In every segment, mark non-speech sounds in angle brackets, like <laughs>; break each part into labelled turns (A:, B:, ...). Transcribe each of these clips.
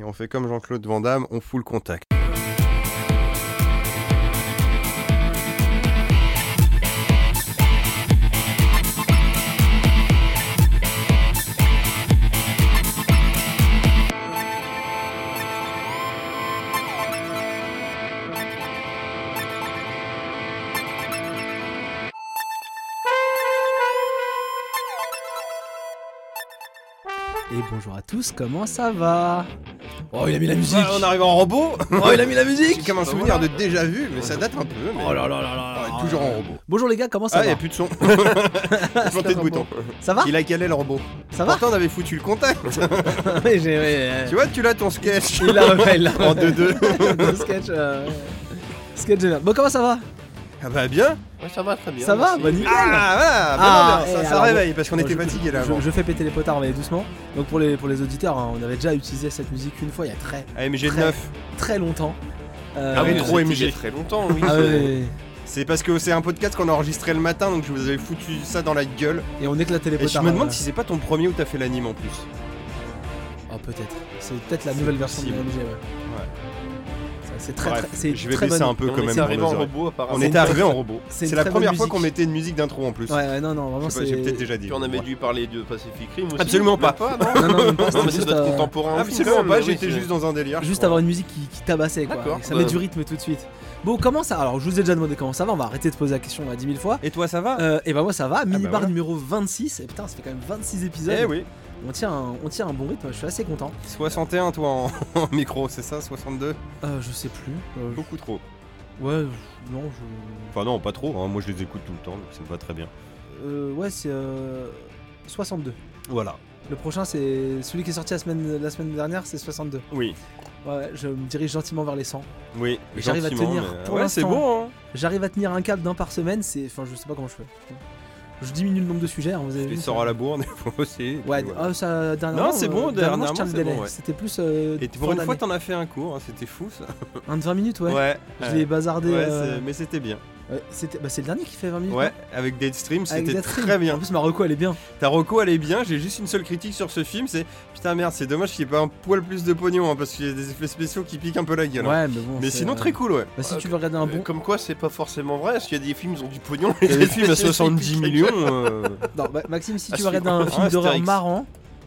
A: Et on fait comme Jean-Claude Van Damme, on fout le contact.
B: Et bonjour à tous, comment ça va
C: Oh, il a mis la musique
A: on arrive en robot
C: Oh, il a mis la musique
A: J'ai comme un souvenir de déjà vu, mais ça date un peu. Mais...
C: Oh là là là là
A: Ouais, toujours en robot.
B: Bonjour les gars, comment ça
A: Ah, il n'y
B: va
A: a plus de son. <laughs>
B: C'est
A: Planté de
B: pas
A: boutons.
B: Ça va
A: Il a calé le robot.
B: Ça
A: <laughs>
B: va
A: Pourtant, on avait foutu le contact.
B: Ouais, j'ai- ouais,
A: tu
B: ouais.
A: vois, tu l'as ton sketch.
B: Il l'a refait, <laughs> il l'a
A: En 2-2.
B: Deux sketch, euh, sketch génial. Bon, comment ça va
A: <laughs> Ah bah bien.
C: Ouais, ça va très bien.
B: Ça va
C: merci.
B: Bonne nickel
A: Ah,
B: Ah,
A: voilà. vraiment bien.
B: et
A: ça, ça
B: alors,
A: réveille parce qu'on
B: Bon,
A: était
B: je-
A: fatigué là
B: je,
A: avant.
B: je fais péter les potards, mais doucement. Donc pour les, pour les auditeurs, hein, on avait déjà utilisé cette musique une fois il y a très
A: AMG
B: Très.
A: 9.
B: très longtemps. Euh,
A: Ah oui,
C: vous
A: trop
C: êtes
A: MG.
C: il y a très longtemps, oui.
B: ah ouais,
A: C'est parce que c'est un podcast qu'on a enregistré le matin, donc je vous avais foutu ça dans la gueule.
B: et on éclatait les
A: Et je
B: potards.
A: me
B: hein,
A: demande
B: voilà.
A: si c'est pas ton premier où t'as fait l'anime en plus.
B: Oh, peut-être. C'est peut-être la nouvelle version
A: possible.
B: de la MG, ouais. Ça, C'est très,
A: Bref,
B: très, c'est
A: je vais
B: très
A: baisser
B: bonne-
A: un peu
C: On
A: quand
C: est
A: même. pour
C: arrivé
A: nos
C: en
A: oreilles.
C: robot apparemment.
A: On
B: C'est
A: était
B: une
A: arrivé
B: bonne-
A: en robot.
B: c'est une
A: C'est la
B: très bonne
A: première fois qu'on
B: musique.
A: mettait une musique d'intro en plus.
B: Ouais, ouais, non, non,
A: Je
B: vraiment
A: sais pas, J'ai peut-être
B: c'est.
A: déjà dit.
C: Puis on avait dû parler de Pacific Rim aussi.
A: Absolument
C: Même
A: pas. Ah
C: non
B: Non, non, même pas,
C: Non,
B: c'était
C: mais c'est
B: juste,
C: notre
B: euh,
C: contemporain.
A: Absolument pas,
C: bah Oui,
A: j'étais
C: c'est-
A: juste dans un délire. je
B: Juste
A: crois.
B: avoir une musique qui, qui tabassait quoi.
C: D'accord.
B: Ça met
C: Ouais.
B: du rythme tout de suite. Bon, comment ça Alors, je vous ai déjà demandé comment ça va. On va arrêter de poser la question à 10 000 fois.
A: Et toi, ça
B: <laughs>
A: va
B: Euh, et bah, moi ça va. Mini
A: voilà.
B: numéro 26. Et putain, ça fait quand même 26 épisodes.
A: Eh oui,
B: on, tient un, on tient un bon rythme. Je suis assez content.
A: 61 toi en, <laughs> en micro, c'est ça 62
B: Euh, je sais plus. Euh,
A: Beaucoup trop.
B: je- ouais, je- non, je.
A: Enfin non, pas trop, hein, moi je les écoute tout le temps, donc ça me va très bien.
B: Euh, ouais, c'est euh, 62.
A: Voilà.
B: Le prochain, c'est celui qui est sorti la semaine, la semaine dernière, c'est 62.
A: Oui,
B: Ouais, je me dirige gentiment vers les 100.
A: oui.
B: Et j'arrive à
A: gentiment,
B: tenir
A: mais-
B: pour
A: Ouais, c'est
B: l'instant.
A: bon, hein
B: J'arrive à tenir un câble d'un par semaine, c'est. Enfin, je sais pas comment je fais. Je diminue le nombre de sujets, hein, vous avez
A: Tu
B: vu.
A: sors à la bourre, <laughs> faut aussi.
B: Ouais, ah, ça, dernièrement.
A: Non, c'est bon,
B: euh, dernièrement,
A: dernièrement,
B: je tiens le
A: c'est
B: délai.
A: bon, ouais.
B: C'était plus. euh,
A: Et pour
B: fin
A: une fois,
B: d'année.
A: t'en as fait un cours, hein, c'était fou ça.
B: Un de 20 minutes, ouais. Je l'ai bazardé.
A: Ouais,
B: euh,
A: c'est- mais c'était bien.
B: ouais, c'était... Bah, c'est le dernier qui fait 20 minutes.
A: Ouais,
B: non
A: avec Deadstream,
B: Avec
A: c'était
B: Deathstream.
A: très
B: En
A: bien.
B: plus, ma reco, elle est bien.
A: Ta reco, elle est bien. J'ai juste une seule critique sur ce film c'est putain, merde, c'est dommage qu'il n'y ait pas un poil plus de pognon hein, parce qu'il y a des effets spéciaux qui piquent un peu la gueule. hein.
B: Ouais, mais bon.
A: Mais
B: c'est,
A: sinon,
B: euh,
A: très cool, Ah, ouais.
B: bah, si tu veux regarder un
C: Euh,
B: bon.
C: Comme quoi, c'est pas forcément vrai, parce qu'il y a des films, ils ont du pognon.
A: Il y a
C: <laughs>
A: des <laughs> films à 70 millions. euh,
B: Non, bah, Maxime, si
C: à
B: tu veux regarder
C: suivre.
B: un film
C: Ah,
B: d'horreur
C: Astérix.
B: marrant,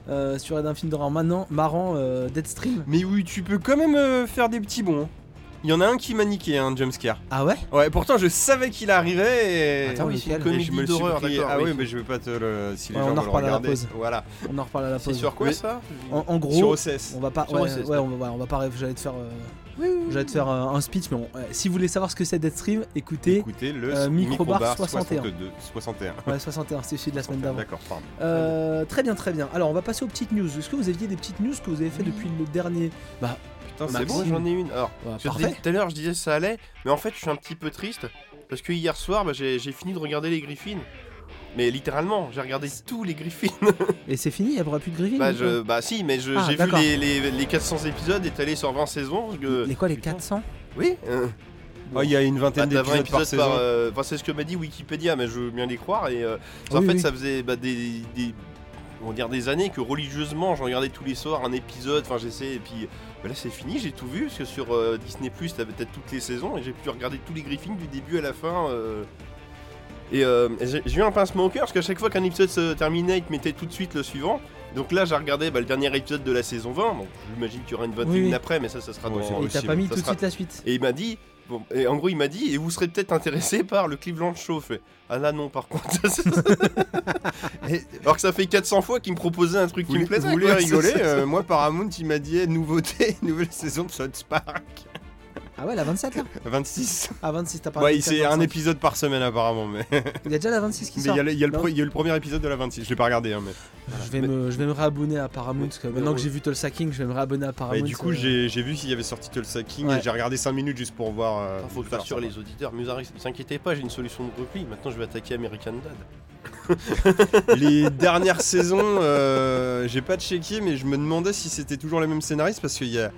B: euh, si tu regardes un film d'horreur manant- marrant, euh, Deadstream.
A: Mais oui, tu peux quand même euh, faire des petits bons. Il y en a un qui m'a niqué, un jumpscare.
B: Ah ouais
A: Ouais, pourtant je savais qu'il arrivait et.
B: Attends, mais
A: et
B: quel-
C: comédie
A: je me le suis
C: d'horreur,
A: pris.
C: d'accord,
A: Ah
C: oui.
A: oui, mais je veux pas te le. Si les
B: Ouais, on
A: gens
B: en
A: veulent
B: reparle à la
A: regarder.
B: pause.
A: Voilà.
B: On en reparle à la
C: C'est
B: pause.
C: sur quoi
A: Oui.
C: ça Ah,
B: En, en gros. euh,
A: Sur OCS.
B: On va pas,
C: Sur
B: ouais,
C: OCS,
B: ouais, on va, voilà, on va pas, j'allais te faire, euh, j'allais te faire euh, un speech, mais bon, ouais, si vous voulez savoir ce que c'est Deadstream, écoutez
A: Écoutez le
B: euh, Microbar
A: Microbar
B: 61.
A: 62, 61.
B: ouais, 61, c'est celui de la semaine d'avant.
A: D'accord, pardon.
B: Euh, très bien, très bien. Alors, on va passer aux petites news. Est-ce que vous aviez des petites news que vous avez fait depuis le dernier
A: Putain,
C: C'est
A: c'est
C: bon,
A: bon.
C: j'en ai une. Alors,
B: Bah,
C: Je te dis, Tout à l'heure, je disais ça allait, mais en fait, je suis un petit peu triste parce que hier soir, bah, j'ai j'ai fini de regarder les Griffins. Mais littéralement, j'ai regardé tous les Griffins.
B: Et c'est fini, il n'y aura plus de Griffin
C: bah,
B: du
C: je, bah si, mais je-
B: Ah,
C: j'ai vu
B: d'accord.
C: les, les- les 400 épisodes étalés sur 20 saisons. parce
B: coup
C: que-
B: Les quoi, les
C: putain.
B: 400
C: Oui. euh,
A: Oh, il y a une
C: bah,
A: vingtaine
C: t'as 20
A: d'épisodes par
C: épisodes
A: saison.
C: par. euh, Enfin, c'est ce que m'a dit Wikipédia, mais je veux bien les croire. Et euh, en
B: Oui,
C: fait,
B: oui.
C: ça faisait bah, des, des- on va dire des années que religieusement, je regardais tous les soirs un épisode. Enfin, j'essayais. Et puis bah, là, c'est fini, j'ai tout vu parce que sur euh, Disney Plus, t'avais peut-être toutes les saisons et j'ai pu regarder tous les Griffins du début à la fin. euh, Et, euh, et j'ai j'ai eu un pincement au cœur parce qu'à chaque fois qu'un épisode se terminait, ils te mettaient tout de suite le suivant. Donc là, j'ai regardé bah, le dernier épisode de la saison 20. Bon, j'imagine qu'il y aura une 21
B: Oui, oui.
C: après, mais ça, ça sera
A: Ouais,
C: dans
A: c'est
B: Et t'as
A: possible,
B: pas mis
C: ça
B: tout de
C: sera-
B: suite la suite
C: et il m'a dit, bon, et en gros, il m'a dit, et vous serez peut-être intéressé par le Cleveland Show. Je fais, ah là non, par contre. <laughs> Et- alors que ça fait 400 fois qu'il me proposait un truc
A: Vous
C: qui me
A: voulez-
C: plaisait.
A: vous voulez
C: quoi.
A: rigoler
C: C'est-
A: euh, Moi, Paramount, il m'a dit eh, nouveauté, <laughs> nouvelle saison de South Park.
B: Ah ouais, la 27 là
A: 26.
B: Ah, 26, t'as pas
A: Ouais,
B: dit
A: c'est
B: 425.
A: un épisode par semaine apparemment, mais mais
B: Il y a déjà la 26 qui
A: il y,
B: sort.
A: a le- il y a le
B: Non.
A: pre- il y a eu le premier épisode de la 26. Je l'ai pas regardé, hein, mais.
B: Je, vais me, je vais me réabonner à Paramount, parce que
C: Mais
B: maintenant que
C: ouais.
B: j'ai vu Tolsacking, je vais me réabonner à Paramount.
A: Et du coup,
B: euh,
A: j'ai j'ai vu qu'il y avait sorti Tulsaking
B: Ouais.
A: et j'ai regardé 5 minutes juste pour voir. euh,
C: Attends, Ah, faut que
A: faire
C: j'assure
A: <laughs> ça.
C: les auditeurs. Musarix, ne s'inquiétez pas, j'ai une solution de repli. Maintenant, je vais attaquer American Dad.
A: Les dernières saisons, euh, j'ai pas checké, mais je me demandais si c'était toujours les mêmes scénaristes parce qu'il y a,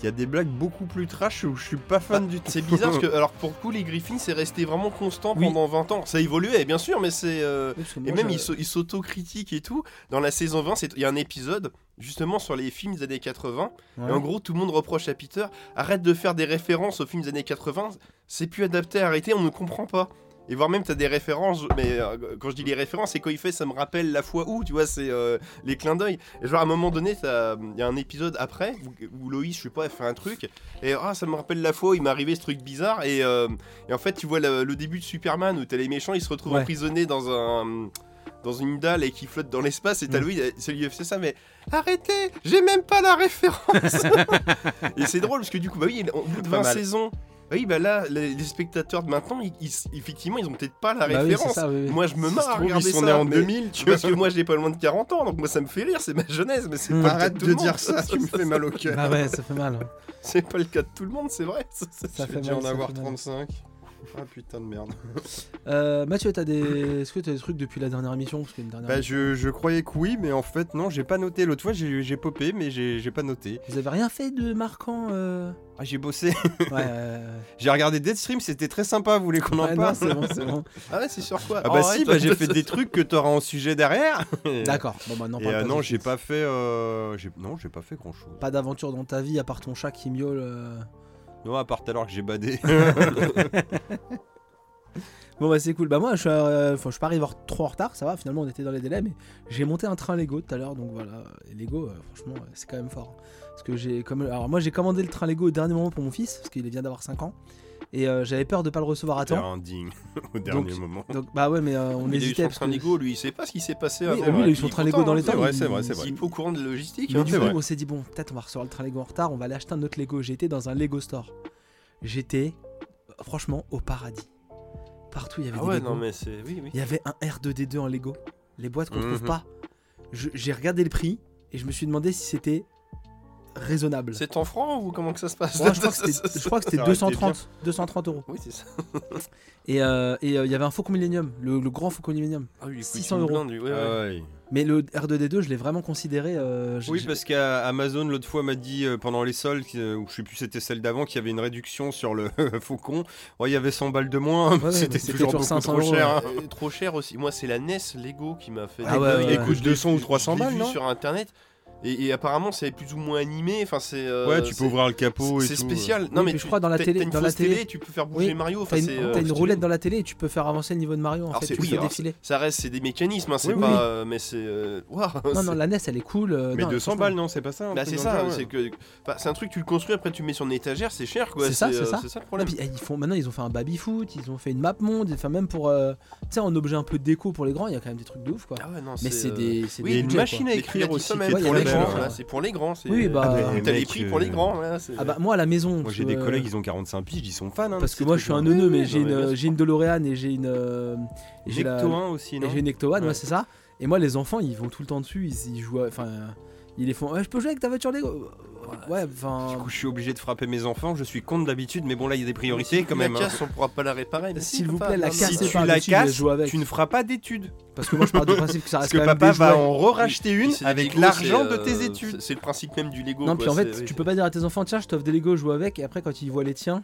A: il y a des blagues beaucoup plus trash où je suis pas fan
C: Bah,
A: du tout.
C: C'est bizarre parce que, alors pour le coup, les Griffins, c'est resté vraiment constant
B: Oui.
C: pendant 20 ans. Ça évoluait, bien sûr, mais c'est. euh,
B: oui, parce que
C: Et
B: moi,
C: même,
B: je-
C: ils s'au- ils s'autocritiquent et tout. Dans la saison 20, c'est- il y a un épisode justement sur les films des années 80.
B: Ouais.
C: Et en gros, tout le monde reproche à Peter arrête de faire des références aux films des années 80, c'est plus adapté, arrêtez, on ne comprend pas. Et voire même, t'as des références, mais euh, quand je dis les références, c'est quand il fait, ça me rappelle la fois où, tu vois, c'est euh, les clins d'œil. Et genre, à un moment donné, il y a un épisode après, où, où Loïs, je sais pas, elle fait un truc, et ah, ça me rappelle la fois où il m'est arrivé ce truc bizarre, et, euh, et en fait, tu vois le, le début de Superman, où t'as les méchants, ils se retrouvent
B: Ouais.
C: emprisonnés dans un. Dans une dalle et qui flotte dans l'espace, et t'as euh,
B: Mm.
C: Loïs, ça lui fait ça, mais arrêtez, j'ai même pas
B: <laughs>
C: la référence! Et c'est drôle parce que du coup, bah oui, au bout de
A: Pas
C: 20
A: mal.
C: saisons, bah oui, bah là, les, les spectateurs de maintenant, ils, ils- effectivement, ils ont peut-être pas la
B: Bah oui, c'est
C: référence.
B: ça, oui, oui.
C: Moi, je me
A: Si
C: marre
A: se
C: à
A: trouve,
C: regarder
A: ils sont
C: ça,
A: nés en
C: mais-
A: 2000, tu
C: Parce
A: vois.
C: que moi, j'ai pas loin de 40 ans, donc moi, ça me fait rire, c'est ma jeunesse, mais c'est
B: Hmm.
C: pas le cas
A: Arrête
C: tout
A: de
C: le monde.
A: dire ça,
C: <laughs>
A: tu me fais mal au cœur.
B: Ah ouais, ça fait mal.
C: C'est pas le cas de tout le monde, c'est vrai. <laughs>
B: Ça
A: <laughs> je
B: fait
A: vais déjà
B: mal,
A: en
B: ça
A: avoir
B: fait mal.
A: 35. Ah putain de merde.
B: Euh, Mathieu, t'as des... est-ce que t'as des trucs depuis la dernière émission Parce que une dernière...
A: Bah je, je croyais que oui, mais en fait non, j'ai pas noté. L'autre fois j'ai j'ai popé, mais j'ai j'ai pas noté.
B: Vous avez rien fait de marquant
A: <laughs>
B: euh
A: Ah j'ai bossé.
B: Ouais, ouais, ouais.
A: j'ai regardé Deadstream, c'était très sympa, vous voulez qu'on
B: Ouais,
A: en
B: non,
A: parle
B: c'est bon, c'est bon.
C: Ah ouais, c'est sur quoi
A: Ah bah
C: Oh,
A: si,
C: ouais,
A: bah
C: toi,
A: j'ai
C: toi,
A: fait
C: toi,
A: des trucs que t'auras en sujet derrière. Et-
B: <laughs> D'accord. Bon, bah, n'en
A: Et
B: parle
A: euh,
B: pas
A: non,
B: tout de
A: j'ai
B: suite.
A: pas fait. euh, j'ai- non, j'ai pas fait grand chose.
B: Pas d'aventure dans ta vie à part ton chat qui miaule. euh.
A: Non, à part tout à l'heure que j'ai
B: <laughs>
A: badé.
B: Bon, bah, c'est cool. Bah, moi, je suis, euh, enfin, je suis pas arrivé en- trop en retard, ça va. Finalement, on était dans les délais, mais j'ai monté un train Lego tout à l'heure, donc voilà. Et Lego, euh, franchement, euh, c'est quand même fort. Parce que j'ai. Comme... Alors, moi, j'ai commandé le train Lego au dernier moment pour mon fils, parce qu'il vient d'avoir 5 ans. Et euh, j'avais peur de pas le recevoir à
A: C'est
B: temps.
A: indigne <laughs> au dernier
B: Donc,
A: moment.
B: Donc, bah, ouais, mais euh, on
C: il a eu
B: hésitait.
C: son
B: parce
C: train
B: que-
C: Lego, lui, il sait pas ce qui s'est passé
B: Oui,
C: avant. hein.
B: lui, il a
C: Et
B: eu son
C: puis,
B: train Lego dans les
C: pourtant,
B: temps.
A: vrai,
B: il-
A: c'est vrai, c'est vrai.
C: Il est pas au courant de la logistique.
B: Mais
C: hein,
B: du
A: c'est
B: coup,
A: vrai.
B: on s'est dit, bon, peut-être on va recevoir le train Lego en retard, on va aller acheter un autre Lego. J'étais dans un Lego store. J'étais, euh, franchement, au paradis. Partout, il y avait
C: Ah
B: des
C: ouais,
B: Lego.
C: non, mais c'est. Oui, oui.
B: Il y avait un R2D2 en Lego. Les boîtes qu'on trouve
A: Mhm.
B: pas. Je- J'ai regardé le prix et je me suis demandé si c'était raisonnable.
C: C'est en francs ou comment que ça se passe
B: Ouais, je
C: <laughs>
B: crois que c'était- je crois que c'était
C: Ça aurait été
B: 230, 230 euros.
C: Oui, c'est ça.
B: Et euh, et, euh, il y avait un Faucon Millenium, le, le grand Faucon Millenium.
C: Ah oui, il coûte
B: 600
C: une
B: euros.
C: blinde, lui, ouais, ouais.
B: euh,
A: Aïe.
B: Mais le R2D2, je l'ai vraiment considéré. euh, je-
A: Oui,
B: je-
A: parce qu'Amazon l'autre fois m'a dit euh, pendant les soldes, euh, ou je sais plus c'était celle d'avant, qu'il y avait une réduction sur le <laughs> faucon. Ouais, il y avait 100 balles de moins,
B: ouais,
A: <laughs>
B: mais
A: c'était
B: c'était
A: toujours
B: toujours
A: beaucoup
B: 500
A: trop
B: euros,
A: cher. hein.
C: Euh, trop cher aussi. Moi, c'est la NES Lego qui m'a fait.
B: Ah
C: des
B: ouais,
C: dingues.
B: ouais, ouais.
C: Écoute,
A: Coûte
C: je l'ai
A: 200 ou
C: vu-
A: 300
C: je l'ai
A: balles,
C: vu
A: non
C: sur internet. Et, et apparemment, c'est plus ou moins animé. Enfin, c'est. euh,
A: ouais, tu peux
C: c'est-
A: ouvrir le capot et
C: C'est
A: tout, euh.
C: spécial.
B: Oui,
C: Non, mais
B: puis je
C: tu-
B: crois dans la
C: t'as-
B: télé-
C: t'as une
B: dans la
C: fausse
B: télé,
C: tu peux faire bouger
B: oui,
C: Mario. Enfin,
B: T'as
C: c'est,
B: une,
C: euh,
B: t'as une
C: stylé.
B: roulette dans la télé et tu peux faire avancer le niveau de Mario en
C: Alors,
B: fait,
C: c'est-
B: tu
C: oui,
B: le fais
C: alors,
B: défiler.
C: Ça reste, c'est des mécanismes. hein, c'est
A: Oui, oui.
C: pas. euh, mais c'est. euh, waouh,
B: Non,
C: c'est-
B: non, la NES elle est cool. euh,
A: Mais
B: non,
A: 200
B: franchement.
A: balles, non, c'est pas ça. un
C: Bah,
A: truc
C: c'est
A: dans le
C: ça.
A: genre, ouais.
C: C'est que. enfin, c'est un truc, tu le construis après, tu le mets sur un étagère, c'est cher, quoi.
B: C'est ça, c'est
C: euh,
B: ça.
C: C'est ça le
B: Et
C: problème.
B: puis, eh, ils font, maintenant, ils ont fait un baby-foot, ils ont fait une map monde, enfin, même pour. euh, tu sais, en objet un peu déco pour les grands, il y a quand même des trucs de ouf quoi.
C: Ah ouais, non,
B: Mais c'est
C: euh,
B: des. c'est
C: oui,
A: Il
B: des
A: y a une
B: budgets,
A: machine
B: quoi.
A: à
C: les
A: écrire
C: crédits
A: aussi qui
C: sommet,
A: est
B: ouais, il y a
A: pour
B: les
A: les
C: les
B: gens,
A: belles.
C: grands,
B: ouais.
C: voilà, C'est pour les grands. c'est-
B: Oui, bah,
C: Ah, mais
A: euh,
C: T'as les
A: mec,
C: prix
A: euh,
C: pour les grands. voilà, c'est-
B: Ah bah, moi à la maison.
A: Moi
B: tu
A: j'ai des
B: vois, euh,
A: collègues, ils ont 45 piges, ils sont fans. hein,
B: Parce
A: de
B: que
A: ces
B: moi je suis un
A: trucs-là.
B: neuneu,
C: Oui,
B: mais
C: oui,
B: j'ai
C: non, mais bien
B: une,
C: sûr.
B: j'ai une DeLorean et j'ai une. euh, et j'ai la-
A: Necto 1 hein, aussi, non
B: Et j'ai une Ecto One, ouais,
A: Ouais.
B: c'est ça. Et moi, les enfants, ils vont tout le temps dessus, ils, ils jouent. à- Enfin, euh, ils les font. Ouais, je peux jouer avec ta voiture Lego. Ouais,
A: Du
B: enfin.
A: coup, je suis obligé de frapper mes enfants, je suis contre d'habitude, mais bon, là, il y a des priorités quand
C: La
A: même. hein.
C: casse, on pourra pas la réparer. mais
B: S'il
C: si,
B: vous
C: papa,
B: plaît, la
C: non,
B: casse,
A: Si
C: non,
B: c'est
A: tu
B: pas
A: la
B: habitué, je
A: casses,
B: joue avec.
A: Tu ne feras pas d'études.
B: Parce que moi, je pars du principe que ça
A: Parce
B: reste
A: que
B: quand même
A: papa
B: des jouets.
A: va en re-racheter une
C: c'est des
A: avec
C: Lego,
A: l'argent
C: c'est,
A: de
C: euh,
A: tes études.
C: c'est- C'est le principe même du Lego.
B: Non,
C: quoi,
B: puis en
C: c'est-
B: fait,
C: oui,
B: tu
C: c'est-
B: peux pas dire à tes enfants, tiens, je t'offre des Lego, joue avec, et après, quand ils voient les tiens,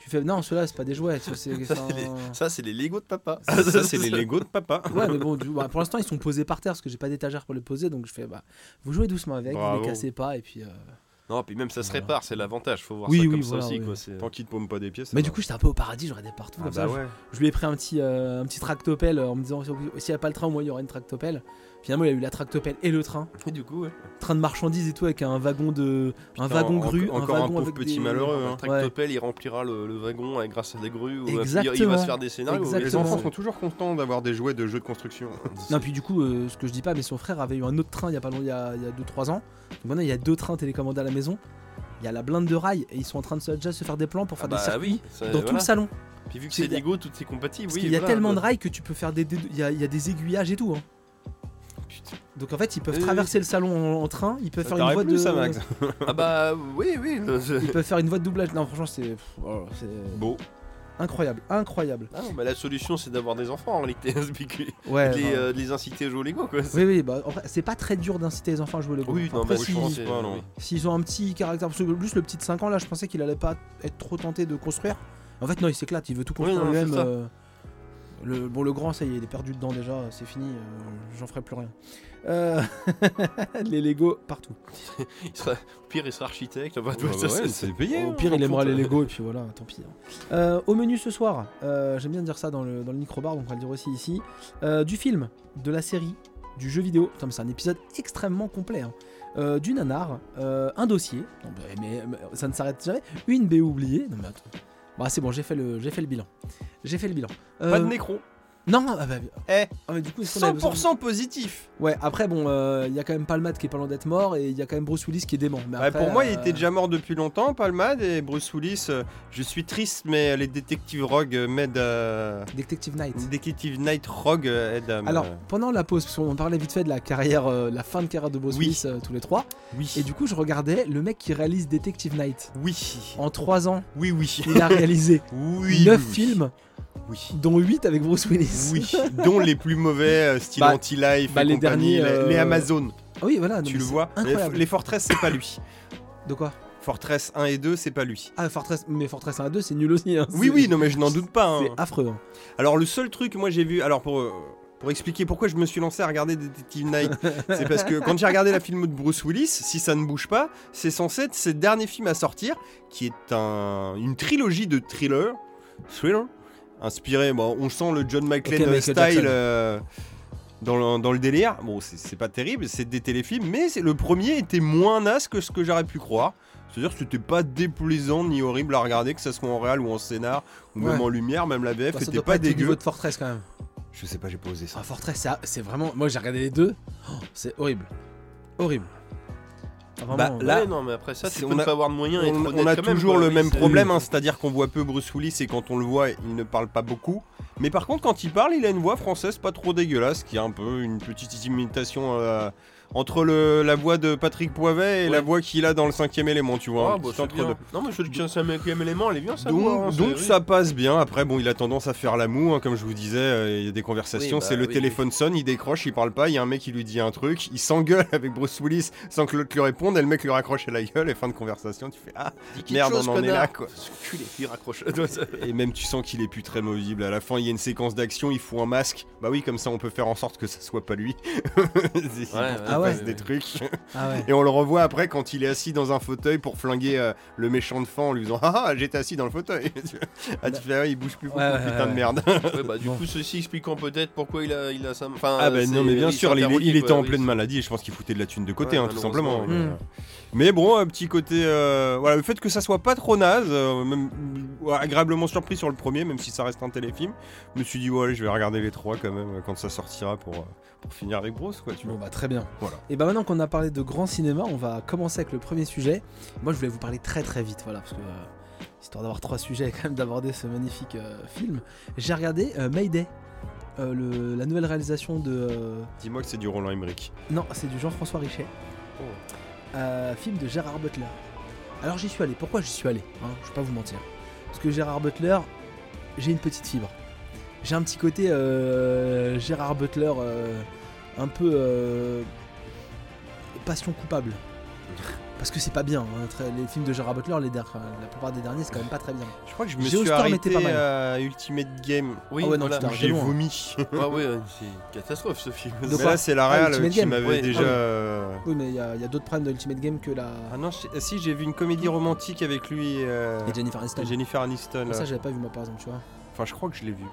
B: tu fais, non, ceux-là, c'est pas des jouets. ça,
A: <laughs>
B: hein. c'est-
C: <laughs> Ça,
B: enfin,
C: c'est les- Ça, c'est les Lego de papa.
A: Ça, c'est <laughs>
C: <laughs>
A: les Lego de papa.
B: <laughs> Ouais, mais bon, du- bah, pour l'instant, ils sont posés par terre parce que j'ai pas d'étagère pour les poser, donc je fais, bah, vous jouez doucement avec, vous
A: Bravo.
B: les cassez pas, et puis. euh,
C: Non, puis même ça se
B: Voilà.
C: répare, c'est l'avantage. Faut voir
B: Oui,
C: ça
B: oui,
C: comme
B: voilà,
C: ça aussi.
B: oui.
C: quoi, c'est- euh.
A: Tant qu'il te paume pas des pieds, ça
B: Mais
A: va.
B: du coup, j'étais un peu au paradis, je regardais partout
A: Ah
B: comme
A: bah
B: ça. je-
A: ouais.
B: Je lui ai pris un petit, euh, un petit tractopelle euh, en me disant s'il n'y a pas le train, au moins il y aura une tractopelle. Finalement, il y a eu la tractopelle et le train.
C: Oui, du coup, ouais.
B: Train de marchandises et tout avec un wagon de. un
A: Putain,
B: wagon
A: en-
B: grue.
A: encore
B: un
A: un
B: wagon
A: pauvre
B: avec
A: petit
B: des-
A: malheureux,
C: Le
A: hein.
C: tractopelle, il remplira le, le wagon euh, grâce à des grues. ou- Il va
B: Exactement.
C: se faire des scénarios. ouais.
A: Les
B: Exactement.
A: enfants sont toujours contents d'avoir des jouets de jeux de construction.
B: Non, puis du coup, euh, ce que je dis pas, mais son frère avait eu un autre train il y a pas longtemps, il y a 2-3 ans. Donc maintenant, il y a deux trains télécommandés à la maison. Il y a la blinde de rail et ils sont en train de se, déjà se faire des plans pour
C: Ah
B: faire
C: bah
B: des circuits.
C: oui, ça-
B: Dans tout le
C: voilà.
B: salon.
C: Puis vu que
B: Parce
C: c'est
B: qu'il y a-
C: Lego, tout est compatible.
B: Parce
C: oui,
B: qu'il y a
C: voilà,
B: tellement
C: <laughs>
B: de
C: bah,
B: rails que tu peux faire des. des- Il y a, il y a des aiguillages et tout. hein.
C: putain. Euh.
B: Donc en fait, ils
C: Oui,
B: peuvent
C: oui.
B: traverser le salon en, en train. Ils peuvent
A: Ça
B: faire une
A: t'arrête
B: voie
A: plus,
B: de.
A: ça, Max
C: Ah bah oui, oui. le-
B: <laughs> Ils peuvent faire une voie de doublage. Non, franchement, c'est pff, oh, c'est
A: Beau.
B: incroyable, incroyable.
C: Ah, bah, la solution, c'est d'avoir des enfants en réalité. <laughs> hein, Puis que-
A: Eh
B: Ouais.
C: de les,
B: non.
C: euh, de les inciter à jouer au Lego, quoi.
B: Oui, oui, bah, en vrai, c'est pas très dur d'inciter les enfants à jouer au Lego.
C: Oui,
B: Enfin,
C: non,
B: après,
C: bah, je
B: si-
C: pense
A: pas,
C: pas,
A: non.
C: non.
B: S'ils ont un petit caractère, parce que plus le petit de 5 ans là, je pensais qu'il allait pas être trop tenté de construire. En fait, non, il s'éclate, il veut tout construire
C: non, c'est
B: lui-même.
C: ça.
B: euh, Le, bon, le grand, ça y est, il est perdu dedans déjà, c'est fini, euh, j'en ferai plus rien. Euh, <laughs> les Lego partout.
C: Il sera- au pire, il sera architecte. Enfin, tu
A: Bah,
C: vois, ça,
A: bah ouais, c'est payé.
B: Au
A: hein.
B: pire, il
C: par
B: aimera
C: contre,
B: les
C: euh,
B: Lego et puis voilà, tant pis. hein. Euh, au menu ce soir, euh, j'aime bien dire ça dans le, dans le micro-bar, donc on va le dire aussi ici. Euh, du film, de la série, du jeu vidéo. Putain, mais c'est un épisode extrêmement complet. hein. Euh, du nanar, euh, un dossier, Non, mais, mais- mais ça ne s'arrête jamais. Une BO oubliée. Non, mais attends. Bah, c'est bon, j'ai fait, le- j'ai fait le bilan. J'ai fait le bilan.
A: Pas de
B: Euh,
A: nécro.
B: Non, ah bah,
A: Eh,
B: ah, mais du coup, est-ce qu'on avait besoin de-
A: 100% positif.
B: Ouais, après, bon, euh, il y a quand même Palmade qui est pas loin d'être mort et il y a quand même Bruce Willis qui est dément. Mais
A: Bah,
B: après,
A: pour moi, il
B: euh,
A: était déjà mort depuis longtemps, Palmade et Bruce Willis. euh, je suis triste, mais les détectives Rogue euh, m'aident. euh,
B: Detective Knight.
A: Détective Night Rogue euh, aide à me-
B: Alors, pendant la pause, parce qu'on parlait vite fait de la carrière, euh, la fin de carrière de Bruce
A: Oui.
B: Willis euh, tous les trois,
A: oui,
B: et du coup, je regardais le mec qui réalise Detective Night.
A: oui,
B: En
A: <laughs>
B: trois ans,
A: oui, oui,
B: il a réalisé
A: oui,
B: 9
A: oui,
B: films,
A: Oui,
B: dont 8 avec Bruce Willis.
A: oui, dont les plus mauvais, euh, style
B: Bah,
A: anti-life,
B: bah,
A: et
B: les
A: compagnie,
B: derniers,
A: les-
B: euh,
A: les Amazones.
B: <laughs> Ah oui, voilà. non,
A: Tu
B: mais
A: le
B: c'est
A: vois,
B: Incroyable.
A: les, les Fortress, c'est pas lui.
B: De quoi
A: Fortress 1 et 2, c'est pas lui.
B: Ah, Fortress, mais Fortress 1 à 2, c'est nul aussi. hein.
A: Oui,
B: C'est-
A: oui, non, mais je n'en doute pas. hein.
B: C'est affreux. hein.
A: Alors, le seul truc, moi, j'ai vu. Alors, pour, euh, pour expliquer pourquoi je me suis lancé à regarder Detective
B: <laughs>
A: Night, c'est parce que quand j'ai regardé la film de Bruce Willis, si ça ne bouge pas, c'est censé être ses derniers films à sortir, qui est un, une trilogie de thriller. Thriller Inspiré, bon, on sent le John McClane
B: Ok,
A: euh,
B: Michael Jackson.
A: style. euh, dans le, dans le délire, bon, c'est c'est pas terrible, c'est des téléfilms, mais c'est- le premier était moins naze que ce que j'aurais pu croire. C'est-à-dire que c'était pas déplaisant ni horrible à regarder, que ça soit en réel ou en scénar, ou même
B: Ouais.
A: en lumière, même la VF
B: Bah, ça
A: était
B: doit
A: Eh, pas,
B: pas être au
A: dégueu.
B: niveau de Fortress quand même.
A: Je sais pas, j'ai posé ça.
B: Ah, Fortress, ça, c'est vraiment. Moi, j'ai regardé les deux. Oh, c'est horrible. Horrible. Ah, vraiment,
A: Bah,
B: euh,
A: là,
C: ouais, non, mais après ça,
A: c'est-
C: tu peux
A: on
C: ne
A: a-
C: pas avoir de moyens. et être
A: On, on
C: honnête
A: a
C: quand même,
A: toujours
C: quoi.
A: le
C: Oui,
A: même
C: c'est-
A: problème, hein, c'est-à-dire qu'on voit peu Bruce Willis et quand on le voit, il ne parle pas beaucoup. Mais par contre, quand il parle, il a une voix française pas trop dégueulasse, qui est un peu une petite imitation euh, entre le- la voix de Patrick Poivet et la
C: Ouais.
A: voix qu'il a dans le cinquième élément, tu vois.
C: Ah,
A: un
C: bah,
A: petit
C: c'est
A: entre
C: bien.
A: deux.
C: Non, mais je te tiens, c'est un quatrième élément, elle est bien Oh, ça. hein,
A: Donc, donc ça passe bien. Après, bon, il a tendance à faire l'amour, hein, comme je vous disais. euh, Il y a des conversations.
C: Oui, bah
A: c'est le
C: oui,
A: téléphone sonne, il décroche, il parle pas. Il y a un mec qui lui dit un truc, il s'engueule <laughs> avec Bruce Willis sans que l'autre lui réponde. Et le mec lui raccroche à la gueule. Et fin de conversation, tu fais ah. Merde, on en est là, quoi.
C: Ce culé, il raccroche.
A: Et même tu sens qu'il est plus très movible. À la fin, il y a une séquence d'action, il faut un masque. Bah oui, comme ça, on peut faire en sorte que ça soit pas lui. <laughs> C'est pour
C: ouais,
A: qu'il
B: ouais,
A: fasse
C: ouais.
A: des trucs.
B: Ah ouais.
A: Et on le revoit après quand il est assis dans un fauteuil pour flinguer euh, le méchant de fan en lui disant Ah, ah, j'étais assis dans le fauteuil. <laughs> ah, tu fais, ah, il bouge plus beaucoup,
B: Ouais, ouais,
A: putain
B: ouais.
A: de merde.
C: Ouais, bah, du
B: Bon.
C: coup, ceci expliquant peut-être pourquoi il a, il a sa. Enfin,
A: Ah, bah
C: Hein, c'est-
A: non, mais bien
C: oui,
A: sûr,
C: c'est
A: il,
C: interrogé,
A: il était
C: quoi,
A: en
C: oui,
A: pleine
C: c'est-
A: maladie et je pense qu'il foutait de la thune de côté,
C: Ouais,
A: hein, tout simplement.
C: malheureusement,
A: Mais,
B: oui.
A: euh, Mais bon, un petit côté. euh, voilà, le fait que ça soit pas trop naze, euh, même euh, agréablement surpris sur le premier, même si ça reste un téléfilm, je me suis dit, ouais, allez, je vais regarder les trois quand même euh, quand ça sortira pour, euh, pour finir avec Bruce, quoi, tu
B: Bon
A: vois.
B: bah très bien.
A: Voilà.
B: Et bah maintenant qu'on a parlé de grand cinéma, on va commencer avec le premier sujet. Moi je voulais vous parler très très vite, voilà, parce que euh, histoire d'avoir trois sujets et quand même d'aborder ce magnifique euh, film, j'ai regardé euh, Mayday, euh, le- la nouvelle réalisation de... euh,
A: Dis-moi que c'est du Roland Emmerich.
B: Non, c'est du Jean-François Richet. Euh, film de Gérard Butler. Alors j'y suis allé. Pourquoi j'y suis allé hein Je vais pas vous mentir. Parce que Gérard Butler, j'ai une petite fibre. J'ai un petit côté euh, Gérard Butler euh, un peu euh, passion coupable. Parce que c'est pas bien. hein. Très- Les films de Gérard Butler, les derniers- la plupart des derniers, c'est quand même pas très bien.
A: Je crois que je me
B: Geostorm
A: suis arrêté
B: était pas mal.
A: à Ultimate Game.
C: Oui,
B: Ah ouais, non,
C: voilà.
B: putain.
A: J'ai
B: loin, hein.
A: vomi.
C: Ah, ouais, ouais, c'est une catastrophe
B: <laughs>
C: ce film.
B: De
A: Mais
B: quoi Ah,
A: là, c'est la réal
B: Ultimate
A: qui
B: Game.
A: m'avait
C: Ouais.
A: déjà.
C: Ah oui.
A: euh,
B: Oui, mais il y a, il y a d'autres problèmes de Ultimate Game que la.
A: Ah non, je- si j'ai vu une comédie romantique avec lui. euh,
B: Et Jennifer Aniston.
A: et Jennifer Aniston.
B: Ça, j'avais pas vu moi par exemple, tu vois.
A: Enfin, je crois que je l'ai vu.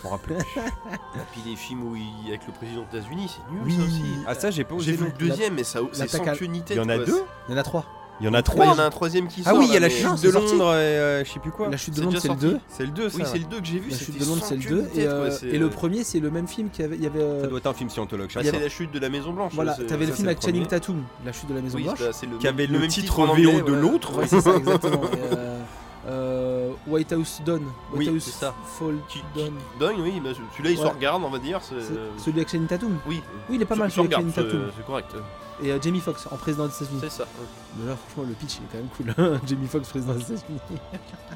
A: Je m'en <laughs> rappelle plus.
C: Et puis les films où il, avec le président des États-Unis, c'est nul
B: Oui.
C: ça aussi.
A: Ah, ça, j'ai pas osé.
C: J'ai vu
A: non
C: le deuxième, mais ça, c'est sans
B: l'attaque à-
C: queue ni
A: Il
C: tête.
A: y en a
C: quoi.
A: deux
B: Il y en a trois.
A: Il y en a
C: Ouais, Il y
A: trois
C: en a un troisième qui
A: Ah
C: sort,
A: oui, il y a
C: là,
A: la
C: mais-
B: Non,
A: chute
B: c'est
A: de
B: sorti.
A: Londres et euh, je sais plus quoi.
B: La chute de
C: C'est
B: Londres,
C: déjà
B: c'est le
C: sorti.
B: 2.
A: C'est le 2, ça.
C: Oui, c'est le 2 que j'ai vu.
B: La
C: c'était
B: chute de Londres,
C: sans
B: c'est le
C: queue
B: 2.
C: ni tête,
B: Et,
C: quoi,
B: euh,
C: c'est-
B: et le premier, c'est le même film qu'il y avait. Il y avait euh,
A: Ça doit être un film scientologue, je
C: Bah,
A: sais
C: c'est
A: pas.
C: la chute de la Maison Blanche.
B: voilà,
C: c'est-
B: t'avais le
C: euh, ça,
B: film
C: c'est
B: avec
C: premier.
B: Channing Tatum, La chute de la Maison
C: Oui,
B: Blanche.
C: c'est- c'est le
A: Qui avait
C: même-
A: le
C: même
A: titre
C: en
A: VO
C: anglais,
A: de
C: ouais.
A: l'autre.
B: Ouais,
C: <laughs>
B: c'est ça, exactement. Et, euh, euh, White House Dawn. White
C: Oui,
B: House
C: c'est ça.
B: Fall
C: Qui- qui-
B: Dawn.
C: Dingue, oui, bah, celui-là il se
B: Ouais.
C: regarde, on va dire. c'est-
B: C'est- Celui avec Channing Tatum.
C: Oui,
B: Oui, il est pas
C: se-
B: mal
C: se
B: celui avec
C: regarde,
B: Channing Tatum.
C: c'est c'est correct.
B: Et euh, Jamie Foxx en président des États-Unis.
C: C'est ça.
B: Mais là, franchement, le pitch il est quand même cool. <laughs> Jamie Foxx, président des États-Unis. <laughs>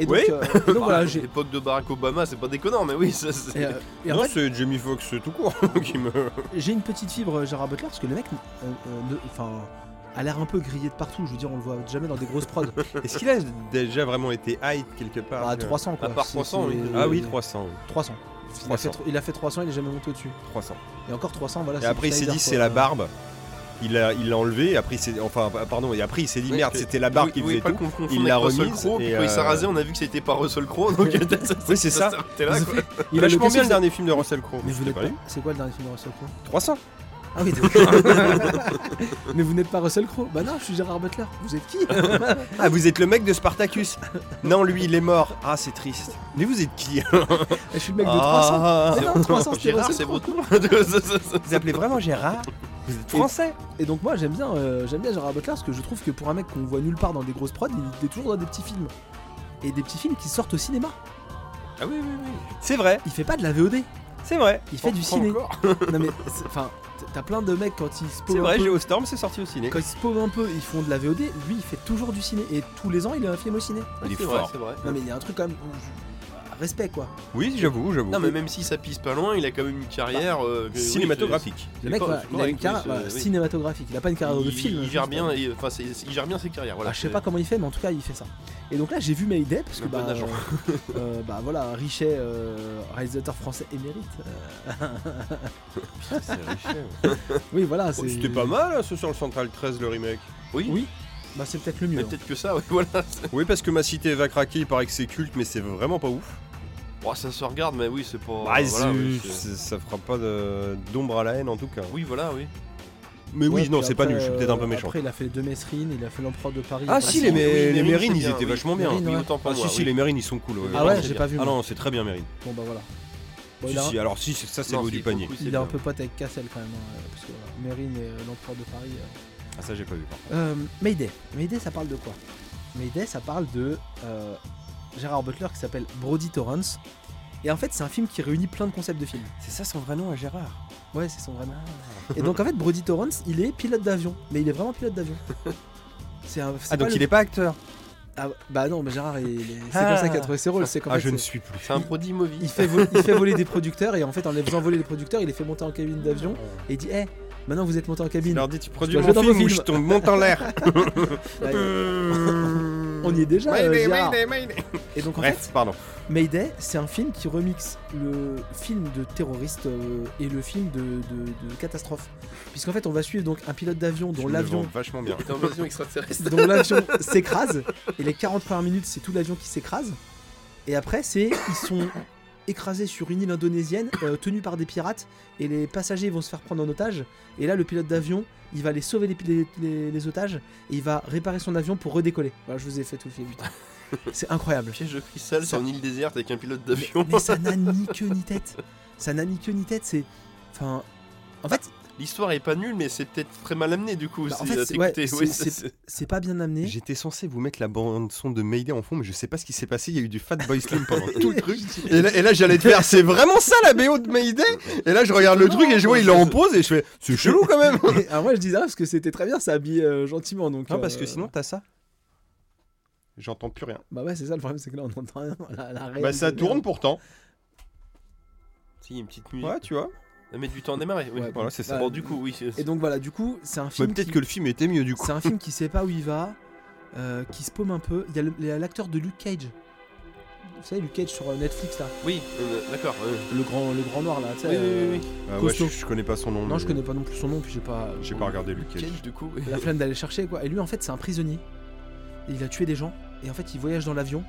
B: Et donc,
A: Oui.
B: euh, et donc,
C: <laughs>
B: voilà,
C: Bah,
B: j'ai.
C: L'époque de Barack Obama, c'est pas déconnant, mais oui, ça c'est.
B: et, euh, et en
A: Non,
B: fait,
A: c'est Jamie Foxx tout court <laughs> qui me.
B: j'ai une petite fibre euh, Gérard Butler parce que le mec, euh, euh, ne- enfin, a l'air un peu grillé de partout. Je veux dire, on le voit jamais dans des
A: <laughs>
B: grosses prods. Ah,
A: Est-ce qu'il a déjà vraiment été hype quelque part
B: Bah,
A: tu vois
B: 300 quoi.
C: à part
B: C'est-
C: 300,
B: c'est-
C: oui.
A: Ah oui, 300. oui,
B: 300. Il a, fait,
A: 300.
B: tr- il a fait 300, il est jamais monté au-dessus.
A: 300.
B: Et encore 300, voilà.
A: Et après, il s'est dit, c'est la barbe. Il l'a il l'a enlevé, et après, il s'est- enfin, ah, pardon, et après, il s'est dit,
C: Oui,
A: merde,
C: que-
A: c'était la barbe qui
C: Vous voulez
A: faisait
C: pas
A: tout.
C: qu'on confonde
A: Il
C: avec
A: l'a
C: Russell
A: remise
C: Crowe, puis
A: et,
C: quand il s'est
A: euh,
C: rasé, on a vu que c'était pas Russell Crowe, donc
A: Oui, c'est ça.
C: T'es là, quoi.
B: Il a le
A: Vachement bien le
B: dernier.
A: dernier film de Russell Crowe.
B: Mais
A: Je
B: vous
A: l'ai
B: n'êtes
A: pas
B: pas.
A: vu.
B: C'est quoi le dernier film de Russell Crowe
A: 300.
B: Ah oui, donc. <laughs> Mais vous n'êtes pas Russell Crowe Bah non, je suis Gérard Butler. Vous êtes
A: <laughs>
B: qui <laughs>
A: Ah, vous êtes le mec de Spartacus. non, lui, il est mort. Ah, c'est triste. Mais vous êtes qui
B: Je suis le mec de 300.
A: Ah.
B: Ah non, 300, c'était
C: Gérard,
B: Russell
C: c'est
B: Crowe.
C: votre nom.
A: Vous appelez vraiment Gérard Vous êtes français
B: Et donc moi j'aime bien, euh, j'aime bien Gérard Butler parce que je trouve que pour un mec qu'on voit nulle part dans des grosses prods, il est toujours dans des petits films. Et des petits films qui sortent au cinéma.
C: Ah oui, oui, oui.
A: C'est vrai,
B: Il fait pas de la VOD,
A: c'est vrai.
B: il fait du
C: Encore,
B: ciné.
C: encore.
B: <laughs> Non mais c'est- enfin, t- t'as plein de mecs quand ils se
A: C'est
B: pauvent un
A: vrai,
B: peu,
A: Geostorm, c'est sorti au ciné.
B: quand ils se pauvent un peu, ils font de la VOD. Lui, il fait toujours du ciné et tous les ans, il a un film au ciné.
A: Il est
C: C'est vrai,
A: fort.
C: c'est vrai.
B: Non mais il y a un truc quand même, où je- respect quoi.
A: Oui, j'avoue, j'avoue.
C: Non, mais même si ça pisse pas loin, il a quand même une carrière euh, que- oui,
A: Cinématographique.
B: Le mec,
C: correct,
B: voilà,
C: c'est
B: il a une
C: correct,
B: carrière
C: oui, c'est-
B: voilà,
C: oui.
B: cinématographique. Il a pas une carrière
C: Il,
B: de film.
C: il gère
B: juste,
C: bien,
B: voilà.
C: et- enfin, c'est- il gère bien ses carrières. Voilà.
B: Ah, je sais pas comment il fait, mais en tout cas, il fait ça. Et donc là, j'ai vu Mayday, parce que
C: Le bon
B: bah,
C: agent.
B: euh, euh, bah voilà, Richet, euh, réalisateur français émérite. euh,
A: <laughs>
B: oui, voilà, c'est.
A: Oh, C'était pas mal, hein, ce sur le Central 13, le remake.
C: Oui.
B: Oui, bah c'est peut-être le mieux.
C: Mais peut-être que ça, <laughs> ouais, voilà. c'est-
A: Oui, parce que ma cité va craquer, il paraît que c'est culte, mais c'est vraiment pas ouf.
C: Oh, ça se regarde, mais oui, c'est pas.
A: Bah,
C: Oh, voilà,
A: c'est-
C: oui, c'est-
A: c'est- ça fera pas de- d'ombre à la haine en tout cas.
C: oui, voilà, oui.
A: Mais
B: Ouais,
A: oui, non,
B: puis
A: c'est pas
B: après,
A: nul, je suis peut-être un peu
B: euh,
A: méchant.
B: Après, il a fait les deux Messrines, il a fait l'Empereur de Paris.
A: Ah,
C: Bah,
B: Enfin,
A: si,
B: c'est-
A: les, mé-
C: oui,
A: les
C: Mérines,
A: Mérines,
C: c'est
A: ils
C: bien,
A: étaient
C: oui.
A: vachement bien.
B: Mérines,
C: Oui,
B: ouais.
C: autant pour
A: Ah,
C: moi.
A: si, si,
C: oui.
A: les Mérines, ils sont cool. ouais.
B: Ah
C: Ouais,
B: ouais,
C: c'est
B: j'ai
C: bien.
B: pas vu.
A: Ah
B: moi.
A: non, c'est très bien Mérine.
B: Bon, bah voilà. Bon,
A: Si,
B: il a-
A: si, alors si, ça c'est
C: Non,
A: l'eau
C: si,
A: du
C: pour le
A: panier.
C: coup, c'est
B: Il est
C: bien.
B: un peu pote avec Cassel quand même, hein, parce que voilà, Mérine et euh, l'Empereur de Paris. euh,
A: Ah, ça j'ai pas vu par contre.
B: Euh, Mayday. Mayday, ça parle de quoi Mayday, ça parle de euh, Gérard Butler qui s'appelle Brody Torrance. Et en fait, c'est un film qui réunit plein de concepts de films.
A: C'est ça son vrai nom à Gérard Ah,
B: Ouais, c'est son vrai nom. Et donc, en fait, Brody Torrance, il est pilote d'avion. Mais il est vraiment pilote d'avion. C'est un. c'est
A: Ah, donc
B: pas
A: il
B: le-
A: est pas acteur
B: Ah, bah non, mais Gérard, il- il est- c'est
A: Ah.
B: comme ça qu'il a trouvé ses rôles. C'est qu'en
A: Ah,
B: fait,
A: je ne
B: c'est-
A: suis plus.
C: C'est un produit movie.
B: il fait, voler, il fait voler des producteurs et en fait, en les faisant voler les producteurs, il les fait monter en cabine d'avion et il dit Hé, maintenant vous êtes monté en
A: Il
B: cabine.
A: leur dit tu produis
B: dois
A: mon
B: jouer dans
A: film
B: vos
A: ou je
B: films.
A: tombe monte en <laughs> l'air.
B: Bah,
A: On
B: on y est déjà, euh, Gérard.
A: Mayday.
B: Et donc, en fait,
A: Bref, pardon.
B: Mayday, c'est un film qui remixe le film de terroriste euh, et le film de, de- de catastrophe. Puisqu'en fait, on va suivre donc un pilote d'avion
A: Tu
B: dont
A: me
B: l'avion
A: vends Vachement bien.
C: T'es en version extraterrestre.
B: dont l'avion <laughs> s'écrase. Et les 40 premières minutes, c'est tout l'avion qui s'écrase. Et après, c'est ils sont écrasés sur une île indonésienne euh, tenue par des pirates et les passagers vont se faire prendre en otage. Et là, le pilote d'avion, il va aller sauver les, les- les- les otages et il va réparer son avion pour redécoller. Voilà, je vous ai fait tout le film. C'est incroyable.
C: Piège de cristal sur
B: Ça-
C: une île déserte avec un pilote
B: <laughs>
C: d'avion.
B: Mais ça n'a ni queue ni tête. Ça n'a ni queue ni tête, c'est. Enfin. En fait,
C: L'histoire est pas nulle, mais c'est peut-être très mal amené du coup.
B: Bah, en
C: si-
B: fait,
C: à
B: c'est- ouais,
C: t'écouter,
B: c'est-
C: oui, ça, c'est-
B: c'est pas bien amené.
A: J'étais censé vous mettre la bande son de Mayday en fond, mais je sais pas ce qui s'est passé. Il y a eu du Fat Boy Slim pendant tout le truc. Et là, et là, j'allais te faire, c'est vraiment ça la BO de Mayday Et là, je regarde le truc et je vois, il est en pause et je fais, c'est chelou quand même
B: Et, Alors moi je dis ça parce que c'était très bien, ça habille euh, gentiment donc.
C: Ah,
A: Non, parce
B: euh,
A: que sinon, t'as ça. J'entends plus rien.
B: Bah ouais, c'est ça le problème, c'est que là on entend rien. La, la
A: Bah,
B: réalité
A: ça
B: de
A: tourne
B: merde.
A: pourtant.
C: Si, il y a une petite musique.
A: Ouais, tu vois.
C: Ça met du temps à démarrer. oui.
B: Ouais,
A: Voilà, c'est ça.
B: Ouais.
C: Bon, du coup, oui.
B: Et donc voilà, du coup, c'est un
A: Mais
B: film.
A: peut-être
B: qui-
A: que le film était mieux du coup.
B: C'est un film qui sait pas où il va, euh, qui se paume un peu. Il y a le- il y a l'acteur de Luke Cage. Vous savez, Luke Cage sur euh, Netflix là,
C: Oui, euh, d'accord. ouais.
B: le grand, le grand noir là, tu sais.
C: Oui, oui,
B: euh,
C: oui,
A: Ah ouais, je,
B: costaud.
A: je connais pas son nom.
B: Non,
A: mais-
B: je connais pas non plus son nom, puis j'ai pas.
A: J'ai pas regardé Luke Cage.
C: Cage, du coup.
B: la flemme d'aller le chercher quoi. Et lui en fait c'est un prisonnier. Et il a tué des gens. Et en fait il voyage dans l'avion.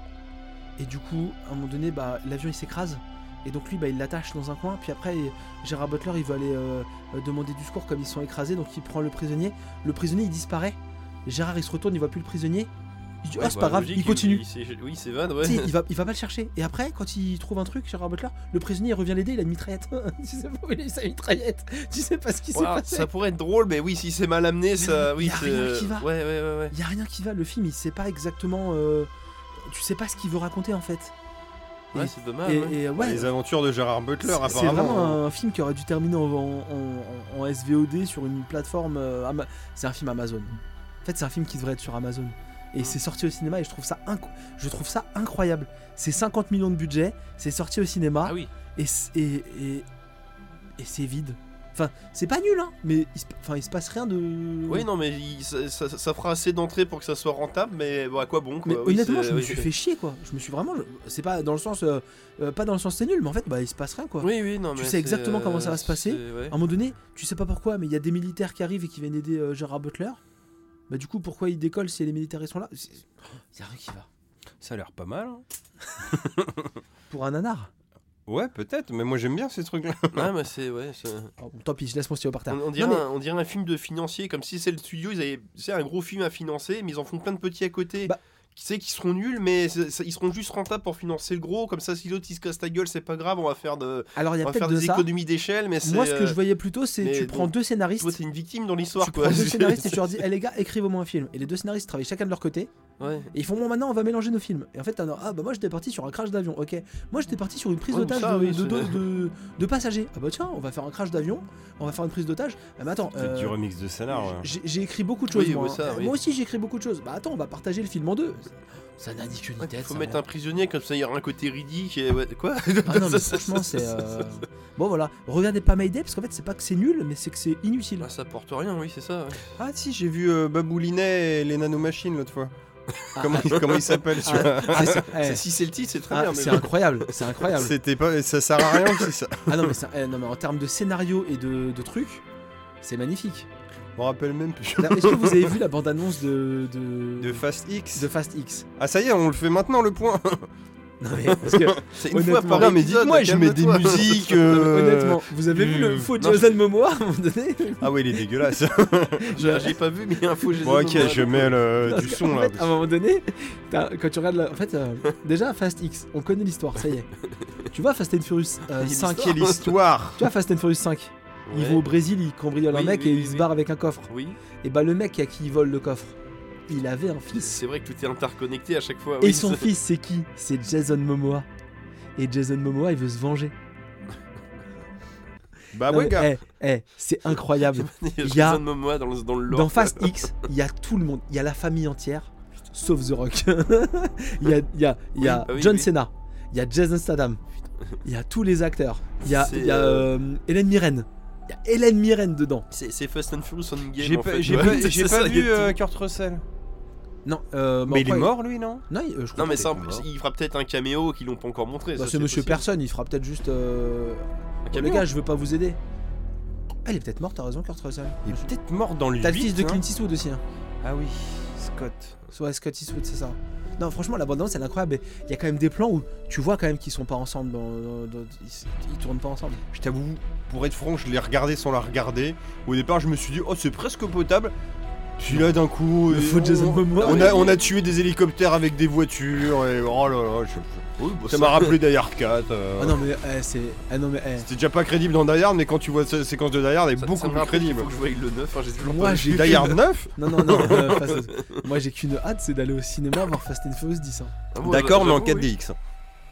B: Et du coup à un moment donné bah l'avion il s'écrase. Et donc lui bah il l'attache dans un coin. Puis après il- Gérard Butler il veut aller euh, euh, demander du secours comme ils sont écrasés. Donc il prend le prisonnier. Le prisonnier il disparaît. Gérard il se retourne il voit plus le prisonnier. Il dit
C: Ouais,
B: ah c'est
C: bah,
B: pas grave
C: logique,
B: il continue.
C: s'é- Oui, c'est van, ouais. <laughs>
B: Tu sais, il, va, il va pas le chercher. Et après, quand il trouve un truc, Gérard Butler, le prisonnier il revient l'aider, il a une mitraillette. <laughs> tu sais pas où il a eu sa mitraillette. Tu sais pas ce qui s'est
C: Ouah,
B: passé.
C: ça pourrait être drôle, mais oui, si c'est mal amené, ça. Oui,
B: y a
C: c'est-
B: rien qui va.
C: Ouais, ouais, ouais. ouais.
B: Il y a rien qui va, le film il sait pas exactement euh, tu sais pas ce qu'il veut raconter en fait.
C: Ouais,
B: Et-
C: c'est dommage.
B: et,
C: Ah, ouais.
B: et, euh, ouais,
A: Les aventures de Gérard Butler,
B: c'est-
A: apparemment. hein.
B: c'est vraiment un film qui aurait dû terminer en, en- en- en SVOD sur une plateforme euh, Ama- c'est un film Amazon. En fait, c'est un film qui devrait être sur Amazon. Et c'est sorti au cinéma et je trouve ça inc- je trouve ça incroyable. C'est 50 millions de budget, c'est sorti au cinéma
C: Ah oui.
B: et c- et- et- et c'est vide. Enfin, c'est pas nul, hein, mais il se, enfin, il se passe rien de.
C: Oui, non, mais il- ça, ça- ça fera assez d'entrées pour que ça soit rentable, mais bon, à quoi bon quoi
B: Mais
C: Oui,
B: honnêtement,
C: c'est-
B: je me
C: oui,
B: suis
C: c'est-
B: fait chier, quoi. Je me suis vraiment. je- C'est pas dans le sens. euh, euh, pas dans le sens c'est nul, mais en fait, bah, il se passe rien, quoi.
C: Oui, oui, non,
B: Tu
C: mais
B: sais
C: c'est, euh,
B: exactement comment ça va se passer.
C: c'est- ouais.
B: À un moment donné, tu sais pas pourquoi, mais il y a des militaires qui arrivent et qui viennent aider euh, Gérard Butler. Bah, du coup, pourquoi ils décollent si les militaires ils sont là C'est c'est rien qui va.
A: Ça a l'air pas mal. hein.
B: Pour un nanar.
A: Ouais, peut-être, mais moi j'aime bien ces trucs-là.
C: Ah, mais c'est, ouais, c'est-
B: Oh, bon, tant pis, je laisse mon stylo par terre.
C: On, on dirait
B: Non, mais-
C: un, on dirait un film de financier, comme si c'est le studio, ils avaient c'est un gros film à financer, mais ils en font plein de petits à côté.
B: Bah.
C: Qui sait qu'ils seront nuls, mais c'est- c'est- ils seront juste rentables pour financer le gros. Comme ça, si l'autre il se casse la gueule, c'est pas grave, on va faire, de,
B: Alors, il y
C: on
B: a
C: va
B: peut-être
C: faire
B: de
C: des
B: ça.
C: économies d'échelle. Mais c'est,
B: Moi, ce que
C: euh,
B: je voyais plutôt, c'est
C: mais
B: tu
C: bon,
B: prends deux scénaristes.
C: toi, t'es une victime dans
B: tu
C: l'histoire,
B: prends
C: quoi. <laughs>
B: deux
C: C'est-
B: scénaristes et tu leur dis, Eh, les gars, écrivez-moi un film. Et les deux scénaristes travaillent chacun de leur côté.
C: Ouais.
B: Et ils font, bon, maintenant, on va mélanger nos films. Et en fait, t'en as, ah, bah, moi, j'étais parti sur un crash d'avion. Ok. Moi, j'étais parti sur une prise
C: Ouais, mais
B: d'otage
C: ça,
B: de,
C: oui,
B: de- de-
C: c'est-
B: de- de passagers. Ah, bah, tiens, on va faire un crash d'avion. On va faire une prise d'otage. Ah, mais attends.
A: C'est
B: euh,
A: du remix de scénar. ouais.
B: J'ai j'ai écrit beaucoup de choses.
C: Oui,
B: moi,
C: oui, ça,
B: hein.
C: oui.
B: Moi aussi, j'ai écrit beaucoup de choses. Bah attends, on va partager le film en deux. Ça n'a ni queue ni
C: Ouais,
B: tête.
C: faut
B: ça,
C: mettre
B: moi.
C: un prisonnier, comme ça il y aura un côté riddick et ouais,
B: <laughs>
C: quoi
B: Ah
C: <laughs>
B: non, mais franchement, c'est. euh, Bon, voilà. Regardez pas My Day, parce qu'en fait, c'est pas que c'est nul, mais c'est que c'est
C: <laughs>
B: inutile.
C: Là, Bah, ça porte rien, oui, c'est ça. ouais.
A: Ah si, j'ai vu euh, Baboulinet et les nanomachines l'autre fois.
B: Ah,
A: <laughs> comment, comment il s'appelle
B: ah,
A: celui-là
B: ah, c'est- eh,
C: C'est- Si c'est le titre, c'est très
B: ah,
C: bien. mais
B: c'est
C: bon.
B: incroyable, c'est
C: <laughs>
B: incroyable.
A: C'était pas, ça sert à rien si ça.
B: Ah non mais, c'est- eh, non, mais en termes de scénario et de, de trucs, c'est magnifique.
A: On rappelle même plus.
B: Là, Est-ce que vous avez vu la bande-annonce de de,
A: De Fast X.
B: de Fast X
A: Ah ça y est, on le fait maintenant le point.
B: Non mais parce que
C: C'est une fois
B: honnêtement-
C: par
A: non mais
C: épisode,
A: dites-moi, je mets des
C: calme-toi.
A: musiques. euh,
B: honnêtement, vous avez vu le
A: euh,
B: faux
C: non.
B: Jason Momoa à un moment donné
A: Ah ouais, il est dégueulasse.
C: <laughs> J'ai j'ai pas vu, mais il y a un faux
A: bon
C: Jason
A: ok,
C: Momoa,
A: je
C: donc, euh,
A: mets le-
B: Parce
A: du
B: qu'en
A: son là.
B: fait, à un moment donné, t'as- quand tu regardes. la- En fait, euh, déjà, Fast X, on connaît l'histoire, ça y est. tu vois, Fast and Furious euh,
C: Il y a
B: 5.
A: Quelle histoire
B: Tu vois, Fast and Furious 5. Ils
C: Ouais.
B: vont au Brésil, ils cambriolent un
C: Oui,
B: mec
C: oui,
B: et
C: oui,
B: ils se
C: oui.
B: barrent avec un coffre.
C: Oui,
B: Et bah, le mec à qui ils volent le coffre, il avait un fils.
C: c'est vrai que tout est interconnecté à chaque fois.
B: Et
C: oui,
B: son
C: ça-
B: fils, c'est qui C'est Jason Momoa. Et Jason Momoa, il veut se venger.
A: Bah
C: Ah
B: Non,
A: ouais
B: mais,
A: Bah, gars.
B: eh, eh, c'est incroyable.
C: Il
B: y
C: y
B: a-
C: a Jason Momoa dans le, dans le lore.
B: Dans Fast X, il y a tout le monde, il y a la famille entière, sauf The Rock. <laughs> Il y a, il y a- il y a
C: Oui, bah oui,
B: John
C: oui.
B: Cena, il y a Jason Statham, il y a tous les acteurs, il y a,
C: C'est,
B: il y a, euh, Hélène Mirren, il y a Hélène Mirren dedans.
C: C'est c'est Fast and Furious on game.
A: J'ai
C: en
A: pas,
C: fait,
A: j'ai
C: ouais,
A: pas-
C: <laughs> c'est-
A: j'ai
C: c'est
A: pas
C: ça, il
A: vu
C: y a tout.
A: euh, Kurt Russell.
B: Non, euh,
A: Mais il est
B: après,
A: mort lui non
B: Non, il- euh, je crois
C: Non, mais
A: Bah,
B: pas.
C: ça, en plus, il fera peut-être un caméo qu'ils l'ont pas encore montré.
B: Bah,
C: ça,
B: c'est Monsieur
C: possible.
B: Personne, il fera peut-être juste. Euh...
C: Un
B: oh,
C: caméo.
B: les gars, je veux pas vous aider. Ah, il est peut-être mort, t'as raison, Kurt Russell.
A: Il est peut-être mort dans le
B: T'as le fils
A: 8,
B: de
A: hein.
B: Clint Eastwood aussi. Hein.
A: Ah oui, Scott.
B: Soit Scott Eastwood, c'est ça. Non, franchement, la bande-annonce, elle est incroyable. mais Il y a quand même des plans où tu vois quand même qu'ils sont pas ensemble. dans- dans- dans- ils- ils tournent pas ensemble.
A: Je t'avoue, pour être franc, je l'ai regardé sans la regarder. Au départ, je me suis dit, oh, c'est presque potable. Puis là, d'un coup,
B: Le
A: euh,
B: faux
A: on,
B: Jason Momoa.
A: on a, on a tué des hélicoptères avec des voitures. Et oh là là, je-
C: Oui, bon,
A: ça m'a rappelé Die Hard 4. euh,
B: Ah non mais eh, c'est ah non mais eh.
A: C'était déjà pas crédible dans Die Hard, mais quand tu vois cette séquence de Die Hard, elle est
C: ça- ça
A: beaucoup
C: me
A: plus
C: rappelle qu'il
A: crédible. Ah,
C: Faut que je voie le 9. hein,
B: <laughs>
C: j'ai toujours
B: Moi,
C: pas
B: j'ai-
C: vu.
A: Die Hard 9
B: non non non euh, face- moi j'ai qu'une hâte c'est d'aller au cinéma voir Fast and Furious 10 hein.
C: Ah bon,
A: D'accord, mais en
C: j'avoue, oui.
A: 4DX.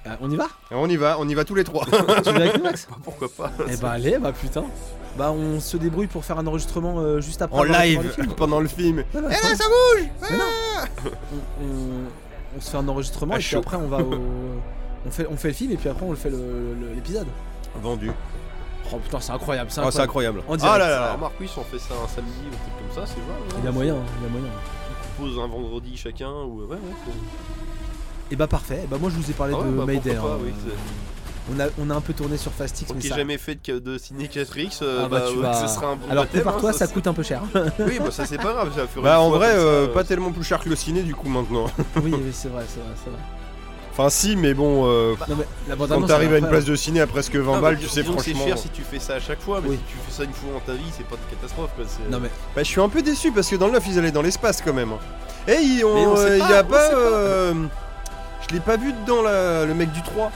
B: Euh, on y va
A: Et On y va, on y va tous les trois.
B: tu viens avec nous, Max
C: Ah, Pourquoi pas
B: Eh bah allez bah putain bah on se débrouille pour faire un enregistrement euh, juste
A: <laughs>
B: après
A: en
B: avoir été voir
A: live,
B: le film.
A: pendant le film.
B: Non, non,
A: Eh là,
B: attends.
A: ça bouge
B: Mais non. on, on- on se fait un enregistrement
A: Ah,
B: et puis
A: chaud.
B: après on va au... on fait on fait le film et puis après on le fait le- le- l'épisode
A: Vendu.
B: oh putain c'est incroyable c'est
A: Oh, Ah, c'est
B: incroyable
A: incroyable.
B: En
A: Ah
B: direct,
A: là
C: Alors,
A: là là.
C: remarque, oui, si on fait ça un samedi ou peut-être comme ça, c'est jouable. hein.
B: il y a moyen hein, il y a moyen
C: On pose un vendredi chacun ou. Ouais, ouais. c'est-
B: et bah parfait Eh bah moi je vous ai parlé
C: Ah ouais,
B: de
C: bah,
B: Mayday
C: pourquoi pas,
B: hein.
C: oui, c'est-
B: on a on a un peu tourné sur Fast X
C: Moi
B: mais
C: qui ai
B: ça
C: jamais fait de, ca- de ciné 4X,
B: Ah
C: euh,
B: bah,
C: bah,
B: tu
C: ouais,
B: vas-
C: ce sera un bon
B: alors
C: baptême,
B: prépare-toi,
C: hein,
B: ça coûte un peu cher.
C: Oui, bah ça c'est pas grave, ça va faire
A: Bah,
C: une
A: en
C: fois,
A: vrai,
C: comme ça,
A: euh,
C: euh,
A: pas tellement plus cher que le ciné du coup maintenant.
B: oui, oui, c'est vrai, c'est vrai, c'est vrai.
A: Enfin, si, mais bon, euh,
C: Bah,
B: Non mais la bande
A: quand
B: annonce.
A: t'arrives à une place de ciné à presque 20
C: Non,
A: balles,
C: mais
A: tu
C: dis-
A: sais,
C: Ah, disons que
A: franchement.
C: C'est
B: euh.
C: cher si tu fais ça à chaque fois, mais
B: Oui.
C: si tu fais ça une fois dans ta vie, c'est pas de catastrophe. Quoi. c'est-
B: Non mais
A: Bah, je suis un peu déçu parce que dans le 9, ils allaient dans l'espace quand même. hein. Eh, Et il
C: Mais on sait
A: y a
C: pas, on
A: pas.
C: sait pas.
A: euh, je l'ai pas vu dedans la- le mec du 3.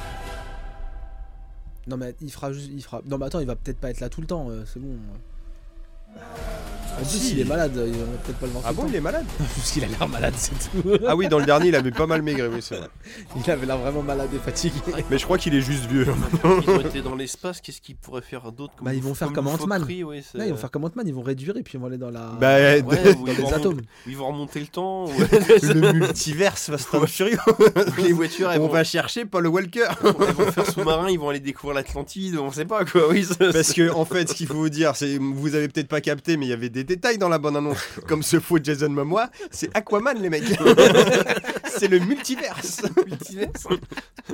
B: non mais il fera juste il fera Non mais attends, il va peut-être pas être là tout le temps, euh, c'est bon. En plus,
A: si.
B: il est malade, il va peut-être pas le voir.
A: Ah bon, il est malade
B: Parce qu'il a l'air malade, c'est tout.
A: Ah oui, dans le dernier, il avait pas mal maigri, oui, c'est
C: <laughs>
A: vrai.
B: <laughs> Il avait l'air vraiment malade et fatigué.
A: Mais je crois qu'il est juste
C: <laughs>
A: vieux.
C: Ils ont été dans l'espace, qu'est-ce qu'ils pourraient faire d'autre comme
B: Bah, ils vont faire comme
C: une
B: Ant-Man.
C: foquerie, ouais, c'est-
B: Là, ils vont faire comme Ant-Man, ils vont réduire et puis ils vont aller dans la.
A: Bah,
B: <laughs>
C: Ouais,
A: de-
C: ou
B: dans
C: ils
B: les
C: vont remon-
B: atomes.
C: Ils vont remonter
B: <laughs>
C: le temps. ou-
A: le multiverse Fast and Furious.
C: <laughs> les voitures, elles
A: On
C: vont,
A: va chercher Paul Walker.
C: elles vont faire sous-marin, ils vont aller découvrir l'Atlantide, on sait pas quoi. Oui, ça-
A: <laughs> Parce que, en fait, ce qu'il faut vous dire, c'est vous avez peut-être pas capté, mais il y avait des détails dans la bande-annonce, comme ce faux Jason Momoa. C'est Aquaman, les mecs. c'est le multiverse.
C: multiverse.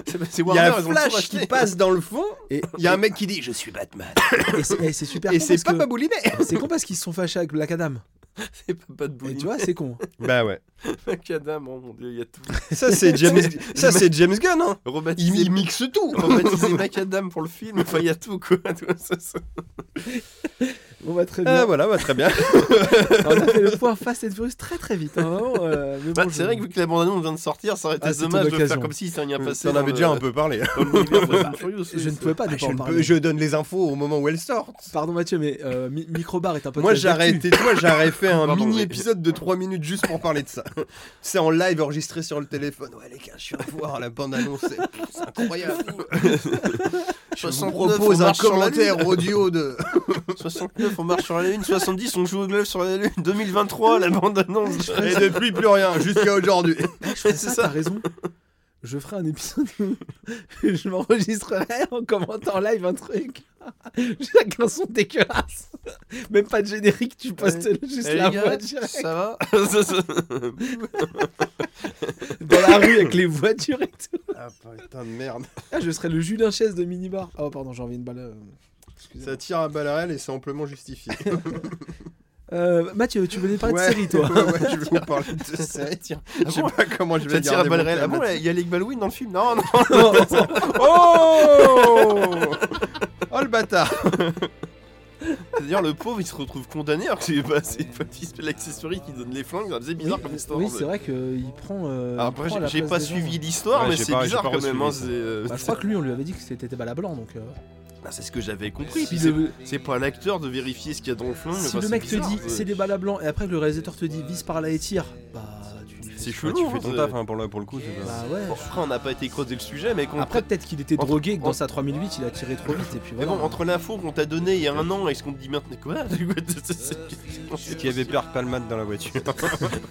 C: C'est- c'est
A: Il y a
C: Warner,
A: un
C: ils ont tout
A: flash
C: racheté.
A: qui passe dans le fond.
B: Et,
A: Il y a un mec qui dit Je suis Batman.
B: et c'est et c'est super
A: Et
B: con
A: c'est
B: parce
A: pas
B: que-
A: Baboulinet.
B: C'est con parce qu'ils se sont fâchés avec Black Adam.
C: C'est pas, pas de
B: Et
C: bouline.
B: tu vois, c'est con.
A: Bah ouais.
C: <laughs> Macadam, oh mon dieu, il y a tout.
A: Ça, c'est James, ça, c'est James Gunn. Hein. Il,
C: Rebaptisé,
A: il
C: <laughs>
A: mixe tout.
C: rebaptisé Macadam pour le film, enfin, il y a tout quoi. <laughs> tu vois, ça- ça-
B: <laughs> On va très
A: Ah,
B: bien.
A: voilà, bah, très bien.
B: On a fait le point Fast and Furious très très vite. hein, vraiment, euh, mais
C: Bah,
B: bon,
C: c'est
B: je-
C: vrai que vu que la bande-annonce vient de sortir, ça aurait été
B: Ah, c'est ton
C: dommage de faire
B: occasion. Euh,
C: comme si ça n'y a passé.
A: T'en
C: dans
A: avais
C: le-
A: déjà un peu parlé.
C: dans l'univers Fast and Furious, oui,
B: je ne
C: ça-
B: pouvais pas ne
A: Ah,
B: pas
A: je,
B: en
A: ne peux-
B: parler.
A: je donne les infos au moment où elles sortent.
B: Pardon Mathieu, mais euh, Mi- Microbar est un peu.
A: Moi j'aurais été, toi j'aurais fait un
C: Pardon,
A: mini
C: mais-
A: épisode de 3 minutes juste pour parler de ça. <laughs> C'est en live enregistré sur le téléphone. Ouais les gars, je viens de voir la bande annonce, c'est c'est incroyable. Je vous
C: 69,
A: propose
C: on
A: un
C: marche sur la
A: commentaire
C: lune.
A: audio de <laughs>
C: 69, on marche sur la lune. 70, on joue au golf sur la lune. 2023, la bande-annonce.
A: et depuis plus rien jusqu'à aujourd'hui. <laughs>
B: C'est ça,
C: ça.
B: t'as raison. Je ferai un épisode où <laughs> je m'enregistrerai en commentant en live un truc. <laughs> Chacun son dégueulasse. Même pas de générique, tu postes juste
C: Eh,
B: la
C: les gars,
B: voix direct. <laughs>
C: ça va
B: dans la rue avec les voitures et tout.
A: <laughs> Ah putain de merde.
B: Ah, je serais le Julien Chaise de Minibar. Oh, pardon, j'ai envie une balle. euh, excusez-moi.
A: Ça tire à balles réelles et c'est amplement justifié.
B: Euh, Mathieu, tu venais parler
A: Ouais.
B: de série, toi.
A: <laughs> Ouais, ouais, je vais vous parler de série. Je sais pas comment je vais
C: Ça tire à
A: garder
C: balles
A: mon
C: réelles. Ah
A: thème
C: bon, là, il y a Alec Baldwin dans le film Non, non.
A: Oh Oh le bâtard
C: D'ailleurs, le pauvre, il se retrouve condamné alors que c'est pas, c'est pas l'accessorie qui donne les flingues. C'est bizarre comme histoire.
B: Oui, c'est vrai qu'il prend. euh, il
C: Alors, Après,
B: prend
C: j'ai-
B: la
C: j'ai
B: place
C: pas
B: des
C: suivi
B: gens.
C: l'histoire,
A: Ouais,
C: mais
A: j'ai
C: c'est
A: pas- j'ai
C: bizarre
A: pas
C: quand même. hein, c'est
A: resuivi,
C: euh,
B: Bah, je crois que lui, on lui avait dit que c'était bal à blanc, donc. euh,
C: bah, c'est ce que j'avais compris.
B: si
C: Puis
B: le,
C: c'est- C'est pas à l'acteur de vérifier ce qu'il y a dans le flingue.
B: si
C: enfin,
B: le
C: c'est
B: mec te
C: bizarre,
B: dit
C: euh,
B: c'est des balles à blanc et après que le réalisateur te dit vise par là et tire, bah tu lui fais.
C: C'est
A: Ouais,
C: chelou.
A: Tu fais ton
C: hein,
A: taf
C: c'est-
A: hein, pour le pour le coup. c'est pas-
B: Bah ouais.
C: Bon, après, on n'a pas été creusé le sujet, mais qu'on
B: Après, peut-être qu'il était
C: entre-
B: drogué et que dans
C: entre-
B: sa 3008, il a tiré trop vite et puis
C: Mais
B: voilà.
C: bon, entre l'info qu'on t'a donnée il y a un an et ce qu'on te dit maintenant, quoi <laughs>
A: Parce
C: Parce
A: qu'il y avait Pierre Palmade dans la voiture.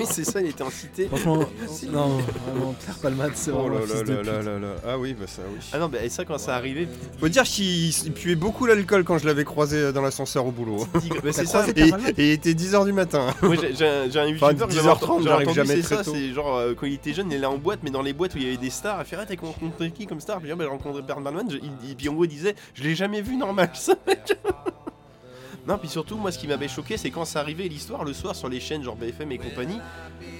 C: Oui, c'est ça, il était incité.
B: Franchement,
C: Si.
B: non, vraiment, Pierre Palmade, c'est
A: Oh
B: vraiment
A: là
B: un fils
A: là
B: de
A: là
B: pute. <laughs>
A: là là là. Ah oui, bah ça oui.
C: Ah non, mais et ça, quand ça arrivait,
A: Faut dire qu'il il puait beaucoup l'alcool quand je l'avais croisé euh, dans l'ascenseur au boulot.
C: petit gars- mais c'est ça.
B: croisé
A: Et,
B: Palmade
A: et il était 10h du matin. <laughs>
C: Moi, j'ai- j'ai un, j'ai un youtubeur que j'avais
A: 10h30,
C: entendu-
A: j'arrive
C: entendu,
A: jamais
C: c'est
A: très
C: ça,
A: tôt.
C: c'est genre euh, quand il était jeune, il allait en boîte, mais dans les boîtes où il y avait des stars, il fait Ah, t'as rencontré qui comme star Puis ah, bah, j'ai rencontré Bernard Mann, je- il- il- puis en gros, il disait Je l'ai jamais vu normal, ce mec. <laughs> Non, puis surtout, moi, ce qui m'avait choqué, c'est quand ça arrivait l'histoire le soir sur les chaînes genre BFM et compagnie.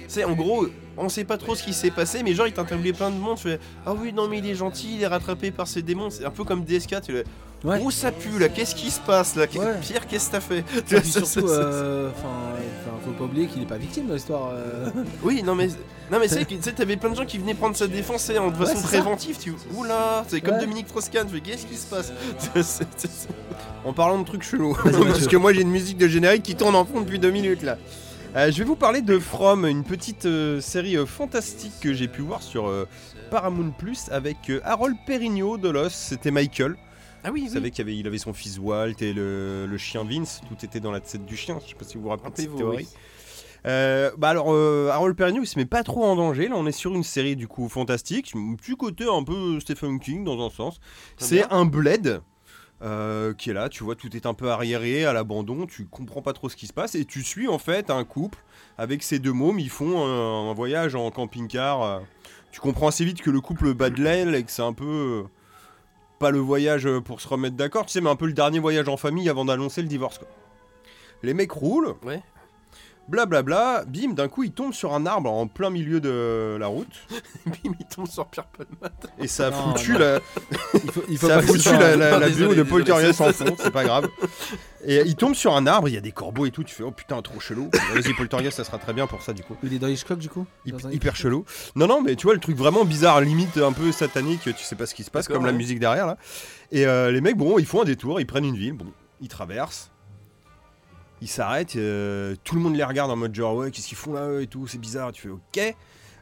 C: C'est en gros, on sait pas trop ce qui s'est passé, mais genre, il t'interviewait plein de monde. Tu fais Ah oui, non, mais il est gentil, il est rattrapé par ses démons. C'est un peu comme DSK, tu le
B: Ouais.
C: Où ça pue là Qu'est-ce qui se passe là Qu'est-
B: Ouais.
C: Pierre, qu'est-ce que t'as fait
B: Et
C: Tu
B: puis
C: vois, <laughs> ça-
B: surtout,
C: ça- ça-
B: euh, enfin, enfin, faut pas oublier qu'il est pas victime de l'histoire. euh.
C: Oui, non mais non mais c'est que tu sais t'avais plein de gens qui venaient prendre sa défense et en de
B: Ouais,
C: façon
B: c'est ça.
C: préventive tu oula c'est comme
B: Ouais.
C: Dominique Troscan fais qu'est-ce qui se passe <laughs> C'est- c'est- c'est-
A: En parlant de trucs chelous.
C: <laughs>
B: Vas-y,
A: Parce
B: Mathieu.
A: que moi j'ai une musique de générique qui tourne en fond depuis deux minutes là. Euh, je vais vous parler de From, une petite euh, série euh, fantastique que j'ai pu voir sur euh, Paramount Plus avec euh, Harold Perigno de Los. C'était Michael.
C: Ah oui,
A: Vous
C: oui.
A: savez qu'il avait, il avait son fils Walt et le, le chien Vince. Tout était dans la tête du chien. Je sais pas si vous vous rappelez de cette
C: Rappelez-vous,
A: théorie.
C: oui.
A: Euh, bah alors, euh, Harold Perrineau, il se met pas trop en danger. Là, on est sur une série du coup fantastique, un petit côté un peu Stephen King dans un sens.
C: Très
A: C'est
C: bien.
A: un bled euh, qui est là. Tu vois, tout est un peu arriéré, à l'abandon. Tu comprends pas trop ce qui se passe et tu suis en fait un couple avec ces deux mômes. Ils font un, un voyage en camping-car. euh. Tu comprends assez vite que le couple bat de l'aile et que c'est un peu euh, pas le voyage euh, pour se remettre d'accord. Tu sais, mais un peu le dernier voyage en famille avant d'annoncer le divorce. Quoi. Les mecs roulent.
C: Ouais.
A: Blablabla, bim, d'un coup il tombe sur un arbre en plein milieu de la route
C: Bim, il tombe sur Pierre Palma.
A: et ça a
B: Non,
A: foutu
B: non.
A: la,
B: Il faut, il faut
A: ça a
B: pas que ce
A: foutu
B: soit-
A: la, la,
C: Non,
A: la
C: désolé,
A: BO de
C: désolé,
A: Poltergeist
C: c'est-
A: en fond, c'est pas grave. Et il tombe sur un arbre, il y a des corbeaux et tout, tu fais oh putain trop chelou. Vas-y Poltergeist ça sera très bien pour ça du coup.
B: Il est dans Hitchcock du coup
A: Hyp-
B: Dans un-
A: hyper chelou. Non, non, mais tu vois, le truc vraiment bizarre, limite un peu satanique, tu sais pas ce qui se passe,
C: D'accord,
A: comme la
C: ouais.
A: musique derrière, là. Et euh, les mecs, bon, ils font un détour, ils prennent une ville, bon, ils traversent. Ils s'arrêtent, euh, tout le monde les regarde en mode genre ouais, qu'est-ce qu'ils font là eux, et tout, c'est bizarre. Tu fais ok.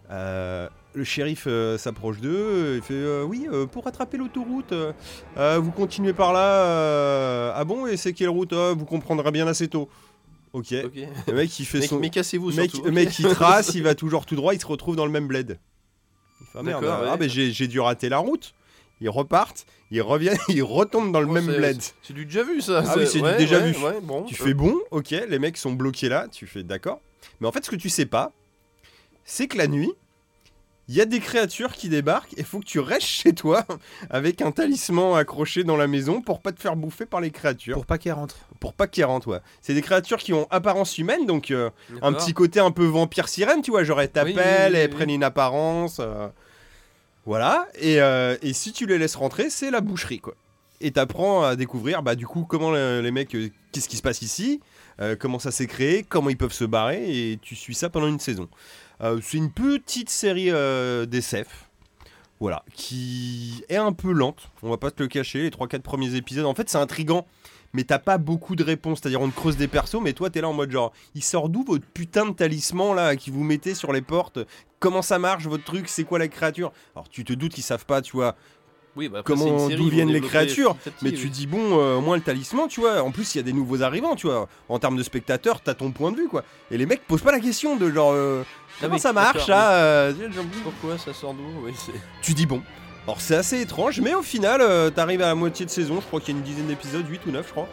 A: Euh, le shérif euh, s'approche d'eux, il fait euh, oui, euh, pour rattraper l'autoroute, euh, euh, vous continuez par là. euh, ah bon, et c'est quelle route Ah, Vous comprendrez bien assez tôt.
C: <laughs>
A: Ok.
C: Ok.
A: Le mec il fait
C: Mec,
A: son.
C: mais cassez-vous
A: mec,
C: surtout.
A: le
C: ok.
A: mec, il trace, il va
C: <laughs>
A: toujours tout droit, il se retrouve dans le même bled. Il fait, ah merde,
C: D'accord,
A: ah,
C: ouais.
A: ben, j'ai j'ai dû rater la route. Ils repartent, ils reviennent, <laughs> ils retombent dans le
C: Oh,
A: même
C: c'est-
A: bled.
C: C'est du déjà vu ça.
A: Ah oui, c'est du
C: ouais,
A: déjà
C: ouais,
A: vu.
C: ouais, bon. euh,
A: Tu fais bon, ok, les mecs sont bloqués là, tu fais d'accord. Mais en fait, ce que tu sais pas, c'est que la nuit, il y a des créatures qui débarquent et faut que tu restes chez toi <laughs> avec un talisman accroché dans la maison pour pas te faire bouffer par les créatures.
B: Pour pas qu'elle rentre.
A: Pour, pas qu'elles rentrent, ouais. C'est des créatures qui ont apparence humaine, donc euh, un
C: D'accord.
A: petit côté un peu vampire sirène, tu vois, genre elles t'appellent,
C: Oui, oui, oui,
A: elles
C: oui.
A: prennent une apparence. euh, voilà, et, euh, et si tu les laisses rentrer, c'est la boucherie, quoi. Et t'apprends à découvrir, bah du coup, comment le- les mecs, euh, qu'est-ce qui se passe ici, euh, comment ça s'est créé, comment ils peuvent se barrer, et tu suis ça pendant une saison. Euh, c'est une petite série euh, d'SF, voilà, qui est un peu lente, on va pas te le cacher, les 3-4 premiers épisodes, en fait c'est intrigant, mais t'as pas beaucoup de réponses, c'est-à-dire on te creuse des persos, mais toi t'es là en mode genre, il sort d'où votre putain de talisman là, qui vous mettez sur les portes Comment ça marche votre truc C'est quoi la créature Alors tu te doutes qu'ils savent pas, tu vois,
C: Oui, bah, après,
A: comment-
C: c'est une série,
A: d'où
C: ils vont
A: viennent les
C: développer
A: créatures,
C: petit à petit,
A: mais
C: oui.
A: tu dis bon, euh, au moins le talisman, tu vois, en plus il y a des nouveaux arrivants, tu vois, en termes de spectateurs, t'as ton point de vue quoi. Et les mecs posent pas la question de genre, euh,
C: Ah
A: comment
C: oui,
A: ça marche
C: d'accord,
A: là euh,
C: oui. Pourquoi ça sort d'où Oui, c'est-
A: tu dis bon. Alors c'est assez étrange, mais au final, euh, t'arrives à la moitié de saison, je crois qu'il y a une dizaine d'épisodes, 8 ou 9 je crois.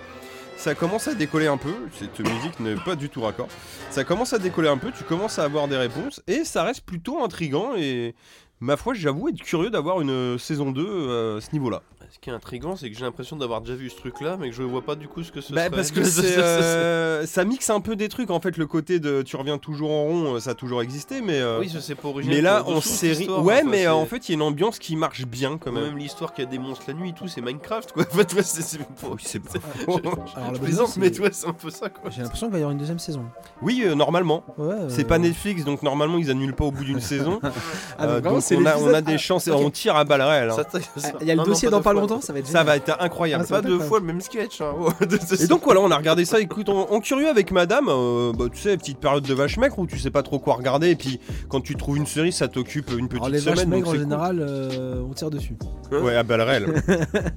A: Ça commence à décoller un peu, cette musique n'est pas du tout raccord. Ça commence à décoller un peu, tu commences à avoir des réponses, et ça reste plutôt intriguant, et ma foi, j'avoue être curieux d'avoir une euh, saison 2 euh, à ce niveau-là.
C: Ce qui est intriguant, c'est que j'ai l'impression d'avoir déjà vu ce truc-là, mais que je vois pas du coup ce que ce
A: Bah,
C: serait.
A: parce
C: <laughs>
A: que c'est, euh, ça mixe un peu des trucs, en fait, le côté de tu reviens toujours en rond, euh, ça a toujours existé, mais, euh,
C: Oui, ça, c'est pas original.
A: mais là,
C: pour
A: en
C: dessous, cette
A: série...
C: histoire,
A: Ouais,
C: enfin,
A: mais euh, en
C: c'est-
A: fait, euh, il y a une ambiance qui marche bien quand même.
C: même l'histoire qu'il y a des monstres la nuit et tout, c'est Minecraft quoi. <laughs> En fait, ouais, c'est- c'est pour-
A: Oui, c'est pas-
B: Alors,
C: Je
B: la
C: plaisante,
B: maison,
C: mais
B: c'est-
C: toi, c'est un peu ça quoi.
B: J'ai l'impression qu'il va y avoir une deuxième saison.
A: <laughs> Oui, euh, normalement.
B: Ouais, euh,
A: C'est pas Netflix, donc normalement ils annulent pas au
B: <laughs>
A: bout d'une saison.
B: Ah, donc
A: Euh,
B: vraiment,
A: donc
B: c'est
A: on a, on a
B: l'épisode-
A: des chances et
B: ok.
A: on tire à balles réelles. hein.
C: Ça,
A: Ça,
C: ça-
B: Ah,
C: ça-
B: Il y a le
C: non, non,
B: dossier dans
C: deux
B: pas
C: fois.
B: longtemps, ça va être
A: va
B: génial.
A: être incroyable.
B: Ah, ça
C: Pas
B: va
C: deux
B: être
C: fois le même sketch. hein. <laughs>
A: et donc euh, voilà, on a regardé ça. Écoute, on, on curieux avec Madame. euh, bah, tu sais, petite période de vache maigre où tu sais pas trop quoi regarder. Et puis quand tu trouves une série, ça t'occupe une petite
B: Alors les vaches
A: semaine. donc
B: maigres en
A: c'est
B: général, euh, on tire dessus.
A: cool. Ouais, à balles
B: <laughs>
A: réelles.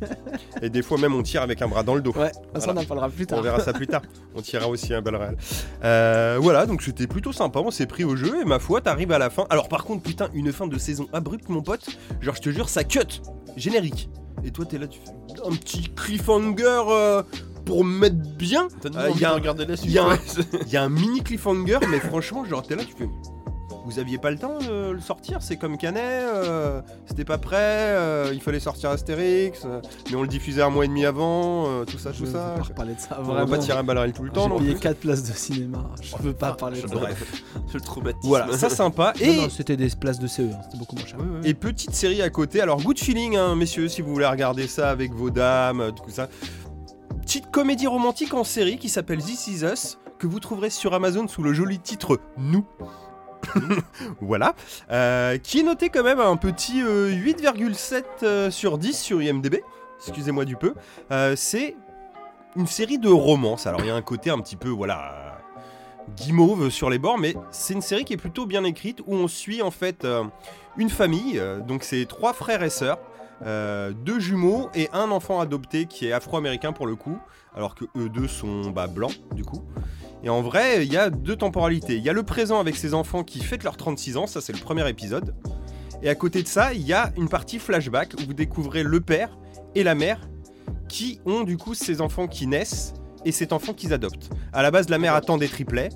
A: et des fois même on tire avec un bras dans le dos.
B: Ouais, ça on
A: Voilà.
B: en parlera plus
A: On
B: tard.
A: verra ça plus tard. On tirera aussi un bal réel. Euh, voilà, donc c'était plutôt sympa. On s'est pris au jeu et ma foi, t'arrives à la fin. Alors par contre, putain, une fin de saison abrupte, mon pote. Genre, je te jure, ça cut. Générique. Et toi, t'es là, tu fais un petit cliffhanger euh, pour mettre bien. Euh,
C: Il
A: y
C: y
A: a
C: a
A: un-
C: regarder la
A: il
C: suite.
A: y a un-
C: <laughs> ouais, c'est-
A: Il y a un mini cliffhanger, mais franchement, genre, t'es là, tu fais. Vous aviez pas le temps de le sortir, c'est comme Canet, euh, c'était pas prêt, euh, il fallait sortir Astérix, euh, mais on le diffusait un mois et demi avant, euh, tout ça,
B: Je
A: tout
B: veux
A: ça.
B: pas reparler de ça.
A: On va pas
B: vraiment.
A: tirer un bal réel tout le temps. non
B: J'ai payé
A: plus. Ah,
B: 4 places de cinéma. Je veux pas parler de ça.
C: Bref. le traumatisme.
A: Voilà, ça sympa. Et,
B: Non, non, c'était des places de CE, hein, c'était beaucoup moins cher.
C: Ouais, ouais.
A: et petite série à côté. Alors, good feeling, hein, messieurs, si vous voulez regarder ça avec vos dames, euh, tout ça. Petite comédie romantique en série qui s'appelle This Is Us, que vous trouverez sur Amazon sous le joli titre Nous. <laughs> voilà. Euh, qui est noté quand même à un petit euh, 8,7 euh, sur 10 sur IMDB. Excusez-moi du peu. Euh, C'est une série de romances. Alors, il y a un côté un petit peu, voilà. euh, guimauve sur les bords, mais c'est une série qui est plutôt bien écrite où on suit en fait euh, une famille, euh, donc c'est trois frères et sœurs, euh, deux jumeaux et un enfant adopté qui est afro-américain pour le coup, alors que eux deux sont bah, blancs du coup. Et en vrai, il y a deux temporalités. Il y a le présent avec ces enfants qui fêtent leurs 36 ans, ça c'est le premier épisode. Et à côté de ça, il y a une partie flashback où vous découvrez le père et la mère qui ont du coup ces enfants qui naissent et cet enfant qu'ils adoptent. À la base, la mère attend des triplets.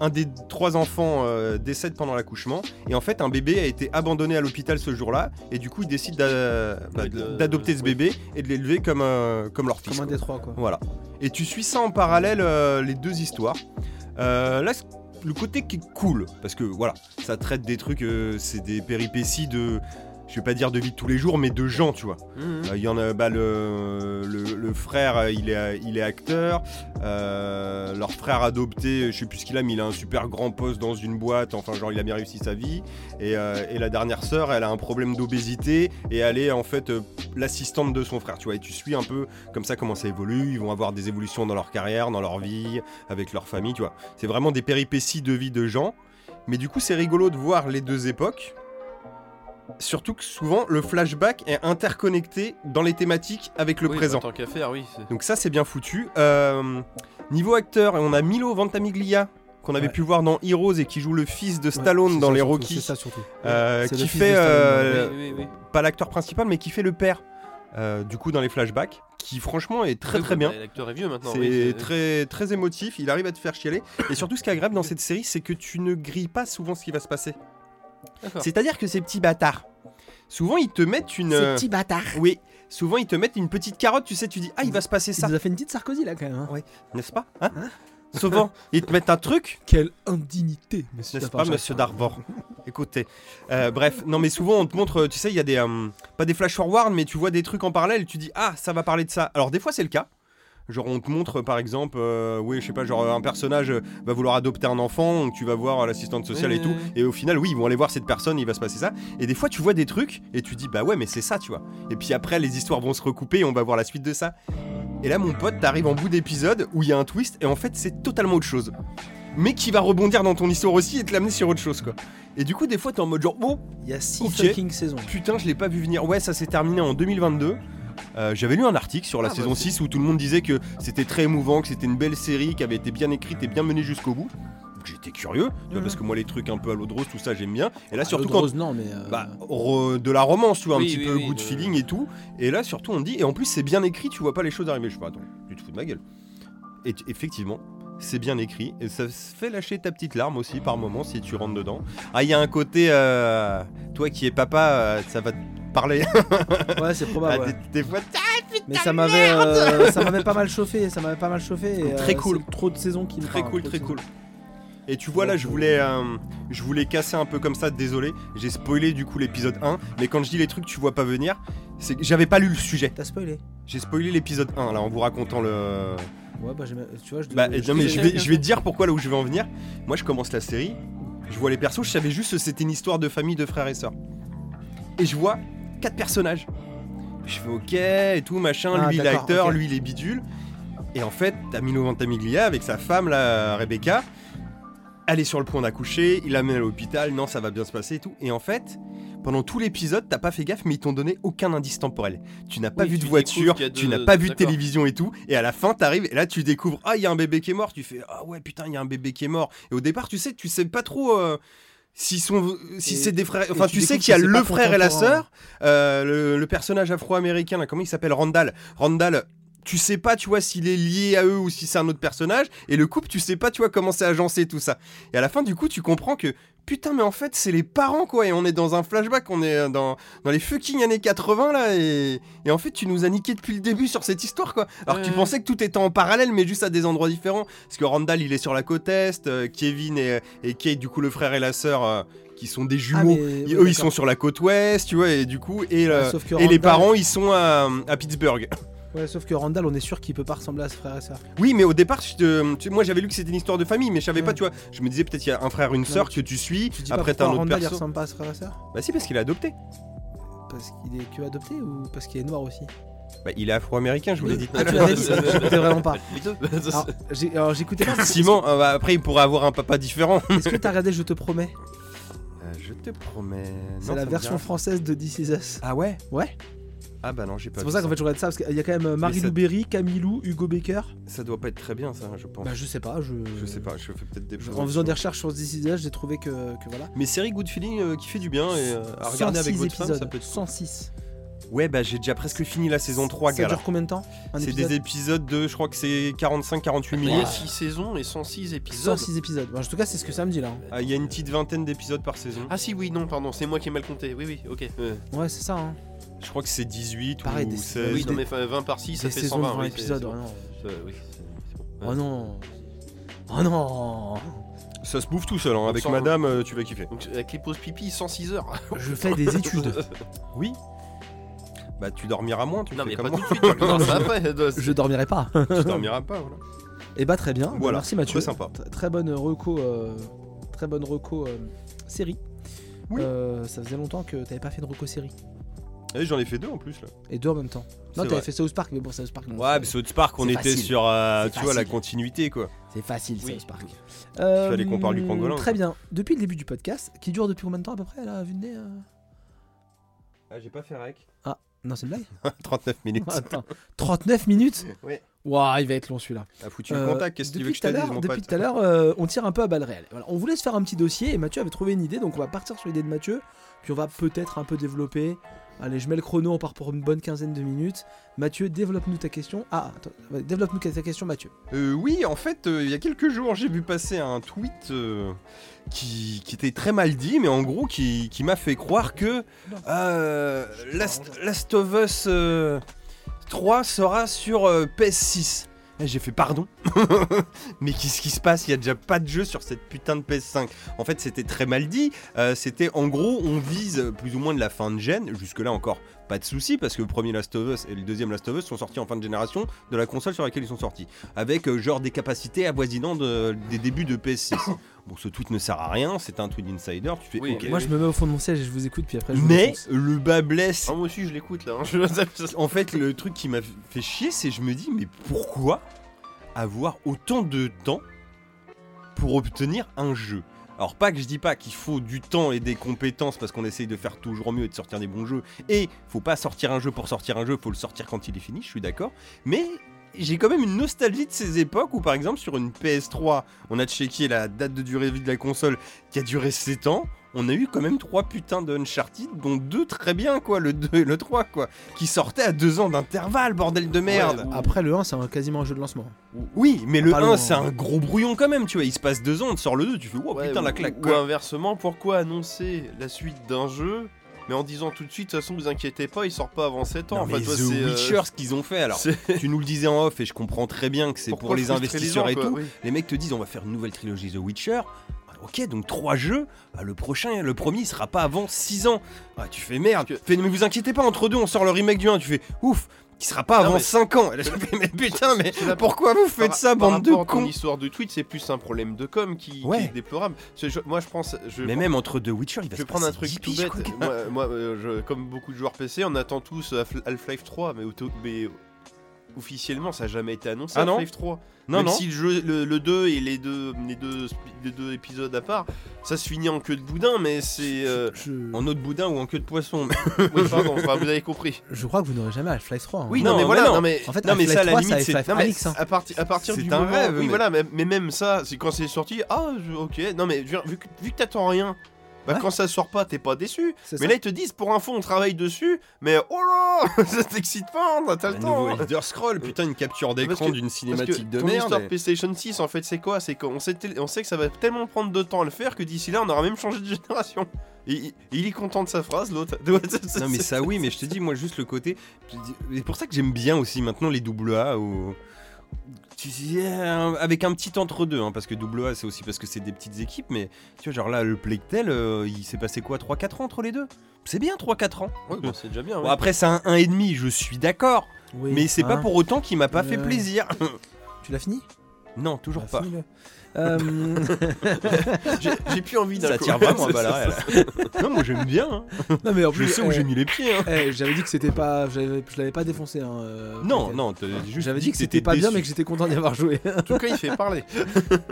A: Un des trois enfants euh, décède pendant l'accouchement. Et en fait, un bébé a été abandonné à l'hôpital ce jour-là. Et du coup, ils décident d'a- bah,
C: Oui, de-
A: d'adopter ce
C: oui.
A: bébé et de l'élever comme, euh, comme leur fils.
B: Comme un
A: quoi.
B: des trois, quoi.
A: Voilà. Et tu suis ça en parallèle euh, les deux histoires. Euh, là, c- le côté qui est cool, parce que voilà, ça traite des trucs, euh, c'est des péripéties de, je vais pas dire de vie de tous les jours, mais de gens, tu vois.
C: Mhm.
A: Euh, Il y en a, bah, le, le, le frère, euh, il est, il est acteur. Euh, leur frère adopté, je sais plus ce qu'il a, mais il a un super grand poste dans une boîte. Enfin, genre, il a bien réussi sa vie. Et, euh, et la dernière sœur, elle a un problème d'obésité et elle est en fait euh, l'assistante de son frère, tu vois, et tu suis un peu comme ça comment ça évolue, ils vont avoir des évolutions dans leur carrière, dans leur vie, avec leur famille, tu vois. C'est vraiment des péripéties de vie de gens, mais du coup c'est rigolo de voir les deux époques. Surtout que souvent le flashback est interconnecté dans les thématiques avec le
C: Oui,
A: présent.
C: En tant qu'à faire, oui. c'est-
A: Donc ça c'est bien foutu. Euh, niveau acteur, on a Milo Ventimiglia qu'on avait
B: Ouais.
A: pu voir dans Heroes et qui joue le fils de
B: Ouais,
A: Stallone
B: c'est
A: dans
B: ça
A: les
B: surtout,
A: Rocky,
B: C'est ça surtout.
A: euh,
B: C'est le
A: qui
B: fils de
A: fait
B: Stallone,
A: euh,
C: Oui, oui, oui.
A: pas l'acteur principal mais qui fait le père euh, du coup dans les flashbacks, qui franchement est très
C: Oui,
A: très
C: oui,
A: bien.
C: bah, L'acteur est vieux maintenant.
A: C'est
C: oui,
A: très très émotif, il arrive à te faire chialer et surtout ce qui est agréable dans cette série c'est que tu ne grilles pas souvent ce qui va se passer.
C: D'accord.
A: C'est-à-dire que ces petits bâtards, souvent ils te mettent une euh,
B: bâtard.
A: oui, souvent ils te mettent une petite carotte, tu sais, tu dis ah il va se passer
B: Il
A: ça,
B: nous a fait une petite Sarkozy là quand même. hein.
A: n'est-ce pas hein
B: Hein
A: Souvent, ils te mettent un truc
B: <laughs> Quelle indignité, monsieur.
A: N'est-ce pas,
B: Lafarge.
A: monsieur Darvor Écoutez. Euh, bref, non, mais souvent on te montre, tu sais, il y a des. euh, pas des flash forward, mais tu vois des trucs en parallèle, tu dis, ah, ça va parler de ça. Alors, des fois, c'est le cas. Genre, on te montre, par exemple, euh, oui, je sais pas, genre, un personnage euh, va vouloir adopter un enfant, donc tu vas voir euh, l'assistante sociale et
C: Ouais,
A: tout.
C: ouais, ouais.
A: Et au final, oui, ils vont aller voir cette personne, il va se passer ça. Et des fois, tu vois des trucs et tu dis, bah ouais, mais c'est ça, tu vois. Et puis après, les histoires vont se recouper et on va voir la suite de ça. Et là, mon pote, t'arrives en bout d'épisode où il y a un twist et en fait, c'est totalement autre chose. Mais qui va rebondir dans ton histoire aussi et te l'amener sur autre chose, quoi. Et du coup, des fois, t'es en mode genre, oh
B: Il y a 6
A: Ok.
B: fucking saisons.
A: putain, je l'ai pas vu venir. Ouais, ça s'est terminé en 2022. Euh, J'avais lu un article sur la
C: Ah, bah,
A: saison 6 où tout le monde disait que c'était très émouvant, que c'était une belle série, qui avait été bien écrite et bien menée jusqu'au bout. Donc, J'étais curieux, tu vois,
B: Mhm.
A: parce que moi, les trucs un peu à l'eau de rose, tout ça, j'aime bien. Et là,
B: Ah,
A: surtout
B: l'autre
A: quand
B: rose, non, mais. euh,
A: bah, re- de la romance, tu vois, un
C: Oui,
A: petit
C: oui,
A: peu
C: oui,
A: good
C: de-
A: feeling et tout. Et là, surtout, on dit, et en plus, c'est bien écrit, tu vois pas les choses arriver. Je fais, attends, tu te fous de ma gueule. Et tu- effectivement, c'est bien écrit, et ça se fait lâcher ta petite larme aussi par moment si tu rentres dedans. Ah, il y a un côté, euh, toi qui es papa, euh, ça va te parler.
B: Ouais, c'est
A: à
B: probable. ouais.
A: <laughs> des, des fois, Ah,
B: Mais ça m'avait, euh, ça m'avait pas mal chauffé, ça m'avait pas mal chauffé. et,
A: Très
B: euh,
A: cool.
B: c'est Trop de saisons qui me
A: très
B: parlent,
A: cool,
B: trop de
A: très cool.
B: saisons.
A: Et tu vois là, je voulais, euh, je voulais casser un peu comme ça, désolé, j'ai spoilé du coup l'épisode 1, mais quand je dis les trucs que tu vois pas venir, c'est que j'avais pas lu le sujet.
B: T'as spoilé
A: J'ai spoilé l'épisode 1 là en vous racontant le.
B: Ouais, bah j'ai, tu vois, je.
A: Bah,
B: je-
A: non, mais
B: je-
A: je vais, je vais te dire pourquoi là où je vais en venir. Moi je commence la série, je vois les persos, je savais juste que c'était une histoire de famille de frères et sœurs. Et je vois quatre personnages. Je fais ok et tout, machin,
B: Ah,
A: lui il est
B: d'accord,
A: acteur,
B: ok.
A: lui il est bidule. Et en fait, t'as Milo Ventimiglia avec sa femme là, Rebecca. Elle est sur le point d'accoucher, il l'amène à l'hôpital, non ça va bien se passer et tout. Et en fait, pendant tout l'épisode, t'as pas fait gaffe, mais ils t'ont donné aucun indice temporel. Tu n'as pas
C: Oui,
A: vu de
C: tu
A: voiture,
C: découvres qu'il y a
A: tu
C: de-
A: n'as pas vu de
C: d'accord.
A: télévision et tout. Et à la fin, t'arrives et là, tu découvres ah il y a un bébé qui est mort. Tu fais ah ouais putain il y a un bébé qui est mort. Et au départ, tu sais, tu sais pas trop. euh, S'ils sont, si
B: Et-
A: c'est des frères,
B: et
A: enfin
B: tu
A: tu, sais
B: découvres
A: qu'il y a
B: que c'est
A: le
B: pas
A: frère et la
B: contemporain.
A: sœur, euh, le, le personnage afro-américain là, comment il s'appelle Randall. Randall, tu sais pas, tu vois, s'il est lié à eux ou si c'est un autre personnage. Et le couple, tu sais pas, tu vois, comment c'est agencé tout ça. Et à la fin, du coup, tu comprends que putain, mais en fait, c'est les parents quoi. Et on est dans un flashback, on est dans dans les fucking années 80 là. Et, et en fait, tu nous as niqué depuis le début sur cette histoire quoi. Alors que tu
C: Ouais.
A: pensais que tout était en parallèle, mais juste à des endroits différents. Parce que Randall, il est sur la côte est, euh, Kevin et, et Kate, du coup, le frère et la sœur, euh, qui sont des
B: Ah,
A: jumeaux.
B: mais-
A: Ils-
B: oui,
A: eux, ils
B: d'accord.
A: sont sur la côte ouest, tu vois, et du coup, et,
B: Ouais,
A: euh,
B: sauf que
A: et les
B: Randall-
A: parents, ils sont à, à Pittsburgh.
B: Ouais, sauf que Randall, on est sûr qu'il peut pas ressembler à ce frère et sœur.
A: Oui, mais au départ, je te- tu- moi j'avais lu que c'était une histoire de famille, mais je savais
B: Ouais.
A: pas, tu vois. Je me disais peut-être il y a un frère, une sœur
B: mais
A: que tu suis,
B: Mm. Tu dis
A: après
B: pas
A: t'as un
B: pourquoi
A: autre
B: Randall il
A: perso.
B: ressemble pas à ce frère et sœur
A: Bah si, parce qu'il est adopté.
B: Parce qu'il est que adopté ou parce qu'il est noir aussi
A: Bah il est afro-américain, je vous l'ai dit. <laughs>
B: Ah, tu l'as dit, j'écoutais vraiment pas.
C: Les deux.
B: Alors, j'ai- alors, j'écoutais pas.
A: Simon, euh, bah, après il pourrait avoir un papa différent.
B: Est-ce que t'as regardé Je te promets
A: Euh, je te promets.
B: C'est
A: Non, ça
B: la
A: me
B: version
A: dit
B: française de This Is Us.
A: rien. Ah ouais
B: Ouais.
A: Ah bah non, j'ai pas
B: C'est
A: vu
B: pour ça qu'en fait je regarde ça parce qu'il y a quand même euh, Marie-Lou
A: ça-
B: Berry, Camilou, Hugo Baker.
A: Ça doit pas être très bien, ça, je pense.
B: Bah je sais pas, je.
A: je sais pas, je fais peut-être des
B: Je-
A: choses
B: en faisant
A: absolument.
B: des recherches sur This Is Us, j'ai trouvé que, que voilà.
A: Mais série Good Feeling euh, qui fait du bien et euh, à regarder avec
B: 106
A: votre
B: épisodes,
A: femme, ça peut être
B: 106.
A: Ouais, bah j'ai déjà presque fini la saison 3,
B: Ça
A: gars. là.
B: dure combien de temps un
A: C'est
B: épisode
A: des épisodes de, je crois que c'est 45-48
C: Il y a
A: minutes.
C: 6 saisons et 106 épisodes.
B: 106 épisodes. Bon, en tout cas, c'est ce que ça me dit là. hein.
A: Ah, Il y a une petite vingtaine d'épisodes par saison.
C: Ah si, oui, non, pardon, c'est moi qui ai mal compté. Oui, oui, ok. euh,
B: Ouais, c'est ça. Hein.
A: Je crois que c'est 18
B: Pareil,
A: ou
B: des-
A: 16.
C: oui, non,
B: des-
C: mais enfin, 20 par 6, ça
B: Des
C: fait
B: saisons de
C: 120.
B: 20
C: oui, c'est-
B: épisodes.
C: c'est
B: Oh
C: bon.
B: non.
C: Euh, oui, c'est- c'est bon.
B: Oh non. Oh non.
A: Ça se bouffe tout seul, hein. avec
C: Sans-
A: madame, euh, tu vas kiffer.
C: Donc avec les pauses pipi, 106 heures.
B: Je
A: <laughs>
B: fais des études.
A: Oui. Bah tu dormiras moins, tu
C: non,
A: fais
C: mais
A: comme
C: pas
A: moi.
C: tout
A: <laughs>
C: de suite, on commence après. non, c'est-
B: Je dormirai pas.
A: tu dormiras pas, voilà.
B: Et bah très bien.
A: Voilà,
B: Merci Mathieu.
A: très sympa.
B: T- Très bonne reco. euh, très bonne reco euh, série.
A: Oui.
B: Euh, ça faisait longtemps que t'avais pas fait de reco série.
A: Eh,
C: Ouais, J'en ai fait deux en plus là.
B: Et deux en même temps. Non,
A: C'est
B: t'avais
A: vrai.
B: fait South Park, mais bon, South Park. non,
A: Ouais, mais
B: c'est-
A: South Park, on
B: C'est
A: était
B: facile.
A: sur euh,
B: C'est
A: tu vois, la
B: facile.
A: continuité quoi.
B: c'est facile,
C: Oui.
B: South Park.
A: Il fallait qu'on parle du
B: Euh,
A: pangolin,
B: Très
A: quoi.
B: bien. Depuis le début du podcast, qui dure depuis combien de temps à peu près, là, vu de nez euh
A: Ah, j'ai pas fait
B: <laughs>
A: rec.
B: Non, c'est une blague
A: 39 minutes.
B: <laughs> Attends. 39 minutes
C: Ouais.
B: Waouh, il va être long celui-là.
A: Ah, foutu
B: Euh,
A: le contact, qu'est-ce que tu veux que
B: depuis
A: je te
B: tout à
A: dise,
B: l'heure-
A: mon
B: Depuis
A: pote
B: tout à l'heure, euh, on tire un peu à balles réelles. Voilà, on voulait se faire un petit dossier et Mathieu avait trouvé une idée, donc on va partir sur l'idée de Mathieu, puis on va peut-être un peu développer. Allez, je mets le chrono, on part pour une bonne quinzaine de minutes. Mathieu, développe-nous ta question. Ah, attends, ouais, développe-nous ta question, Mathieu.
A: Euh, oui, en fait, euh, il y a quelques jours, j'ai vu passer un tweet euh, qui, qui était très mal dit, mais en gros qui, qui m'a fait croire que euh, Last, Last of Us euh, 3 sera sur euh, PS6. Et J'ai fait pardon, <laughs> mais qu'est-ce qui se passe Il y a déjà pas de jeu sur cette putain de PS5. En fait, c'était très mal dit. Euh, c'était en gros, on vise plus ou moins de la fin de gêne. Jusque-là, encore pas de souci parce que le premier Last of Us et le deuxième Last of Us sont sortis en fin de génération de la console sur laquelle ils sont sortis avec euh, genre des capacités avoisinant de- des débuts de PS6. <coughs> bon, ce tweet ne sert à rien, c'est un tweet d'insider, tu fais
C: Oui,
A: ok.
C: Et
B: Moi,
C: oui.
B: je me mets au fond de mon siège et je vous écoute, puis après, je vous
A: Mais
B: défonce.
A: le bas blesse.
C: Ah, moi aussi je l'écoute là. hein.
A: <laughs>
C: Je-
A: En fait, le truc qui m'a fait chier, c'est je me dis, mais pourquoi avoir autant de temps pour obtenir un jeu alors pas que je dis pas qu'il faut du temps et des compétences parce qu'on essaye de faire toujours mieux et de sortir des bons jeux et faut pas sortir un jeu pour sortir un jeu, faut le sortir quand il est fini, je suis d'accord, mais j'ai quand même une nostalgie de ces époques où par exemple sur une PS3, on a checké la date de durée de vie de la console qui a duré 7 ans, on a eu quand même 3 putains de Uncharted dont 2 très bien quoi, le 2 et le 3 quoi, qui sortaient à 2 ans d'intervalle, bordel de merde.
B: Après, le 1, c'est un- quasiment un jeu de lancement.
A: Oui, mais le
B: Pas loin.
A: 1 c'est un gros brouillon quand même, tu vois, il se passe 2 ans, on te sort le 2, tu fais oh
C: Ouais,
A: putain la
C: ou-
A: claque
C: ou
A: quoi.
C: inversement, pourquoi annoncer la suite d'un jeu mais en disant tout de suite, de toute façon, vous inquiétez pas, il sort pas avant 7 ans.
A: Non,
C: Enfin,
A: mais
C: toi,
A: The
C: c'est, euh,
A: Witcher, ce qu'ils ont fait, alors
C: c'est-
A: tu nous le disais en off et je comprends très bien que c'est pour
C: pourquoi
A: les
C: frustrer
A: investisseurs
C: gens,
A: et
C: quoi,
A: tout.
C: oui.
A: Les mecs te disent on va faire une nouvelle trilogie The Witcher. Ah, Ok, donc trois jeux, Bah, le prochain, le premier, il sera pas avant 6 ans. Ah, tu fais merde.
C: Parce que-
A: Fais, mais vous inquiétez pas, entre deux, on sort le remake du 1. Tu fais ouf, qui sera pas
C: Non,
A: avant
C: mais-
A: 5 ans. <laughs> Et là, je fais, mais putain, mais
C: C'est la-
A: pourquoi vous faites
C: Par-
A: ça,
C: par
A: bande de
C: rapport à ton
A: cons
C: histoire de tweet, c'est plus un problème de com qui, qui
A: Ouais.
C: est déplorable. Parce que je- moi, je pense. Je,
A: Mais même entre deux Witcher, il va
C: je vais
A: se
C: prendre un
A: passer
C: truc
A: 10
C: tout
A: piges,
C: bête.
A: quoi, gars.
C: Moi, moi, euh, je- comme beaucoup de joueurs PC, on attend tous euh, Half- Half-Life 3, mais, auto- mais officiellement, ça n'a jamais été annoncé.
A: Ah non
C: Half-Life 3.
A: Non,
C: Même
A: non.
C: si le, jeu- le, le 2 et les deux, les, deux, les deux épisodes à part, ça se finit en queue de boudin, mais
A: <laughs>
C: c'est. euh,
B: Je...
A: En eau de boudin ou en queue de
C: <laughs>
A: poisson.
C: oui, pardon, enfin, vous avez compris.
B: je crois que vous n'aurez jamais Half-Life 3. hein.
C: Oui,
A: Non,
C: non, mais
A: mais
C: voilà,
A: non.
C: non, mais.
B: En fait,
A: Non, mais
B: Half-Life
A: ça, à la
B: 3,
A: limite,
B: c'est
A: c'est-
B: Half-Life
C: Non, mais
B: Alix, hein.
C: à, parti- à partir
A: C'est
C: du
A: un
C: moment,
A: rêve,
C: oui,
A: mais-
C: voilà, mais, mais même ça, c'est quand c'est sorti, ah, je- ok, non mais je- vu que, vu que t'attends rien, bah
A: Ouais.
C: quand ça sort pas, t'es pas déçu.
B: C'est
C: Mais
B: ça.
C: là ils te disent, pour info, on travaille dessus, mais oh là, <laughs> ça t'excite pas, hein, t'as
A: Un
C: le temps.
A: nouveau
C: hein.
A: Elder Scroll, putain, une capture
C: que-
A: d'écran d'une
C: Parce que
A: cinématique de
C: ton
A: merde.
C: histoire PlayStation 6, en fait, c'est quoi C'est qu'on sait, tel- on sait que ça va tellement prendre de temps à le faire que d'ici là, on aura même changé de <laughs> génération. Et, il- il est content de sa phrase, l'autre. <laughs>
A: <laughs> Non mais ça oui, mais je te dis moi juste le côté. je te dis- C'est pour ça que j'aime bien aussi maintenant les double A ou tu sais, euh, avec un petit entre deux, parce que double A c'est aussi parce que c'est des petites équipes, mais tu vois genre là le Plectel, euh, il s'est passé quoi 3-4 ans entre les deux C'est bien 3-4 ans.
C: Ouais,
B: bah,
C: bon, c'est déjà bien.
A: Bon,
C: ouais.
A: après c'est un 1,5, je suis d'accord,
B: Oui,
A: mais c'est pas
B: hein.
A: pour autant qu'il m'a pas fait
B: Ouais.
A: plaisir.
B: Tu l'as fini
A: <laughs> non toujours
B: Bah,
A: pas. <laughs>
B: finis-le. Euh,
C: J'ai j'ai plus envie d'un
A: Ça
C: coup.
A: tire
B: <laughs>
C: <laughs>
A: vraiment à balles réelles. <laughs> Non moi j'aime bien. hein.
B: non, mais en
A: Je
B: plus,
A: sais où
B: euh,
A: j'ai mis les pieds. hein.
B: Eh, j'avais dit que c'était pas. j'avais- Je l'avais pas défoncé. Hein, euh,
A: Non
B: peut-être.
A: non, t'as juste
B: J'avais dit que c'était
A: t'étais
B: pas bien,
A: déçu.
B: mais que j'étais content d'y avoir joué.
C: En tout cas, il fait parler.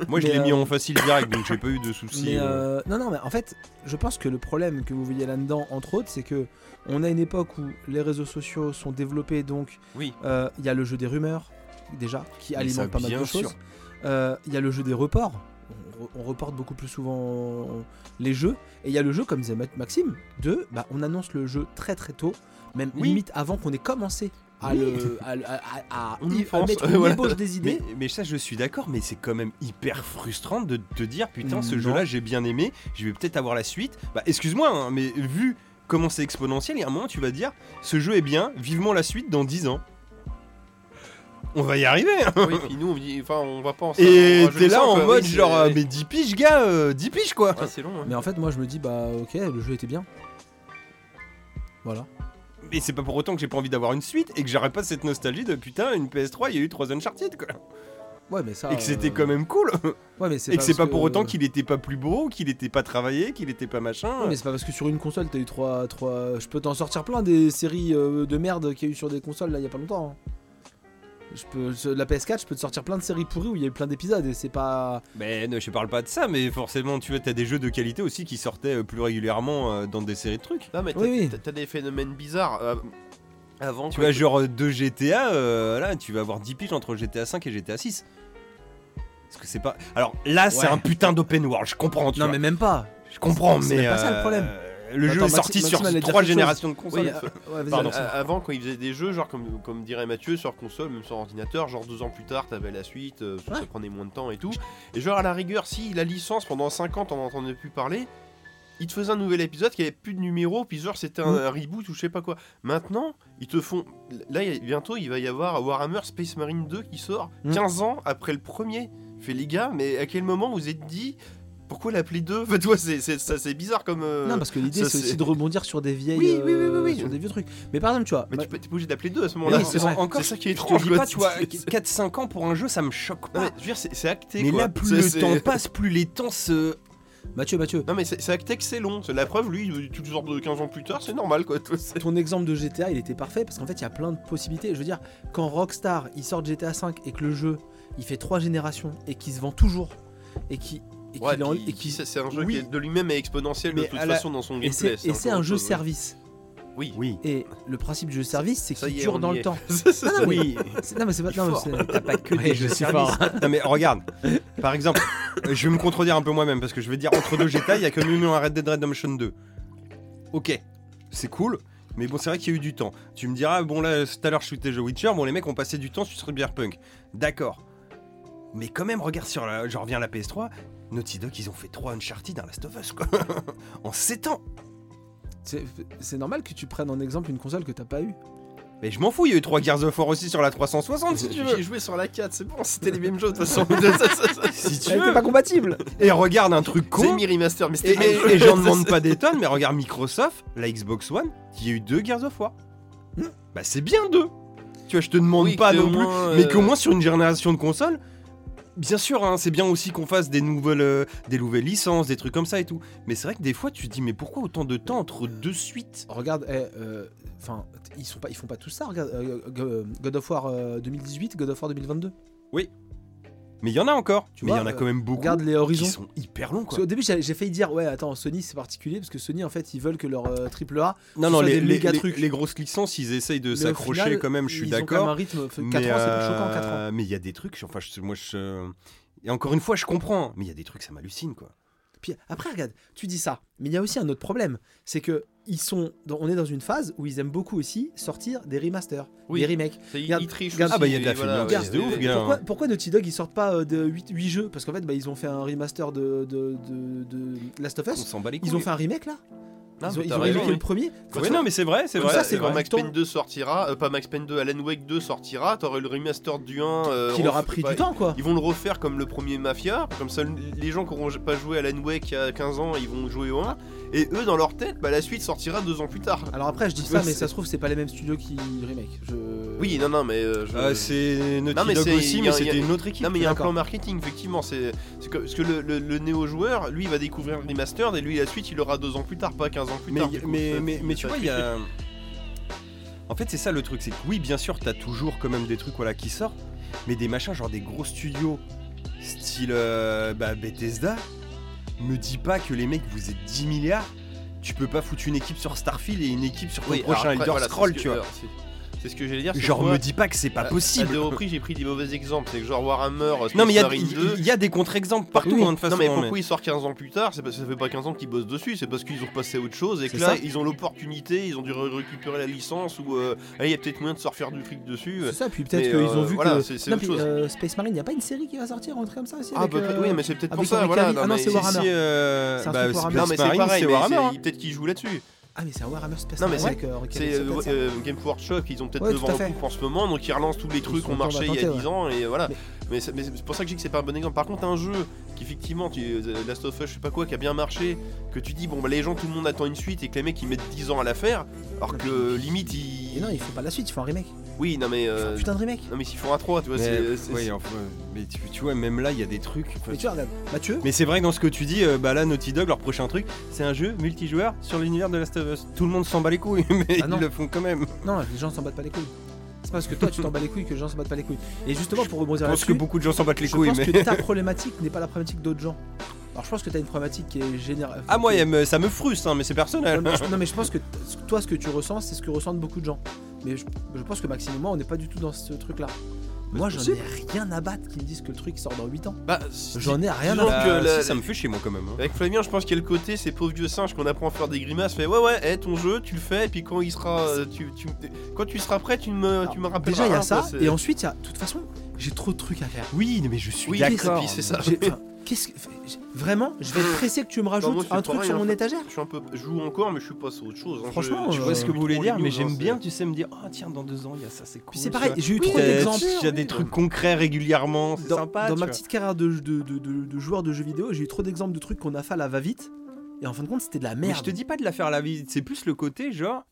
A: Moi je
B: mais,
A: l'ai mis
B: euh,
A: en facile direct, donc j'ai pas eu de soucis.
B: Mais,
A: euh.
B: euh, Non, non, mais en fait, je pense que le problème que vous voyez là-dedans, entre autres, c'est que on a une époque où les réseaux sociaux sont développés, donc
A: Oui.
B: euh, il y a le jeu des rumeurs déjà qui
A: Mais ça,
B: alimente pas mal
A: bien
B: de choses.
A: sûr.
B: Euh, Il y a le jeu des reports. On, re- on reporte beaucoup plus souvent les jeux. Et il y a le jeu, comme disait Ma- Maxime, de bah, on annonce le jeu très très tôt, même
A: Oui.
B: limite avant qu'on ait commencé à,
A: Oui.
B: le,
A: <laughs>
B: à, à- à-
C: On y
B: à
C: pense.
B: mettre
C: Voilà.
B: l'ébauche des idées.
A: Mais, mais ça, je suis d'accord, mais c'est quand même hyper frustrant de te dire putain, ce
B: Non.
A: jeu-là, j'ai bien aimé, je vais peut-être avoir la suite. Bah, excuse-moi, hein, mais vu comment c'est exponentiel, il y a un moment, tu vas dire ce jeu est bien, vivement la suite dans 10 ans. On va y arriver. hein.
C: Oui, puis nous, on, dit, enfin, on va pas en
A: Et
C: on- je
A: t'es
C: le
A: là
C: sens,
A: en
C: quoi,
A: mode
C: oui,
A: genre,
C: c'est-
A: euh, mais 10 piges, gars, euh, 10 piges quoi.
C: Ouais, c'est long. hein.
B: Mais en fait, moi, je me dis, bah ok, le jeu était bien. Voilà.
A: Mais c'est pas pour autant que j'ai pas envie d'avoir une suite et que j'aurais pas cette nostalgie de putain, une PS3, il y a eu 3 Uncharted quoi.
B: Ouais, mais ça.
A: Et que c'était
B: euh,
A: quand même cool.
B: Ouais, mais c'est
A: Et que c'est
B: parce
A: pas pour autant qu'il était pas plus beau, qu'il était pas travaillé, qu'il était pas machin.
B: Ouais, mais c'est pas parce que sur une console t'as eu trois, trois. Je peux t'en sortir plein des séries euh, de merde qu'il y a eu sur des consoles là il y a pas longtemps. hein. Je peux, sur la PS4, je peux te sortir plein de séries pourries où il y a eu plein d'épisodes et c'est pas.
A: Mais ne, je parle pas de ça, mais forcément, tu vois, t'as des jeux de qualité aussi qui sortaient euh, plus régulièrement euh, dans des séries de trucs.
C: Non, mais t'as
B: Oui, oui.
C: t'as- t'as des phénomènes bizarres. euh, avant,
A: Tu
C: quand-
A: vois, genre euh, deux GTA, euh, là, tu vas avoir 10 piges entre GTA 5 et GTA 6. Parce que c'est pas. Alors là, c'est
B: Ouais.
A: un putain d'open world, je comprends, tu
B: non,
A: vois.
B: mais même pas.
A: Je comprends,
B: c'est
A: mais.
B: pas ça, le problème.
A: euh, Le jeu
B: Attends,
A: est sorti
B: Maxi-
A: sur
B: Maxime allait dire
A: trois
B: quelque chose.
A: générations de consoles.
B: Oui, euh, ouais, vas-y,
C: Pardon,
B: Alex.
C: a- avant quand ils faisaient des jeux, genre comme, comme dirait Mathieu, sur console, même sur ordinateur, genre deux ans plus tard, t'avais la suite, euh, ça
B: Ouais.
C: prenait moins de temps et tout. Et genre à la rigueur, si la licence pendant 5 ans, t'en entendais plus parler, ils te faisaient un nouvel épisode qui avait plus de numéros, puis genre c'était un,
B: Mm.
C: un reboot ou je sais pas quoi. Maintenant, ils te font. Là, il y a- bientôt, il va y avoir Warhammer Space Marine 2 qui sort
B: Mm.
C: 15 ans après le premier. Fait les gars, mais à quel moment vous êtes dit. Pourquoi l'appeler 2 <laughs> Enfin, toi, c'est c'est- ça, c'est bizarre comme. euh,
B: Non, parce que l'idée
C: ça,
B: c'est
C: c'est-
B: aussi de rebondir sur des vieilles.
C: Oui, oui, oui, oui,
B: euh,
C: oui.
B: Sur des vieux trucs. Mais par exemple, tu vois.
C: Mais
B: ma-
C: tu peux t'es pas obligé d'appeler deux à ce
A: Mais
C: moment-là.
A: oui, c'est vrai. Encore,
C: C'est ça qui est
A: je
C: étrange.
A: te dis
C: quoi.
A: pas, tu vois,
C: C'est-
A: 4-5 ans pour un jeu, ça me choque pas.
C: Non, mais, je veux dire, c'est c'est acté.
A: Ah. mais
C: quoi.
A: là, plus
C: C'est-
A: le
C: c'est-
A: temps passe, plus les temps se.
B: Mathieu, Mathieu,
C: Non, mais c'est c'est acté que c'est long. C'est La preuve, lui, tu sors de 15 ans plus tard, c'est normal quoi. Toi, c'est-
B: ton exemple de GTA, il était parfait parce qu'en fait, il y a plein de possibilités. Je veux dire, quand Rockstar il sort de GTA 5 et que le jeu il fait trois générations et qu'il se vend toujours et qui et
C: Ouais,
B: qu'il est en-
C: puis-
B: et qu'il-
C: c'est c'est un jeu
B: oui.
C: qui est de lui-même est exponentiel de
A: Mais
C: toute
A: à la-
C: façon dans son
B: et
C: gameplay.
B: c'est et c'est un
C: encore
B: jeu
C: autre chose,
B: service.
C: Oui.
A: Oui.
B: Et le principe du jeu service, c'est
C: Ça
B: qu'il
C: y est, on
B: dure dans
C: y
B: le
C: est.
B: temps.
C: <laughs> C'est- c'est-
B: Non, non, mais-
A: Oui.
B: c'est- Non mais c'est pas.
C: Il est
B: Non, mais
C: fort.
B: c'est-
A: T'as pas que
B: <laughs> Ouais,
A: des
B: je
A: jeux
B: suis
A: service.
B: fort.
A: Non mais regarde, par exemple, euh, je vais me contredire un peu moi-même parce que je vais dire entre deux GTA, il y a quand même eu un Red Dead Redemption 2. Ok, c'est cool, mais bon c'est vrai qu'il y a eu du temps. Tu me diras, bon là tout à l'heure je shootais The Witcher, bon les mecs ont passé du temps sur Cyberpunk. D'accord. Mais quand même, regarde sur la... Je reviens à la PS3, Naughty Dog ils ont fait 3 Uncharted, un Last of Us quoi. <laughs> en 7 ans.
B: c'est- c'est normal que tu prennes en exemple une console que t'as pas eu.
A: Mais je m'en fous, il y a eu 3 Gears of War aussi sur la 360 <laughs> si tu veux.
C: J'ai joué sur la 4, c'est bon, c'était les mêmes jeux de toute façon. Ça- ça-
A: <laughs>
C: ça-
A: Si tu
B: Elle était
A: veux.
B: pas
C: <laughs>
B: compatible.
A: Et regarde un truc con.
C: C'est mi remaster, mais
A: Et,
C: c'était les
A: et,
C: mêmes <laughs> jeux.
A: et j'en
B: <laughs>
A: demande pas des tonnes, mais regarde Microsoft, la Xbox One, qui a eu deux Gears of War.
B: Hmm.
A: Bah c'est bien deux. Tu vois, je te demande
C: Oui,
A: pas
C: que
A: non
C: au
A: plus,
C: moins,
A: mais
C: euh,
A: qu'au moins sur une génération de consoles, bien sûr, hein, c'est bien aussi qu'on fasse des nouvelles, euh, des nouvelles licences, des trucs comme ça et tout. Mais c'est vrai que des fois, tu te dis, mais pourquoi autant de temps entre deux suites
B: Regarde, eh, euh, enfin, t- ils sont pas, ils font pas tout ça. Regarde, euh, Go- God of War euh, 2018, God of War 2022.
A: Mais il y en a encore.
B: Tu
A: mais il y
B: vois,
A: en a
B: euh,
A: quand même beaucoup
B: Regarde les
A: qui
B: horizons.
A: sont hyper longs
B: Parce
A: quoi.
B: qu'au début, j'ai j'ai failli dire, ouais, attends, Sony c'est particulier parce que Sony en fait ils veulent que leur euh, triple A.
A: Non,
B: ce
A: non,
B: soit
A: les,
B: des
A: les-
B: méga
A: les-
B: trucs.
A: les grosses licences, ils essayent de
B: mais au
A: s'accrocher
B: final,
A: quand même, je suis
B: ils ont quand
A: d'accord.
B: même Un rythme, 4 ans,
A: Mais,
B: c'est plus choquant,
A: euh,
B: 4 ans.
A: Mais il y a des trucs, je- enfin, je- moi, je. Et encore une fois, je comprends, mais il y a des trucs, ça m'hallucine, quoi.
B: Puis après, regarde, tu dis ça, mais il y a aussi un autre problème, c'est que ils sont, dans- on est dans une phase où ils aiment beaucoup aussi sortir des remasters,
C: Oui.
B: des remakes.
C: c'est-
B: regarde-
C: ils trichent
B: regarde-
C: aussi,
A: Ah bah, il y a de la
C: et voilà,
A: filmographie
C: ouais,
A: de ouf,
C: ouais.
A: gars.
B: Pourquoi, pourquoi Naughty Dog ils sortent pas euh, de 8, jeux Parce qu'en fait, bah, ils ont fait un remaster de, de, de- de Last of
C: Ah,
A: On
B: Us.
A: s'en bat les couilles.
B: Ils ont fait un remake là
C: Non,
B: Ils ont,
C: mais
B: ils
C: t'as
B: ont
C: raison,
B: remake
C: oui.
B: le premier
A: Ouais, non, mais c'est vrai, c'est
C: Comme
A: vrai.
B: ça,
A: c'est
B: c'est
A: vrai.
C: quand Max
B: Tant-
C: Payne 2 sortira, euh, pas Max Payne 2, Alan Wake 2 sortira, t'aurais le remaster du 1. euh,
B: qui leur a
C: refait-
B: pris
C: bah,
B: du temps quoi.
C: Ils vont le refaire comme le premier Mafia, comme ça les gens qui auront pas joué à Alan Wake il y a 15 ans, ils vont jouer au 1, et eux dans leur tête, bah, la suite sortira deux ans plus tard.
B: Alors après, je dis
C: Ouais,
B: ça, mais
C: c'est-
B: ça se trouve, c'est pas les mêmes studios qui remake. Je...
C: Oui, non, non, mais euh, je...
A: Euh, c'est Naughty
C: Non, mais
A: Dog
C: c'est-
A: aussi,
C: y a-
A: mais
C: y a-
A: c'était une autre équipe.
C: Non mais il y a un
B: D'accord.
C: plan marketing effectivement c'est c'est que- parce que le, le, le néo joueur lui il va découvrir le remastered et lui la suite il aura deux ans plus tard pas 15 ans plus
A: mais,
C: tard
A: mais,
C: du coup,
A: mais,
C: ça-
A: mais- mais tu
C: ça
A: vois, il y a. En fait, c'est ça le truc, c'est que oui, bien sûr, t'as toujours quand même des trucs voilà, qui sortent, mais des machins, genre des gros studios, style euh, bah, Bethesda, me dis pas que les mecs, vous êtes 10 milliards, tu peux pas foutre une équipe sur Starfield et une équipe sur ton
C: Oui, alors
A: prochain
C: après,
A: Elder
C: voilà, c'est
A: Scroll,
C: ce que-
A: tu vois.
C: alors, c'est- C'est ce que j'allais dire. c'est Bah,
A: Genre,
C: que
A: me
C: moi,
A: dis pas que c'est pas
C: à- Euh, À
A: possible.
C: deux reprises, j'ai pris des mauvais exemples. C'est que genre Warhammer, euh, Space
A: Non, mais il y a-
C: Marine 2.
A: il y, a des contre-exemples partout,
B: Oui.
A: hein, de toute façon.
C: Bah, Non mais
A: hein,
C: pourquoi
A: mais-
C: ils sortent 15 ans plus tard C'est parce que ça fait pas 15 ans qu'ils bossent dessus, c'est parce qu'ils ont passé à autre chose et
B: C'est
C: que là
B: ça.
C: ils ont l'opportunité, ils ont dû re- récupérer la licence ou euh, allez, il y a peut-être moyen de se refaire du fric dessus.
B: C'est ça, puis peut-être
C: Mais,
B: qu'ils ont
C: euh,
B: vu
C: voilà,
B: que.
C: c'est- c'est
B: Non,
C: autre
B: puis,
C: chose.
B: euh, Space Marine, y a pas une série qui va sortir, un truc comme ça aussi
C: Ah
B: avec,
C: bah,
B: euh,
C: oui mais c'est peut-être pour
B: avec
C: ça,
B: Henri
C: voilà.
B: Cavill. Ah non, c'est
C: mais-
B: Warhammer.
A: Si, euh,
B: C'est un
A: bah,
B: truc Warhammer.
C: Non
A: Space
C: mais c'est
A: Marine,
C: pareil,
A: c'est
C: mais
A: Warhammer. hein.
C: c'est- peut-être qu'ils jouent là-dessus.
B: Ah, mais c'est un Warhammer Space
C: Non, mais
B: Marine. ouais, que- que-
C: C'est
B: ça
C: euh,
B: peut être ça.
C: euh, Game Workshop, ils ont peut-être
B: Ouais,
C: le vent
B: tout à
C: au
B: fait.
C: couple en ce moment, donc ils relancent tous les trucs qui
B: sont
C: ont
B: en train
C: marché il y a
B: d'attenter,
C: 10 ans, et voilà.
B: Mais-
C: Mais, c'est- mais c'est pour ça que je dis que c'est pas un bon exemple. Par contre, un jeu qui, effectivement, tu, euh, Last of Us, je sais pas quoi, qui a bien marché, que tu dis, bon, bah, les gens, tout le monde attend une suite, et que les mecs, ils mettent 10 ans à la faire, alors que limite,
B: Et
C: ils.
B: non, ils font pas la suite, ils font un remake.
C: Oui, non mais. euh,
B: Putain de remake.
C: non mais s'ils font un 3, tu vois,
A: Mais,
C: c'est. c'est-
A: ouais, enfin, mais tu, tu vois, même là, il y a des trucs. enfin,
B: Mais tu regardes, Mathieu,
A: Mais c'est vrai que dans ce que tu dis, euh, bah là, Naughty Dog, leur prochain truc, c'est un jeu multijoueur sur l'univers de Last of Us. Tout le monde s'en bat les couilles, <laughs> mais
B: Ah non.
A: ils le font quand même.
B: non, les gens s'en battent pas les couilles. C'est parce que toi tu t'en bats les couilles que les gens s'en battent pas les couilles. Et justement pour rebondir
A: Je pense que
B: là-dessus,
A: beaucoup de gens s'en battent les
B: je
A: couilles,
B: pense
A: mais.
B: que ta problématique n'est pas la problématique d'autres gens. Alors je pense que t'as une problématique qui est générale.
A: Ah, moi, il y a me- ça me frustre, hein, mais c'est personnel.
B: Non
A: <laughs>
B: mais, je, non, mais je pense que t- toi, ce que tu ressens, c'est ce que ressentent beaucoup de gens. Mais je, je pense que Maxime et moi, on n'est pas du tout dans ce truc-là. Moi, j'en ai rien à battre qu'ils me disent que le truc sort dans 8 ans.
C: Bah,
B: J'en ai rien à
C: disons
B: battre.
A: Bah,
C: que la-
A: si, ça me fait chez moi quand même. hein.
C: Avec Flavien, je pense qu'il y a le côté, ces pauvres vieux singes qu'on apprend à faire des grimaces, fait ouais ouais, eh, ton jeu, tu le fais, et puis quand il sera, euh, tu, tu- quand tu seras prêt, tu me, tu me
B: Alors,
C: rappelles.
B: Déjà, il y a ça. Et ensuite, il y a. De toute façon, j'ai trop de trucs à faire.
A: Oui, mais je suis
C: Oui,
A: d'accord.
C: et puis c'est ça.
B: J'ai- enfin, Qu'est-ce que. j'ai- Vraiment,
A: <laughs>
B: je vais être pressé que tu me rajoutes
C: moi, c'est
B: un truc
C: pareil,
B: sur
C: hein.
B: mon étagère.
C: Je suis un peu, je joue encore, mais je suis pas sur autre chose. hein.
B: Franchement,
C: Je-
A: Je
C: je
A: vois
B: Euh,
A: ce que vous voulez
C: trop
A: dire, mais
C: news, hein,
A: j'aime
C: c'est-
A: bien, tu sais, me dire, oh tiens, dans deux ans, il y a ça, c'est cool.
B: Puis c'est pareil,
A: tu
B: j'ai eu
A: vois.
B: trop
A: T'as-
B: d'exemples.
A: Il y a des trucs concrets régulièrement, c'est
B: Dans,
A: sympa.
B: dans
A: tu
B: ma
A: vois.
B: petite carrière de, de, de- de- de joueur de jeux vidéo, j'ai eu trop d'exemples de trucs qu'on a fait à la va-vite. Et en fin de compte, c'était de la
A: Mais
B: merde.
A: je te dis pas de la faire à la visite, c'est plus le côté genre,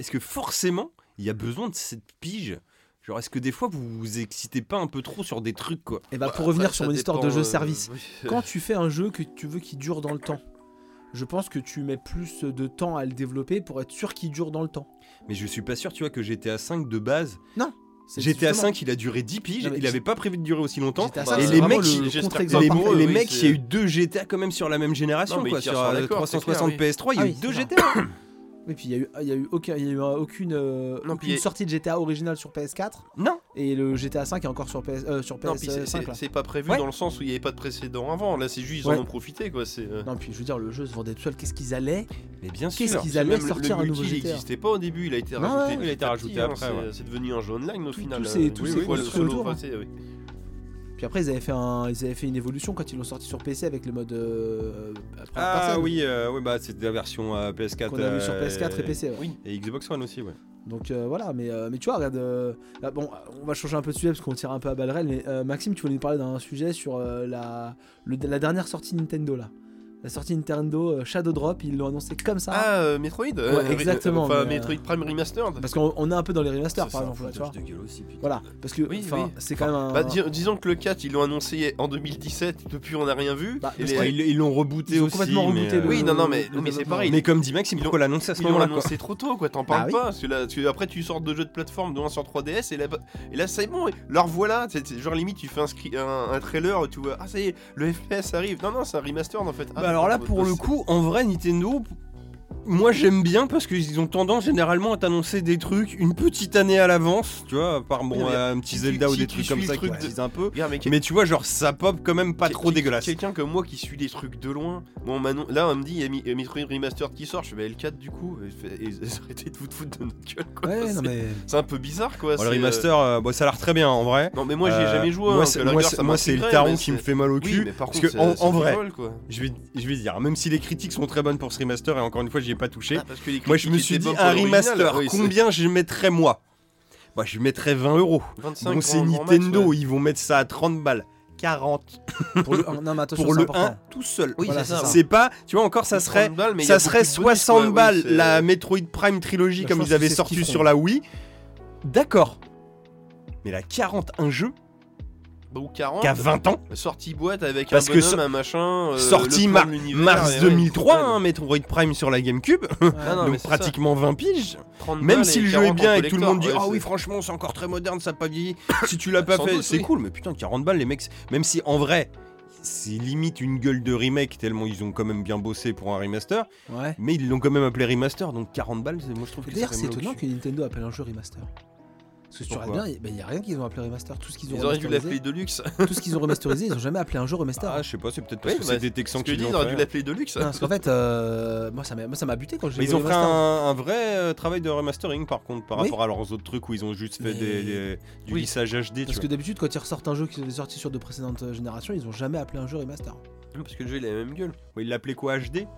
A: est-ce que forcément il y a besoin de cette pige Genre, est-ce que des fois vous vous excitez pas un peu trop sur des trucs quoi
B: Et bah, pour
C: Bah,
B: revenir
C: ça
B: sur mon
C: dépend,
B: histoire de jeu
C: euh,
B: service.
C: oui.
B: quand tu fais un jeu que tu veux qui dure dans le temps, je pense que tu mets plus de temps à le développer pour être sûr qu'il dure dans le temps.
A: Mais je suis pas sûr, tu vois, que GTA 5 de base,
B: C'est
A: GTA
B: justement-
A: 5 il a duré 10 piges,
B: Non, mais
A: il avait pas prévu de durer aussi longtemps.
B: GTA
C: Bah,
B: V,
A: et
B: c'est
A: les
B: vraiment
A: mecs,
B: le
C: j'espère
B: contre-exemple
A: les
C: que-
B: parfait.
C: oui,
A: les
C: c'est-
A: mecs, il y a eu deux GTA quand même sur la même génération,
C: Non, mais
A: quoi.
C: ils tirent
A: Sur
C: sur
A: euh,
C: la corde, c'est
A: 360
C: clair, oui.
A: PS3, il y a
B: Ah
A: eu
B: oui,
A: deux
B: c'est
A: GTA.
B: Et puis il y a eu, il y a eu aucun, il y a eu aucune, euh,
C: Non,
B: aucune
C: puis il y a-
B: sortie de GTA original sur PS4
A: non
B: et le GTA 5 est encore sur PS euh, sur
C: Non, puis c'est-
B: PS5
C: c'est
B: là.
C: c'est pas prévu
A: Ouais.
C: dans le sens où il n'y avait pas de précédent avant. Là, c'est juste ils
B: Ouais.
C: en ont profité quoi. C'est euh,
B: Non puis je veux dire le jeu se vendait tout seul. Qu'est-ce qu'ils allaient
A: Mais bien
B: Qu'est-ce
A: sûr
B: qu'ils allaient
C: même le-
B: sortir
C: le
B: un nouveau
C: multi, il
B: GTA
C: n'existait pas au début. Il a été
B: Non,
C: rajouté.
B: ouais,
A: il a été
C: petit à petit,
A: rajouté
C: hein,
A: après,
C: c'est-
A: ouais.
C: C'est devenu un jeu online au
B: Tout-
C: final.
B: tout s'est-
C: euh,
B: tout
C: oui,
B: s'est
C: oui, le
B: construit
C: solo,
B: autour,
C: enfin, c'est- oui.
B: Puis après ils avaient fait un, ils avaient fait une évolution quand ils l'ont sorti sur PC avec le mode euh, à première
A: Ah
B: personne
A: oui, euh, ouais, bah c'était la version euh, PS4.
B: qu'on a vu sur
A: euh,
B: PS4 et PC. ouais.
A: Et Xbox One aussi, ouais.
B: Donc euh, voilà, mais, euh, mais tu vois, regarde, euh, là, bon, on va changer un peu de sujet parce qu'on tire un peu à balles réelles, mais euh, Maxime, tu voulais nous parler d'un sujet sur euh, la, le- la dernière sortie Nintendo là. La sortie Nintendo euh, Shadow Drop, ils l'ont annoncé comme ça.
C: Ah, euh, Metroid euh,
B: Ouais, exactement,
C: Enfin,
B: mais, euh,
C: Metroid Prime Remastered
B: parce qu'on on est un peu dans les remasters
A: C'est
B: par
A: ça,
B: exemple, tu vois.
A: foutage de gueule aussi, putain.
B: Voilà, parce que
C: Oui,
B: enfin,
C: oui.
B: c'est quand même un.
C: Bah, dis- disons que le 4, ils l'ont annoncé en 2017, depuis on n'a rien vu.
B: Bah,
C: Et
B: parce
C: les-
A: Ouais, ils ils l'ont rebooté
B: ils ont
A: aussi.
B: complètement
A: mais,
B: rebooté
A: euh,
B: le-
C: Oui, non, non, mais-
B: le
C: mais c'est
B: développement.
C: pareil.
A: Mais comme dit Maxime,
C: Ils
A: pourquoi l'annoncer à ce
C: Ils l'ont
A: moment-là quoi
C: annoncé trop tôt, quoi, t'en parles
B: Bah oui.
C: pas. Parce que là, parce que après, tu sors de jeux de plateforme, de 1 sur 3DS, et là, bah, et là c'est bon, et leur voilà. c'est- c'est genre limite, tu fais un, scri- un, un trailer, tu vois, ah ça y est, le FPS arrive. Non, non, c'est un remaster en fait. Ah,
A: Bah alors là,
C: bah,
A: pour
C: bah,
A: le
C: c'est-
A: coup, en vrai, Nintendo, p- moi j'aime bien parce qu'ils ont tendance généralement à t'annoncer des trucs une petite année à l'avance, tu vois, par
C: Oui,
A: bon,
C: mais
A: un petit
C: si
A: Zelda
C: tu-
A: ou
C: si
A: des
C: tu
A: trucs
C: suis
A: comme
C: le
A: ça qui
C: truc de-
A: teasent un peu.
C: Regarde, mec,
A: Mais tu vois, genre ça pop quand même pas
C: quel-
A: trop
C: quel-
A: dégueulasse.
C: Quelqu'un comme moi qui suit les trucs de loin, moi, on m'annon- là on me dit il y a Mi- il y a Metroid Remastered qui sort, je fais bah, L4 du coup, et, je fais- et- <laughs> et arrêtez de vous foutre de notre gueule quoi.
B: Ouais,
C: c'est
B: non,
A: <laughs>
B: mais.
C: c'est un peu bizarre quoi.
A: Oh,
C: c'est,
A: le
C: euh,
A: remaster, euh, bon, ça a l'air très bien en vrai.
C: Non mais moi j'ai
A: Euh,
C: jamais joué.
A: Moi,
C: hein,
A: c'est-
C: que la
A: moi,
C: gueule,
A: c'est-
C: ça
A: moi, c'est le
C: m'intéresserait,
A: taron
C: mais
A: qui me
C: c'est-
A: fait mal au
C: Oui,
A: cul.
C: mais par
A: parce
C: contre,
A: que en,
C: ça-
A: en
C: ça
A: vrai,
C: vole, quoi.
A: je vais, je vais dire, même si les critiques sont très bonnes pour ce remaster, et encore une fois, j'y ai pas touché,
C: Ah, parce que les
A: moi je me
C: critiques
A: suis
C: étaient
A: dit
C: bonnes pour
A: un
C: l'original,
A: remaster,
C: oui, c'est-
A: combien je mettrais moi Bah, je mettrais 20 euros.
C: 25
A: Bon, c'est
C: grand- grand
A: Nintendo,
C: max, ouais.
A: ils vont mettre ça à 30 balles. 40
B: Pour le, non, mais attention,
A: pour
B: c'est
A: le
B: important.
A: 1 tout seul.
C: Oui,
B: Voilà,
C: c'est ça.
A: C'est pas, tu vois, encore ça
C: 30
A: serait,
C: balles, mais il y
A: ça
C: a
A: serait
C: beaucoup de bonus,
A: 60
C: quoi, oui,
A: balles
C: c'est-
A: la Metroid Prime Trilogy
B: Bah, je
A: comme
B: pense
A: ils
B: que
A: avaient
B: c'est ce
A: sorti
B: qu'ils feront.
A: sur la Wii. D'accord. Mais la 40, un jeu
C: Bah, ou 40.
A: qui a 20 ans,
C: Sortie boîte avec
A: Parce
C: un
A: que
C: bonhomme,
A: so-
C: un machin. euh,
A: sorti
C: le
A: mar-
C: plan de l'univers, et
A: mars
C: ouais,
A: 2003,
C: ouais,
A: hein, Metroid Prime sur la GameCube,
B: Ouais.
C: non, mais
A: donc
C: c'est ça.
A: pratiquement 20 piges.
C: 30
A: Même
C: balles
A: si le jeu
C: 40
A: est bien
C: en
A: et que tout le
C: collector,
A: monde dit
C: ouais,
A: Ah
C: c'est-
A: oui, franchement, c'est encore très moderne, ça n'a pas
C: <coughs>
A: vieilli. si tu l'as pas
C: Sans
A: fait,
C: doute,
A: c'est
C: oui.
A: cool, mais putain, 40 balles, les mecs, même si en vrai, c'est limite une gueule de remake, tellement ils ont quand même bien bossé pour un remaster,
B: Ouais.
A: mais ils l'ont quand même appelé remaster, donc 40 balles, c'est- moi je trouve
B: Et
A: que
B: D'ailleurs,
A: ça fait
B: c'est
A: mal au
B: étonnant
A: cul.
B: que Nintendo appelle un jeu remaster. Parce que si tu regardes
A: Pourquoi
B: bien, il n'y a rien qu'ils ont appelé remaster. Tout ce qu'ils ont
C: Ils auraient dû
B: remasterisé-
C: l'appeler Deluxe.
B: tout ce qu'ils ont remasterisé, ils ont jamais appelé un jeu remaster.
A: Ah, je sais pas, c'est peut-être parce
C: Oui,
A: que
C: bah,
A: c'est des Texans
C: Ce que
A: qui
C: je dis,
A: l'ont
C: ils auraient dû
A: fait.
C: l'appeler Deluxe.
B: Non, parce qu'en fait, euh, moi ça m'a moi, ça m'a buté quand j'ai
A: Mais ils
B: vu
A: ont
B: le
A: fait un,
B: remaster.
A: un vrai euh, travail de remastering par contre par
B: Oui.
A: rapport à leurs autres trucs où ils ont juste fait
B: Mais-
A: des, des- du
C: Oui.
A: lissage HD. tu
B: Parce
A: vois.
B: que d'habitude, quand ils ressortent un jeu qui est sorti sur de précédentes générations, ils ont jamais appelé un jeu remaster.
C: Parce que le jeu il a la même gueule.
A: Ouais, ils l'appelaient quoi HD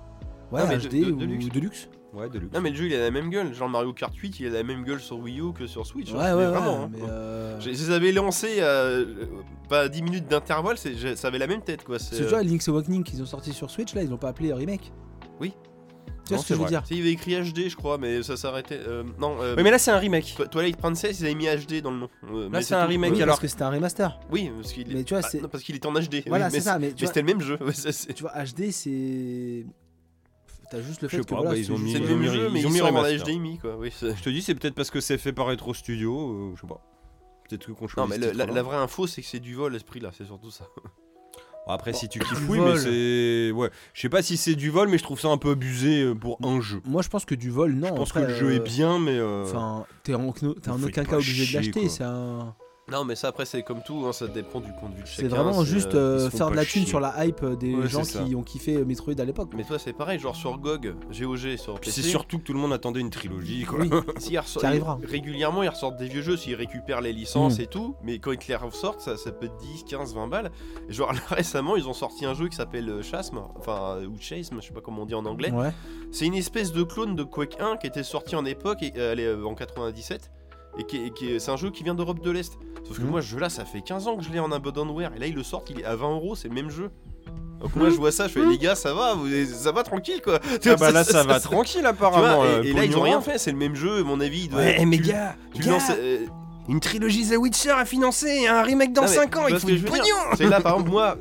B: Ouais,
C: Ah, mais
B: HD
C: de- de-
B: ou
C: Deluxe.
B: Deluxe.
A: Ouais, de luxe.
C: Non mais le jeu il a la même gueule. Genre Mario Kart 8 il a la même gueule sur Wii U que sur Switch.
B: Ouais,
C: hein.
B: ouais,
C: Mais
B: ouais.
C: vraiment, hein.
B: mais euh,
C: Je je les avais lancés euh, pas à 10 minutes d'intervalle, c'est- je- ça avait la même tête quoi.
B: parce
C: c'est,
B: que tu
C: euh,
B: vois, Link's Awakening qu'ils ont sorti sur Switch, là, ils l'ont pas appelé un remake.
C: Oui.
B: Tu
A: Non,
B: vois ce que
A: c'est
B: je veux
A: vrai.
B: dire
C: Tu sais, il y avait écrit HD, je crois, mais ça s'arrêtait. euh, non, euh,
A: Oui, mais là, c'est un remake.
C: Twi- Twilight Princess, ils avaient mis HD dans le nom. Euh, mais
A: c'est un
C: tout.
A: remake,
B: Oui,
A: Mais alors-
B: parce que c'était un remaster.
C: Oui, parce qu'il
B: Mais tu vois,
C: Ah,
B: c'est.
C: non, parce qu'il est en HD.
B: Voilà,
C: oui,
B: c'est
C: mais
B: ça, mais tu
C: Mais
B: vois,
C: c'était le même jeu. <laughs> ouais, ça, c'est-
B: tu vois, HD, c'est. T'as juste le
A: Je
B: fait
A: sais
B: que
A: pas,
B: voilà,
A: bah, ils
B: c'est
A: ont
B: juste-
A: mis-
C: C'est le
A: ont
C: même
A: mis-
C: jeu, mais
A: ils
C: ils
A: ont
C: ont
A: mis
C: mis en
A: remaster.
C: HDMI, quoi. Oui, c'est-
A: Je te dis, c'est peut-être parce que c'est fait par Retro Studio, euh, je sais pas. Peut-être que qu'on
C: non,
A: choisit
C: mais
A: ce
C: le- la,
A: titre-là.
C: la vraie info, c'est que c'est du vol à ce prix-là, c'est surtout ça.
A: Bon, Après, si tu kiffes,
B: du
A: oui, mais
B: vol.
A: c'est. Ouais. Je sais pas si c'est du vol, mais je trouve ça un peu abusé euh, pour un jeu.
B: Moi, je pense que du vol, non.
A: je pense que
B: après,
A: le jeu est
B: euh,
A: bien, mais. euh,
B: Enfin, t'es en, t'es en
A: Faut
B: aucun
A: pas
B: cas obligé de
A: chier,
B: l'acheter.
A: quoi.
B: C'est un.
C: Non, mais ça, après, c'est comme tout, hein, ça dépend du point de vue de
B: C'est
C: chacun.
B: vraiment
C: c'est,
B: juste
C: euh,
B: euh,
A: ils se font
B: faire de
A: pas
B: la thune
A: chier.
B: sur la hype euh, des
A: Ouais,
B: gens
A: c'est ça.
B: qui ont kiffé euh, Metroid à l'époque.
C: Mais toi, c'est pareil, genre sur GOG, GOG, sur
A: Puis
C: PC.
A: c'est surtout que tout le monde attendait une trilogie, quoi. <laughs>
B: Oui.
C: si ils ressortent-
B: Qui arrivera.
C: Régulièrement, ils ressortent des vieux jeux, s'ils récupèrent les licences
A: Hmm.
B: Mm.
C: et tout, mais quand ils te les ressortent, ça, ça peut être 10, 15, 20 balles. Et genre là, <laughs> récemment, ils ont sorti un jeu qui s'appelle euh, Chasm, enfin, euh, ou Chasm, je sais pas comment on dit en anglais.
B: Ouais.
C: C'est une espèce de clone de Quake 1 qui était sorti en époque, et, euh, allez, euh, en 97. Et qui, est- qui est- c'est un jeu qui vient d'Europe de l'Est. Sauf que
A: Hmm.
B: Mm.
C: moi, ce jeu-là, ça fait 15 ans que je l'ai en abandonware. Et là, ils le sortent, il est à 20 euros, c'est le même jeu. Donc moi, je vois ça, je fais, les gars, ça va, vous- ça va tranquille, quoi. Tu
A: Hmm. Ah
C: vois, <laughs>
A: bah là, ça va tranquille, apparemment.
C: tu vois,
A: euh,
C: et, et
A: pour
C: là, ils ont
A: Ignorant.
C: rien fait, c'est le même jeu, à mon avis. ils doivent-
A: Ouais, mais
C: tu-
A: gars,
C: tu
A: gars,
C: lances, euh,
A: une trilogie The Witcher à financer et un remake dans
C: Non, mais
A: 5 ans,
C: tu vois
A: il
C: ce
A: faut
C: que
A: du
C: je veux dire
A: pognon
C: c'est là, par exemple, moi.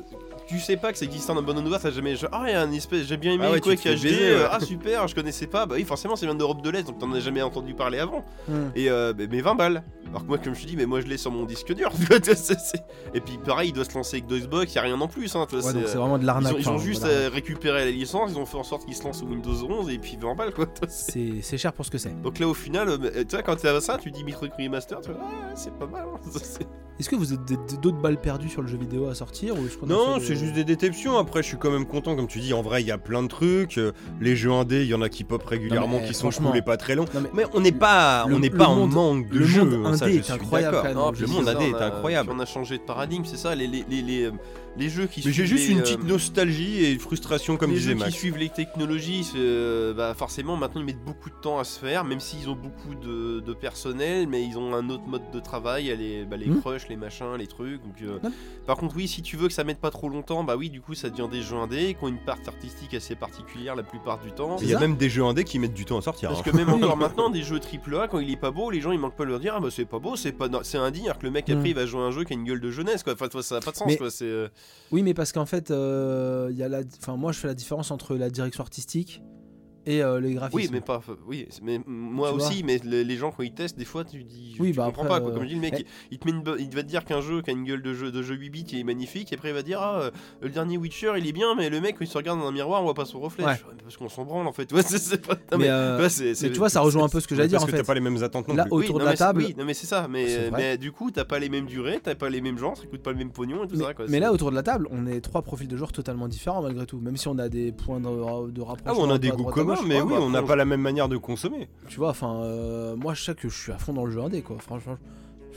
C: Tu sais pas que c'est existant dans Bonne ça jamais. genre, ah, il y a un espèce. J'ai bien aimé
A: Ah ouais, tu
C: Quake
A: te fais
C: HD.
A: baiser,
C: euh,
A: ouais.
C: Ah, super, je connaissais pas. Bah oui, forcément, c'est vient d'Europe de l'Est, donc t'en as jamais entendu parler avant.
B: Hmm.
C: Et euh, mais- mais 20 balles. Alors que moi, comme je te dis, mais moi je l'ai sur mon disque dur. <laughs> tu vois, tu vois, c'est- c'est- Et puis pareil, il doit se lancer avec deux Xbox, y a rien en plus. Hein, tu vois,
B: Ouais,
C: c'est,
B: donc c'est
C: euh,
B: vraiment de
C: ils ont,
B: l'arnaque.
C: ils ont
A: hein,
B: enfin,
C: juste
B: voilà.
C: euh, récupéré la licence, ils ont fait en sorte qu'ils se lancent sous Windows 11 et puis 20 balles quoi. tu vois, c'est-
B: C'est c'est cher pour ce que c'est.
C: Donc là au final, euh, mais, tu vois, quand t'es à ça, tu dis Metroid Remaster, tu vois, ah, c'est pas mal. hein, <laughs> ça, c'est-
B: Est-ce que vous avez des- d'autres balles perdues sur le jeu vidéo à sortir ou est-ce qu'on a
A: Non,
B: fait
A: c'est
B: le-
A: juste des déceptions. Après, je suis quand même content, comme tu dis. En vrai, il y a plein de trucs. Euh, Les jeux indés, il y en a qui pop régulièrement,
B: Non, mais,
A: qui sont
B: franchement.
A: cool et pas très longs.
B: Non, mais-
A: Mais on n'est pas,
B: Le-
A: on n'est
B: le
A: pas en
B: monde-
A: manque de
B: le
A: jeux.
B: monde
A: hein, ça,
B: indé
A: je
B: est
A: suis
B: incroyable,
A: d'accord.
B: quand même.
A: Non,
B: Non,
A: le
B: puis
A: monde
C: c'est
A: indé
C: ça,
A: est
C: on a-
A: incroyable.
C: puis On a changé de paradigme, c'est ça, les, les, les, les, euh, les jeux qui
A: Mais j'ai
C: suivent
A: juste
C: les,
A: une
C: euh,
A: petite nostalgie et une frustration, comme
C: les
A: disait
C: jeux qui
A: Max.
C: suivent les technologies, c'est, euh, bah forcément maintenant ils mettent beaucoup de temps à se faire, même s'ils ont beaucoup de, de personnel, mais ils ont un autre mode de travail, il y a les, bah, les
A: Hmm.
B: Mhm.
C: crushs, les machins, les trucs. donc, euh,
B: Non.
C: Par contre oui, si tu veux que ça mette pas trop longtemps, bah oui, du coup ça devient des jeux indés qui ont une part artistique assez particulière la plupart du temps.
A: Il y a
B: ça.
A: même des jeux indés qui mettent du temps à sortir.
C: Parce
A: hein.
C: que même encore maintenant, des jeux AAA, quand il est pas beau, les gens ils manquent pas de leur dire ah bah c'est pas beau, c'est pas non, c'est indie, alors que le mec
B: Mhm.
A: Hmm.
C: après il va jouer à un jeu qui a une gueule de jeunesse quoi. Enfin toi ça a pas de sens
B: Mais-
C: quoi. C'est euh,
B: Oui, mais parce qu'en fait, euh, il y a la... enfin, moi je fais la différence entre la direction artistique et euh, les graphismes.
C: Oui, mais pas. Oui, mais moi
B: Tu
C: aussi, mais le- les gens quand ils testent, des fois tu dis.
B: Oui,
C: tu
B: bah
C: comprends
B: après,
C: pas quoi.
B: euh,
C: Comme je dis, le mec,
B: eh.
C: il, il te met une bo- il va te dire qu'un jeu qui a une gueule de jeu, de jeu 8 bits, il est magnifique, et après il va dire Ah, euh, le dernier Witcher il est bien, mais le mec, quand il se regarde dans un miroir, on voit pas son reflet.
B: Ouais.
C: Je fais, Mais Parce qu'on s'en branle en fait. <laughs> Ouais, c'est- c'est pas. non,
B: Mais,
C: mais,
B: euh,
C: ouais, c'est- c'est-
B: mais tu vois, ça rejoint un peu ce que j'allais dire
A: Parce
B: en
A: que
B: fait.
A: t'as pas les mêmes attentes non
B: Là,
A: plus.
C: Oui,
B: autour
C: non,
B: de la
C: mais c'est-
B: table.
C: oui, non, mais c'est ça, mais, euh,
B: C'est vrai.
C: mais du coup, t'as pas les mêmes durées, t'as pas les mêmes genres, ça coûte pas le même pognon et tout
B: Mais,
C: ça. Quoi,
B: mais
C: c'est-
B: là, autour de la table, on est trois profils de joueurs totalement différents malgré tout. Même si on a des points de, ra- de
A: Ah,
B: rapprochement.
A: on
B: un
A: a
B: peu
A: des
B: à
A: goûts
B: droite, à
A: communs,
B: gauche,
A: mais
C: ouais,
A: oui,
C: bah,
A: on n'a
C: franchement.
A: pas la même manière de consommer.
B: Tu vois, enfin, euh, moi je sais que je suis à fond dans le jeu indé quoi. Franchement,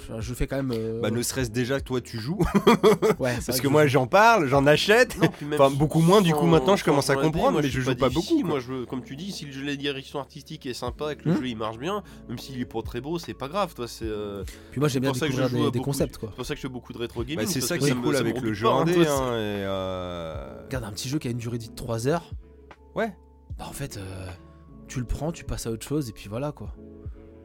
B: je, je fais quand même. euh,
A: Bah, ne serait-ce déjà que toi, tu joues.
B: ouais, c'est
A: <laughs> Parce
B: vrai
A: que moi,
B: je-
A: j'en parle, j'en achète. Bah,
C: Non, puis même
A: Enfin, beaucoup moins, du
C: sans-
A: coup, maintenant, je
C: sans
A: commence à
C: jouer indé,
A: comprendre,
C: moi,
A: mais je
C: suis
A: joue pas
C: difficile,
A: beaucoup, quoi.
C: Moi, je, comme tu dis, si le jeu, la direction artistique est sympa et que le
B: Hmm.
C: jeu il marche bien, même s'il est pas très beau, c'est pas grave, toi. C'est euh,
B: Puis moi j'aime bien
C: pour ça que je
B: découvrir
C: joue à
B: des, des
C: beaucoup
B: concepts quoi.
C: c'est pour ça que je fais beaucoup de rétro gaming.
A: Bah, c'est
C: parce
A: ça
C: que
A: qui est
C: me-
A: cool
C: ça me
A: avec le
C: rebute
A: jeu
C: pas, hein,
A: indé.
C: toi,
A: hein, et, euh,
B: Regarde un petit jeu qui a une durée de 3 heures.
A: Ouais.
B: Bah, en fait, euh, tu le prends, tu passes à autre chose et puis voilà quoi.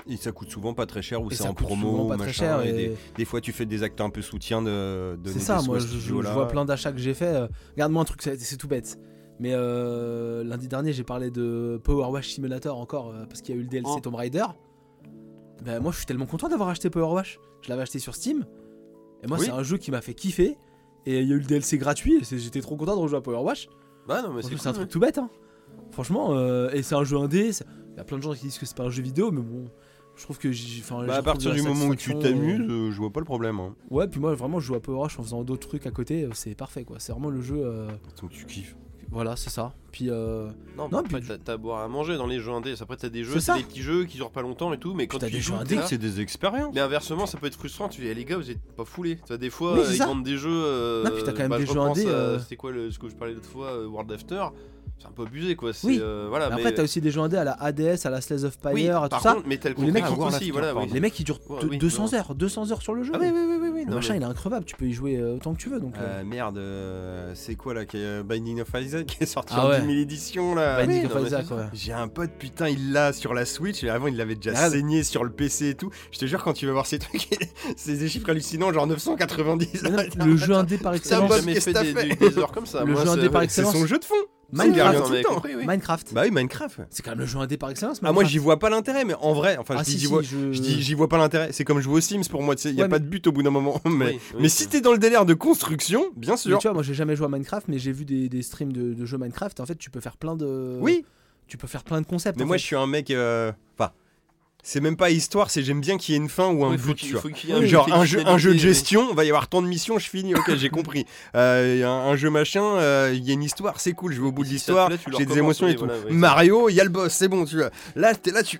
A: Et ça coûte souvent pas très cher ou
B: et
A: c'est en
B: coûte
A: promo
B: souvent
A: ou
B: pas
A: machin.
B: très cher.
A: et
B: et-
A: des, des fois, tu fais des actes un peu soutien de. de
B: C'est
A: des
B: ça,
A: sous
B: moi
A: à
B: je,
A: ce
B: je- je
A: studio-là.
B: vois plein d'achats que j'ai fait. euh, Regarde-moi un truc, c'est c'est tout bête. Mais euh, lundi dernier, j'ai parlé de Power Wash Simulator encore euh, parce qu'il y a eu le DLC
C: Oh.
B: Tomb Raider. Bah, moi je suis tellement content d'avoir acheté Power Wash. Je l'avais acheté sur Steam. Et moi,
A: Oui.
B: c'est un jeu qui m'a fait kiffer. Et il y a eu le DLC gratuit. et c'est- J'étais trop content de rejouer à Power Wash.
C: Bah non, mais c'est
B: Franchement, C'est
C: cool,
B: un truc tout bête, hein. Franchement, euh, et c'est un jeu indé. Il y a plein de gens qui disent que c'est pas un jeu vidéo, mais bon, je trouve que j'ai. enfin, j'y
A: Bah, à
B: retrouve
A: partir
B: de la
A: du moment où tu
B: satisfaction,
A: t'amuses,
B: euh,
A: euh, je vois pas le problème. hein.
B: Ouais, puis moi, vraiment, je joue à Power Rush en faisant d'autres trucs à côté, euh, c'est parfait, quoi. C'est vraiment le jeu. euh,
A: Donc, tu kiffes.
B: Voilà, c'est ça. Puis, euh,
C: Non,
B: Non,
C: mais après,
B: puis-
C: t'as- t'as à boire à manger dans les jeux indés. Après, t'as des jeux,
B: C'est
C: t'as
B: ça.
C: des petits jeux qui durent pas longtemps et tout, mais quand
B: t'as
C: tu
B: des
C: joues,
B: jeux
C: t'es
B: indés,
C: là.
A: C'est des expériences.
C: Mais inversement, ça peut être frustrant. Tu dis, eh, les gars, vous êtes pas foulés. Tu vois, des fois,
B: Oui,
C: euh,
B: c'est
C: ils
B: ça.
C: vendent des jeux. euh,
B: Non, puis t'as quand même
C: bah,
B: des
C: je
B: jeux
C: repense
B: indés,
C: à-
B: euh.
C: C'était quoi le- ce que je parlais l'autre fois, euh, World After C'est un peu abusé quoi. c'est,
B: Oui.
C: euh, voilà,
B: Mais
C: mais-
B: Après, t'as aussi des jeux indés à la ADS, à la Slays of Pyre,
C: oui,
B: à tout
C: par
B: ça.
C: contre, Metal
B: où les mecs
C: Complex
B: vont voir
C: aussi,
D: la
C: voilà.
D: fibre,
C: oui.
D: pardon.
B: Les mecs, ils durent
C: Ouais,
B: de-
C: oui,
B: 200
C: non.
B: heures, 200 heures sur le jeu.
C: Ah oui, oui, oui, oui, oui.
B: Le
C: non,
B: machin,
C: mais-
B: il est increvable, tu peux y jouer euh, autant que tu veux. Donc, euh,
A: Euh, merde, euh, c'est quoi là qui est- euh, Binding of Isaac qui est sorti
B: Ah
A: en
B: ouais.
A: 10 000 éditions là
B: Binding
C: Ah oui,
B: of
C: non, mais
B: Isaac,
C: c'est ça.
B: ouais.
A: J'ai un pote, putain, il l'a sur la Switch, et avant il l'avait déjà
B: Ah, mais-
A: saigné sur le PC et tout. Je te jure, quand tu vas voir ces trucs, <laughs> c'est des chiffres hallucinants, genre 990.
B: Mais
C: <laughs>
B: non, Le jeu indé par
C: J'ai
A: Putain,
B: excellence.
A: Bob,
C: jamais
A: qu'est-ce
C: fait
A: que
C: des,
A: t'as
C: des- des heures comme ça.
B: Le
C: Moi,
B: jeu
C: c'est-
B: indé par
A: <laughs> C'est
B: excellence.
A: son jeu de fond
C: c'est
A: Minecraft,
C: bien,
A: tout
C: on
A: le
C: avait
A: temps.
C: compris, oui.
B: Minecraft.
A: Bah oui, Minecraft.
B: C'est quand même le jeu indé par excellence.
A: Ah, moi
B: Minecraft.
A: j'y vois pas l'intérêt, mais en vrai, enfin
B: Ah,
A: je
B: si,
A: dis
B: si,
A: j'y vois,
B: je-
A: je dis j'y vois pas l'intérêt. C'est comme jouer au Sims pour moi, tu sais, y a
B: Ouais,
A: pas de but au bout d'un moment. <laughs> Mais,
C: Oui, oui,
A: mais
C: c'est-
A: si t'es dans le délire de construction, bien
B: Mais
A: sûr.
B: tu vois, moi j'ai jamais joué à Minecraft, mais j'ai vu des, des streams de, de jeux Minecraft. En fait, tu peux faire plein de.
A: oui,
C: euh,
B: Tu peux faire plein de concepts.
A: mais
B: en
A: moi
B: fait.
A: je suis un mec. euh, Enfin, c'est même pas histoire, c'est j'aime bien qu'il y ait une fin ou un
C: Ouais, faut
A: but,
C: qu'il-
A: tu vois.
C: faut qu'il y ait un-
A: Genre
C: une
A: un jeu, un jeu de
C: finalité,
A: gestion, va y avoir tant de missions, je finis, ok j'ai
C: <laughs>
A: compris. Euh, un, un jeu machin, euh, il y a une histoire, c'est cool, je vais au bout de
C: Si ça te
A: l'histoire,
C: plaît, tu le
A: j'ai des
C: recommences,
A: émotions
C: oui,
A: et tout.
C: voilà, oui.
A: Mario, il y a le boss, c'est bon, tu vois. Là, t'es là, tu.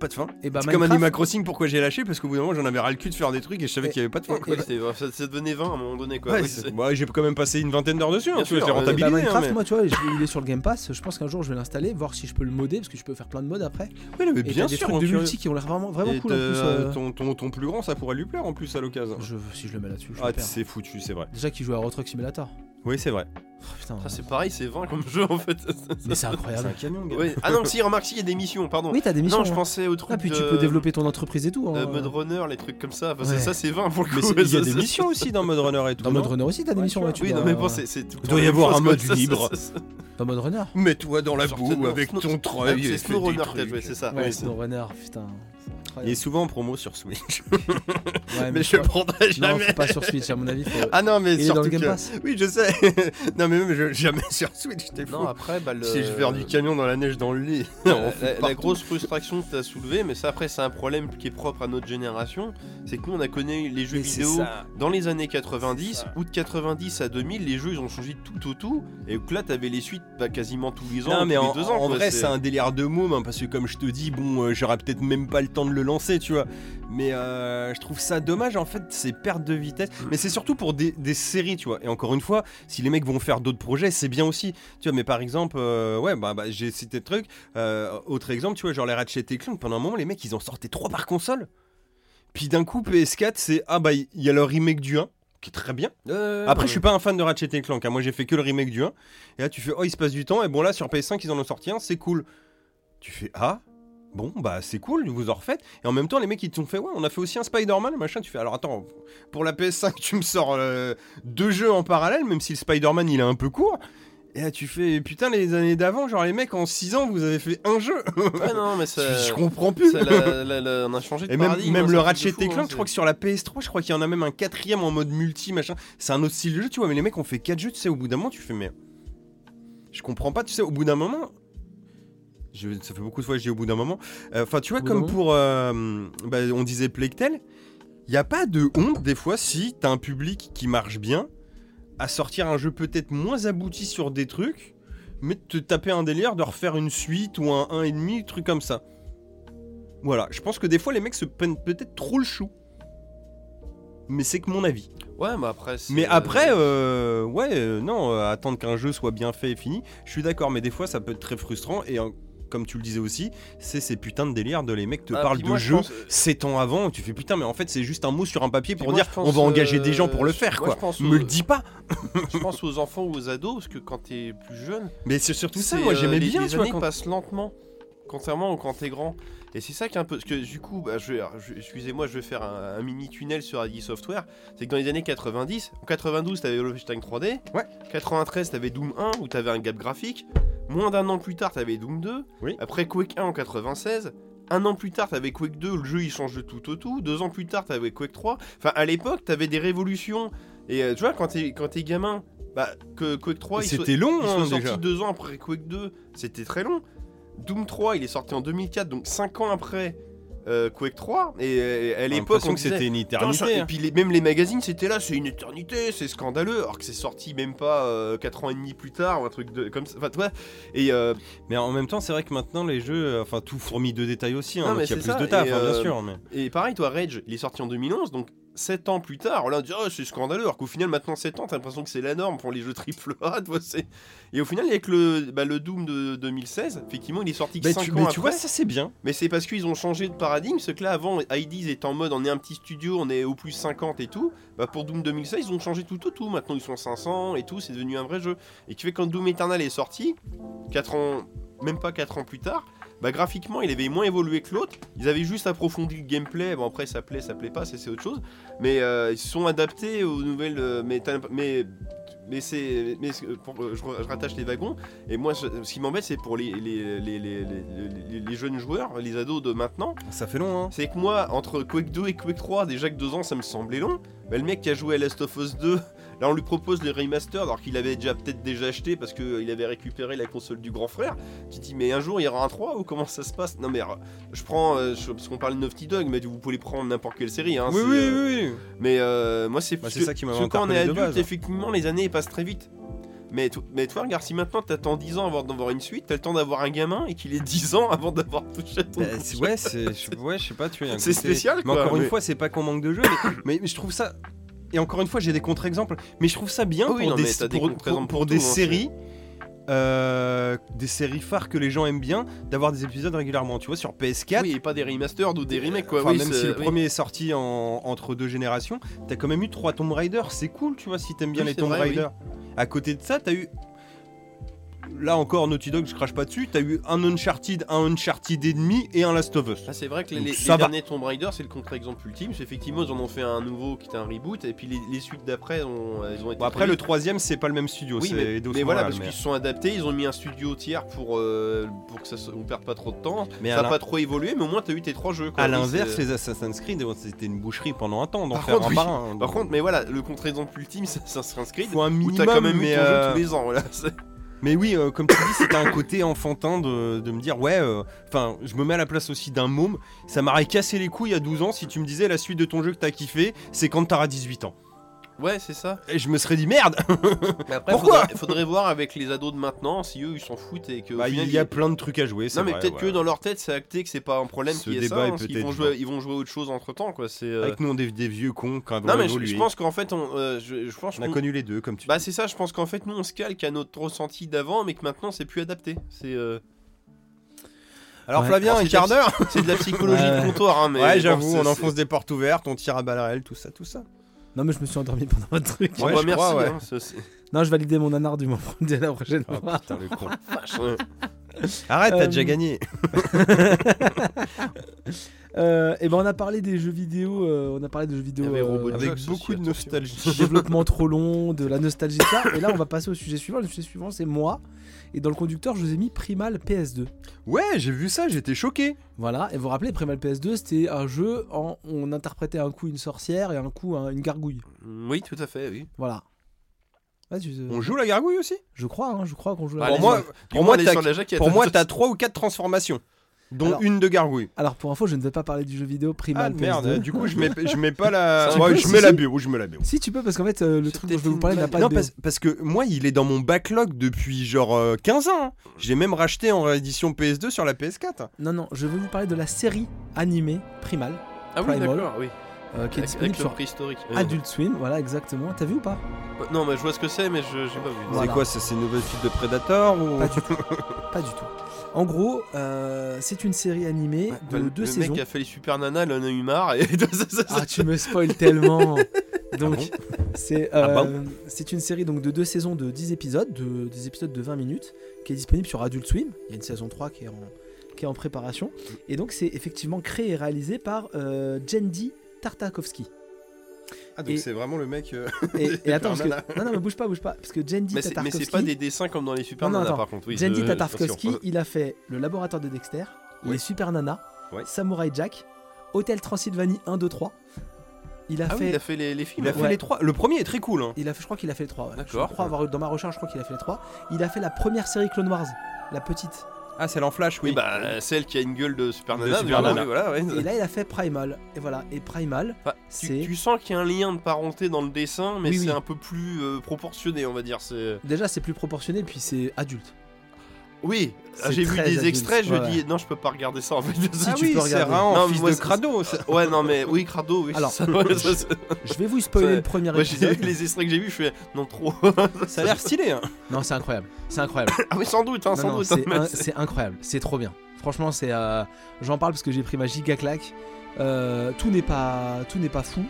A: Pas de fin.
B: Et bah,
A: C'est comme
B: Minecraft-
A: Animal Crossing, pourquoi j'ai lâché Parce qu'au bout d'un moment, j'en avais ras le cul de faire des trucs et je savais
B: Et-
A: qu'il n'y avait pas de fin.
B: et-
A: quoi.
C: Oui, c'était- ça, ça devenait 20 à un moment donné quoi.
A: Ouais,
C: Oui,
A: c'est-
C: c'est-
A: moi, j'ai quand même passé une vingtaine d'heures dessus, hein,
C: Bien
A: tu vois,
C: sûr, euh,
A: c'est
C: ouais,
B: Et bah,
A: rentabilisé. hein,
B: Minecraft,
A: mais-
B: moi tu vois, je- il est sur le Game Pass. Je pense qu'un jour je vais l'installer, voir si je peux le modder parce que je peux faire plein de mods après.
A: Oui, non, mais
B: Et
A: bien
B: t'as des
A: sûr, hein,
B: trucs de
A: tu vois.
B: multi qui ont l'air vraiment, vraiment
A: Et
B: cool en plus.
A: t'as-
B: euh,
A: ton, ton, ton plus grand, ça pourrait lui plaire en plus à l'occasion.
B: je- si je le mets là-dessus, je
A: Ah,
B: le perds.
A: c'est foutu, c'est vrai.
B: Déjà qu'il joue à Euro Truck Simulator.
A: Oui, c'est vrai.
B: Oh, putain,
C: Ça, c'est pareil, c'est 20 comme jeu en fait.
B: mais c'est
A: C'est un
B: incroyable.
A: camion, gars.
C: Ouais. Ah non, si, remarque, si, il y a des missions, pardon.
B: Oui, t'as des missions.
C: non, je
B: hein.
C: pensais au truc.
B: Ah, puis
C: de...
B: tu peux développer ton entreprise et tout.
C: de
B: hein.
C: Mode Runner, les trucs comme ça. Enfin,
B: Ouais.
C: c'est- Ça, c'est 20 pour le coup.
A: <laughs> Mais c'est- il y a
C: Ça,
A: des
C: ça-
A: missions aussi dans Mode Runner et tout.
B: Dans
A: non
B: Mode Runner aussi, t'as des
A: Ouais,
B: missions.
A: tu
B: ouais,
A: vois.
B: tu
C: Oui,
B: dois-
C: non, mais bon, c'est. c'est tout le
A: Il
C: temps
A: doit y
C: la même
A: avoir
C: chose,
A: un
C: quoi.
A: mode
C: Ça, ça,
A: libre.
C: ça, ça.
B: Dans Mode Runner.
A: Mets-toi dans la
C: Certainement.
A: boue avec ton
C: Ah,
A: treuil. et
C: C'est
A: fais des
C: Snow Runner que t'as
A: trucs.
C: joué, c'est ça.
B: Ouais,
C: Oui,
B: Snow Runner, putain. c'est
A: Il
B: incroyable.
A: est souvent en promo sur Switch.
B: Ouais,
A: mais je le
B: crois-
A: prendrai
B: Non,
A: jamais.
B: faut pas sur Switch, à mon avis. Faut...
A: Ah non, mais
B: il est dans le
A: surtout
B: Game
A: que-
B: Pass.
A: <laughs> Oui, je sais. <laughs> non, mais même je- jamais sur Switch, t'es fou.
C: Non, après, bah, le...
A: Si je vais du camion dans la neige dans le lit.
C: La, la- la grosse frustration que t'as soulevée, mais ça après c'est un problème qui est propre à notre génération, c'est que nous on a connu les jeux vidéo dans les années 90, ou de 90 à 2000, les jeux ils ont changé tout au tout, et que là t'avais les suites bah, quasiment tous les ans,
A: Non,
C: tous
A: mais
C: les
A: en,
C: deux ans.
A: en
C: quoi,
A: vrai, c'est un délire de môme, hein, parce que comme je te dis, bon, euh, j'aurais peut-être même pas le temps de le lancer, tu vois. Mais euh, je trouve ça dommage, en fait, ces pertes de vitesse.
C: Mm.
A: Mais c'est surtout pour des, des séries, tu vois. Et encore une fois, si les mecs vont faire d'autres projets, c'est bien aussi. Tu vois, mais par exemple, euh, ouais, bah, bah, j'ai cité le truc. Euh, autre exemple, tu vois, genre les Ratchet et Clank, pendant un moment, les mecs, ils en sortaient trois par console. Puis d'un coup, PS4, c'est, ah bah, il y a le remake du 1, qui est très bien.
C: Euh,
A: Après, je suis pas un fan de Ratchet et Clank. hein. Moi, j'ai fait que le remake du 1. Et là, tu fais, oh, il se passe du temps. Et bon, là, sur PS5, ils en ont sorti un, c'est cool. Tu fais, ah, bon, bah, c'est cool, vous en refaites. Et en même temps, les mecs, ils t'ont fait, ouais, on a fait aussi un Spider-Man, machin. Tu fais, alors attends, pour la PS5, tu me sors euh, deux jeux en parallèle, même si le Spider-Man, il est un peu court. Et là, tu fais, putain, les années d'avant, genre, les mecs, en 6 ans, vous avez fait un jeu.
C: <laughs>
A: <laughs>
C: Ouais, non, mais ça.
A: Je comprends plus.
C: ça, la- la- la- on a changé de
A: Et même,
C: paradigme,
A: même
C: hein,
A: le
C: c'est un truc de
A: Ratchet
C: fou,
A: et
C: hein,
A: Clank, je crois que sur la PS3, je crois qu'il y en a même un quatrième en mode multi, machin. C'est un autre style de jeu, tu vois. Mais les mecs ont fait 4 jeux, tu sais, au bout d'un moment, tu fais, mais. Je comprends pas, tu sais, au bout d'un moment. je- ça fait beaucoup de fois que je dis au bout d'un moment. Euh, Enfin, tu vois,
B: Au bout
A: comme
B: d'un
A: pour. euh, bah, on disait Plectel, il n'y a pas de honte, des fois, si t'as un public qui marche bien, à sortir un jeu peut-être moins abouti sur des trucs, mais de te taper un délire, de refaire une suite ou un 1,5, truc comme ça. Voilà, je pense que des fois les mecs se prennent peut-être trop le chou. Mais c'est que mon avis.
C: c'est- Ouais, mais après. c'est- Ah,
A: Mais après, euh, ouais, euh, non, euh, attendre qu'un jeu soit bien fait et fini, je suis d'accord, mais des fois ça peut être très frustrant et euh, comme tu le disais aussi, c'est ces putains de délires de les mecs te
C: Ah,
A: parlent
C: puis
A: de
C: moi, je
A: jeux
C: pense-
A: 7 ans avant, tu fais putain, mais en fait c'est juste un mot sur un papier
C: Puis
A: pour
C: moi,
A: dire
C: je pense,
A: on va engager
C: euh,
A: des gens pour le faire
C: moi, je
A: quoi.
C: pense
A: Me
C: aux-
A: le dis pas.
C: je pense aux enfants ou aux ados, parce que quand t'es plus jeune,
A: Mais c'est surtout ça,
C: c'est,
A: moi
C: euh,
A: j'aimais
C: les-
A: bien,
C: les
A: tu vois,
C: années
A: quand-
C: passent lentement, contrairement au quand t'es grand. Et c'est ça qui est un peu. Parce que du coup, bah, je vais- alors, je- excusez-moi, je vais faire un, un mini tunnel sur ID Software. C'est que dans les années 90, en 92, t'avais Wolfenstein 3D.
A: Ouais.
C: 93, t'avais Doom 1, où t'avais un gap graphique. Moins d'un an plus tard, t'avais Doom 2.
A: Oui.
C: Après Quake 1 en 96. Un an plus tard, t'avais Quake 2, le jeu il change de tout au tout. Deux ans plus tard, t'avais Quake 3. Enfin, à l'époque, t'avais des révolutions. Et euh, tu vois, quand t'es quand t'es gamin, bah, que Quake 3, il se-
A: C'était long
C: ils
A: hein,
C: sont sortis
A: déjà.
C: deux ans après Quake 2, c'était très long. Doom 3, il est sorti en 2004, donc 5 ans après euh, Quake 3. Et, euh, à
A: J'ai
C: l'époque,
A: l'impression
C: on
A: que
C: disait,
A: c'était une
C: Putain, ça-
A: éternité.
C: Et
A: hein.
C: puis les- même les magazines, c'était là, c'est une éternité, c'est scandaleux. Alors que c'est sorti même pas 4 ans et demi plus tard, ou un truc de, comme ça. Enfin, tu vois. Et euh,
A: Mais en même temps, c'est vrai que maintenant les jeux, euh, enfin tout fourmille de détails aussi, hein,
C: Non, mais
A: donc il y a
C: c'est
A: plus
C: ça,
A: de taf,
C: et,
A: hein, bien
C: euh,
A: sûr. Mais...
C: Et pareil, toi, Rage, il est sorti en 2011, donc 7 ans plus tard, là on dit oh, c'est scandaleux, alors qu'au final maintenant 7 ans, t'as l'impression que c'est la norme pour les jeux triple A. <laughs> tu vois, c'est- Et au final, avec le, bah, le Doom de 2016, effectivement il est sorti que
A: Bah,
C: 5
A: tu,
C: ans
A: mais
C: après.
A: tu vois, ça c'est bien.
C: Mais c'est parce qu'ils ont changé de paradigme, c'est que là avant, IDs était en mode on est un petit studio, on est au plus 50 et tout. Bah pour Doom 2016, ils ont changé tout, tout, tout. Maintenant ils sont 500 et tout, c'est devenu un vrai jeu. Et tu fais quand Doom Eternal est sorti, 4 ans, même pas 4 ans plus tard, bah graphiquement il avait moins évolué que l'autre. Ils avaient juste approfondi le gameplay. Bon après ça plaît, ça plaît pas, ça, c'est autre chose. Mais euh, ils se sont adaptés aux nouvelles. euh, mais t'as l'imp- mais mais c'est mais c'est- pour- euh, je, je rattache les wagons et moi ce ce qui m'embête c'est pour les les, les, les- les- les- les jeunes joueurs les ados de maintenant
A: Ça fait long, hein.
C: c'est que moi entre Quake 2 et Quake 3 déjà que deux ans ça me semblait long bah, le mec qui a joué à Last of Us 2 <laughs> là on lui propose le remaster alors qu'il avait déjà peut-être déjà acheté parce qu'il avait récupéré la console du grand frère tu te dis mais un jour il y aura un 3 ou comment ça se passe non mais alors, je prends euh, je- parce qu'on parle de Naughty Dog mais vous pouvez prendre n'importe quelle série hein,
A: oui,
C: c'est,
A: oui,
C: euh,
A: oui, oui.
C: mais euh, moi, c'est
A: Bah, c'est
C: parce
A: ça qui m'a
C: parce que Quand on est
A: interpellé de
C: adulte,
A: base.
C: effectivement, les années passent très vite. Mais, to- mais toi, regarde, si maintenant t'attends 10 ans avant d'avoir une suite, t'as le temps d'avoir un gamin et qu'il ait 10 ans avant d'avoir touché à ton
A: Bah, c'est- ouais, c'est, je- ouais, je sais pas, tu vois, il y a un
C: C'est
A: côté-
C: spécial,
A: Mais
C: quoi,
A: encore une
C: mais-
A: fois, c'est pas qu'on manque de jeu, mais, mais je trouve ça. Et encore une fois, j'ai des contre-exemples, mais je trouve ça bien
C: Ah oui,
A: pour
C: non,
A: des,
C: mais t'as des
A: pour- pour-
C: contre-exemples
A: pour
C: pour
A: des
C: tout, hein,
A: séries, euh, des séries phares que les gens aiment bien, d'avoir des épisodes régulièrement. Tu vois, sur PS4,
C: Oui, et pas des remasters ou des remakes, quoi.
A: euh, Enfin,
C: oui,
A: même
C: c'est-
A: si le
C: oui.
A: premier est sorti en- entre deux générations, t'as quand même eu trois Tomb Raider. C'est cool, tu vois, si t'aimes bien
C: Oui,
A: les
C: c'est
A: Tomb
C: vrai,
A: Raider. À côté de ça, t'as eu. Là encore, Naughty Dog, je crache pas dessus. T'as eu un Uncharted, un Uncharted ennemi et un Last of Us.
C: Ah, c'est vrai que les,
A: Donc,
C: les-
A: ça
C: les
A: va.
C: derniers Tomb Raider, c'est le contre-exemple ultime. C'est effectivement, ils en ont fait un nouveau qui était un reboot, et puis les, les suites d'après, ont, elles ont été.
A: Bon, après,
C: très
A: le troisième, c'est pas le même studio.
C: Oui,
A: c'est
C: mais,
A: Eidos
C: mais voilà,
A: Montréal,
C: parce qu'ils se sont adaptés, ils ont mis un studio tiers pour, euh, pour que ça se- on perde pas trop de temps.
A: mais
C: ça
A: à
C: n'a
A: l'in-
C: pas trop évolué, mais au moins t'as eu tes trois jeux. quoi.
A: à
C: Oui,
A: l'inverse,
C: c'est- euh,
A: les Assassin's Creed, c'était une boucherie pendant un temps d'en
C: Par
A: faire
C: contre,
A: un
C: oui.
A: par un.
C: Par contre, mais voilà, le contre-exemple ultime, <laughs> ça, ça se inscrit.
A: faut un
C: Où
A: minimum,
C: t'as quand même eu
A: mais
C: ton jeu
A: euh,
C: tous les ans, voilà. c'est-
A: Mais oui, euh, comme tu dis, c'était un côté enfantin de, de me dire, ouais, euh, enfin, je me mets à la place aussi d'un môme. Ça m'aurait cassé les couilles à 12 ans si tu me disais la suite de ton jeu que t'as kiffé, c'est quand t'auras 18 ans.
C: <laughs> Ouais, c'est ça.
A: Et je me serais dit, merde Pourquoi
C: Pourquoi faudrait, faudrait voir avec les ados de maintenant si eux ils s'en foutent et que. au
A: Bah,
C: final,
A: Il y a
C: ils-
A: plein de trucs à jouer, c'est
C: Non, mais
A: vrai,
C: peut-être
A: ouais.
C: que dans leur tête, c'est acté que c'est pas un problème
A: Ce
C: qui est ça.
A: débat est
C: hein, parce qu'ils
A: peut-être
C: vont
A: joué.
C: jouer, ils vont jouer à autre chose entre temps, quoi. C'est. euh,
A: Avec nous, on est des vieux cons quand
C: Non,
A: on
C: mais je, je pense qu'en fait, on, euh, je, je pense
A: On a
C: qu'on-
A: connu les deux, comme tu
C: Bah c'est ça, je pense qu'en fait nous on se calque à notre ressenti d'avant, mais que maintenant c'est plus adapté. C'est euh,
A: Alors,
B: Ouais.
A: Flavien,
C: Alors,
A: un
C: c'est
A: quart
C: de la-
A: d'heure
C: c'est de la psychologie
B: Ouais.
C: de comptoir, hein, mais
A: Ouais,
C: bon,
A: j'avoue,
C: c'est-
A: on enfonce des portes ouvertes, on tire à balles réelles, tout ça, tout ça.
B: Non, mais je me suis endormi pendant votre truc.
C: c'est- Bon,
A: Ouais,
C: bah,
A: je
C: merci.
A: crois, ouais.
C: hein, c'est- c'est-
B: Non, je validais mon anard du moment dès la prochaine
A: Ah,
B: fois.
A: putain, le con.
C: vache, ouais.
A: <laughs> Arrête, t'as
B: Euh,
A: déjà
B: <laughs>
A: gagné.
B: Euh, et ben on a parlé des jeux vidéo, euh, on a parlé de jeux vidéo
A: Ah
C: Il y avait
B: euh,
C: Robot Jack.
A: Avec
C: aussi,
A: beaucoup de
C: attention.
A: nostalgie.
B: du développement trop long, de la nostalgie de ça. Et là on va passer au sujet suivant. Le sujet suivant c'est moi. Et dans le conducteur je vous ai mis Primal PS2.
A: Ouais, j'ai vu ça, j'étais choqué.
B: Voilà. Et vous vous rappelez Primal PS2 c'était un jeu en on interprétait un coup une sorcière et un coup un- une gargouille.
C: Oui, tout à fait, oui.
B: Voilà. Ouais, tu-
A: On joue la gargouille aussi
B: Je crois, hein, je crois qu'on joue. à
C: Bah,
B: la
A: Pour
C: les
B: maison.
A: moi,
C: autres.
A: pour moi,
C: elle est
A: t'as-
C: sur la jaquette.
A: Pour moi, t'as 3 ou 4 transformations, dont
B: Alors-
A: une de gargouille.
B: Alors pour info je ne vais pas parler du jeu vidéo
A: Ah
B: Primal PS2.
A: merde, euh, du coup,
B: <laughs>
A: je mets, je mets pas la.
C: Ça
A: Ouais,
B: peut,
A: je
B: si,
A: mets la
B: si.
A: bio, je mets la bio.
B: Si tu peux parce qu'en fait euh, le
C: C'était
B: truc dont je vais vous parler
C: une
B: n'a pas de
A: Non,
B: BO.
A: parce, parce que moi, il est dans mon backlog depuis genre euh, 15 ans. hein. J'ai même racheté en réédition PS2 sur la PS4.
B: Non, non, je vais vous parler de la série animée Primal,
C: Ah oui,
B: Primal,
C: d'accord, oui.
B: euh, qui est
C: Avec,
B: disponible
C: avec le
B: sur
C: préhistorique. Euh,
B: Adult Swim, voilà exactement. T'as vu ou pas
C: Non, mais je vois ce que c'est, mais je j'ai pas vu.
B: Voilà.
A: C'est quoi, ça, c'est une nouvelle suite de Predator ou...
B: Pas du
C: <laughs>
B: tout. pas du tout. En gros, euh, c'est une série animée
C: Ouais, bah,
B: de
C: le-
B: deux
C: le
B: saisons.
C: mec qui a fait les super nanas, là, on a eu marre. Et...
B: Ah, tu me spoil
C: <laughs>
B: tellement Donc, c'est euh,
A: Ah
B: c'est une série donc, de deux saisons de 10 épisodes, de, des épisodes de 20 minutes, qui est disponible sur Adult Swim. Il y a une saison 3 qui est en, qui est en préparation. Et donc, c'est effectivement créé et réalisé par euh, Jendy Tartakovsky.
A: Ah,
B: donc Et-
A: c'est vraiment le mec. euh,
C: <laughs>
B: Et, et attends, parce que...
A: Nana.
B: Non, non, mais bouge pas, bouge pas. Parce que Jendy
C: Mais c'est mais
B: Tartakovsky...
C: c'est pas des dessins comme dans les super
B: Non, non,
C: nanas,
B: attends.
C: par contre. Oui,
B: Jendy
C: je-
B: Tatarkovsky,
C: attention.
B: il a fait le laboratoire de Dexter,
A: Ouais.
B: les Super Nana,
A: Ouais.
B: Samurai Jack, Hôtel Transylvanie 1, 2, 3. Il a
C: Ah oui,
B: fait.
C: il a fait les, les films.
A: Il a fait
B: Ouais.
A: les trois. Le premier est très cool. hein.
B: il a fait, je crois qu'il a fait les trois. ouais.
C: D'accord.
B: Je crois avoir eu- dans ma recherche, je crois qu'il a fait les trois. Il a fait la première série Clone Wars, la petite.
A: Ah, c'est en flash, oui.
C: Oui, bah, celle qui a une gueule de super
A: De
C: nana.
A: super
C: voilà,
A: nana.
C: oui, voilà, ouais.
B: Et là, il a fait Primal. Et voilà. Et Primal,
C: Bah, Tu,
B: c'est
C: tu sens qu'il y a un lien de parenté dans le dessin, mais
B: Oui,
C: c'est
B: oui.
C: un peu plus euh, proportionné, on va dire. C'est
B: déjà c'est plus proportionné, puis c'est adulte.
C: Oui,
B: C'est
C: Ah, j'ai vu
B: très
C: des
B: adulte,
C: extraits, je
B: ouais.
C: dis non, je peux pas regarder ça en fait.
A: Si
B: Ah
A: tu
B: oui,
A: peux
B: c'est
A: regarder.
B: Raon,
A: Non, mais
C: fils
A: moi,
C: de
A: c'est-
C: crado, Ouais, non, mais oui, crado, oui.
B: Alors,
C: ça, ouais, ça, c'est-
B: Je vais vous spoiler
C: Ça-
B: le premier <laughs>
C: moi, j'ai
B: épisode.
C: vu les extraits que j'ai vus, je fais non, trop.
A: Ça a l'air stylé. hein.
B: Non, c'est incroyable. C'est incroyable.
C: ah, oui, sans doute, hein,
B: Non,
C: sans
B: non,
C: doute. hein, <laughs>
B: c'est,
C: mais
B: in-
C: c'est-
B: c'est incroyable, c'est trop bien. Franchement, c'est, euh, j'en parle parce que j'ai pris ma giga claque. Euh, tout n'est pas, tout n'est pas fou,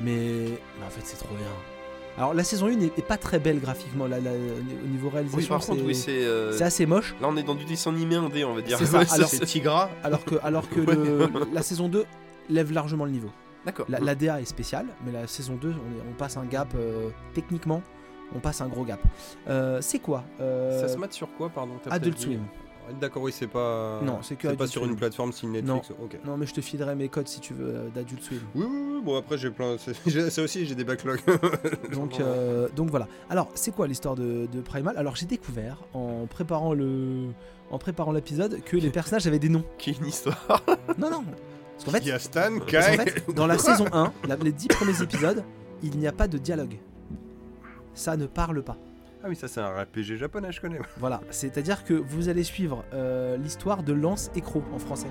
B: mais, mais en fait, c'est trop bien. Alors la saison 1 n'est est pas très belle graphiquement, là, là, au niveau réalisation.
C: Oui, par contre,
B: c'est,
C: oui, c'est. euh,
B: c'est assez moche.
C: Là, on est dans du dessin animé indé, on va dire.
B: C'est ça,
C: Ouais,
B: alors-
A: C'est Tigra.
B: Alors que, alors
C: <laughs>
B: que
C: Ouais. Mm.
B: le- la saison 2 lève largement le niveau.
C: D'accord.
B: La, la DA est spéciale, mais la saison 2, on, est- on passe un gap euh, techniquement. On passe un gros gap. Euh, c'est quoi euh,
A: Ça se mate sur quoi, pardon t'as
B: Adult
A: peut-être dit
B: Swim.
A: D'accord, oui, c'est pas.
B: Non, c'est que
A: pas
B: Adult
A: sur
B: Swim.
A: une plateforme style Netflix. Ok.
B: Non, mais je te filerai mes codes si tu veux euh, d'Adult Swim.
A: Oui, oui, oui, bon après j'ai plein. c'est- <laughs> j'ai- Ça aussi j'ai des backlogs.
B: Donc, euh, donc voilà. Alors, c'est quoi l'histoire de, de Primal Alors, j'ai découvert en préparant le, en préparant l'épisode que les personnages avaient des noms.
C: Qui est une histoire.
B: Non, non. Parce qu'en
A: <laughs>
B: fait,
A: Il y a Stan,
B: parce qu'en
A: Kai.
B: fait, dans la saison 1, la- les 10 premiers épisodes, il n'y a pas de dialogue. Ça ne parle pas.
A: Ah oui, ça c'est un RPG japonais, je
B: <laughs>
A: connais.
B: Voilà. C'est-à-dire que vous allez suivre euh, l'histoire de Lance et Croc en français.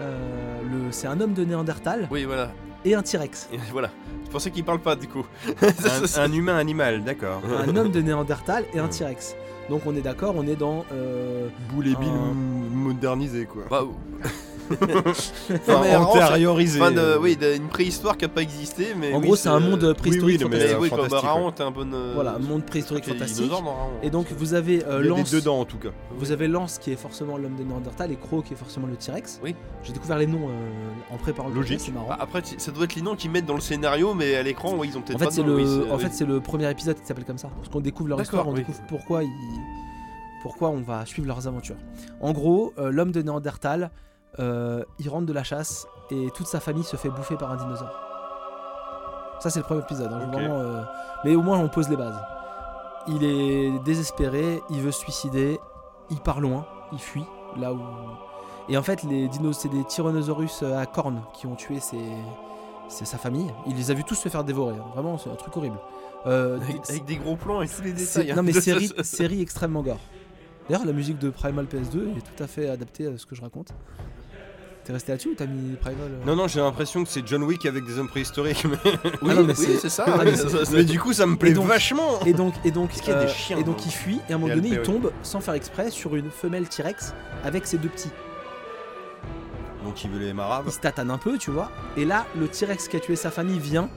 B: Euh, le- c'est un homme de Néandertal
C: Oui, voilà.
B: et un T-Rex.
C: Et voilà. C'est pour ça qu'il parle pas, du coup. <laughs>
A: un, un humain animal, d'accord. <laughs>
B: Un homme de Néandertal et un T-Rex. Donc on est d'accord, on est dans euh,
A: Boule et Bill
B: Un-
A: modernisé quoi.
C: Bah,
B: <laughs>
A: Enfin,
C: mais en-
A: antériorisé.
C: enfin, de- oui, d'une préhistoire qui a pas existé, mais.
B: En
C: oui, euh,
B: gros, c'est un monde
A: oui,
B: préhistorique.
A: non, mais,
C: Mais,
B: fantastique.
A: euh,
C: oui, comme
A: fantastique,
C: Raon, t'es un bon. euh,
B: Voilà, monde préhistorique
C: Il y a des
B: fantastique.
C: dinosaures dans Raon.
B: Et donc vous avez
A: Il y a
B: euh,
A: des
B: Lance,
A: deux dents en tout cas.
B: vous avez Lance qui est forcément l'homme de Néandertal et Croc qui est forcément le T-Rex.
C: Oui.
B: J'ai découvert les noms euh, en préparant le
A: Logique.
B: podcast, c'est marrant.
C: Ah, Après, t- ça doit être les noms qu'ils mettent dans le scénario, mais à l'écran, ouais, ils ont peut-être
B: en fait,
C: pas de
B: c'est
C: nom,
B: le,
C: oui, c'est-
B: en
C: oui.
B: fait, c'est le premier épisode qui s'appelle comme ça. Parce qu'on découvre leur
C: D'accord,
B: histoire, on
C: oui.
B: découvre pourquoi ils, pourquoi on va suivre leurs aventures. En gros, euh, l'homme de Néandertal, euh, il rentre de la chasse et toute sa famille se fait bouffer par un dinosaure. Ça, c'est le premier épisode. hein, je veux
C: Ok.
B: vraiment, euh, Mais au moins, on pose les bases. Il est désespéré, il veut se suicider, il part loin, il fuit là où. Et en fait, les dinos, c'est des Tyrannosaurus euh, à cornes qui ont tué ses, c'est sa famille. Il les a vus tous se faire dévorer. hein. Vraiment, c'est un truc horrible. Euh,
C: Avec,
B: c'est-
C: avec des gros plans et tous les
B: c'est-
C: détails. hein.
B: non
C: <laughs>
B: mais série, série extrêmement gore. D'ailleurs, la musique de Primal PS2 est tout à fait adaptée à ce que je raconte. T'es resté là-dessus ou t'as mis Primal euh
A: Non, non, j'ai l'impression que c'est John Wick avec des hommes préhistoriques. Mais,
C: Oui,
B: Ah non, mais
C: oui,
B: c'est-
C: c'est ça.
B: <laughs> Ah,
C: oui,
B: mais
C: ça,
B: c'est-
C: ça,
A: mais du coup, ça me plaît
B: donc-
A: vachement.
B: Et donc, et donc, euh,
A: qu'il y a des chiens,
B: et donc
A: hein
B: il fuit et à un moment
A: Et
B: donné, il
A: Alpéry.
B: tombe sans faire exprès sur une femelle T-Rex avec ses deux petits.
A: Donc il veut les
B: Il
A: marabes.
B: se tatane un peu, tu vois. Et là, le T-Rex qui a tué sa famille vient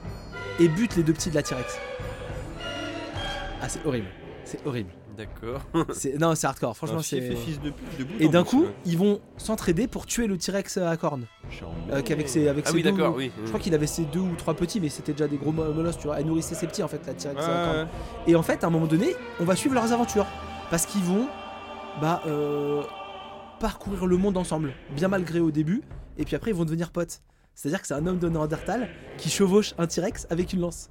B: et bute les deux petits de la T-Rex. Ah, c'est horrible. C'est
C: <laughs>
B: horrible.
C: D'accord.
B: C'est- non, c'est hardcore.
C: Ah,
B: Franchement,
A: Un fief
B: c'est.
A: et fils de pute debout.
B: Et d'un coup, ils vont s'entraider pour tuer le T-Rex à cornes. Euh, qu'avec ses, avec
C: Ah
B: ses
C: oui,
B: deux-
C: d'accord, oui.
B: Je crois qu'il avait ses deux ou trois petits, mais c'était déjà des gros mo- molosses, tu vois. Elle nourrissait ses petits, en fait, la T-Rex à cornes. Et en fait, à un moment donné, on va suivre leurs aventures. Parce qu'ils vont, bah, euh, parcourir le monde ensemble. Bien malgré au début. Et puis après, ils vont devenir potes. C'est-à-dire que c'est un homme de Néandertal qui chevauche un T-Rex avec une lance.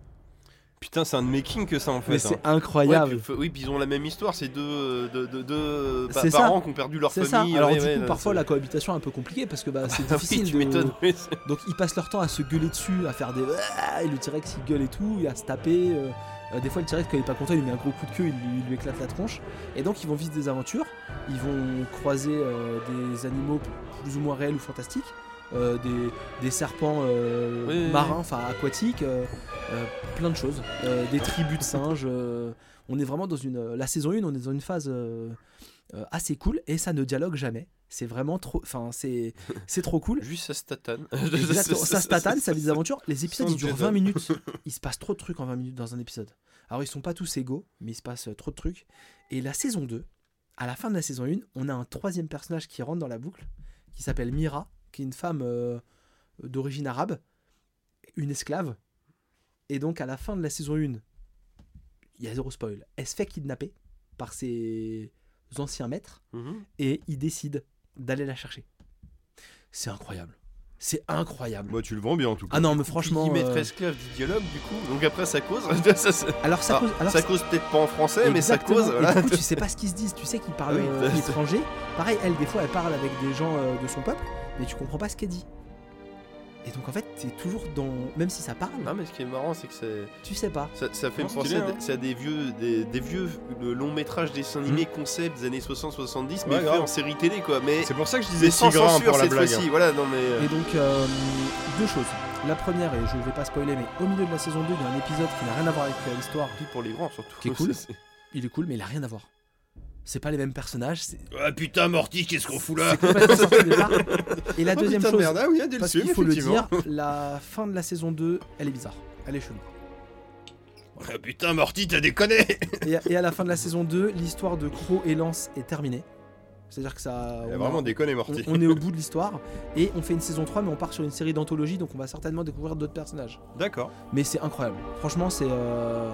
A: Putain, c'est un de mes kings que ça en
B: mais
A: fait. hein.
B: c'est
C: Ouais,
B: incroyable.
C: puis- oui, puis ils ont la même histoire, c'est deux, euh, deux, deux- deux pa-
B: C'est ça.
C: parents qui ont perdu leur
B: c'est
C: famille.
B: ça. Alors
C: ouais,
B: du
C: ouais,
B: coup,
C: là,
B: parfois
C: c'est-
B: la cohabitation est un peu compliquée parce que bah,
C: <laughs>
B: c'est
C: Ah oui,
B: difficile.
C: tu
B: de-
C: m'étonnes. oui,
B: <laughs>
C: c'est-
B: Donc ils passent leur temps à se gueuler dessus, à faire des Ah et le T-Rex il gueule et tout, et à se taper. euh, euh, des fois le T-Rex quand il est pas content il lui met un gros coup de queue, il lui, il lui éclate la tronche. Et donc ils vont vivre des aventures, ils vont croiser euh, des animaux plus ou moins réels ou fantastiques, euh, des, des serpents euh,
C: Oui, oui,
B: marins,
C: oui.
B: enfin aquatiques, euh, euh, plein de choses, Euh, des tribus de singes. euh, on est vraiment dans une... La saison 1 on est dans une phase... euh, euh, assez cool et ça ne dialogue jamais c'est vraiment trop enfin c'est c'est trop cool
C: Juste ça se <laughs> tatane.
B: Exactement, ça se tatane, ça vit des aventures. Les épisodes,
A: Sans
B: ils durent
A: Jason.
B: 20 minutes. Il se passe trop de trucs en 20 minutes dans un épisode. Alors, ils sont pas tous égaux, mais il se passe euh, trop de trucs. Et la saison 2, à la fin de la saison 1, on a un troisième personnage qui rentre dans la boucle, qui s'appelle Mira, qui est une femme euh, d'origine arabe, une esclave. Et donc, à la fin de la saison 1, il y a zéro spoil. Elle se fait kidnapper par ses anciens maîtres
C: Mhm.
B: et il décide d'aller la chercher. C'est incroyable. C'est incroyable.
A: Bah, tu le vends bien en tout cas.
B: Ah non, mais
C: Ils
B: franchement.
C: mettent
B: euh,
C: esclave du dialogue, du coup. Donc après, ça cause. <laughs> ça, ça-
B: Alors ça
C: Ah,
B: cause. Alors
C: ça cause peut-être pas en français, mais ça
B: Exactement.
C: cause.
B: Et
C: voilà.
B: du coup, tu sais pas ce qu'ils se disent. Tu sais qu'ils parlent
C: Ah oui,
B: euh,
C: <laughs> ça-
B: étranger. Pareil, elle, des fois, elle parle avec des gens euh, de son peuple, mais tu comprends pas ce qu'elle dit. Et donc en fait, t'es toujours dans. Même si ça parle,
C: Non, mais ce qui est marrant, c'est que c'est.
B: tu sais pas.
C: Ça, ça fait
A: Non,
C: me
A: c'est
C: penser
A: stylé,
C: à, des-
A: hein.
C: c'est à des vieux, des, des vieux longs métrages, dessins animés, concepts des années 60-70, mais
A: Hmm. Ouais,
C: faits
A: grave.
C: en série télé, quoi. Mais,
A: C'est pour ça que je
C: mais
A: disais
C: sans
A: Tigrin
C: censure
A: pour la
C: cette
A: blague. hein.
C: fois-ci. Voilà, non mais. euh,
B: Et donc, euh, deux choses. La première, et je vais pas spoiler, mais au milieu de la saison 2, il y a un épisode qui n'a rien à voir avec euh, l'histoire.
C: puis pour les grands surtout.
B: Qui est
C: <laughs>
B: cool.
C: C'est-
B: Il est cool, mais il a rien à voir. C'est pas les mêmes personnages. c'est-
A: Ah putain, Morty, qu'est-ce qu'on fout là
B: c'est complètement sorti
A: <laughs>
B: du départ. Et la
A: Ah,
B: deuxième
A: putain de
B: chose,
A: merde, ah oui, Adèle
B: parce
A: Sum,
B: qu'il faut le
A: effectivement.
B: dire, la fin de la saison 2, elle est bizarre. Elle est chelou.
A: Ah, putain, Morty, t'as déconné <laughs>
B: Et, à- et à la fin de la saison 2, l'histoire de Crow et Lance est terminée. C'est-à-dire que ça.
A: Il
B: on
A: a
B: a-
A: vraiment déconné,
B: on,
A: Morty.
C: <laughs>
B: on est au bout de l'histoire. Et on fait une saison 3, mais on part sur une série d'anthologie, donc on va certainement découvrir d'autres personnages.
A: D'accord.
B: Mais c'est incroyable. Franchement, c'est. euh,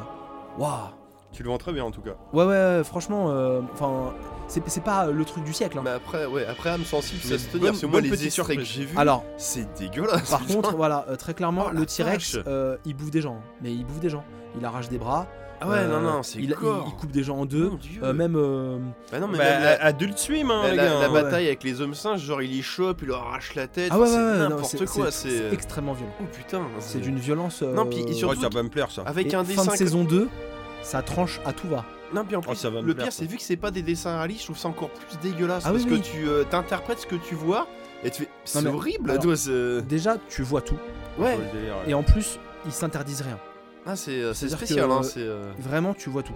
B: Waouh!
A: Tu le vends très bien en tout cas.
B: Ouais, ouais, ouais, franchement, euh, enfin, c'est c'est pas le truc du siècle. hein.
C: Mais après, ouais, après âme sensible,
A: Mais
C: ça se tenir.
A: hein. bonne-
C: Parce que moi,
A: bonne
C: les
A: petite
C: extraits que
A: surprise. Ah,
C: j'ai vus,
B: Alors,
C: c'est dégueulasse.
B: par
C: putain. <laughs>
B: contre, voilà, euh, très clairement,
C: Oh, la
B: le T-Rex,
C: vache.
B: euh, il bouffe des gens. hein. Mais il bouffe des gens. Il arrache des bras.
C: Ah ouais,
B: euh,
C: non, non, c'est
B: il, il,
C: gore.
B: il coupe des gens en deux.
C: Mon Dieu.
B: Euh, même. euh,
C: Bah non, mais
A: Bah,
C: même la,
A: adulte swim, hein,
C: la-
A: les
C: la-
A: gars.
C: la
A: hein.
B: ouais.
C: bataille avec les hommes singes, genre il les chope, il leur arrache la tête.
B: Ah ouais, ouais,
C: c'est
B: ouais, non,
C: n'importe quoi. C'est.
B: c'est extrêmement violent.
C: Oh putain.
B: C'est d'une violence.
C: Non, puis- et
B: euh,
C: surtout-
A: Ouais, ça va me plaire ça.
B: et
C: Avec un
B: fin
C: dessin.
B: de
C: que-
B: saison 2, ça tranche à tout va.
C: Non, puis en
A: Oh,
C: plus,
A: ça va me
C: le
A: plaire,
C: pire,
A: ça.
C: c'est vu que c'est pas des dessins réalistes, je trouve ça encore plus dégueulasse.
B: Ah
C: parce
B: oui,
C: que
B: oui.
C: tu euh, t'interprètes ce que tu vois et tu fais. C'est
B: mais-
C: horrible,
B: alors-
C: toi, c'est-
B: Déjà, tu vois tout.
C: Ouais.
B: Et en plus, ils s'interdisent rien.
C: Ah, c'est euh, c'est
B: C'est-à-dire
C: spécial,
B: que-
C: hein. C'est. euh,
B: Vraiment, tu vois tout.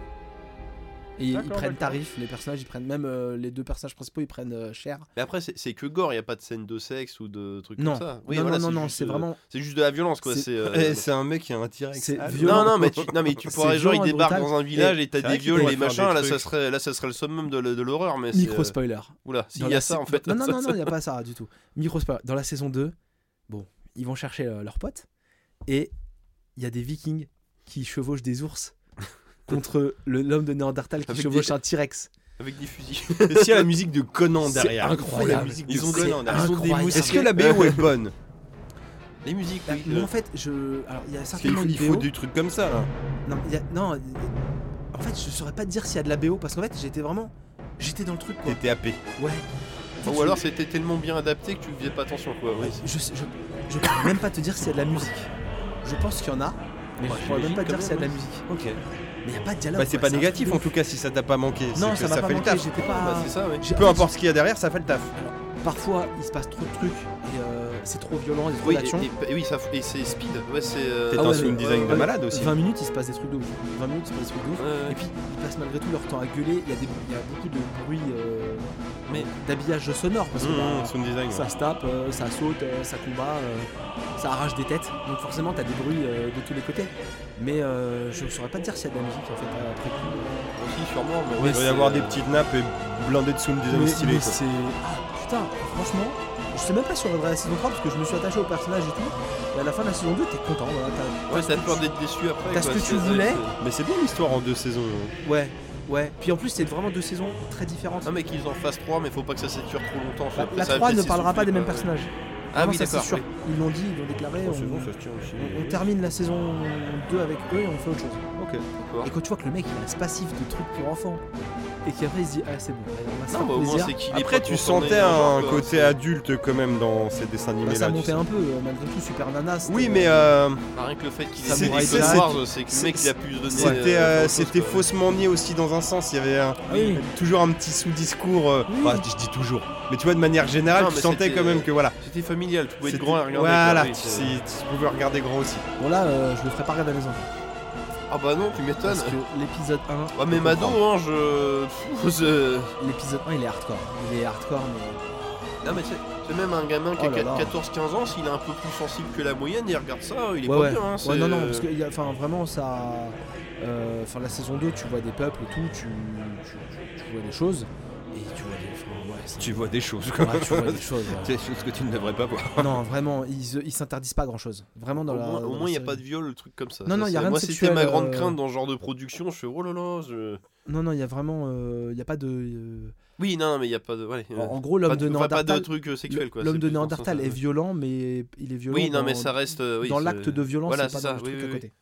B: Et ils
A: D'accord,
B: prennent
A: d'accord.
B: tarif, les personnages, ils prennent même euh, les deux personnages principaux, ils prennent euh, cher.
C: Mais après, c'est c'est que gore, y a pas de scène de sexe ou de trucs
B: Non,
C: comme ça.
B: non,
C: voilà,
B: non, non, non,
C: juste,
B: c'est
C: euh,
B: vraiment
C: C'est juste de la violence,
B: <laughs>
C: quoi.
B: C'est-
C: C'est. euh,
A: Eh, c'est un mec qui a un T-Rex.
B: C'est
A: Allô
B: violent.
C: Non, non, mais tu, non, mais
B: <laughs>
C: tu
B: C'est
C: pourrais, genre, ils
B: violent et
C: débarquent
B: brutal.
C: dans un village et t'as
A: c'est vrai
C: des
A: qu'ils
C: viols et
A: pourraient
C: les
A: faire
C: machins,
A: des
C: là ça,
A: trucs.
C: serait, là, ça serait le summum de, le- de l'horreur, mais c'est. euh,
B: micro spoiler.
C: Oula, s'il
B: Dans
C: y
B: la
C: a ça,
B: sa-
C: en fait.
B: Non, non,
C: ça-
B: non,
C: ça-
B: il <laughs> n'y a pas ça du tout. Micro spoiler. Dans la saison 2, bon, ils vont chercher euh, leurs potes et il y a des vikings qui chevauchent des <laughs> ours contre le- l'homme de Néandertal qui
C: Avec
B: chevauche
C: des-
B: un T-Rex.
C: <laughs> Avec
B: <laughs>
C: des fusils. <laughs>
A: Est-ce qu'il y a la musique de Conan
B: C'est
A: derrière
B: incroyable.
A: Oh, la musique de
C: Ils ont des-
A: Conan derrière.
B: ils ont des
A: Incroyable.
B: mousquets.
A: Est-ce que la BO est bonne
C: Les musiques,
B: Bah,
C: oui.
B: moi,
C: euh,
B: en fait, je. Alors, il y a
A: Parce qu'il
B: certainement
A: faut,
B: une
A: il
B: BO.
A: faut du truc comme ça hein. là.
B: Non, il y a- non, il y a- en fait, je saurais pas te dire s'il y a de la BO parce qu'en fait, j'étais vraiment. J'étais dans le truc quoi.
A: T'étais happé.
B: Ouais.
C: Ou alors c'était tellement bien adapté que tu faisais pas attention, quoi.
B: Ouais,
C: oui.
B: je, sais- je, je pourrais même pas te dire s'il y a de la musique. Je pense qu'il y en a, mais
C: Ouais,
B: je pourrais même pas te dire
C: j'imagine
B: s'il y a de la
C: quand
B: musique.
A: Ok.
B: Mais il a pas de dialogue.
A: Bah c'est
B: quoi,
A: Bah, pas
B: un
A: négatif en
B: truc de
A: tout cas si ça t'a pas manqué.
B: ouf. Non,
A: c'est
B: ça
A: que
B: m'a
A: ça
B: pas
A: fait le
B: manqué,
A: taf. Ah,
B: j'étais
C: Bah,
B: pas.
C: c'est ça, oui.
B: j'ai-
A: Peu importe ce qu'il y a derrière, ça fait le taf.
B: Parfois, il se passe trop de trucs et euh, c'est trop violent, il y a trop
C: Oui,
B: d'action.
C: et, et- et oui, ça, et c'est speed. Ouais, c'est. euh,
A: Peut-être
B: Ah
A: un
B: ouais,
A: sound
B: mais-
A: design
B: ouais,
A: de
B: ouais.
A: malade aussi.
B: 20 minutes, il se passe des trucs de ouf. 20 minutes, il se passe des trucs de ouf.
C: Euh,
B: Et puis, ils passent malgré tout leur temps à gueuler. Il y a, des, il y a beaucoup de bruit euh,
C: Mais-
B: d'habillage sonore parce que bah,
A: Mmh, sound design. ouais.
B: ça se tape, euh, ça saute, euh, ça combat, euh, ça arrache des têtes. Donc forcément, t'as des bruits euh, de tous les côtés. Mais euh, je ne saurais pas te dire s'il y a de la musique en fait euh, après coup.
C: aussi, sûrement, mais ouais,
A: Il doit y
C: c'est,
A: avoir
C: euh,
A: des petites nappes et blindé de sound design
B: Mais-
A: stylé.
B: mais
A: quoi.
B: c'est- Ah, putain, franchement, je sais même pas si on regarderait la saison 3 parce que je me suis attaché au personnage et tout. Et à la fin de la saison 2, t'es content, voilà. t'as-
C: Ouais, t'as peur d'être déçu après.
B: T'as ce
C: quoi,
B: que
C: c'est-
B: tu
C: c'est-
B: voulais.
C: c'est-
A: Mais c'est bien l'histoire en deux saisons. hein.
B: Ouais, ouais. Puis en plus, c'est vraiment deux saisons très différentes.
C: Non, mais qu'ils en fassent 3, mais faut pas que ça s'étire trop longtemps.
B: La,
C: après,
B: la
C: Ah, ça va
B: 3 ne
C: peut-être
B: parlera pas des
C: s'essouffler,
B: mêmes
C: quoi.
B: personnages.
C: Ah
B: Vraiment,
C: oui,
B: ça, c'est
C: d'accord.
B: sûr.
C: oui.
B: Ils l'ont dit, ils l'ont déclaré.
A: Trois
B: on-
A: saisons, ça se tient aussi.
B: on- on termine la saison 2 avec eux et on fait autre chose.
A: Ok.
B: Et quand tu vois que le mec il a ce passif de trucs pour enfants et qu'après il se dit ah c'est bon, on va se
C: Non,
B: faire
C: bah, au moins,
B: plaisir.
C: c'est qu'il est euh,
A: Après,
C: pas
A: tu
C: concerné
A: sentais
C: dans genre,
A: un
C: quoi,
A: côté
C: c'est-
A: adulte quand même dans ces dessins
B: Bah,
A: animés
B: ça
A: là.
B: montait un peu euh, malgré tout Super Nana. c'était-
A: Oui, mais euh,
C: Bah, Rien que le fait qu'il
B: Ça
C: ait
B: m'aurait
C: des
B: été-
C: Wars, c'est que le
A: c'est-
C: mec il a pu se donner.
A: c'était
C: euh,
A: euh,
C: autre chose,
A: c'était
C: quoi.
A: faussement niais aussi dans un sens. Il y avait un-
B: Ah oui.
A: toujours un petit sous-discours. euh,
B: Oui.
A: enfin, je dis toujours. Mais tu vois, de manière générale,
C: Non,
A: tu
C: mais
A: sentais
C: c'était-
A: quand même que voilà.
C: C'était familial, tu pouvais être
A: c'était-
C: grand et regarder.
A: Voilà,
C: quoi, oui,
A: tu,
C: c'est-
A: sais, tu pouvais regarder grand aussi.
B: Bon là euh, je le ferai pas regarder à la maison.
C: Ah bah non, tu m'étonnes.
B: Parce que l'épisode 1.
C: Ouais, mais
B: je
C: Mado, euh,
B: comprends.
C: hein, je. <laughs> Pfff, je-
B: L'épisode 1 il est hardcore. Il est hardcore mais.
C: Non, mais c'est c'est même un gamin qui
B: Oh là
C: a
B: là.
C: 14-15 ans, s'il est un peu plus sensible que la moyenne, il regarde ça, il
B: ouais
C: est pas
B: ouais.
C: bien. Hein, c'est-
B: ouais non non parce que il y a- enfin vraiment ça. euh, Enfin la saison 2 tu vois des peuples et tout, tu, tu, tu- tu vois des choses et tu vois des. Enfin, <laughs> ouais, c'est-
A: vois des choses.
B: Ouais, tu
C: <laughs>
B: vois des choses. ouais.
A: des choses que tu ne devrais pas voir.
B: Non, vraiment, ils ils s'interdisent pas grand chose. Vraiment dans
C: Au
B: la.
C: moins,
B: dans
C: au
B: la
C: moins, il n'y a
B: série.
C: pas de viol, le truc comme ça.
B: Non,
C: Ça,
B: non, il y a
C: c'est-
B: rien de
C: Moi, c'était
B: sexuel,
C: ma
B: euh,
C: grande crainte dans ce genre de production. Je fais, oh là là. je-
B: Non, non, il y a vraiment. Il n'y a pas de. euh,
C: Oui, non, non, mais il n'y a pas de. ouais,
B: En,
C: euh,
B: en gros, l'homme
C: pas
B: de
C: de, enfin, pas de
B: Néandertal.
C: truc euh, sexuel, quoi.
B: L'homme
C: c'est
B: de
C: plus dans ce
B: Néandertal
C: sens-là.
B: est violent, mais il est violent.
C: Oui, non,
B: dans,
C: mais ça reste. euh, oui,
B: dans
C: c'est-
B: l'acte de violence,
C: Voilà,
B: et pas
C: c'est
B: dans
C: ça,
B: le
C: oui,
B: truc
C: oui,
B: à
C: oui.
B: côté.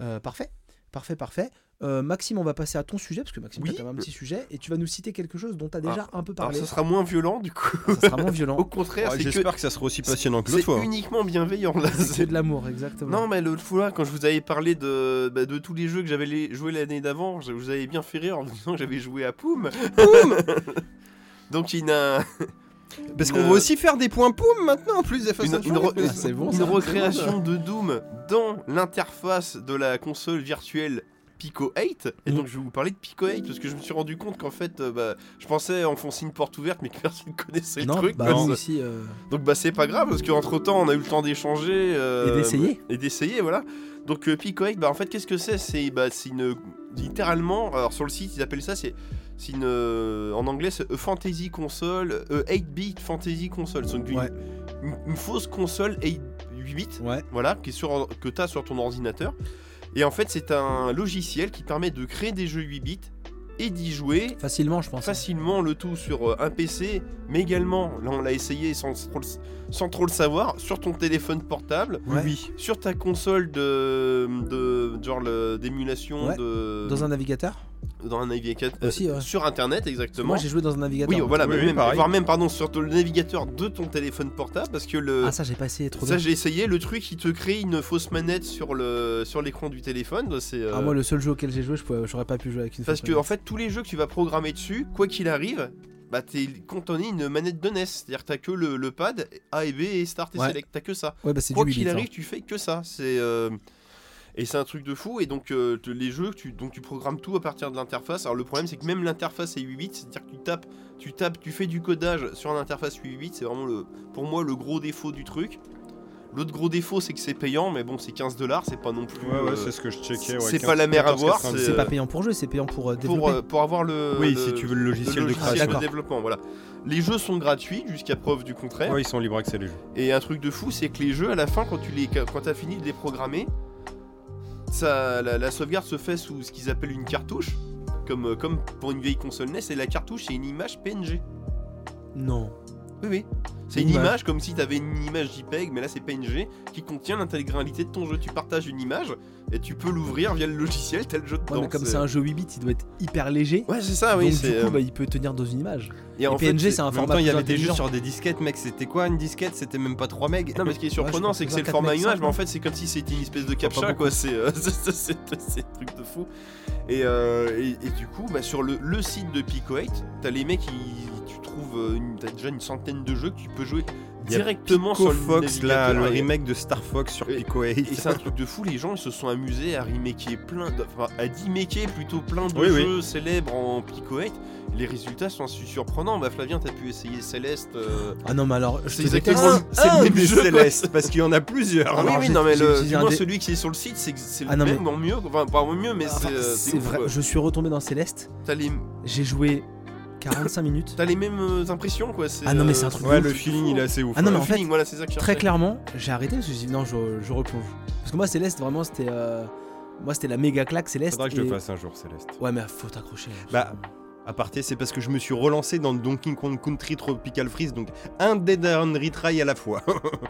B: Euh, parfait, parfait, parfait. Euh, Maxime, on va passer à ton sujet, parce que Maxime,
C: Oui. Ah.
B: t'as quand même un petit sujet, et tu vas nous citer quelque chose dont t'as déjà un peu
C: Alors,
B: parlé.
C: ça sera moins violent du coup.
B: Ah, ça sera moins
C: <laughs>
B: violent.
C: Au contraire,
A: Ouais,
C: c'est que
A: J'espère que... ça sera aussi passionnant que l'autre
C: c'est
A: fois.
C: uniquement bienveillant là.
B: hein. <laughs> C'est de l'amour, exactement.
C: Non, mais l'autre fois, quand je vous avais parlé de, bah, de tous les jeux que j'avais les- joué l'année d'avant, je vous avais bien fait rire en vous disant que j'avais joué à Poum. <laughs> Donc il y a un-
A: Parce
C: une- euh,
A: qu'on va aussi faire des points poum maintenant en plus des façons
C: une,
A: de
C: une
A: jouer.
C: re- euh,
B: Ah, c'est bon,
C: une
B: ça.
C: recréation de Doom dans l'interface de la console virtuelle Pico 8. Et
B: Mhm.
C: donc je vais vous parler de Pico 8 parce que je me suis rendu compte qu'en fait, euh, bah, je pensais enfoncer une porte ouverte mais que personne <laughs> ne connaissait le
B: Non,
C: truc.
B: bah
C: quoi.
B: nous aussi, euh,
C: Donc bah c'est pas grave parce qu'entre temps on a eu le temps d'échanger euh,
B: Et d'essayer.
C: et d'essayer voilà. Donc euh, Picoac, bah en fait qu'est-ce que c'est C'est bah c'est une littéralement alors sur le site ils appellent ça c'est c'est une euh, en anglais c'est a fantasy console 8 bit fantasy console donc une,
B: Ouais.
C: une- une fausse console 8 bits
B: Ouais.
C: voilà, qui est sur, que tu as sur ton ordinateur. Et en fait, c'est un logiciel qui permet de créer des jeux 8 bits et d'y jouer
B: Facilement, je pense.
C: facilement le tout sur euh, un PC, mais également, là on l'a essayé sans trop, le, sans trop le savoir, sur ton téléphone portable,
B: Ouais.
A: Oui.
C: sur ta console de, de genre le- d'émulation
B: Ouais.
C: de
B: Dans un navigateur
C: dans un navigateur euh,
B: Aussi, ouais.
C: sur internet exactement.
B: Moi, j'ai joué dans un navigateur.
C: oui, voilà,
A: Oui,
C: mais
A: oui,
C: même-
A: pareil.
C: voire même pardon sur ton- le navigateur de ton téléphone portable parce que le
B: Ah, ça, j'ai pas essayé trop
C: euh, ça
B: bien.
C: j'ai essayé le truc qui te crée une fausse manette sur le sur l'écran du téléphone, c'est euh,
B: Ah, moi, le seul jeu auquel j'ai joué, je pouvais- j'aurais pas pu jouer avec une
C: Parce
B: fausse
C: que en
B: manette.
C: fait tous les jeux que tu vas programmer dessus, quoi qu'il arrive, bah t'es cantonné à une manette de NES, c'est-à-dire que t'as que le, le pad A et B et Start et
B: Ouais.
C: Select, t'as que ça.
B: Ouais, bah, c'est
C: Quoi
B: du
C: qu'il
B: Willy,
C: arrive, tu fais que ça. C'est euh, et c'est un truc de fou. Et donc euh, te- les jeux, tu donc tu programmes tout à partir de l'interface. Alors le problème c'est que même l'interface est 8 bits, c'est-à-dire que tu tapes, tu tapes, tu fais du codage sur l'interface 8 bits. C'est vraiment le pour moi le gros défaut du truc. L'autre gros défaut c'est que c'est payant, mais bon c'est 15 dollars, c'est pas non plus.
A: Ouais, ouais,
C: euh,
A: c'est ce que je checkais.
C: c'est pas la mer à boire,
B: c'est
C: euh,
B: pas payant pour jouer, c'est payant pour euh, développer.
C: pour, euh, pour avoir le
A: Oui,
C: le-
A: si tu veux le
C: le
A: logiciel de
C: logiciel
B: création.
C: de
B: D'accord.
C: développement, voilà. Les jeux sont gratuits jusqu'à preuve du contraire.
A: Ouais, ils sont libres accès les jeux.
C: Et un truc de fou, c'est que les jeux, à la fin, quand tu les, quand t'as fini de les programmer, ça, la, la sauvegarde se fait sous ce qu'ils appellent une cartouche, comme, euh, comme pour une vieille console NES. Et la cartouche, c'est une image PNG.
B: Non.
C: Oui, oui. C'est une
B: Image.
C: image comme si t'avais une image JPEG, mais là c'est PNG qui contient l'intégralité de ton jeu. Tu partages une image et tu peux l'ouvrir via le logiciel, t'as le jeu
B: Ouais,
C: dedans.
B: mais comme c'est un jeu 8 bits, il doit être hyper léger.
C: Ouais, c'est ça, oui.
B: donc, du
C: c'est,
B: coup,
C: euh,
B: bah, il peut tenir dans une image.
C: et en
B: Et
C: fait,
B: PNG, c'est
C: c'est-
B: un
A: En même
B: format
A: temps, il y
B: plus
A: avait des jeux
B: intelligent.
A: sur des disquettes, mec. C'était quoi une disquette C'était même pas 3 megs.
C: Non mais ce qui est surprenant
B: Ouais, je
C: c'est que
B: pense
C: c'est le
B: que
C: format
B: 4
C: image
B: mecs,
C: mais en fait c'est comme si c'était une espèce de captcha
B: beaucoup.
C: quoi c'est euh, <laughs> c'est- c'est- c'est c'est un truc de fou et, euh, et, et du coup bah, sur le, le site de Pico8 t'as les mecs ils, tu trouves euh, une- t'as déjà une centaine de jeux que tu peux jouer
A: Il y a
C: directement
A: Pico
C: sur le
A: Fox, là,
C: navigateur. Ah,
A: le
C: Et-
A: remake de Star Fox sur
C: Et-
A: Pico 8.
C: et c'est un truc de fou les gens ils se sont amusés à remaker plein de, enfin à dimaker plutôt plein de
A: Oui, oui.
C: jeux célèbres en Pico8 les résultats sont assez surprenants bah Flavien t'as pu essayer Céleste euh,
B: Ah non, mais alors, je
C: C'est
B: te
C: exactement
B: déteste.
A: Ah, c'est
C: Ah,
A: le même
C: mais je-
A: Céleste, parce qu'il y en a plusieurs.
C: Ah oui,
B: Alors,
C: oui,
B: j'ai-
C: non, mais
B: j'ai
C: le,
B: utilisé
C: du
B: un
C: moins,
B: dé-
C: celui qui est sur le site, c'est que c'est
B: Ah non,
C: le même en mieux. Enfin, pas en mieux, mais
B: Enfin,
C: c'est, euh,
B: Ah, c'est
C: ouf,
B: vrai.
C: quoi.
B: Je suis retombé dans Céleste.
C: T'as les,
B: J'ai joué 45
C: <laughs>
B: minutes.
C: t'as les mêmes euh, impressions, quoi. c'est,
B: Ah non, mais
C: euh,
B: c'est un truc
A: Ouais,
B: de
A: le
B: ouf.
A: feeling, il est assez ouf.
B: Ah non,
A: ouais.
B: mais
C: Le
B: en fait,
C: feeling, voilà, c'est ça que je
B: Très
C: cherchais.
B: clairement, j'ai arrêté parce que j'ai dit non, je, je replonge. Parce que moi, Céleste, vraiment, c'était. euh, Moi, c'était la méga claque Céleste.
A: Faudra que je le
B: et-
A: fasse un jour, Céleste.
B: Ouais, mais faut t'accrocher. hein.
A: Bah, À parté, c'est parce que je me suis relancé dans Donkey Kong Country Tropical Freeze, donc un dead and retry à la fois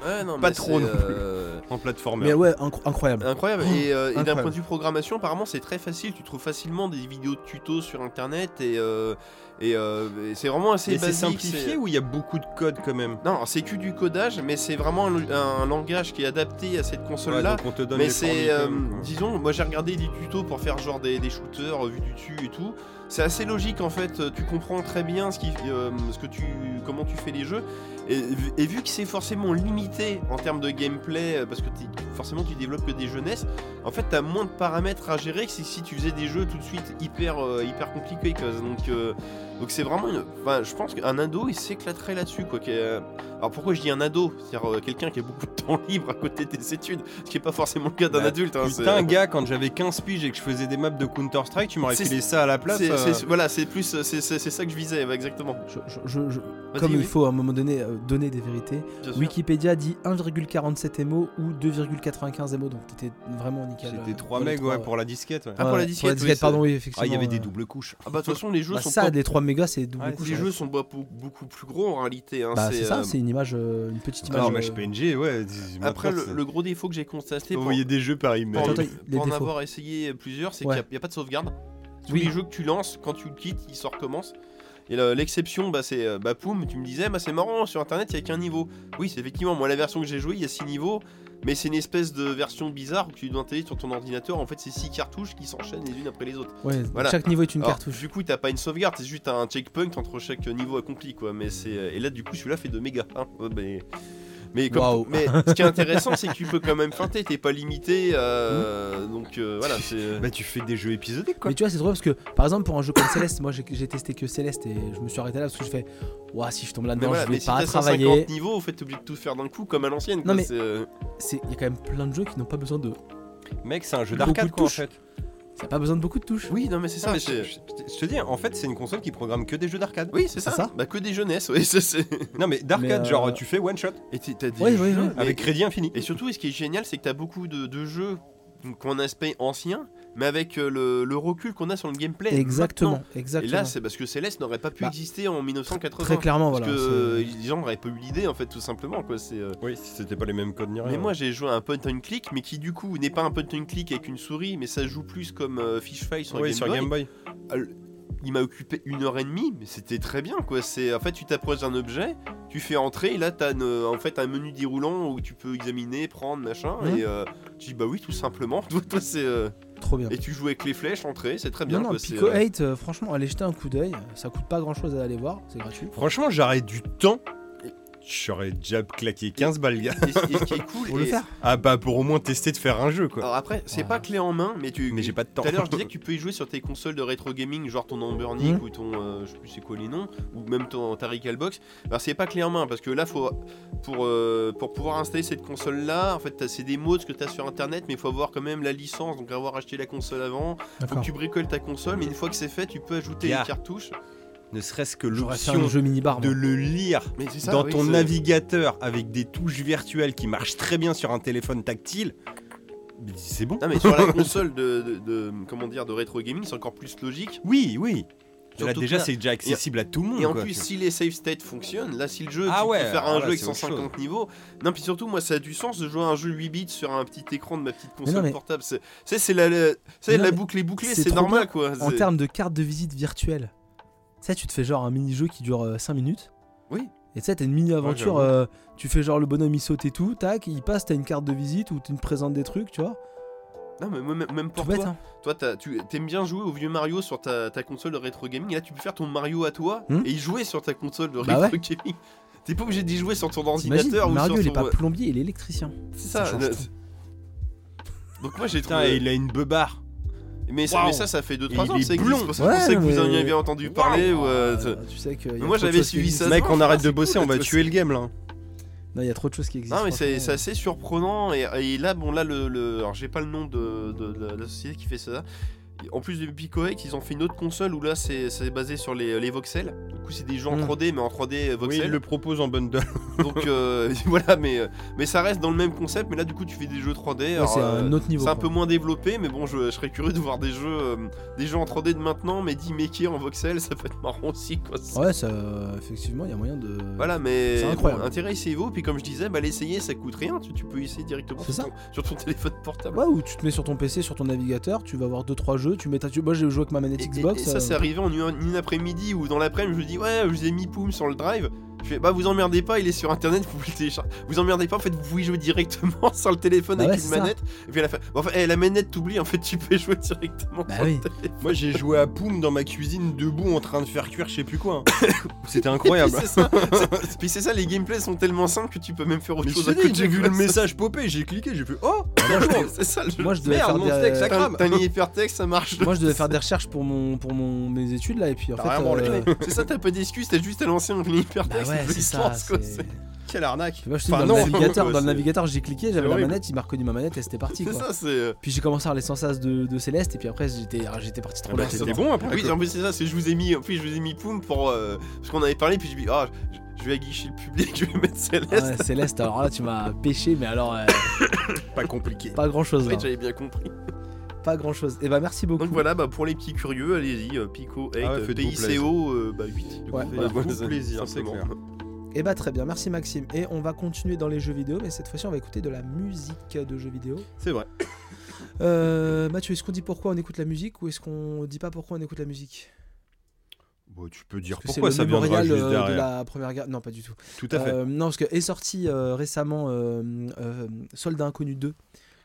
C: Ouais, non,
A: Pas
C: mais
A: trop
C: c'est,
A: non plus.
C: euh,
A: en plateformeur.
B: mais ouais, incro- incroyable.
C: Incroyable. Et, euh, et d'un
B: incroyable.
C: point de vue programmation, apparemment, c'est très facile. Tu trouves facilement des vidéos de tutos sur internet et, euh, et, euh, et c'est vraiment assez
A: Et c'est
C: basique,
A: simplifié
C: c'est-
A: ou il y a beaucoup de code quand même
C: Non, c'est que du codage, mais c'est vraiment un, un langage qui est adapté à cette
A: Ouais,
C: console-là.
A: donc on te donne
C: Mais
A: les
C: c'est, euh,
A: formules, quoi.
C: disons, moi j'ai regardé des tutos pour faire genre des, des shooters euh, vus du dessus et tout. C'est assez logique en fait. euh, Tu comprends très bien ce qui, euh, ce que tu, comment tu fais les jeux. Et, vu- et vu que c'est forcément limité en termes de gameplay, euh, parce que t'es- forcément tu développes que des jeunesses, en fait t'as moins de paramètres à gérer que si, si tu faisais des jeux tout de suite hyper, euh, hyper compliqués. quoi. Donc euh, donc c'est vraiment une- enfin, je pense qu'un ado il s'éclaterait là-dessus quoi. qui est- Alors pourquoi je dis un ado C'est-à-dire euh, quelqu'un qui a beaucoup de temps <laughs> libre à côté des études, ce qui est pas forcément le cas d'un
A: Bah,
C: adulte. hein,
A: Putain, gars, quand j'avais 15 piges et que je faisais des maps de Counter-Strike, tu m'aurais
C: C'est-
A: filé ça à la place.
C: c'est,
A: euh,
C: c'est- voilà, c'est plus, c'est, c'est- c'est ça que je visais, ouais, exactement.
B: Je- je- je- je-
C: Vas-y,
B: comme
C: oui,
B: il faut à un moment donné euh, donner des vérités.
C: bien sûr.
B: Wikipédia dit 1,47 MO ou 2,4 95 MO, donc t'étais vraiment nickel.
A: C'était
B: euh,
A: 3
B: pour les
A: mégas ouais,
B: trois,
A: pour la disquette. ouais.
C: Ah, pour la disquette, oui, c'est-
B: pardon, oui,
A: Ah,
B: effectivement.
A: il y avait des
B: euh,
A: doubles couches.
C: Ah bah de toute façon les jeux
B: bah,
C: sont
B: ça,
C: pas-
B: des 3 mégas, c'est double
C: Ouais,
B: couche.
C: les
B: ouais.
C: jeux sont pas beaucoup, beaucoup plus gros en réalité. hein,
B: Bah, c'est ça,
C: euh,
B: c'est une image, euh, une petite image.
A: Alors,
B: euh,
A: match PNG, ouais.
C: Après le, le gros défaut que j'ai constaté pour,
A: Vous voyez des jeux par email.
C: pour-
B: Attends, attends, les
C: pour en
B: défauts.
C: avoir essayé plusieurs, c'est
B: Ouais.
C: qu'il n'y a, pas de sauvegarde. Tous
B: Oui.
C: les jeux que tu lances, quand tu le quittes, ils se recommencent. Et le- l'exception, bah, c'est euh, bah, Poum, tu me disais, bah, c'est marrant, sur internet, il n'y a qu'un niveau. Oui, c'est effectivement, moi, la version que j'ai jouée, il y a 6 niveaux, mais c'est une espèce de version bizarre où tu dois installer sur ton ordinateur. En fait, c'est 6 cartouches qui s'enchaînent les unes après les autres.
B: euh, ouais,
C: Voilà.
B: Chaque niveau est une
C: Alors,
B: cartouche.
C: Du coup, t'as pas une sauvegarde, c'est juste un checkpoint entre chaque niveau accompli, quoi. Mais c'est et là, du coup, celui-là fait de méga. hein. Ouais, mais mais, comme-
B: Waouh.
C: mais ce qui est intéressant, c'est que tu peux
B: <laughs>
C: quand même feinter, t'es pas limité.
B: Hmm.
C: euh, Donc euh, voilà, c'est.
A: Bah, tu fais des jeux épisodiques, quoi.
B: Mais tu vois, c'est drôle parce que, par exemple, pour un jeu comme Céleste, moi j'ai- j'ai testé que Céleste et je me suis arrêté là parce que je fais, ouah, si je tombe
C: Mais
B: là-dedans,
C: voilà,
B: je vais
C: mais si
B: pas
C: t'as 150
B: travailler.
C: niveaux, en fait, t'es obligé de tout faire d'un coup, comme à l'ancienne.
B: Non,
C: quoi,
B: mais-
C: c'est, euh,
B: C'est- Il y a quand même plein de jeux qui n'ont pas besoin de.
A: Mec, c'est un jeu
B: Beaucoup
A: d'arcade,
B: de
A: quoi, en
B: touches.
A: fait.
B: Ça a pas besoin de beaucoup de touches.
C: Oui, non, mais c'est ça.
A: Non,
B: Ah,
A: mais
C: mais
A: je,
C: c'est-
A: je- je te dis, en fait, c'est une console qui programme que des jeux d'arcade.
C: Oui, c'est
B: C'est
C: ça.
B: ça
C: Bah que des jeunesses, oui, ça, c'est.
A: Non, mais d'arcade,
B: Mais, euh,
A: genre, tu fais one shot
C: Et t'es- t'as des
B: Ouais, ouais,
C: jeux,
B: ouais.
C: mais-
A: avec crédit infini.
C: Et surtout, ce qui est génial, c'est que t'as beaucoup de, de jeux qui ont un aspect ancien, mais avec euh, le, le recul qu'on a sur le gameplay. maintenant.
B: Exactement,
C: Et
B: exactement.
C: là, c'est parce que Céleste n'aurait pas pu
B: Bah,
C: exister en 1980.
B: Très clairement,
C: Parce
B: voilà.
C: que
B: c'est-
C: euh, les gens n'auraient pas eu l'idée, en fait, tout simplement. Quoi. c'est, euh,
A: Oui, c'était pas les mêmes codes ni rien.
C: Mais moi, j'ai joué à un point and click, mais qui du coup n'est pas un point and click avec une souris, mais ça joue plus comme euh, Fish Fry sur,
A: Ouais,
C: Game,
A: sur
C: Boy.
A: Game Boy.
C: Il m'a occupé une heure et demie, mais c'était très bien. quoi. C'est En fait, tu t'approches d'un objet, tu fais entrer, et là, t'as une- euh, en fait un menu déroulant où tu peux examiner, prendre, machin.
B: Mhm.
C: Et euh, tu dis, bah oui, tout simplement. <laughs> Toi, toi, c'est, euh,
B: Trop bien.
C: Et tu joues avec les flèches, entrer, c'est très bien.
B: non, non,
C: quoi, c'est,
B: Pico
C: euh,
B: 8, euh, franchement, allez jeter un coup d'œil. Ça coûte pas grand chose à aller voir, c'est gratuit.
A: Franchement, j'arrête du temps. J'aurais déjà claqué 15 balles, gars.
B: <laughs>
C: et, et ce qui est cool,
B: Pour le
C: et-
B: faire.
A: Ah, bah, pour au moins tester de faire un jeu, quoi.
C: Alors après, c'est
B: Ouais.
C: pas clé en main, mais tu.
A: Mais j'ai pas de temps.
C: Tout à l'heure,
A: <laughs>
C: je disais que tu peux y jouer sur tes consoles de rétro gaming, genre ton Ambernic
B: Mhm.
A: Mmh.
C: ou ton. euh, je sais plus c'est quoi les noms, ou même ton ta Recalbox. Alors c'est pas clé en main, parce que là, faut, pour, euh, pour pouvoir installer cette console-là, en fait, t'as- c'est des modes que t'as sur internet, mais il faut avoir quand même la licence, donc avoir acheté la console avant. Faut que tu bricoles ta console, mais une fois que c'est fait, tu peux ajouter
A: Gars.
C: une cartouche.
A: Ne serait-ce que
B: J'aurais fait un
A: l'option
B: jeu mini-bar.
A: de
B: moi.
A: le lire
C: Mais c'est ça,
A: dans
C: oui,
A: ton
C: c'est-
A: navigateur avec des touches virtuelles qui marchent très bien sur un téléphone tactile. C'est bon.
C: Non, mais sur la console de, de- de- comment dire, de rétro gaming, c'est encore plus logique.
A: Oui, oui. Là,
C: Surtout
A: déjà,
C: que là-
A: c'est déjà accessible à tout le monde.
C: Et en
A: Hmm, quoi.
C: plus, si les save states fonctionnent, là, si le jeu,
A: Ah
C: tu
A: ouais,
C: peux faire
A: ah
C: un
A: ouais,
C: jeu avec
A: c'est autre
C: 150 niveaux. Non, puis surtout, moi, ça a du sens de jouer à un jeu 8 bits sur un petit écran de ma petite console
B: non, mais-
C: portable. C'est, c'est, c'est la, la- c'est
B: Mais non,
C: la
B: mais
C: boucle est bouclée,
B: c'est
C: c'est,
B: trop
C: normal, quoi.
B: En
C: C'est-
B: termes de carte de visite virtuelle, tu sais, tu te fais genre un mini-jeu qui dure 5 minutes.
C: Oui.
B: Et tu sais, t'as une mini-aventure,
A: Ouais,
B: euh, tu fais genre le bonhomme il saute et tout, tac, il passe, t'as une carte de visite où tu me présentes des trucs, tu vois.
C: Non, mais moi, même, même
B: Tout
C: pour
B: bête,
C: toi,
B: hein.
C: toi t'as- tu aimes bien jouer au vieux Mario sur ta, ta console de rétro gaming. Et là, tu peux faire ton Mario à toi
B: Hmm.
C: et y jouer sur ta console de
B: Bah
C: rétro gaming. <laughs> T'es pas obligé d'y jouer sur ton
B: T'imagines,
C: ordinateur ou
B: Mario
C: sur
B: il est
C: ton.
B: pas plombier, il est électricien.
C: C'est
B: ça
C: ça.
B: change
C: le-
B: tout.
C: <laughs> Donc, moi, j'ai
A: Putain,
C: trouvé.
A: et il a une beubare.
C: Mais, ça,
A: Waouh.
C: mais ça, ça fait 2-3
A: Et
C: ans
A: il
C: que
A: est
C: ça existe.
A: blond.
C: C'est pour
B: Ouais,
C: ça que
B: non,
C: vous en
B: mais-
C: avez entendu parler. ou, euh,
B: Euh, tu sais que. y a
C: moi,
B: trop de
C: j'avais
B: choses qui
C: suivi ça.
B: existent.
A: Mec, on arrête de
C: c'est
A: bosser,
C: cool,
A: on va
C: toi,
A: tuer le game là.
B: Non, il y a trop de choses qui existent.
C: Non mais c'est c'est
B: franchement.
C: assez surprenant et, et là bon là le, le- alors j'ai pas le nom de, de- de la société qui fait ça. En plus de Picoex, ils ont fait une autre console où là c'est c'est basé sur les, les voxels. Du coup c'est des jeux en
B: Mm.
C: 3D mais en 3D
A: Oui, il
C: voxel.
A: le propose en bundle.
C: <laughs> Donc euh, <laughs> voilà mais euh, mais ça reste dans le même concept mais là du coup tu fais des jeux 3D.
B: Ouais,
C: alors,
B: c'est
C: euh,
B: un autre niveau.
C: c'est un
B: quoi.
C: peu moins développé mais bon je, je serais curieux de voir des jeux euh, des jeux en 3D de maintenant mais d'imméquer en voxel ça peut être marrant aussi quoi.
B: Ouais, ça, euh, effectivement, il y a moyen de.
C: Voilà, mais
B: Euh, C'est incroyable.
C: bon, intéressez-vous. Puis comme je disais, bah, l'essayer, ça coûte rien. Tu, tu peux essayer directement
B: C'est
C: sur
B: ça.
C: ton, sur ton <laughs> téléphone portable.
B: Ouais, ou tu te mets sur ton PC, sur ton navigateur, tu vas voir 2-3 jeux, tu mets ta. tu- Moi, j'ai joué avec ma manette
C: Et, et-
B: Xbox.
C: et ça,
B: euh,
C: c'est arrivé en une, une après-midi ou dans l'après-midi. Je me dis, ouais, je vous ai mis Poum sur le drive. Je fais, bah vous emmerdez pas, il est sur internet, <laughs> vous pouvez le télécharger. Vous emmerdez pas, en fait, vous pouvez y jouer directement <laughs> sur le téléphone
B: Bah
C: avec
B: ouais,
C: une
B: c'est ça.
C: manette. Et puis à la fin, bon, enfin, eh, la manette, t'oublies, en fait, tu peux <laughs> jouer directement.
B: Bah
C: sur le
B: oui.
C: téléphone.
A: Moi j'ai joué à Poum dans ma cuisine debout en train de faire cuire je sais plus quoi. <coughs> hein. C'était incroyable.
C: <laughs> Puis
B: <laughs>
C: c'est ça, c'est- puis c'est ça, les gameplays sont tellement simples que tu peux même faire autre
A: Mais je
C: chose
A: te
C: à
A: dis,
C: côté,
A: j'ai vu
C: quoi.
A: le message popper, j'ai cliqué, j'ai fait oh
C: C'est ça, le jeu.
B: Moi, je devais
A: merde
B: faire
A: mon
B: des-
A: steak ça
B: euh,
A: crame.
C: T'as mis <laughs> hypertexte, ça marche.
B: Moi, je devais faire des recherches pour mon pour mon mes études là, et puis en
A: T'as
B: fait.
A: rien branlé.
B: euh,
C: C'est ça, t'as pas d'excuses, t'as juste à lancer un lien hypertexte.
B: Bah ouais,
C: <laughs>
B: c'est ça.
C: puissance, quoi,
B: c'est-
C: c'est-
A: Quelle arnaque
B: Tu vois, je te dis,
C: Enfin,
B: dans,
C: non,
B: le navigateur,
C: <laughs> quoi,
B: dans le
C: c'est-
B: navigateur, j'ai cliqué, j'avais
C: c'est
B: la
C: horrible.
B: manette, il m'a reconnu ma manette et c'était parti.
C: C'est euh,
B: Quoi.
C: ça, c'est.
B: Puis j'ai commencé à lire les sensaces de, de Céleste et puis après j'étais ah, j'étais parti trop
C: bah,
B: loin.
C: c'était
A: C'était bon hein, Ah après.
C: Oui,
A: quoi.
C: en plus, c'est ça, c'est je vous ai mis, en plus, je vous ai mis Poum pour. euh, parce qu'on avait parlé, puis je me dis, ah, je- je vais aguicher le public, <laughs> je vais mettre
B: Ah
C: Céleste.
B: ouais, Céleste, alors là tu m'as pêché, mais alors euh,
A: pas compliqué.
B: pas grand chose.
C: En fait, j'avais bien compris.
B: Pas grand chose. Et bah merci beaucoup.
C: Donc voilà, bah, pour les petits curieux, allez-y, euh, Pico 8,
A: Ah ouais, faites-vous
C: PICO euh, bah, 8. du coup,
B: Ouais,
C: faites-vous
A: voilà.
C: plaisir,
A: Plaisir, c'est
C: simplement.
A: clair.
B: Et bah très bien, merci Maxime. Et on va continuer dans les jeux vidéo, mais cette fois-ci on va écouter de la musique de jeux vidéo.
A: C'est vrai.
B: Euh, Mathieu, est-ce qu'on dit pourquoi on écoute la musique ou est-ce qu'on dit pas pourquoi on écoute la musique
A: Bon, tu peux dire
B: Parce que
A: pourquoi
B: c'est
A: ça
B: le
A: viendra
B: mémorial
A: juste
B: euh,
A: derrière.
B: de la première guerre. Non, pas du tout.
A: Tout à fait.
B: Euh, non, parce que est sorti euh, récemment euh, euh, Soldat Inconnu 2.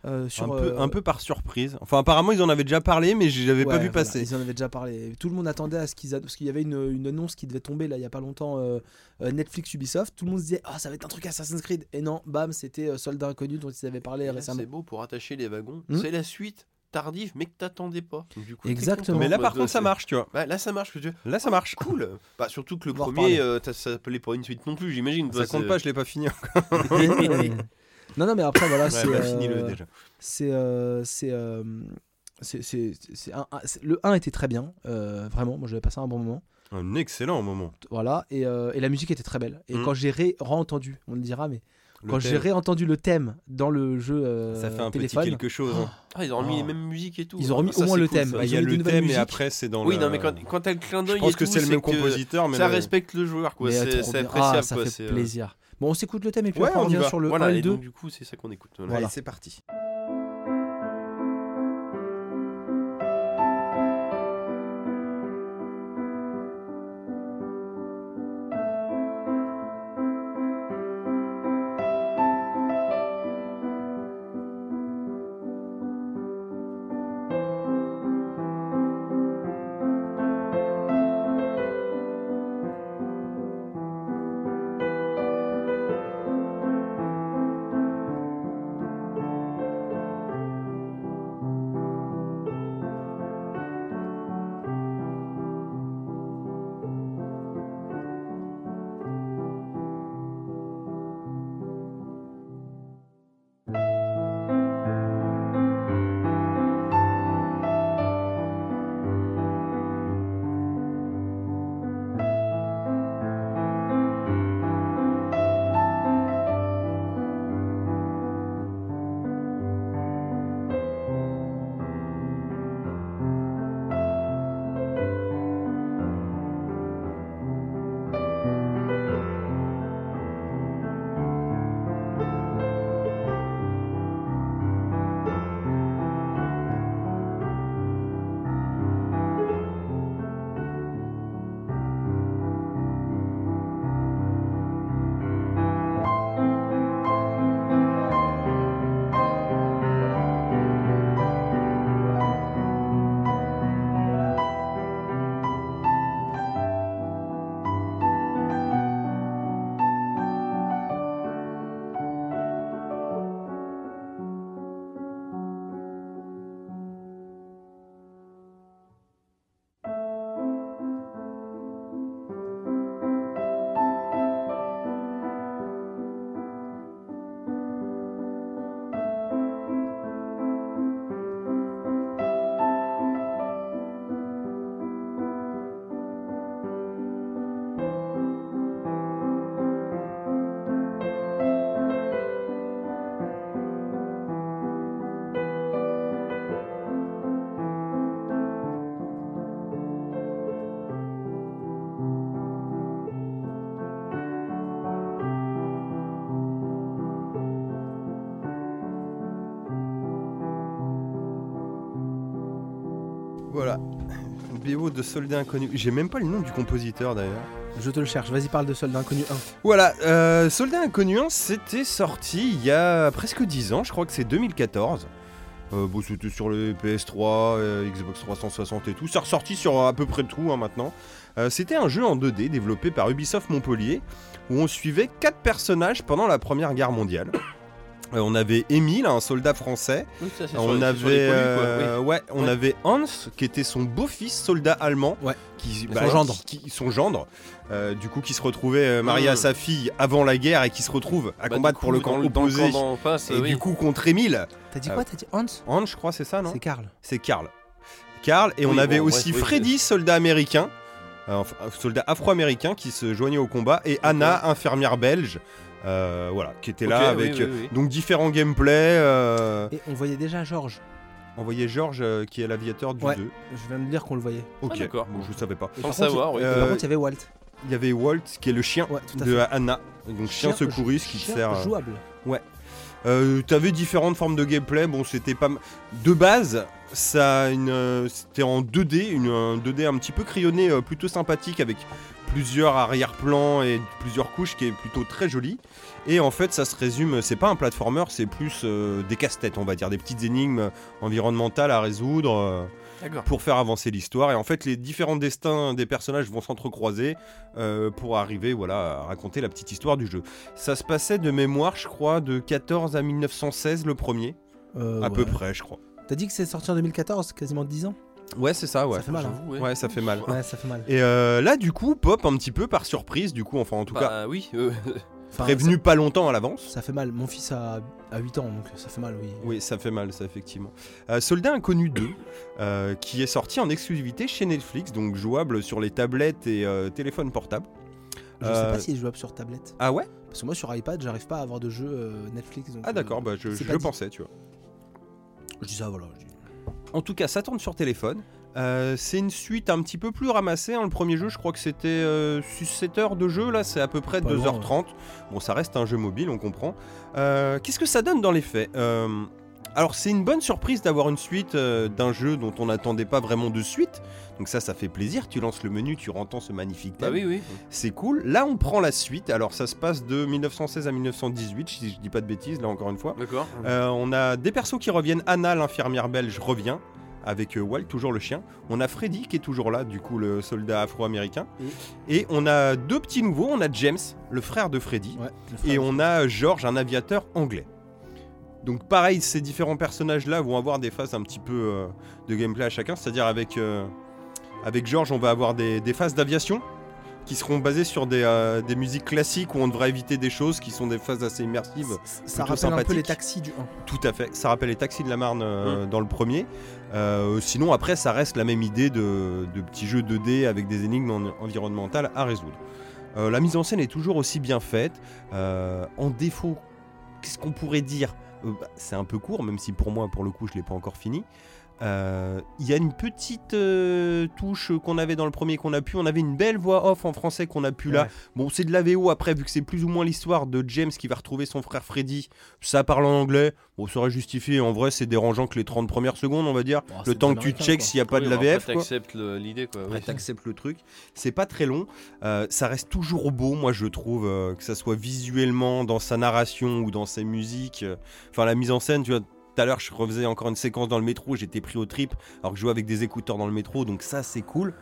B: euh, sur,
A: un, peu,
B: euh,
A: un peu par surprise. Enfin, apparemment, ils en avaient déjà parlé, mais je l'avais pas
B: ouais,
A: vu
B: voilà,
A: passer.
B: Ils en avaient déjà parlé. Tout le monde attendait à ce qu'ils a- parce qu'il y avait une, une annonce qui devait tomber là il y a pas longtemps euh, euh, Netflix Ubisoft. Tout le monde se disait ah ça va être un truc Assassin's Creed. Et non, bam, c'était euh, Soldat Inconnu dont ils avaient parlé
C: Et là,
B: récemment.
C: C'est beau pour attacher les wagons.
B: Hmm.
C: C'est la suite tardive, mais que t'attendais pas. Donc, du coup, t'es
B: Exactement.
C: content,
A: Mais là,
C: bah,
A: par
C: bah,
A: contre, ça
C: c'est-
A: marche, tu vois.
C: Bah, là, ça marche. parce que tu-
A: Là, ça marche.
C: Cool. Bah, surtout que le
B: On va en
C: premier, euh, t'as- ça s'appelait pour une suite non plus, j'imagine.
A: Ça
C: Bah,
A: compte
C: c'est-
A: pas, je l'ai pas fini. hein.
B: <laughs>
C: <laughs>
B: non non mais après voilà
A: Ouais,
B: c'est
A: bah, finis-le
B: euh,
A: déjà.
B: c'est euh, c'est euh, c'est- c'est- c'est un- un- c'est- le 1 était très bien euh, vraiment moi j'avais passé un bon moment
A: Un excellent moment.
B: voilà, et, euh, et la musique était très belle. Et
A: Mm.
B: quand j'ai ré- re-entendu, on le dira, mais
A: Le
B: quand
A: thème,
B: j'ai réentendu le thème dans le jeu euh,
A: ça fait un
B: téléphone,
A: petit quelque chose. hein.
C: Ah, ils ont remis
B: Oh.
C: les mêmes musiques et tout.
B: Ils ont remis
C: Ah, ça,
B: au moins
C: c'est
B: le
C: cool,
B: thème.
C: ça.
A: Bah,
B: ils
A: Il y a
B: ont mis
A: le
B: de nouvelles
A: thème, et
B: musiques.
A: après, c'est dans
C: Oui,
A: le.
C: non, mais quand, quand t'as le clin
A: Je
C: d'œil,
A: pense
C: et
A: que
C: tout,
A: c'est le même
C: que
A: compositeur, mais
C: Ça
A: le-
C: respecte le joueur, quoi.
B: mais
C: C'est
B: trop
C: c'est
B: bien.
C: appréciable,
B: Ah, ça
C: quoi.
B: fait
C: c'est, euh,
B: plaisir. Bon, on s'écoute le thème et puis
A: Ouais,
B: après,
A: on
B: on
A: y
B: revient
A: va.
B: sur le 1
C: Voilà,
B: et
C: et
B: le 2.
C: donc, du coup, c'est ça qu'on écoute. Voilà.
B: Voilà.
A: Allez, c'est parti. <laughs> Voilà. BO de Soldats Inconnus. J'ai même pas le nom du compositeur d'ailleurs.
B: Je te le cherche, vas-y, parle de Soldat Inconnu 1.
A: Voilà, euh, Soldat Inconnu 1, c'était sorti il y a presque 10 ans, je crois que c'est 2014. Euh, bon, c'était sur les PS3, euh, Xbox 360 et tout. C'est ressorti sur à peu près tout hein, maintenant. Euh, c'était un jeu en 2D développé par Ubisoft Montpellier où on suivait quatre personnages pendant la Première Guerre mondiale. Euh, on avait Émile, un soldat français.
C: Oui, ça, c'est sur-
A: On
C: c'est
A: avait,
C: sur les produits, quoi, oui.
A: euh, ouais, on
C: Ouais.
A: avait Hans, qui était son beau-fils, soldat allemand,
B: Ouais.
A: qui, bah,
B: Son gendre.
A: qui- qui- son gendre, euh, du coup, qui se retrouvait euh, marié
C: Mhm.
A: à sa fille avant la guerre et qui se retrouve à
C: Bah,
A: combattre
C: du
A: pour le
C: coup, dans
A: camp
C: dans
A: opposé.
C: camp d'en face,
A: et
C: oui.
A: du coup, contre Émile,
B: T'as dit
A: Euh,
B: quoi T'as dit Hans
A: Hans, je crois, c'est ça, non
B: C'est Karl.
A: C'est Karl. Karl, et on
C: Oui,
A: avait
C: bon,
A: aussi
C: bref, oui,
A: Freddy, soldat américain, euh, enfin, soldat afro-américain qui se joignait au combat, et Anna, infirmière belge, euh, voilà, qui était là
C: Ok, oui,
A: avec. euh,
C: oui, oui.
A: Donc différents gameplays. euh,
B: Et on voyait déjà Georges.
A: On voyait Georges euh, qui est l'aviateur du
B: Ouais.
A: 2.
B: Je viens de dire qu'on le voyait.
A: Ok,
C: d'accord.
A: bon, je savais pas.
B: Et
C: Sans
B: par contre, il-
C: savoir, oui.
A: euh,
B: Par contre, il y avait Walt.
A: Il y avait Walt qui est le chien
B: Ouais, tout à
A: de
B: fait.
A: Anna. Donc chien, secouriste qui
B: chien
A: sert. euh,
B: jouable.
A: euh, T'avais différentes formes de gameplay. Bon, c'était pas. m- De base, ça a une, euh, c'était en 2D, une un 2D un petit peu crayonné, euh, plutôt sympathique avec plusieurs arrière-plans et plusieurs couches qui est plutôt très joli. Et en fait, ça se résume. C'est pas un platformer, c'est plus euh, des casse-têtes, on va dire, des petites énigmes environnementales à résoudre. euh,
C: D'accord.
A: pour faire avancer l'histoire. Et en fait, les différents destins des personnages vont s'entrecroiser euh, pour arriver voilà, à raconter la petite histoire du jeu. Ça se passait de mémoire, je crois, de 14 à 1916, le premier.
B: Euh,
A: à peu
B: ouais.
A: près, je crois.
B: T'as dit que c'est sorti en 2014, quasiment 10 ans.
A: Ouais, c'est ça, ouais.
B: Ça fait mal. hein.
C: J'avoue,
A: Ouais, ça fait mal.
B: Ouais, ça fait mal.
A: Ah. Et euh, là, du coup, Pop, un petit peu par surprise, du coup, enfin, en tout cas,
C: Bah oui, euh,
B: Enfin,
A: prévenu pas longtemps à l'avance.
B: Ça, ça fait mal. Mon fils a, a 8 ans, donc ça fait mal, oui.
A: Oui, ça fait mal, ça, effectivement. Euh, Soldat Inconnu 2, euh, qui est sorti en exclusivité chez Netflix, donc jouable sur les tablettes et euh, téléphones portables.
B: Je sais
A: Euh,
B: pas si est jouable sur tablette.
A: Ah ouais
B: Parce que moi, sur iPad, j'arrive pas à avoir de jeu euh, Netflix. donc,
A: Ah
B: euh,
A: d'accord, bah, je,
B: c'est
A: je
B: pas
A: le
B: dit.
A: pensais, tu vois.
B: Je dis ça, voilà. je dis-
A: En tout cas, ça tourne sur téléphone. Euh, c'est une suite un petit peu plus ramassée. hein. Le premier jeu, je crois que c'était 7 heures de jeu. Là, c'est à peu près
B: Pas
A: 2h30. Bon, ça reste un jeu mobile, on comprend. Euh, Qu'est-ce que ça donne dans les faits Euh, Alors, c'est une bonne surprise d'avoir une suite euh, d'un jeu dont on n'attendait pas vraiment de suite. Donc ça, ça fait plaisir. Tu lances le menu, tu entends ce magnifique
C: bah
A: thème.
C: oui, oui.
A: C'est cool. Là, on prend la suite. Alors, ça se passe de 1916 à 1918, si je dis pas de bêtises, là encore une fois.
C: D'accord.
A: Euh, on a des persos qui reviennent. Anna, l'infirmière belge, revient. Avec euh, Walt, toujours le chien. On a Freddy qui est toujours là, du coup, le soldat afro-américain. Et on a deux petits nouveaux. On a James, le frère de Freddy.
B: Ouais, le frère
A: Et
B: de-
A: on a euh, George, un aviateur anglais. Donc pareil, ces différents personnages-là vont avoir des phases un petit peu euh, de gameplay à chacun. C'est-à-dire avec, euh, avec George, on va avoir des, des phases d'aviation qui seront basées sur des, euh, des musiques classiques où on devra éviter des choses qui sont des phases assez immersives.
B: Ça-
A: plutôt
B: Ça rappelle un peu les
A: sympathique.
B: taxis du 1.
A: Tout à fait. Ça rappelle les taxis de la Marne euh, dans le premier. Euh, sinon, après, ça reste la même idée de, de petits jeux 2D avec des énigmes en- environnementales à résoudre. Euh, la mise en scène est toujours aussi bien faite. Euh, en défaut, qu'est-ce qu'on pourrait dire Euh, bah, C'est un peu court, même si pour moi, pour le coup, je ne l'ai pas encore fini. Euh, Il y a une petite euh, touche qu'on avait dans le premier qu'on a pu. On avait une belle voix off en français qu'on a pu là.
B: Ouais.
A: Bon, c'est de la VO après, vu que c'est plus ou moins l'histoire de James qui va retrouver son frère Freddy. Ça parle en anglais. Bon, ça aurait justifié. En vrai, c'est dérangeant que les 30 premières secondes, on va dire.
B: Bon,
A: le
B: c'est
A: temps
B: des
A: que tu
B: Américains,
A: checks
B: quoi.
A: s'il n'y a pas de
C: Oui,
A: la
C: alors, après,
A: VF. quoi.
C: T'acceptes le- l'idée, quoi.
A: Ouais,
C: oui.
A: T'acceptes le truc. C'est pas très long. Euh, ça reste toujours beau, moi je trouve, euh, que ça soit visuellement dans sa narration ou dans ses musiques. euh. Enfin, la mise en scène, tu vois. Tout à l'heure, je refaisais encore une séquence dans le métro. J'étais pris au trip, alors que je jouais avec des écouteurs dans le métro. Donc ça, c'est cool.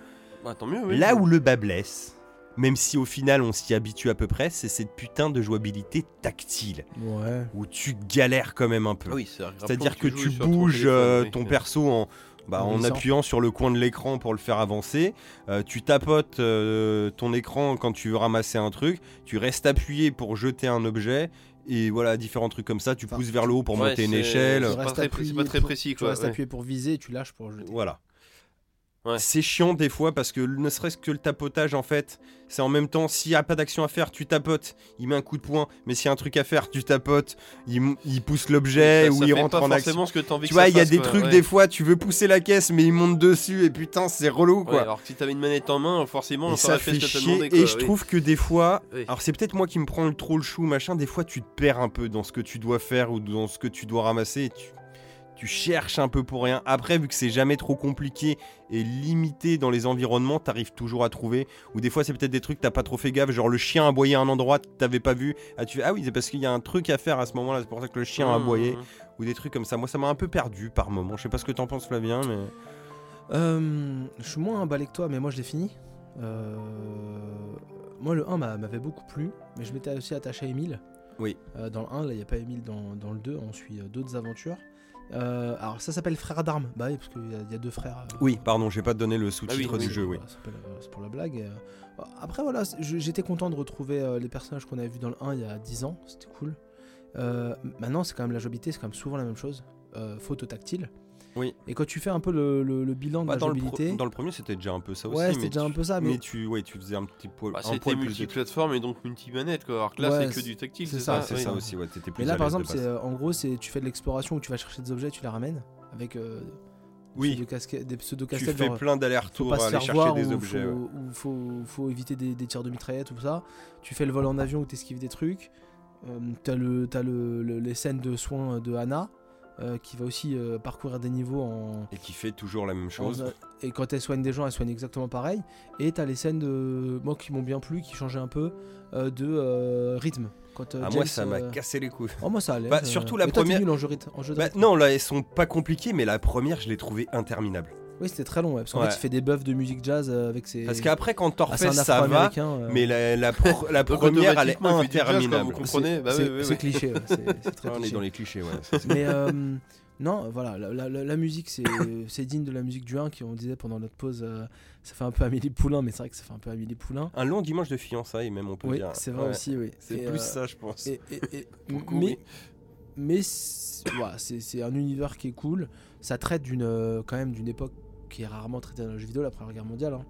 C: Bah, tant mieux, oui.
A: Là où le bas blesse, même si au final on s'y habitue à peu près, c'est cette putain de jouabilité tactile,
B: Ouais.
A: où tu galères quand même un peu.
C: Ah oui, c'est rappelons
A: C'est-à-dire que tu
C: joues sur ton
A: bouges
C: téléphone,
A: euh,
C: oui.
A: ton perso en, bah,
B: En
A: en
B: glissant.
A: appuyant sur le coin de l'écran pour le faire avancer. Euh, tu tapotes euh, ton écran quand tu veux ramasser un truc. Tu restes appuyé pour jeter un objet. Et voilà, différents trucs comme ça. Tu
B: Enfin,
A: pousses vers le haut pour
C: Ouais,
A: monter une
C: c'est-
A: échelle.
C: c'est pas
B: Reste
C: très-
B: appuyé
C: c'est pas très
B: pour-
C: précis,
B: Tu
C: quoi.
B: restes
C: ouais.
B: appuyé pour viser et tu lâches pour jeter.
A: Voilà.
C: Ouais.
A: C'est chiant des fois parce que ne serait-ce que le tapotage en fait, c'est en même temps s'il n'y a pas d'action à faire, tu tapotes, il met un coup de poing, mais s'il y a un truc à faire, tu tapotes, il, m- il pousse l'objet
C: Ça-
A: ou
C: ça
A: il
C: fait
A: rentre
C: pas
A: en action.
C: forcément ce que t'as envie
A: Tu
C: que ça
A: vois, il y a
C: fasse,
A: des
C: quoi,
A: trucs
C: ouais.
A: des fois, tu veux pousser la caisse mais il monte dessus et putain c'est relou
C: Ouais,
A: quoi.
C: alors que si t'avais une manette en main, forcément,
A: Et
C: on
A: ça
C: t'aurait
A: fait
C: fait ce que t'as
A: chier.
C: demandé.
A: et je
C: quoi, euh, oui.
A: trouve que des fois,
C: Oui.
A: alors c'est peut-être moi qui me prends le trop le chou machin, des fois tu te perds un peu dans ce que tu dois faire ou dans ce que tu dois ramasser et tu, tu cherches un peu pour rien. Après, vu que c'est jamais trop compliqué et limité dans les environnements, t'arrives toujours à trouver. Ou des fois c'est peut-être des trucs que t'as pas trop fait gaffe, genre le chien aboyait à un endroit, t'avais pas vu. Ah, tu fais, ah oui, c'est parce qu'il y a un truc à faire à ce moment-là, c'est pour ça que le chien a
C: Mmh,
A: aboyé.
C: mmh.
A: Ou des trucs comme ça. Moi ça m'a un peu perdu par moment. Je sais pas ce que t'en penses Flavien, mais...
B: Euh, je suis moins emballé que toi, mais moi je l'ai fini. Euh, Moi le 1 m'a- m'avait beaucoup plu, mais je m'étais aussi attaché à Emile.
A: Oui.
B: Euh, dans le 1, là, il n'y a pas Emile. Dans, dans le 2, on suit euh, d'autres aventures. Euh, alors, ça s'appelle Frères d'armes. Bah oui, parce qu'il y, a- il y a deux frères. euh,
A: Oui, pardon, j'ai pas donné le sous-titre
C: oui,
A: du jeu, oui.
B: Voilà, c'est pas la- c'est pour la blague. et, euh, Après, voilà, c'est- je- j'étais content de retrouver euh, les personnages qu'on avait vus dans le 1 il y a 10 ans, c'était cool. Euh, maintenant, c'est quand même la jouabilité, c'est quand même souvent la même chose, euh, faute au tactile.
A: Oui.
B: Et quand tu fais un peu le, le- le bilan de
A: Bah,
B: la
A: dans, le pro-
B: jouabilité,
A: dans le premier, c'était déjà un peu ça aussi.
B: ouais,
A: mais
B: c'était déjà
A: tu-
B: un peu ça, mais,
A: Mais tu, ouais, tu faisais un petit poil,
C: Bah,
A: un
C: c'était
A: poil plus de
C: multiplateforme et donc multimanette quoi. Alors que là,
B: Ouais,
C: c'est que
B: c'est-
C: du tactile,
B: c'est
C: c'est
B: ça,
C: ça,
A: Ah, c'est
C: oui.
A: ça aussi, ouais, t'étais plus
B: mais
A: à
B: là, par
A: l'aise de
B: exemple, c'est
A: base.
B: euh, en gros, c'est tu fais de l'exploration où tu vas chercher des objets, tu les ramènes avec euh,
A: Oui,
B: pseudo-casque-
A: tu
B: des pseudo-casquettes.
A: fais
B: genre,
A: plein
B: faut
A: d'allers-retours
B: pas
A: à
B: se
A: aller
B: faire
A: chercher
B: voir
A: des
B: ou
A: objets. euh, ouais.
B: faut, ou faut, faut éviter des, des tirs de mitraillette tout ça tu fais le vol en avion où t'esquives des trucs Euh, t'as le t'as le, le- les scènes de soins de Anna euh, qui va aussi euh, parcourir des niveaux en,
A: Et qui fait toujours la même chose.
B: en- et quand elle soigne des gens elle soigne exactement pareil et t'as les scènes de moi qui m'ont bien plu qui changeaient un peu euh, de euh, rythme quand euh,
A: Ah,
B: James,
A: moi, ça m'a
B: euh,
A: cassé les couilles.
B: oh, moi ça allait
A: Bah,
B: euh,
A: surtout la
B: mais toi, t'es
A: première-
B: nul en jeu, ryth- en jeu de
A: Bah,
B: rythme.
A: non, là, elles sont pas compliquées, mais la première, je l'ai trouvée interminable.
B: oui c'était très long ouais, parce qu'en
A: Ouais.
B: fait il fait des buffs de musique jazz euh, avec ses
A: Parce qu'après, quand t'en
B: Ah, c'est
A: refais,
B: un
A: ça va,
B: Afro-Américain, euh,
A: mais la, la
B: <laughs>
A: pro- la
C: Donc,
A: première, elle est
C: automatiquement, il fait du jazz, quoi,
A: interminable.
C: Vous comprenez Bah,
B: c'est
C: oui, oui,
B: c'est
C: oui.
B: cliché, ouais, c'est c'est
A: <laughs>
B: très
A: Ah, on est
B: cliché.
A: dans les clichés, ouais.
B: Mais euh, non, voilà, la, la- la- la
A: <coughs>
B: musique, c'est c'est digne de la musique du 1 qui, on disait pendant notre pause, euh, ça fait un peu Amélie Poulain, mais c'est vrai que ça fait un peu Amélie Poulain.
A: Un long dimanche de fiançailles, même, on peut
B: Oui,
A: dire.
B: c'est vrai
A: Ouais.
B: aussi, oui.
A: C'est
B: Et,
A: plus
B: euh,
A: ça, je pense.
B: et- et- et-
A: <laughs> Pour le coup,
B: mais
A: oui.
B: mais c'est voilà, c'est- c'est un univers qui est cool. Ça traite d'une euh, quand même d'une époque qui est rarement traitée dans le jeu vidéo, la Première Guerre mondiale. hein.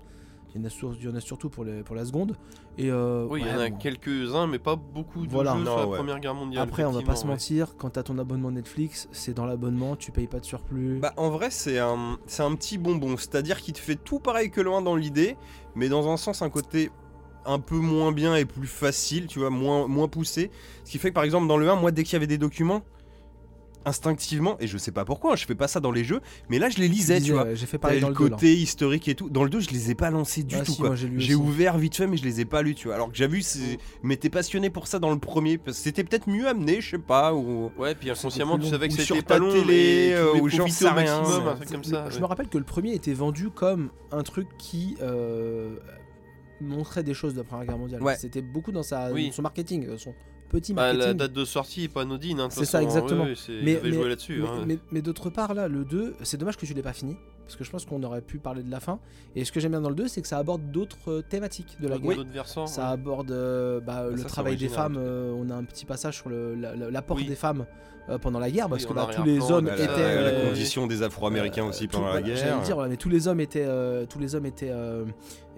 B: Il y en a, sur- il y en a surtout pour, les- pour la seconde. Et, euh,
C: Oui, il y
B: ouais,
C: en a
B: bon.
C: quelques-uns, mais pas beaucoup de
B: Voilà.
C: jeux sur
A: Non,
C: la
A: ouais.
C: Première Guerre mondiale.
B: Après, on va pas se
C: effectivement, ouais.
B: mentir, quand t'as ton abonnement Netflix, c'est dans l'abonnement, tu payes pas de surplus.
A: Bah, en vrai, c'est un, c'est un petit bonbon. C'est-à-dire qu'il te fait tout pareil que le 1 dans l'idée, mais dans un sens, un côté un peu moins bien et plus facile, tu vois, moins, moins poussé. Ce qui fait que, par exemple, dans le 1, moi, dès qu'il y avait des documents, instinctivement, et je sais pas pourquoi, hein, je fais pas ça dans les jeux, mais là, je les lisais, tu
B: Disais,
A: vois.
B: ouais, j'ai fait
A: T'as
B: pareil dans
A: le
B: le deux, là.
A: côté historique et tout. Dans le 2, je les ai pas lancés du
B: Ah,
A: tout,
B: si,
A: quoi.
B: moi, j'ai lu
A: J'ai
B: aussi.
A: ouvert vite fait, mais je les ai pas lus, tu vois. Alors que j'ai vu, c'est- mais t'es passionné pour ça dans le premier, parce que c'était peut-être mieux amené, je sais pas, ou.
C: Ouais, puis inconsciemment,
B: plus
C: tu
B: long.
C: savais que
A: Ou
C: c'était
A: sur
C: pas
A: ta
C: long,
A: télé,
C: mais tu
A: euh,
C: voulais
A: ou j'en
C: profiter
A: sais
C: au
A: rien,
C: maximum,
A: ouais.
C: bah, un truc comme ça.
B: Je
C: ouais.
B: me rappelle que le premier était vendu comme un truc qui euh, montrait des choses de la Première Guerre mondiale.
A: Ouais.
B: C'était beaucoup dans sa,
C: Oui.
B: son marketing, euh, son petit
C: Bah,
B: marketing.
C: la date de sortie est pas anodine. hein, de
B: C'est
C: toute
B: ça,
C: façon,
B: exactement.
C: ouais, ouais, c'est-
B: Mais-
C: Ils avaient
B: mais-
C: joué là-dessus.
B: mais,
C: hein.
B: mais- mais d'autre part, là, le 2, c'est dommage que tu l'aies pas fini, parce que je pense qu'on aurait pu parler de la fin. Et ce que j'aime bien dans le 2, c'est que ça aborde d'autres euh, thématiques de la
C: Dans
B: guerre.
C: d'autres versants,
B: Ça
C: ouais.
B: aborde euh, bah, le
C: ça, c'est
B: travail des
C: original,
B: femmes. euh, on a un petit passage sur le- la- la- l'apport
C: Oui.
B: des femmes euh, pendant la guerre, parce
C: Oui,
B: que
C: en
B: bah, tous les
C: arrière-plan,
B: hommes
C: on a
A: La,
B: étaient.
C: la-
A: la
B: euh,
A: condition des Afro-Américains
B: Euh,
A: aussi
B: tout-
A: pendant la
B: voilà,
A: guerre.
B: J'allais dire, ouais, mais tous les hommes étaient, euh, tous les hommes étaient, euh,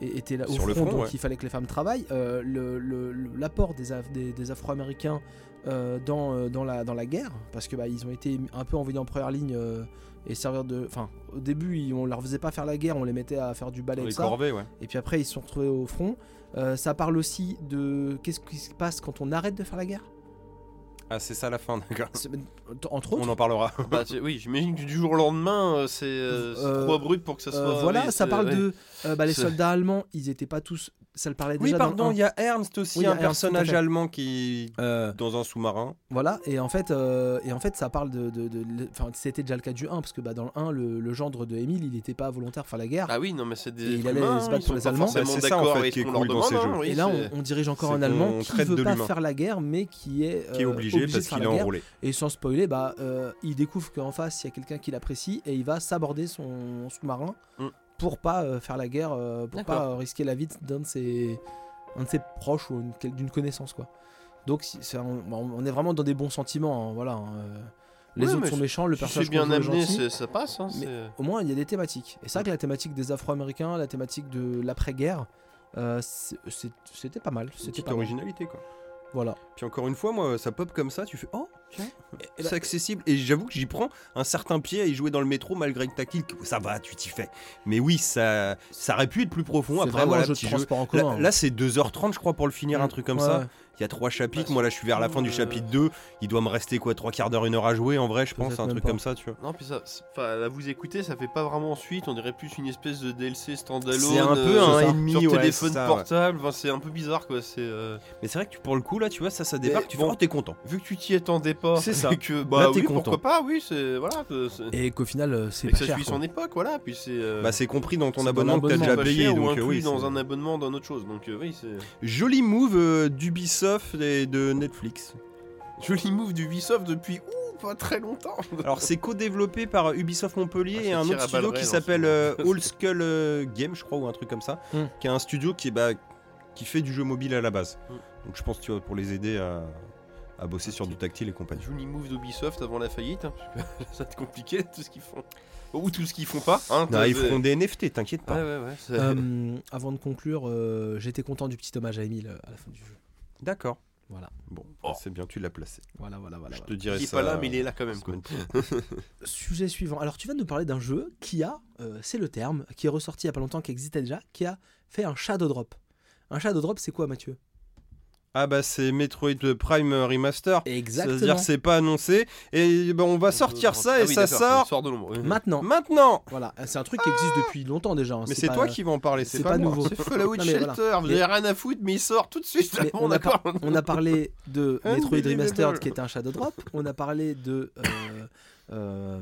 B: é- étaient là, au
A: Sur
B: front,
A: le front,
B: donc
A: ouais.
B: il fallait que les femmes travaillent. Euh, le- le- le- L'apport des, Af- des, des Afro-Américains euh, dans, euh, dans, la, dans la guerre, parce que bah, ils ont été un peu envoyés en première ligne euh, et servir de. Enfin, au début, ils- on leur faisait pas faire la guerre, on les mettait à faire du balai
A: Dans
B: et
A: les
B: tout ça.
A: corvées, ouais.
B: Et puis après, ils se sont retrouvés au front. Euh, ça parle aussi de qu'est-ce qui se passe quand on arrête de faire la guerre.
A: Ah, c'est ça la fin, d'accord.
B: C'est- Entre autres.
A: On en parlera.
C: Bah, tu- oui, j'imagine que du jour au lendemain, euh, c'est euh, c'est
B: Euh,
C: trop abrupt pour que ça
B: euh,
C: soit.
B: voilà,
C: oui,
B: ça
C: c'est-
B: parle
C: ouais.
B: de euh, bah, les
C: C'est-
B: soldats allemands, ils étaient pas tous. Ça le parlait
A: Oui,
B: déjà. dans le
A: pardon,
B: un.
A: il y a Ernst aussi,
B: Oui, il y a
A: un
B: Ernst,
A: personnage
B: tout à fait.
A: allemand qui
B: Euh,
A: dans un sous-marin.
B: voilà, et en fait, euh, et en fait, ça parle de, de- de- le- enfin, c'était déjà le cas du 1 parce que bah, dans le 1, le, le gendre de Émile, il n'était pas volontaire pour faire la guerre.
C: Ah oui, non, mais c'est
B: Et
C: des.
B: il
C: êtres
B: allait
C: humains,
B: se
C: Ils
B: battre pour
C: sont
B: les
C: pas
B: Allemands.
C: forcément
A: Bah, c'est ça, en
C: d'accord
A: fait,
C: avec
A: qui
C: ce
A: est
C: qu'on leur
A: cool dans ces
C: demande, hein,
A: jeux.
C: oui,
B: et là,
C: c'est-
B: on, on dirige encore
A: c'est
B: un
A: qu'on
B: Allemand qui
A: traite de
B: veut pas
A: l'humain.
B: faire la guerre, mais qui est,
A: Qui est
B: euh,
A: obligé,
B: de
A: parce
B: faire
A: qu'il est
B: la guerre.
A: enrôlé.
B: Et sans spoiler, bah, euh, il découvre qu'en face, il y a quelqu'un qui l'apprécie et il va s'aborder son sous-marin
C: Mm.
B: pour pas euh, faire la guerre, euh, pour
C: D'accord.
B: pas euh, risquer la vie d'un de ses, un de ses proches ou une- quel- d'une connaissance, quoi. Donc, si- c'est un- on, on est vraiment dans des bons sentiments, hein, voilà. hein, euh, les
C: Ouais,
B: autres
C: mais
B: sont méchants, le
C: Si c'est
B: personnage qu'on
C: bien
B: joue est
C: amené,
B: gentil.
C: c'est- ça passe. hein,
B: Mais-
C: c'est-
B: Au moins, il y a des thématiques. Et c'est vrai que la thématique des Afro-Américains, la thématique de l'après-guerre, euh, c'est- c'est- c'était pas mal. C'était
A: Petite
B: pas mal.
A: originalité, quoi.
B: Voilà.
A: Puis encore une fois, moi, ça pop comme ça, tu fais oh,
B: Et là-
A: c'est accessible. Et j'avoue que j'y prends un certain pied à y jouer dans le métro malgré le tactile. que Ça va, tu t'y fais. Mais oui, ça, ça aurait pu être plus profond.
B: c'est
A: Après,
B: vraiment
A: voilà,
B: un jeu de
A: petit jeu.
B: transport en
A: Là,
B: commun.
A: là, c'est 2h30, je crois, pour le finir,
B: Mm.
A: un truc comme
B: Ouais,
A: ça.
B: ouais.
A: Il y a trois chapitres. Moi, là, je suis vers la fin du
C: Euh,
A: chapitre 2. Il doit me rester quoi, trois quarts d'heure, une heure à jouer, en vrai, je pense,
B: Peut-être
A: un
B: même
A: truc
B: pas.
A: comme ça, tu vois.
C: Non, puis ça, c'est- enfin, à vous écouter, ça fait pas vraiment suite. On dirait plus une espèce de DLC standalone.
A: C'est un peu
C: euh,
A: un
C: sur-
A: ennemi,
C: sur
A: ouais,
C: téléphone
A: c'est ça, ouais.
C: portable. Enfin, c'est un peu bizarre, quoi. C'est euh,
A: Mais c'est vrai que tu- pour le coup, là, tu vois, ça, ça débarque. Tu fais,
C: bon.
A: oh, t'es content.
C: vu que tu t'y attendais pas. <laughs>
A: C'est ça.
C: et que bah
A: Là, t'es
C: oui,
A: content.
C: pourquoi pas Oui, c'est voilà. euh, c'est-
B: Et qu'au final, euh, c'est
C: Et
B: pas
C: que ça
B: cher.
C: suit
B: quoi. <laughs>
C: son époque, voilà. Puis c'est. euh,
A: Bah, c'est compris dans ton
B: c'est dans
A: abonnement que t'as
B: l'abonnement
A: déjà
C: pas
A: payé.
C: cher ou
A: donc, euh,
C: inclus
A: oui,
C: dans
A: c'est- <laughs>
C: un abonnement dans autre chose. Donc euh, oui, c'est.
A: Joli move euh, d'Ubisoft et de Netflix.
C: Joli move d'Ubisoft depuis ouh, pas très longtemps.
A: Alors c'est co-développé par Ubisoft Montpellier
C: Ah,
A: et
C: ça
A: un
C: tire
A: autre
C: à balles
A: studio
C: réelles
A: qui
C: en ce
A: s'appelle
C: moment.
A: euh, All Skull euh, Game, je crois, ou un truc comme ça,
B: Hmm.
A: qui est un studio qui, est, bah, qui fait du jeu mobile à la base.
C: Hmm.
A: Donc je pense tu vois, pour les aider à, à bosser sur du tactile et compagnie.
C: Joli move d'Ubisoft avant la faillite. hein, parce que <laughs> ça va être compliqué tout ce qu'ils font. Ou tout ce qu'ils font pas. Hein,
A: Non,
C: t'as-
A: ils feront des NFT, t'inquiète
C: Ouais,
A: pas.
C: ouais, ouais. c'est- <laughs>
B: Euh, avant de conclure, euh, j'étais content du petit hommage à Emile euh, à la fin du jeu.
A: D'accord.
B: Voilà,
A: Bon, bah,
C: Oh. Ah,
A: c'est bien, tu l'as placé.
B: voilà, voilà, voilà.
A: Je
B: voilà.
A: te dirai
C: Il est
A: ça.
C: pas là, mais il est là quand même. quoi.
A: semaine prochaine.
B: Sujet suivant. Alors, tu vas nous parler d'un jeu qui a, euh, c'est le terme, qui est ressorti il y a pas longtemps, qui existait déjà, qui a fait un shadow drop. Un shadow drop, c'est quoi, Mathieu
A: Ah bah c'est Metroid Prime Remaster.
B: Exactement.
A: C'est-à-dire c'est pas annoncé et bah, on va sortir ça et
C: Ah oui,
A: ça
C: d'accord,
A: sort
C: sort de l'ombre. <laughs>
B: Maintenant,
A: maintenant.
B: voilà, c'est un truc qui existe depuis longtemps déjà. hein.
A: Mais c'est
B: pas-
A: toi qui vas en parler,
B: c'est
A: c'est
B: pas
A: pas moi.
B: nouveau.
C: C'est Fallout
B: Non, mais
C: Shelter,
B: voilà.
C: vous
B: Mais-
C: avez rien à foutre, mais il sort tout de suite. <laughs>
B: Mais
C: on
B: on
C: n'a
B: a
C: pas.
B: On a parlé de
A: Hein,
B: Metroid
A: Unbelievable.
B: Remastered, qui est un shadow drop. On a parlé de euh, euh,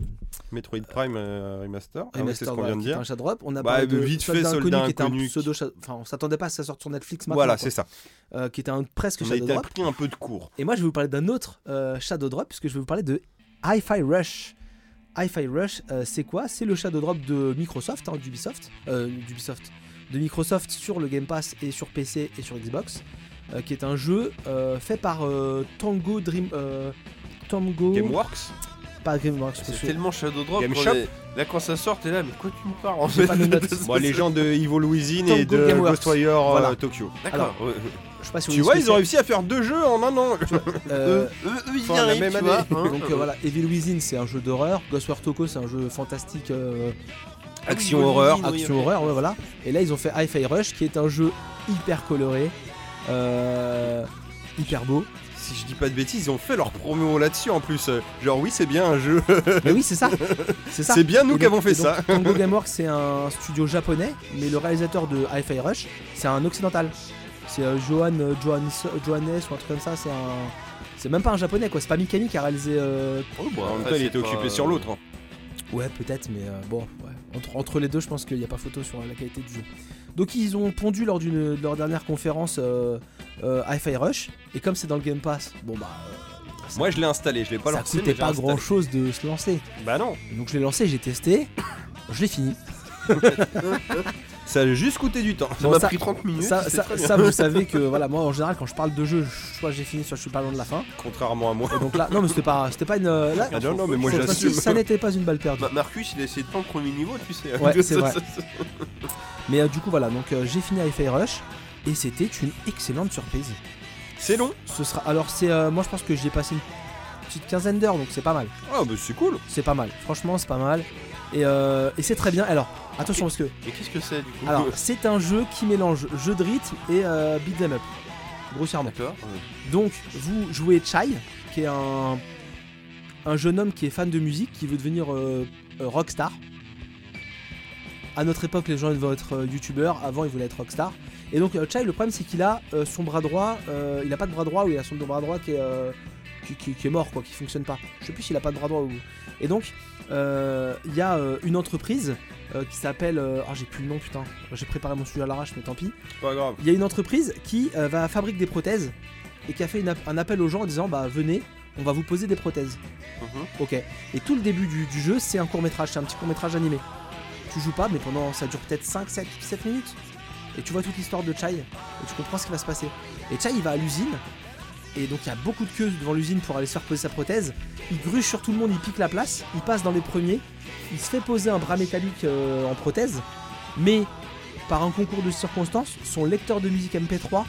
A: Metroid Prime euh, Remaster. Ah oui, c'est ce
B: Remastered,
A: qu'on
B: voilà,
A: vient de
B: qui est
A: dire.
B: un shadow drop. On a
A: Bah,
B: parlé de
A: vite fait,
B: Soldat
A: Soldat
B: Inconnu, qui était un
A: Inconnu.
B: pseudo. shadow- Enfin, on s'attendait pas à ce que ça sorte sur Netflix maintenant.
A: Voilà,
B: quoi.
A: c'est ça.
B: Euh, qui était un presque
A: On a
B: shadow
A: été
B: drop.
A: pris un peu de cours.
B: Et moi, je vais vous parler d'un autre euh, Shadow Drop, puisque je vais vous parler de Hi-Fi Rush. Hi-Fi Rush, euh, c'est quoi C'est le Shadow Drop de Microsoft, hein, d'Ubisoft, euh, d'Ubisoft, de Microsoft sur le Game Pass et sur PC et sur Xbox, euh, qui est un jeu euh, fait par euh, Tango Dream. euh, Tango.
A: Gameworks
B: Pas Gameworks, parce
C: C'est
B: que-
C: tellement Shadow Drop.
A: Game
C: qu'on
A: Shop.
C: est- Là, quand ça sort, t'es là, mais quoi tu me parles en
B: J'ai
C: fait
B: pas
C: <laughs>
B: mes notes.
A: Bon, les gens de Evil Within et
B: Tango
A: de
B: Gameworks.
A: Ghost Warrior euh,
B: Voilà.
A: Tokyo.
C: D'accord. ouais.
B: je sais pas si vous
A: Tu vois,
B: voyez ce
A: ils ont
B: que
A: réussi à faire deux jeux en un an.
B: c'est. Euh,
C: Eux, eux, ils y
A: Enfin, la
C: arrivent,
A: même
C: tu
A: année.
C: vois, hein.
B: donc euh, voilà, Evil Within c'est un jeu d'horreur, Ghostware Toko c'est un jeu fantastique euh,
A: Action horreur.
C: Oui, oui,
B: Action
C: oui.
B: horreur, ouais, voilà. Et là, ils ont fait Hi-Fi Rush, qui est un jeu hyper coloré, euh, hyper
A: <laughs>
B: beau.
A: Si je dis pas de bêtises, ils ont fait leur promo là-dessus en plus. Euh, Genre, oui, c'est bien un jeu.
B: Mais oui, c'est ça. C'est ça.
A: C'est bien nous
B: Et
A: qui
B: donc-
A: avons fait
B: et donc,
A: ça.
B: Tango Gameworks, c'est un studio japonais, mais le réalisateur de Hi-Fi Rush, c'est un occidental. C'est euh, Johan euh, Johannes, Johannes ou un truc comme ça. C'est un. C'est même pas un japonais quoi, c'est pas Mikami qui a réalisé. euh,
C: Oh, bah,
A: Bon, en même
C: après,
A: temps, il
C: c'est
A: était
C: pas,
A: occupé
C: euh,
A: sur l'autre. hein.
B: Ouais, peut-être, mais euh, bon, ouais. entre, entre les deux, je pense qu'il n'y a pas photo sur la qualité du jeu. Donc, ils ont pondu lors d'une- de leur dernière conférence euh, euh, Hi-Fi Rush, et comme c'est dans le Game Pass, bon bah. euh, ça-
A: Moi, je l'ai installé. Je l'ai pas
B: ça
A: lancé.
B: coûtait
A: mais j'ai
B: pas
A: installé.
B: grand chose de se lancer.
A: Bah non.
B: Donc, je l'ai lancé, j'ai testé, je l'ai fini.
A: Ça a juste coûté du temps.
C: Ça
B: Bon,
C: m'a
B: ça-
C: pris 30 minutes.
B: Ça,
C: c'est
B: ça-
C: très bien.
B: ça, vous savez que voilà, moi en général, quand je parle de jeu, soit j'ai fini, soit je suis pas loin de la fin.
A: Contrairement à moi.
B: Et donc là, non, mais c'était pas, c'était pas une. euh, Là,
A: Ah non, non, mais moi
B: cette fois-ci,
A: j'assume. Bah.
B: ça n'était pas une balle perdue.
C: Ma- Marcus, il a essayé de prendre le premier niveau, tu sais. <laughs>
B: Ouais, c'est vrai. Mais euh, du coup, voilà, donc euh, j'ai fini Hi-Fi Rush, et c'était une excellente surprise.
A: C'est long.
B: Ce sera. Alors c'est. euh, moi je pense que j'y ai passé une petite quinzaine d'heures, donc c'est pas mal.
A: Ah, bah c'est cool.
B: C'est pas mal. Franchement, c'est pas mal. Et, euh, et c'est très bien. Alors, attention parce que.
C: Et qu'est-ce que c'est du coup <laughs>
B: Alors, c'est un jeu qui mélange jeu de rythme et euh, beat 'em up. Grossièrement.
C: D'accord.
B: Donc, vous jouez Chai, qui est un, un jeune homme qui est fan de musique, qui veut devenir euh, euh, rockstar. À notre époque, les gens veulent être euh, youtubeurs. Avant, ils voulaient être rockstar. Et donc, euh, Chai, le problème, c'est qu'il a euh, son bras droit. euh, il a pas de bras droit ou il a son bras droit qui est, euh, qui, qui- qui est mort, quoi, qui fonctionne pas. Je sais plus s'il a pas de bras droit ou. Et donc, euh, il y a euh, une entreprise euh, qui s'appelle. euh, Ah, j'ai plus le nom, putain. J'ai préparé mon sujet à l'arrache, mais tant pis.
A: C'est Pas grave.
B: Il y a une entreprise qui euh, va fabriquer des prothèses et qui a fait une app- un appel aux gens en disant bah venez, on va vous poser des prothèses.
C: Mhm.
B: Ok. Et tout le début du, du jeu c'est un court métrage, c'est un petit court métrage animé. Tu joues pas mais pendant ça dure peut-être 5, 7, 7 minutes. Et tu vois toute l'histoire de Chai et tu comprends ce qui va se passer. Et Chai il va à l'usine et donc il y a beaucoup de queues devant l'usine pour aller se faire poser sa prothèse. Il gruge sur tout le monde, il pique la place, il passe dans les premiers, il se fait poser un bras métallique euh, en prothèse, mais par un concours de circonstances, son lecteur de musique MP3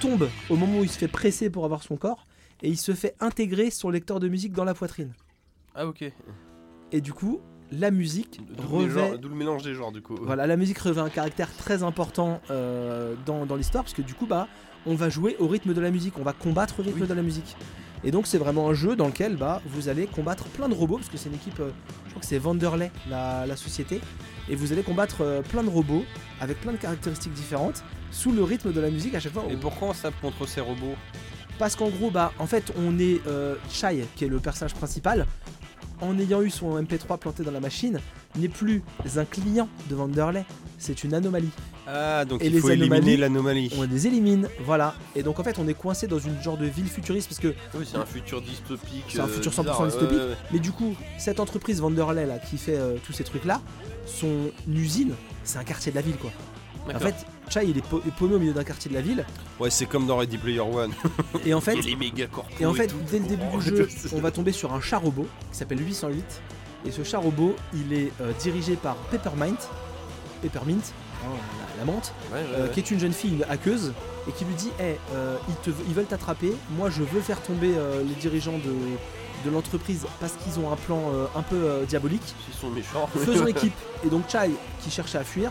B: tombe au moment où il se fait presser pour avoir son corps et il se fait intégrer son lecteur de musique dans la poitrine.
C: Ah, ok.
B: Et du coup, la musique
C: D'où les
B: revêt
C: genres- d'où le mélange des genres du coup.
B: voilà, la musique revêt un caractère très important euh, dans, dans l'histoire, parce que du coup, bah, on va jouer au rythme de la musique, on va combattre au rythme
C: Oui.
B: de la musique. Et donc, c'est vraiment un jeu dans lequel bah, vous allez combattre plein de robots, parce que c'est une équipe, euh, je crois que c'est Vanderlei, la, la société, et vous allez combattre euh, plein de robots avec plein de caractéristiques différentes sous le rythme de la musique à chaque fois.
A: Et pourquoi on tape contre ces robots
B: Parce qu'en gros, bah, en fait, on est euh, Chai, qui est le personnage principal, en ayant eu son MP3 planté dans la machine, n'est plus un client de Vanderlei, c'est une anomalie.
A: Ah, donc
B: Et
A: il
B: les
A: faut éliminer
B: anomalies
A: l'anomalie.
B: On les élimine, voilà. Et donc en fait, on est coincé dans une genre de ville futuriste parce que,
C: Oui, c'est un futur dystopique. euh,
B: C'est un futur 100%
C: bizarre, ouais,
B: dystopique.
C: ouais, ouais.
B: mais du coup, cette entreprise Vanderlei là qui fait euh, tous ces trucs là, son usine, c'est un quartier de la ville quoi. En
C: D'accord.
B: fait, Chai il est pau- est paumé au milieu d'un quartier de la ville
A: Ouais, c'est comme dans Ready Player One.
C: Oh.
B: et en fait,
C: Et les méga corpos
B: Et en fait,
C: tout,
B: dès le
C: oh,
B: début
C: oh, <laughs>
B: du jeu,
C: c'est-
B: on va tomber sur un chat robot qui s'appelle 808. Et ce chat robot, il est euh, dirigé par Peppermint, Peppermint, hein, la, la menthe,
C: Ouais, ouais,
B: euh,
C: ouais.
B: qui est une jeune fille, une hackeuse, et qui lui dit Eh, euh, ils, te, ils veulent t'attraper, moi je veux faire tomber euh, les dirigeants de, de l'entreprise parce qu'ils ont un plan euh, un peu euh, diabolique.
C: Ils sont méchants. <laughs>
B: Faisons équipe. Et donc Chai, qui cherchait à fuir,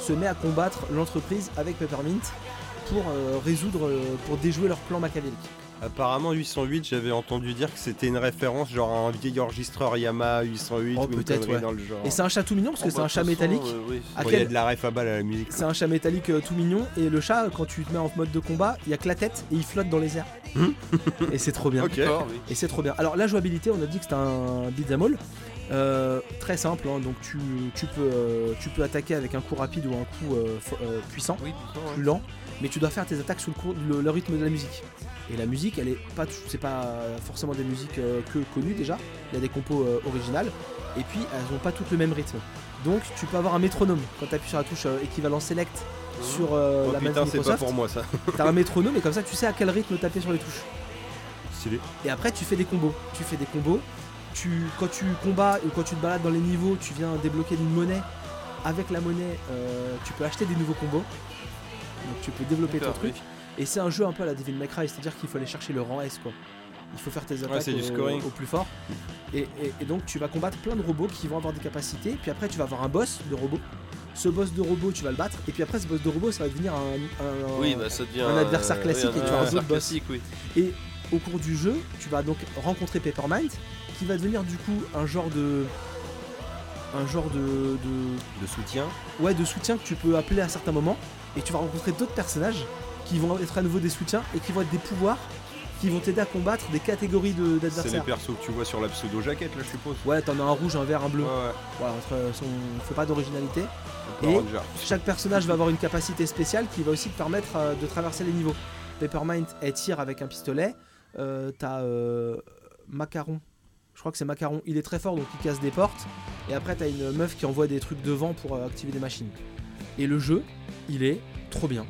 B: se met à combattre l'entreprise avec Peppermint pour euh, résoudre, euh, pour déjouer leur plan machiavélique.
A: Apparemment, 808, j'avais entendu dire que c'était une référence, genre un vieil enregistreur Yamaha 808
B: Oh,
A: ou une
B: peut-être,
A: connerie
B: ouais.
A: dans le genre.
B: Et c'est un chat tout mignon parce que
C: Oh,
B: c'est
C: bah,
B: un chat
C: de toute façon,
B: métallique. Ah,
C: euh, oui,
B: À
A: Bon, Il y a
B: quel-
A: de la ref à balle à la musique.
B: C'est un chat métallique euh, tout mignon et le chat quand tu te mets en mode de combat, il y a que la tête et il flotte dans les airs.
C: Hum.
B: et c'est trop bien.
A: Ok.
C: D'accord, oui.
B: Et c'est trop bien. Alors la jouabilité, on a dit que c'était un beat'em all. Euh, très simple, hein, donc tu, tu peux, euh, tu peux attaquer avec un coup rapide ou un coup euh, fo- euh, puissant,
C: Oui, putain, ouais.
B: plus lent, mais tu dois faire tes attaques sous le, cour- le- le rythme de la musique. Et la musique, elle est pas, tou- c'est pas forcément des musiques euh, que connues déjà. Il y a des compos euh, originales, et puis elles ont pas toutes le même rythme. Donc tu peux avoir un métronome quand tu appuies sur la touche euh, équivalent select sur euh,
A: Oh
B: la manette
A: putain, c'est pas
B: Microsoft.
A: pour moi ça.
B: T'as un métronome et comme ça tu sais à quel rythme taper sur les touches.
A: Stylé.
B: Et après tu fais des combos. Tu fais des combos. Tu, quand tu combats ou quand tu te balades dans les niveaux, tu viens débloquer une monnaie. Avec la monnaie, euh, tu peux acheter des nouveaux combos. Donc tu peux développer ton
C: D'accord,
B: truc. Et c'est un jeu un peu à la Devil May Cry, c'est-à-dire qu'il faut aller chercher le rang S quoi. Il faut faire tes attaques
A: c'est du
B: au-
A: scoring.
B: au plus fort. Et, et- et donc tu vas combattre plein de robots qui vont avoir des capacités, puis après tu vas avoir un boss de robot. Ce boss de robot, tu vas le battre, et puis après ce boss de robot, ça va devenir un, un-
C: Oui, bah ça devient
B: un adversaire
C: euh,
B: classique
C: oui,
B: et tu
A: as un
C: adversaire
B: autre boss.
C: classique, oui.
B: Au cours du jeu, tu vas donc rencontrer Peppermint, qui va devenir du coup un genre de. un genre de. de-
A: De soutien.
B: ouais, de soutien que tu peux appeler à certains moments, et tu vas rencontrer d'autres personnages qui vont être à nouveau des soutiens et qui vont être des pouvoirs qui vont t'aider à combattre des catégories de-
A: C'est les
B: d'adversaires.
A: persos que tu vois sur la pseudo-jaquette là, je suppose.
B: Ouais, t'en as un rouge, un vert, un bleu.
A: Ouais, ouais.
B: Voilà, entre, on fait pas d'originalité.
A: Power
B: Et-
A: Ranger.
B: Chaque personnage va avoir une capacité spéciale qui va aussi te permettre euh, de traverser les niveaux. Peppermint, elle tire avec un pistolet. Euh, t'as euh, Macaron. Je crois que c'est Macaron. Il est très fort donc il casse des portes. Et après, t'as une meuf qui envoie des trucs devant pour euh, activer des machines. Et le jeu, il est trop bien.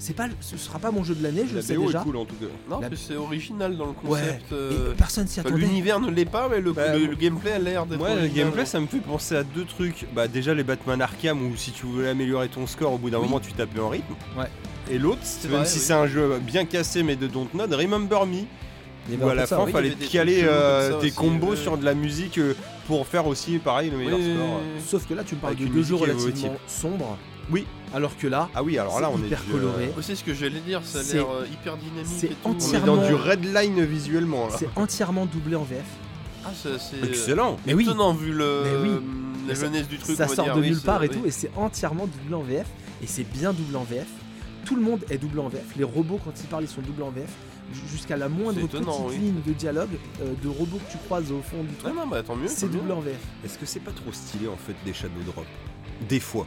B: C'est pas, ce sera pas mon jeu de l'année, je
A: La
B: le sais
A: BO
B: déjà.
A: est cool en tout cas.
C: Non,
B: La-
C: mais c'est original dans le
B: Ouais.
C: concept.
B: Et
C: euh,
B: personne s'y
C: enfin,
B: attendait.
C: L'univers ne l'est pas, mais le,
A: Bah,
C: le-
A: bon.
C: le gameplay a l'air d'être.
A: Moi, le
C: original.
A: gameplay, ça me fait penser à deux trucs. Bah, déjà, les Batman Arkham, où si tu voulais améliorer ton score, au bout d'un moment, tu tapais en rythme.
B: Ouais.
A: Et l'autre, même
C: vrai,
A: si
C: oui.
A: c'est un jeu bien cassé, mais de Dontnod, Remember Me,
B: Il y
A: où
B: avait un
A: à
B: peu
A: la
B: ben, ça,
A: fin,
B: oui.
A: fallait
C: il y avait des
A: caler
C: trucs chelous
A: euh,
C: comme ça
A: des
C: aussi,
A: combos
C: ouais.
A: sur de la musique euh, pour faire aussi, pareil, le
C: Oui,
A: meilleur
C: oui,
A: score.
C: oui, oui.
B: Sauf que là, tu me parles
A: Avec
B: de
A: une
B: deux jeux
A: musique évolutive.
B: relativement sombres.
A: Oui.
B: Alors que là,
A: Ah oui, alors là,
B: C'est
A: on est
B: hyper
A: du, euh,
B: coloré.
C: Oh, C'est ce que j'allais dire, ça a
B: C'est-
C: l'air euh, hyper dynamique.
B: c'est
C: et tout.
A: on
B: entièrement-
A: est dans du redline visuellement là.
B: c'est entièrement doublé en VF.
C: Ah, ça, c'est.
B: euh,
A: Excellent.
B: Mais oui.
C: Étonnant vu le,
B: Mais oui.
C: la
B: Mais ça-
C: jeunesse du truc. on
B: ça
C: va
B: sort
C: dire,
B: de
C: oui,
B: nulle
C: c'est-
B: part et
C: oui.
B: tout, et c'est entièrement doublé en VF, et c'est bien doublé en VF. Tout le monde est doublé en VF. Les robots, quand ils parlent, ils sont doublés en VF. J- Jusqu'à la moindre
C: C'est étonnant,
B: petite
C: oui.
B: ligne de dialogue euh, de robots que tu croises au fond du
C: Ah
B: truc,
C: non, bah tant mieux.
B: c'est
C: tant mieux.
B: doublé en VF.
A: Est-ce que c'est pas trop stylé en fait des Shadow Drop Des fois.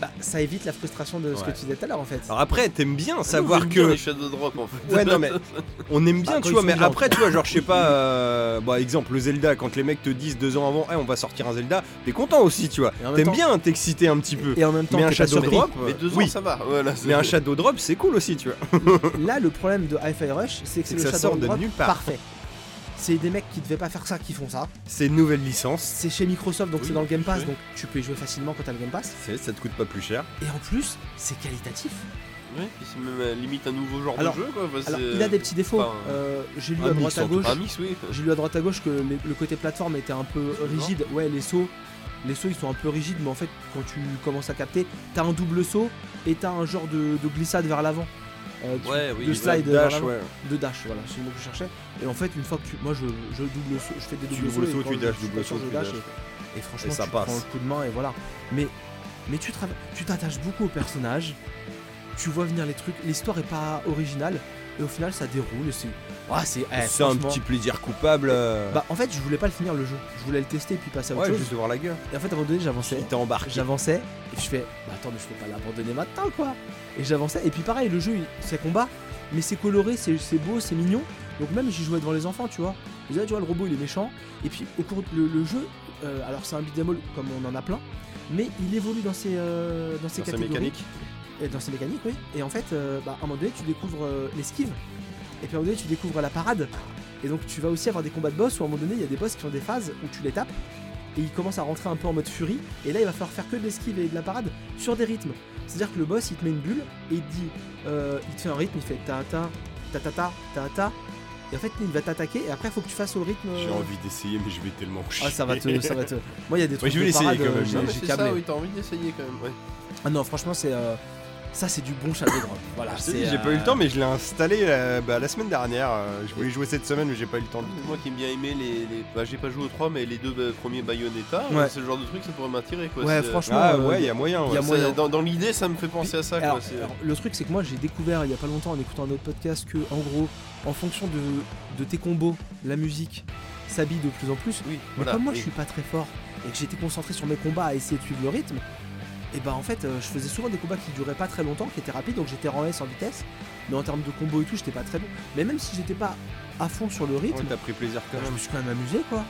B: Bah, ça évite la frustration de ce
A: Ouais.
B: que tu disais tout à l'heure en fait.
A: Alors après, t'aimes bien
C: J'aime
A: savoir
C: bien
A: que.
C: les Shadow Drop en fait.
A: Ouais, non, mais <laughs> on aime
B: Bah,
A: bien,
B: quand
A: tu
B: ils
A: vois,
B: sont
A: mais
B: bien.
A: après, tu vois, genre, je sais pas, euh, bah, exemple, le Zelda, quand les mecs te disent deux ans avant, Eh, on va sortir un Zelda, t'es content aussi, tu vois.
B: Et en même
A: T'aimes
B: temps-
A: bien t'exciter un petit peu.
B: Et en même temps,
A: Mais un
B: t'es pas
A: Shadow
B: surpris.
A: Drop, euh,
C: Mais deux ans,
A: oui.
C: ça va. Voilà, c'est-
A: Mais un Shadow Drop, c'est cool aussi, tu vois.
B: Là, le problème de Hi-Fi Rush, c'est que
A: C'est
B: c'est
A: que
B: le
A: ça
B: Shadow
A: sort de
B: Drop
A: nulle part.
B: parfait. C'est des mecs qui devaient pas faire ça qui font ça.
A: C'est une nouvelle licence,
B: C'est chez Microsoft, donc
A: Oui,
B: c'est dans le Game Pass,
A: oui.
B: donc tu peux y jouer facilement quand t'as le Game Pass.
A: c'est- ça te coûte pas plus cher.
B: Et en plus, c'est qualitatif.
C: Ouais, puis c'est même euh, limite un nouveau genre
B: Alors-
C: de jeu quoi. parce
B: Alors,
C: que-
B: il a des petits défauts.
C: enfin,
B: Euh, J'ai lu
A: un
B: à
A: mix
B: droite à
A: en tout
B: gauche.
C: Un mix, oui.
B: J'ai lu à droite à gauche que les- le côté plateforme était un peu
C: Excuse-moi.
B: rigide. Ouais, les sauts, les sauts ils sont un peu rigides, mais en fait, quand tu commences à capter, t'as un double saut et t'as un genre de, de glissade vers l'avant. Euh, tu-
C: Ouais, oui.
B: le
C: oui.
B: slide vers
A: Dash,
B: l'avant.
A: ouais.
B: de dash, voilà, c'est le mot que je cherchais. Et en fait, une fois que tu. Moi, je, je double saut, je fais des
A: Tu
B: doubles
A: double
B: sauts.
A: saut,
B: et quand
A: tu
B: je-
A: dashes,
B: je suis
A: double
B: pas sûr,
A: saut,
B: je
A: tu
B: dash.
A: dashes.
B: Et, et franchement,
A: Et ça
B: tu prends
A: passe.
B: le coup de main et voilà. Mais, mais tu trava- tu t'attaches beaucoup au personnage. Tu vois venir les trucs. L'histoire est pas originale. Et au final, ça déroule. et C'est Ah, c'est eh,
A: C'est un
B: franchement-
A: petit plaisir coupable. euh,
B: Bah, en fait, je voulais pas le finir le jeu. Je voulais le tester et puis passer à autre
A: ouais,
B: chose.
A: juste de voir la gueule.
B: Et en fait, à un moment donné, j'avançais.
A: Il t'a embarqué.
B: J'avançais et puis je fais bah attends mais je peux pas l'abandonner maintenant quoi Et j'avançais et puis pareil le jeu il- c'est combat mais c'est coloré, c'est c'est beau, c'est mignon donc même j'y jouais devant les enfants tu vois Ils disaient tu vois le robot il est méchant et puis au cours de le, le jeu euh, alors c'est un beat'em all comme on en a plein mais il évolue dans ses, euh, dans ses
C: Dans sa
B: catégories
C: mécanique.
B: et dans ses mécaniques, oui. Et en fait, euh, bah, à un moment donné, tu découvres euh, l'esquive. Et puis à un moment donné, tu découvres la parade. Et donc, tu vas aussi avoir des combats de boss où à un moment donné, il y a des boss qui ont des phases où tu les tapes. Et ils commencent à rentrer un peu en mode furie. Et là, il va falloir faire que de l'esquive et de la parade sur des rythmes. C'est-à-dire que le boss, il te met une bulle et il te dit. euh, il te fait un rythme, il fait ta ta ta ta ta ta ta. Et en fait, il va t'attaquer. Et après, il faut que tu fasses au rythme.
C: J'ai
B: euh,
C: envie d'essayer, mais je vais tellement
B: Ah, ça va te. ça va te... Moi, il y a des trucs
A: je
B: de
A: vais l'essayer
B: parade,
A: quand
B: euh,
A: même.
B: j'ai-
C: Non, mais
B: j'ai
C: c'est
B: câblé.
C: ça, oui, t'as envie d'essayer quand même. Ouais.
B: Ah non, franchement, c'est. euh, Ça, c'est du bon Shadow Drop. Voilà,
A: Je t'ai
B: c'est,
A: dit, j'ai pas eu
B: euh,
A: le temps, mais je l'ai installé euh, bah, la semaine dernière. euh, je voulais jouer cette semaine, mais j'ai pas eu le temps.
C: Mais Moi qui aime bien aimé les, les- Bah, j'ai pas joué aux 3, mais les deux bah, premiers Bayonetta,
B: Ouais.
C: euh, c'est le genre de truc, ça pourrait m'attirer quoi.
B: Ouais,
C: C'est-
B: franchement.
A: Ah
B: euh,
A: ouais, il y a moyen.
B: y
A: Ouais.
B: a
C: ça-
B: moyen.
C: dans dans l'idée, ça me fait penser à ça
B: Alors,
C: quoi. c'est-
B: alors, le truc, c'est que moi, j'ai découvert il y a pas longtemps en écoutant un autre podcast que, en gros, en fonction de, de tes combos, la musique s'habille de plus en plus.
C: Oui,
B: Mais
C: voilà.
B: comme moi,
C: oui.
B: je suis pas très fort et que j'étais concentré sur mes combats à essayer de suivre le rythme, et bah en fait, euh, je faisais souvent des combats qui duraient pas très longtemps, qui étaient rapides, donc j'étais en S en vitesse. Mais en termes de combos et tout, j'étais pas très bon. Mais même si j'étais pas à fond sur le rythme,
A: Ouais, T'as pris plaisir quand
B: bah, je
A: même.
B: me suis quand même amusé, quoi.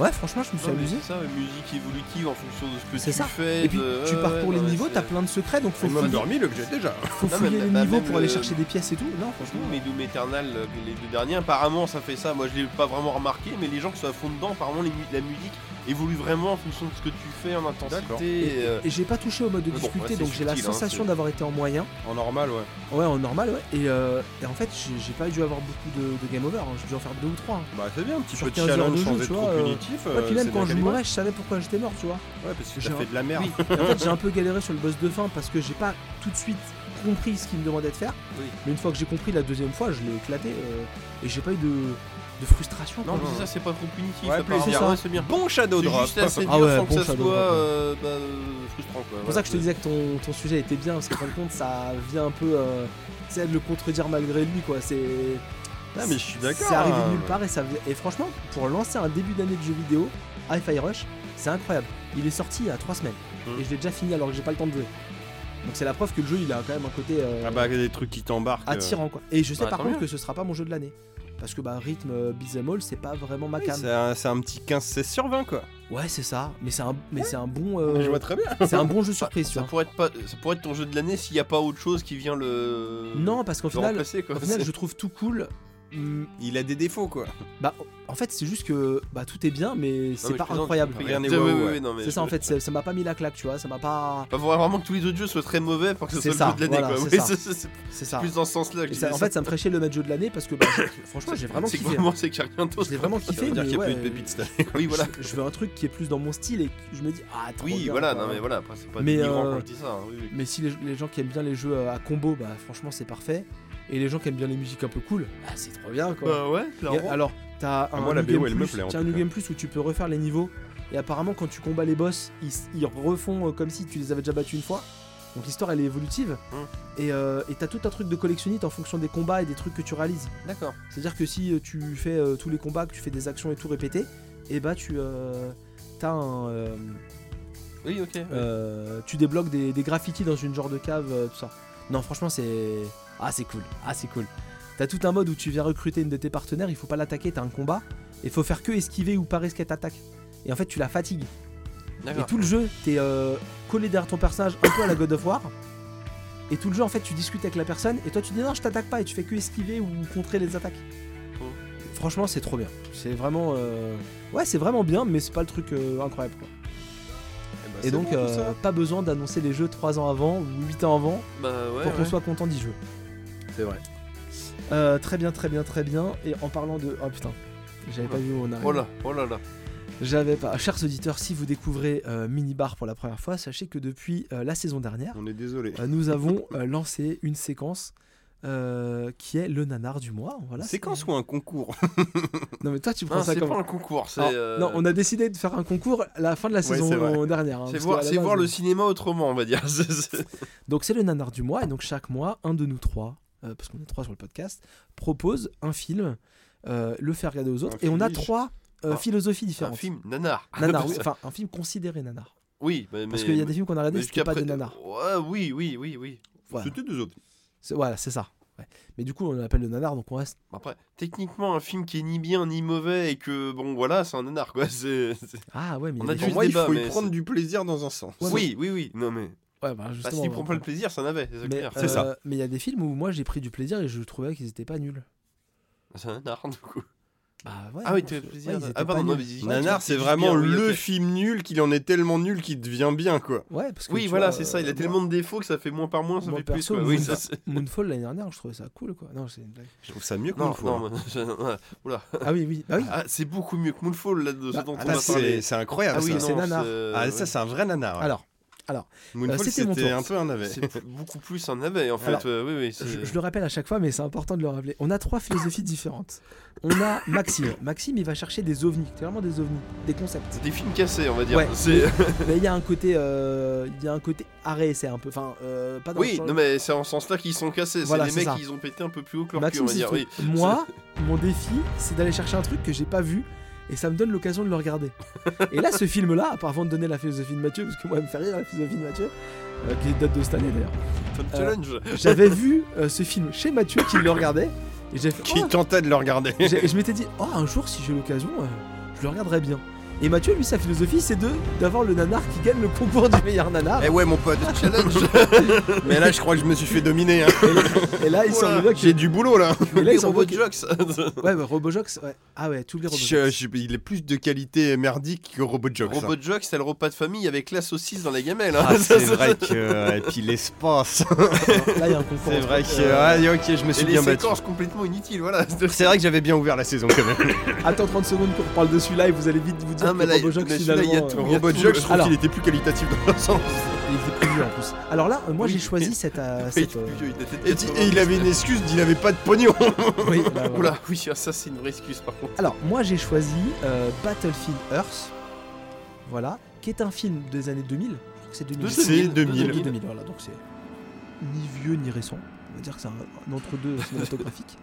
B: Ouais, franchement, je me suis
C: Non, mais
B: amusé.
C: C'est ça, ouais, musique évolutive en fonction de ce que
B: C'est
C: tu
B: ça.
C: fais.
B: Et puis,
C: de-
B: tu
C: ouais,
B: parcours
C: ouais,
B: les
C: non, mais
B: niveaux,
C: c'est-
B: t'as plein de secrets, donc faut
A: Il m'a
B: fouiller-
A: dormi le que j'ai déjà.
B: faut
C: Non,
B: fouiller
C: mais
B: les
C: bah,
B: niveaux
C: même
B: pour aller
C: le-
B: chercher des pièces et tout. Non, franchement.
C: Doom et Doom Eternal, euh, les deux derniers, apparemment ça fait ça. Moi je l'ai pas vraiment remarqué, mais les gens qui sont à fond dedans, apparemment les mu- la musique évolue vraiment en fonction de ce que tu fais en
A: D'accord.
C: intensité. et, euh,
B: Et j'ai pas touché au mode de
C: Mais bon,
B: difficulté,
C: ouais, c'est
B: donc j'ai la
C: subtil, hein,
B: sensation
C: c'est-
B: d'avoir été en moyen.
A: En normal, ouais.
B: Ouais, en normal, ouais. Et, euh, et en fait, j'ai- j'ai pas dû avoir beaucoup de, de game over. hein. J'ai dû en faire deux ou trois. hein.
A: Bah c'est bien, un petit
B: Sur
A: peu de
B: 15 heures
A: challenge
B: de jeu,
A: sans
B: tu
A: être
B: vois,
A: trop
B: euh,
A: punitif.
B: Ouais,
A: euh,
B: puis
A: c'est
B: même quand
A: bien
B: je
A: calibré.
B: mourais, je savais pourquoi j'étais mort, tu vois.
A: Ouais, parce que
B: j'ai
A: t'as
B: un-
A: fait de la merde.
B: Oui. Et en fait, j'ai un peu galéré sur le boss de fin parce que j'ai pas tout de suite compris ce qu'il me demandait de faire.
C: Oui.
B: Mais une fois que j'ai compris la deuxième fois, je l'ai éclaté euh, et j'ai pas eu de, de frustration.
C: Non,
B: quoi.
C: mais c'est ça, c'est pas trop punitif.
A: Ouais,
C: apparemment.
B: plaisir.
C: Ouais, c'est bien.
A: Bon Shadow
C: C'est
A: Drop.
C: juste assez dur
B: Ah ouais,
C: sans
B: bon
C: que ça
B: Shadow
C: soit
B: Drop, ouais.
C: euh, bah, euh, frustrant. quoi.
B: C'est pour ça que je te disais que ton, ton sujet était bien, parce qu'en fin de compte, ça vient un peu. euh, tu sais, de le contredire malgré lui, quoi. C'est.
A: Ah, mais je suis d'accord,
B: C'est arrivé
A: hein.
B: de nulle part et ça faisait- Et franchement, pour lancer un début d'année de jeu vidéo, Hi-Fi Rush, c'est incroyable. Il est sorti il y a 3 semaines.
A: Mmh.
C: Mm.
B: Et je l'ai déjà fini alors que j'ai pas le temps de jouer. Donc c'est la preuve que le jeu, il a quand même un côté. euh,
A: <laughs> Ah bah des trucs qui t'embarquent. euh.
B: Attirant quoi. Et je sais
C: Bah,
B: par
C: tant
B: contre
C: mieux.
B: que ce sera pas mon jeu de l'année. Parce que bah rythme euh, beat'em all c'est pas vraiment ma
A: Oui,
B: cam.
A: C'est un, c'est un petit 15-16 sur 20 quoi.
B: Ouais c'est ça, mais c'est un mais c'est un bon euh,
A: très bien.
B: c'est un bon jeu surprise tu
C: Ça
B: vois.
C: pourrait, être pas, ça pourrait être ton jeu de l'année s'il n'y a pas autre chose qui vient le.
B: Non parce qu'au
C: le
B: final,
C: remplacer, quoi.
B: au final je trouve tout cool. hum,
A: Il a des défauts quoi.
B: Bah, en fait, c'est juste que bah, tout est bien, mais
C: Non, mais
B: c'est pas
C: je plaisante,
B: incroyable.
A: rien n'est
C: Ouais,
A: waouh,
C: ouais, E ouais,
A: ouais.
C: non, mais
B: C'est ça, en
C: je-
B: fait, c'est- ça m'a pas mis la claque, tu vois, ça m'a pas.
C: Bah, faudrait vraiment que tous les autres jeux soient très mauvais pour que ce
B: C'est
C: soit
B: ça,
C: le jeu de l'année.
B: voilà,
C: quoi.
B: c'est
C: Ouais,
B: ça.
C: c'est- c'est
B: C'est ça.
C: plus dans ce sens-là que
B: Et
C: je
B: ça-
C: disais
B: en fait, ça me ferait chier le match jeu de l'année parce que, bah, j'ai-
C: <laughs>
B: franchement, j'ai vraiment
C: c'est que
B: kiffé.
C: vraiment, c'est que chacun
B: Je l'ai
C: <laughs>
B: vraiment
A: Ça
B: kiffé,
A: veut dire
B: mais
A: qu'il n'y a
B: ouais,
A: plus de pépites cette année.
C: Oui,
B: <laughs>
C: voilà.
B: Je, je veux un truc qui est plus dans mon style et que je me dis, ah, trop
C: Oui,
B: bien,
C: voilà,
B: quoi.
C: non mais voilà, après c'est pas
B: Mais,
C: dénigrant
B: euh,
C: quand je dis ça. hein, oui, oui.
B: Mais si les, les gens qui aiment bien les jeux euh, à combo, bah, franchement, c'est parfait. Et les gens qui aiment bien les musiques un peu cool, bah, c'est trop bien, quoi.
C: Bah ouais,
B: Et
C: clairement.
B: alors, t'as
A: Ah,
B: un,
A: moi,
B: new
A: la
B: game
A: BO, elle me
B: plus,
A: plaît, en
B: t'as un
A: tout
B: New
A: cas.
B: Game Plus où tu peux refaire les niveaux. Et apparemment, quand tu combats les boss, ils, ils refont euh, comme si tu les avais déjà battus une fois. Donc l'histoire, elle est évolutive.
C: Hmm.
A: Hein.
B: Et euh, et t'as tout un truc de collectionniste en fonction des combats et des trucs que tu réalises.
C: D'accord.
B: C'est-à-dire que si euh, tu fais euh, tous les combats, que tu fais des actions et tout répété, et bah tu euh, t'as un, euh,
C: Oui, ok. ouais.
B: euh, tu débloques des, des graffitis dans une genre de cave, euh, tout ça. Non, franchement, c'est. Ah, c'est cool. Ah, c'est cool. T'as tout un mode où tu viens recruter une de tes partenaires, il faut pas l'attaquer, t'as un combat, et faut faire que esquiver ou parer ce qu'elle t'attaque. Et en fait, tu la fatigues. Et
C: D'accord.
B: tout le jeu, t'es euh, collé derrière ton personnage, un peu à la God of War. Et tout le jeu, en fait, tu discutes avec la personne, et toi, tu dis non, je t'attaque pas, et tu fais que esquiver ou contrer les attaques.
C: Oh.
B: Franchement, c'est trop bien. C'est vraiment. euh, Ouais, c'est vraiment bien, mais c'est pas le truc euh, incroyable, quoi.
A: Eh ben,
C: Bah,
B: Et
A: c'est
B: donc,
A: bon, tout
B: euh,
A: ça.
B: pas besoin d'annoncer les jeux 3 ans avant ou 8 ans avant
C: Bah ouais.
B: pour qu'on
C: ouais.
B: soit content d'y jouer.
A: C'est vrai.
B: Euh, très bien, très bien, très bien. Et en parlant de. Oh putain, j'avais pas vu où on arrive.
C: Oh là, oh là là.
B: J'avais pas. Chers auditeurs, si vous découvrez euh, Minibar pour la première fois, sachez que depuis euh, la saison dernière,
A: On est désolé.
B: euh, nous
C: <laughs>
B: avons euh, lancé une séquence. euh, qui est le nanar du mois voilà
A: Séquence ou un concours
B: non mais toi tu prends
C: Non,
B: ça
C: c'est
B: comme
C: pas un concours, c'est.
B: Alors,
C: euh,
B: non on a décidé de faire un concours à la fin de la saison
A: c'est vrai.
B: dernière hein,
C: C'est
B: parce
C: voir,
B: qu'à la
C: c'est voir
B: base,
C: le cinéma autrement, on va dire. <laughs> C'est- c'est-
B: Donc c'est le nanar du mois et donc chaque mois, un de nous trois euh, parce qu'on est trois sur le podcast, propose un film, euh, le faire regarder aux autres,
C: Un
B: et on a
C: film niche.
B: trois euh,
C: Ah,
B: philosophies
C: C'est un
B: différentes.
C: film nanar.
B: <laughs> Nanar,
C: <laughs> Parce-
B: oui, enfin un film considéré nanar.
C: Oui, mais-
B: Parce
C: mais-
B: qu'il y a des films qu'on a regardés,
C: mais
B: c'était pas
C: jusqu'après-
B: des nanars.
C: Ouais, oui, oui, oui, oui.
B: Voilà,
C: C'était des ovnis.
B: c'est voilà, c'est ça. Ouais. Mais du coup, on l'appelle le nanar, donc on reste.
C: Après, techniquement, un film qui est ni bien ni mauvais et que, bon, voilà, c'est un nanar, quoi. <laughs> c'est- c'est-
B: Ah ouais, mais il y
C: On
B: a
C: a
B: des
A: Pour
C: dû-
B: films-
A: moi, il
C: débat,
A: faut y
C: mais
A: prendre
C: c'est-
A: du plaisir dans un sens.
B: Ouais,
C: oui, oui, oui. Non, mais.
B: Ouais, bah,
C: Bah,
B: justement,
C: S'il
B: on-
C: prend pas le plaisir, ça n'avait, c'est
B: Mais,
C: clair.
A: C'est ça.
B: euh, Mais il y a des films où moi j'ai pris du plaisir et je trouvais qu'ils étaient pas nuls.
C: C'est un nanar, du coup.
B: Bah ouais.
C: Ah oui,
B: parce
C: tu as
B: que-
C: plaisir.
B: ouais, ils
C: Ah,
B: étaient
C: pardon,
B: pas
C: non,
B: nuls.
C: mais-
A: Nanar, c'est
C: c'est
A: vraiment
C: bien, oui,
A: le
C: ok.
A: film nul qu'il en est tellement nul qu'il devient bien, quoi.
B: Ouais, parce que
C: Oui,
B: tu
C: voilà,
B: vois,
C: c'est ça. Il
B: euh,
C: a tellement de défauts que ça fait moins par moins, ça
B: moi,
C: fait plus.
B: perso,
C: Quoi.
B: moi,
C: Oui,
B: je-
C: ça, c'est-
B: Moonfall l'année dernière, je trouvais ça cool quoi. Non, c'est une
C: <laughs>
B: blague.
A: Je trouve ça mieux que
C: non,
A: Moonfall.
C: non, non, oula.
B: Ah oui, oui. Bah oui.
C: Ah, c'est beaucoup mieux que Moonfall là, de ce
B: Bah,
C: dont
A: Ah,
C: on
A: là,
C: a parlé.
A: c'est c'est
C: Ah
A: incroyable.
B: oui,
A: Ah ça.
B: c'est nanar.
A: Ah,
C: euh,
A: ça, c'est un vrai nanar. ouais.
B: Alors,
A: Moonfall,
B: euh, c'était mon
A: c'était
B: tour.
A: un peu un navet.
C: c'est plus- beaucoup plus un navet en fait.
B: Alors,
C: euh, oui, oui, c'est-
B: je, je le rappelle à chaque fois, mais c'est important de le rappeler. On a trois philosophies différentes. On a
C: <coughs>
B: Maxime. Maxime, il va chercher des ovnis, c'est vraiment des ovnis, des concepts.
C: <laughs> c'est des films cassés, on va dire.
B: Ouais.
C: C'est-
B: Mais il y a un côté, euh, il y a un côté arrêt, c'est un peu, enfin, euh, pas dans le
C: <laughs> Oui,
B: sens-
C: non, mais c'est en ce sens-là qu'ils sont cassés.
B: Voilà,
C: c'est
B: c'est
C: les mecs
B: ça.
C: qui ils ont pété un peu plus haut que leur cul, on
B: Maxime,
C: va
B: c'est
C: dire.
B: tout.
C: Oui. <laughs>
B: Moi, mon défi, c'est d'aller chercher un truc que j'ai pas vu et ça me donne l'occasion de le regarder. et là,
C: <laughs>
B: ce film-là, à part avant de donner la philosophie de Mathieu, parce que moi, elle me fait rire la philosophie de Mathieu, euh, qui date de cette année d'ailleurs.
C: Top
A: <laughs>
B: Euh,
C: challenge. <laughs>
B: J'avais vu euh, ce film chez Mathieu qui le regardait et j'ai fait.
A: Qui
B: Oh.
A: tentait de le regarder.
B: Et <laughs> j'ai- et je m'étais dit, oh, un jour, si j'ai l'occasion, euh, je le regarderai bien. Et Mathieu, lui, sa philosophie, c'est de d'avoir le nanar qui gagne le concours du meilleur nanar.
A: Eh ouais, mon pote, challenge. <laughs> Mais là, je crois que je me suis fait dominer. hein.
B: Et là, il semble bien que.
A: J'ai du boulot là.
B: et
C: <laughs>
B: là, il
C: Robot
B: semble bien
C: Jocks.
B: que- Ouais, ouais, Robojox, ouais. Ah ouais, tous les
A: <laughs> Je-
B: Robojox.
A: je- il est plus de qualité merdique que Robot Jocks. hein.
C: Robot Jocks, c'est le repas de famille avec la saucisse dans la gamelle. hein.
A: <laughs> Ah,
C: <laughs>
A: c'est vrai que. euh, Et puis <laughs> l'espace.
B: Là, il y a un concours.
A: C'est
B: entre-
A: vrai que.
B: euh,
A: ah, ok, je me
C: Et
A: suis
C: les
A: bien battu.
C: séquences complètement inutiles, voilà.
A: C'est vrai que j'avais bien ouvert la saison quand même.
B: Attends 30 secondes qu'on reparle de celui-là et vous allez vite vous dire
C: Ah,
B: que
C: mais là,
B: Robojox
C: mais celui-là,
B: finalement
C: il y a
B: euh,
C: tout.
A: Robot
C: tout,
A: <laughs> Jocks, je trouve
B: alors.
A: qu'il était plus qualitatif dans l'ensemble.
B: il était plus vieux en plus. Alors là, euh, moi
C: Oui,
B: j'ai
C: mais-
B: choisi cette. euh,
C: <laughs> Il est
B: cette,
C: plus
B: euh,
C: vieux, il était de
A: Et, et il avait une Ah, excuse d'il avait pas de pognon.
B: oui, bah, voilà.
C: Oula, oui, ah, ça c'est une vraie excuse par contre.
B: Alors moi j'ai choisi euh, Battlefield Earth, voilà, qui est un film des années 2000. Je crois que c'est 2000.
A: C'est 2000.
B: 2000, voilà, donc c'est ni vieux ni récent. On va dire que c'est un, un
C: <laughs>
B: entre-deux cinématographique.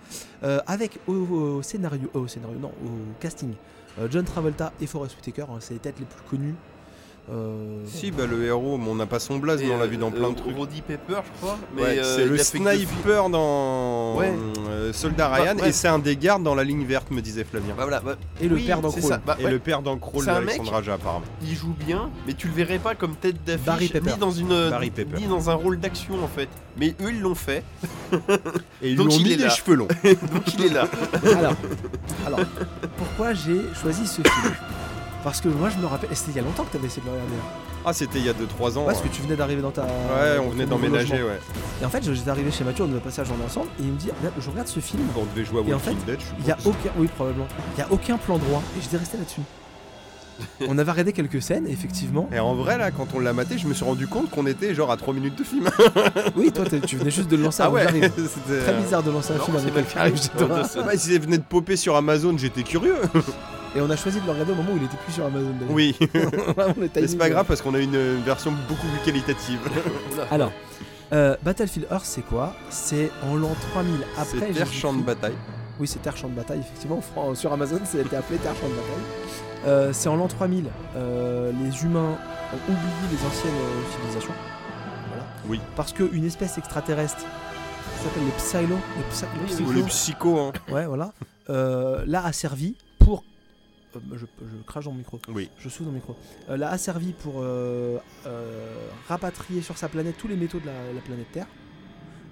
B: Euh, avec au, au scénario, au scénario, non, au casting, euh, John Travolta et Forest Whitaker, hein, c'est les têtes les plus connues. Euh,
A: Si, bah le héros, mais on n'a pas son blaze, mais on l'a vu dans plein de trucs.
C: Roddy Pepper, je crois. euh, Mais
A: Ouais,
C: euh,
A: c'est le
C: il a fait que deux
A: sniper dans
C: Ouais.
A: euh, Soldat Ryan
C: Ouais, ouais.
A: et c'est un des gardes dans la ligne verte, me disait Flavien.
C: films. Bah, voilà, bah,
B: et le
C: oui,
B: père
C: c'est
B: d'Ancrawl.
C: ça. Bah,
A: Et
C: ouais,
A: le père d'Ancrawl
C: C'est un mec-
A: d'Alexandre Aja, apparemment.
C: Il joue bien, mais tu le verrais pas comme tête
B: Barry
C: d'affiche,
B: Pepper.
C: ni dans une euh,
A: Barry Pepper.
C: ni dans un rôle d'action en fait. Mais eux ils
B: <laughs>
C: l'ont fait,
A: Et ils
C: Donc
A: lui ont
C: il
A: mis
C: est
A: des
C: là.
A: cheveux longs.
C: donc il est là.
B: Ah,
C: <laughs>
B: Alors, alors, pourquoi j'ai choisi ce film Parce que moi je me rappelle, et c'était il y a longtemps que t'avais essayé de le regarder. hein.
A: Ah, c'était il y a 2-3 ans.
B: Ouais, parce que tu venais d'arriver dans ta.
A: Ouais,
B: dans
A: on
B: ton
A: venait
B: nouveau
A: d'emménager,
B: logement.
A: ouais.
B: Et en fait, j'étais arrivé chez Mathieu, on devait passer la journée ensemble, et il me dit Regarde, Je regarde ce film,
A: On devait jouer à
B: Et en
A: Walking Dead, je
B: il y a
A: suppose.
B: aucun. Oui, probablement. Il y a aucun plan droit, et j'étais
A: <laughs>
B: resté là-dessus. on avait regardé quelques scènes, et effectivement.
A: Et en vrai, là, quand on l'a maté, je me suis rendu compte qu'on était genre à 3 minutes de film.
B: Oui, toi, t'es- tu venais juste de le lancer
A: Ah
B: avant que
A: ouais,
B: j'arrive.
A: <laughs> c'était.
B: Très bizarre de lancer un
C: Non,
B: film
C: c'est
B: avec
C: pas
B: quelqu'un.
C: le cas.
A: Ah bah, si elle venait de popper sur Amazon, j'étais curieux. <laughs>
B: <laughs> Et on a choisi de le regarder au moment où il était plus sur Amazon d'ailleurs.
A: Oui,
B: <laughs> Vraiment, le
A: mais c'est
B: timing,
A: pas
B: euh,
A: grave parce qu'on a une euh, version beaucoup plus qualitative.
B: Alors, euh, Battlefield Earth, c'est quoi C'est en l'an 3000 après.
A: C'est terre
B: Jésus-Christ.
A: champ de bataille.
B: Oui, c'est Terre Champ de Bataille, effectivement. en Fran- Sur Amazon, c'était appelé Terre Champ de Bataille. Euh, c'est en l'an 3000. euh, les humains ont oublié les anciennes euh, civilisations. Voilà.
A: Oui.
B: Parce qu'une espèce extraterrestre qui s'appelle les Psylo. Les Psy- les
A: Ou
B: Psylo-
A: les psychos, hein.
B: Ouais, voilà. euh, là, a servi pour. euh, je, je crache dans mon micro.
A: Oui.
B: Je souffle dans le micro. Euh, là, a servi pour euh, euh, rapatrier sur sa planète tous les métaux de la, la planète Terre.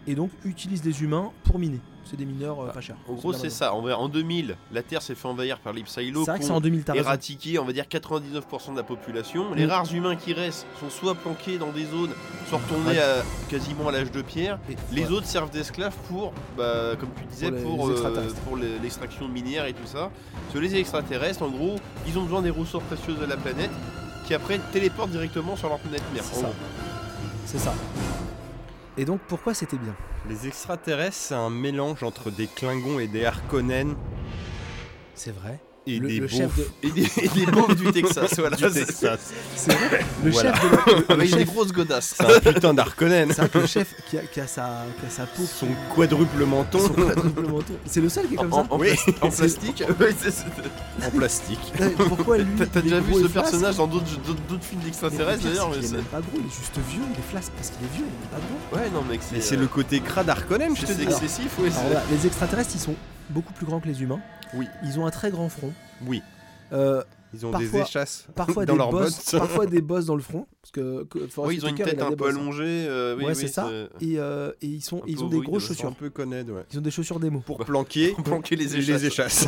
B: Et donc utilise des humains pour miner. C'est des mineurs euh, pas chers.
C: Ah, En gros
B: de la
C: c'est
B: main.
C: ça. En, vrai, en 2000, la Terre s'est fait envahir par les Psylo.
B: C'est vrai que
C: qui
B: c'est
C: ont
B: en 2000 t'as raison.
C: Éradiqué, on va dire 99% de la population. Les
B: Mm.
C: rares humains qui restent sont soit planqués dans des zones, soit retournés
B: Ouais.
C: à- quasiment à l'âge de pierre. Les
B: Ouais.
C: autres servent d'esclaves pour, bah, comme tu disais,
B: Pour les-
C: pour,
B: les
C: euh,
B: extraterrestres.
C: pour les- l'extraction minière et tout ça. Parce que les extraterrestres, en gros, ils ont besoin des ressources précieuses de la planète qui après téléportent directement sur leur planète mère.
B: C'est
C: en
B: ça.
C: gros.
B: C'est ça. Et donc pourquoi c'était bien
A: Les extraterrestres, c'est un mélange entre des Klingons et des Harkonnen.
B: C'est vrai.
C: Et
B: Le-
C: des
B: le chef
C: beaufs.
B: <laughs> de-
C: Et des, et des beaufs du Texas, voilà.
A: Du Texas.
B: C'est vrai, le
A: Voilà.
B: chef de la-
C: <laughs>
B: le- le
C: Avec des
B: chef-
C: grosses godasses. hein,
A: C'est <laughs> un putain d'Arconen.
B: C'est vrai que le chef qui a, qui a sa, qui a sa peau,
A: Son quadruple menton
B: son quadruple menton, c'est le seul qui est comme
C: En,
B: ça.
C: en- en
A: Oui.
C: plas- en plastique Oui, c'est- c'est-
A: en plastique.
B: Ouais, Euh, Pourquoi lui
C: T'as
B: il
C: t'as
B: est
C: déjà vu
B: gros
C: ce
B: et flasque
C: personnage dans d'autres d'autres- d'autres films
B: Mais le
C: d'extraterrestres
B: pire, c'est
C: d'ailleurs mais
B: qu'il est
C: c'est-
B: même pas gros, il est juste vieux, il est flasque parce qu'il est vieux, il est pas gros.
C: Ouais, non, mec,
A: Mais c'est
C: euh,
A: le côté crade d'Arconen, je te
C: C'est
A: dis.
B: Alors-
C: excessif, oui.
B: Alors voilà, les extraterrestres, ils sont beaucoup plus grands que les humains.
A: Oui.
B: Ils ont un très grand front.
A: Oui,
B: Euh,
A: ils ont des
B: Parfois-
A: échasses <laughs>
B: parfois
A: dans
B: des
A: leurs
B: bosses,
A: bottes.
B: parfois des bosses dans le front, parce que, que Forrest
C: Oui, ils ont une
B: Whitaker, il
C: tête
B: a
C: un
B: des
C: peu
B: bosses, hein.
C: allongée. euh, oui,
B: Ouais,
C: oui,
B: c'est ça. Et, euh, et ils sont,
C: Un
B: ils
C: peu
B: ont des
C: ovouille
B: grosses
C: de
A: C'est un
B: chaussures.
A: peu Conan, ouais.
B: Ils ont des chaussures démo. <laughs>
A: Pour
C: <laughs>
A: planquer
C: Pour planquer Bah, les échasses.
A: les
C: <laughs>
A: échasses.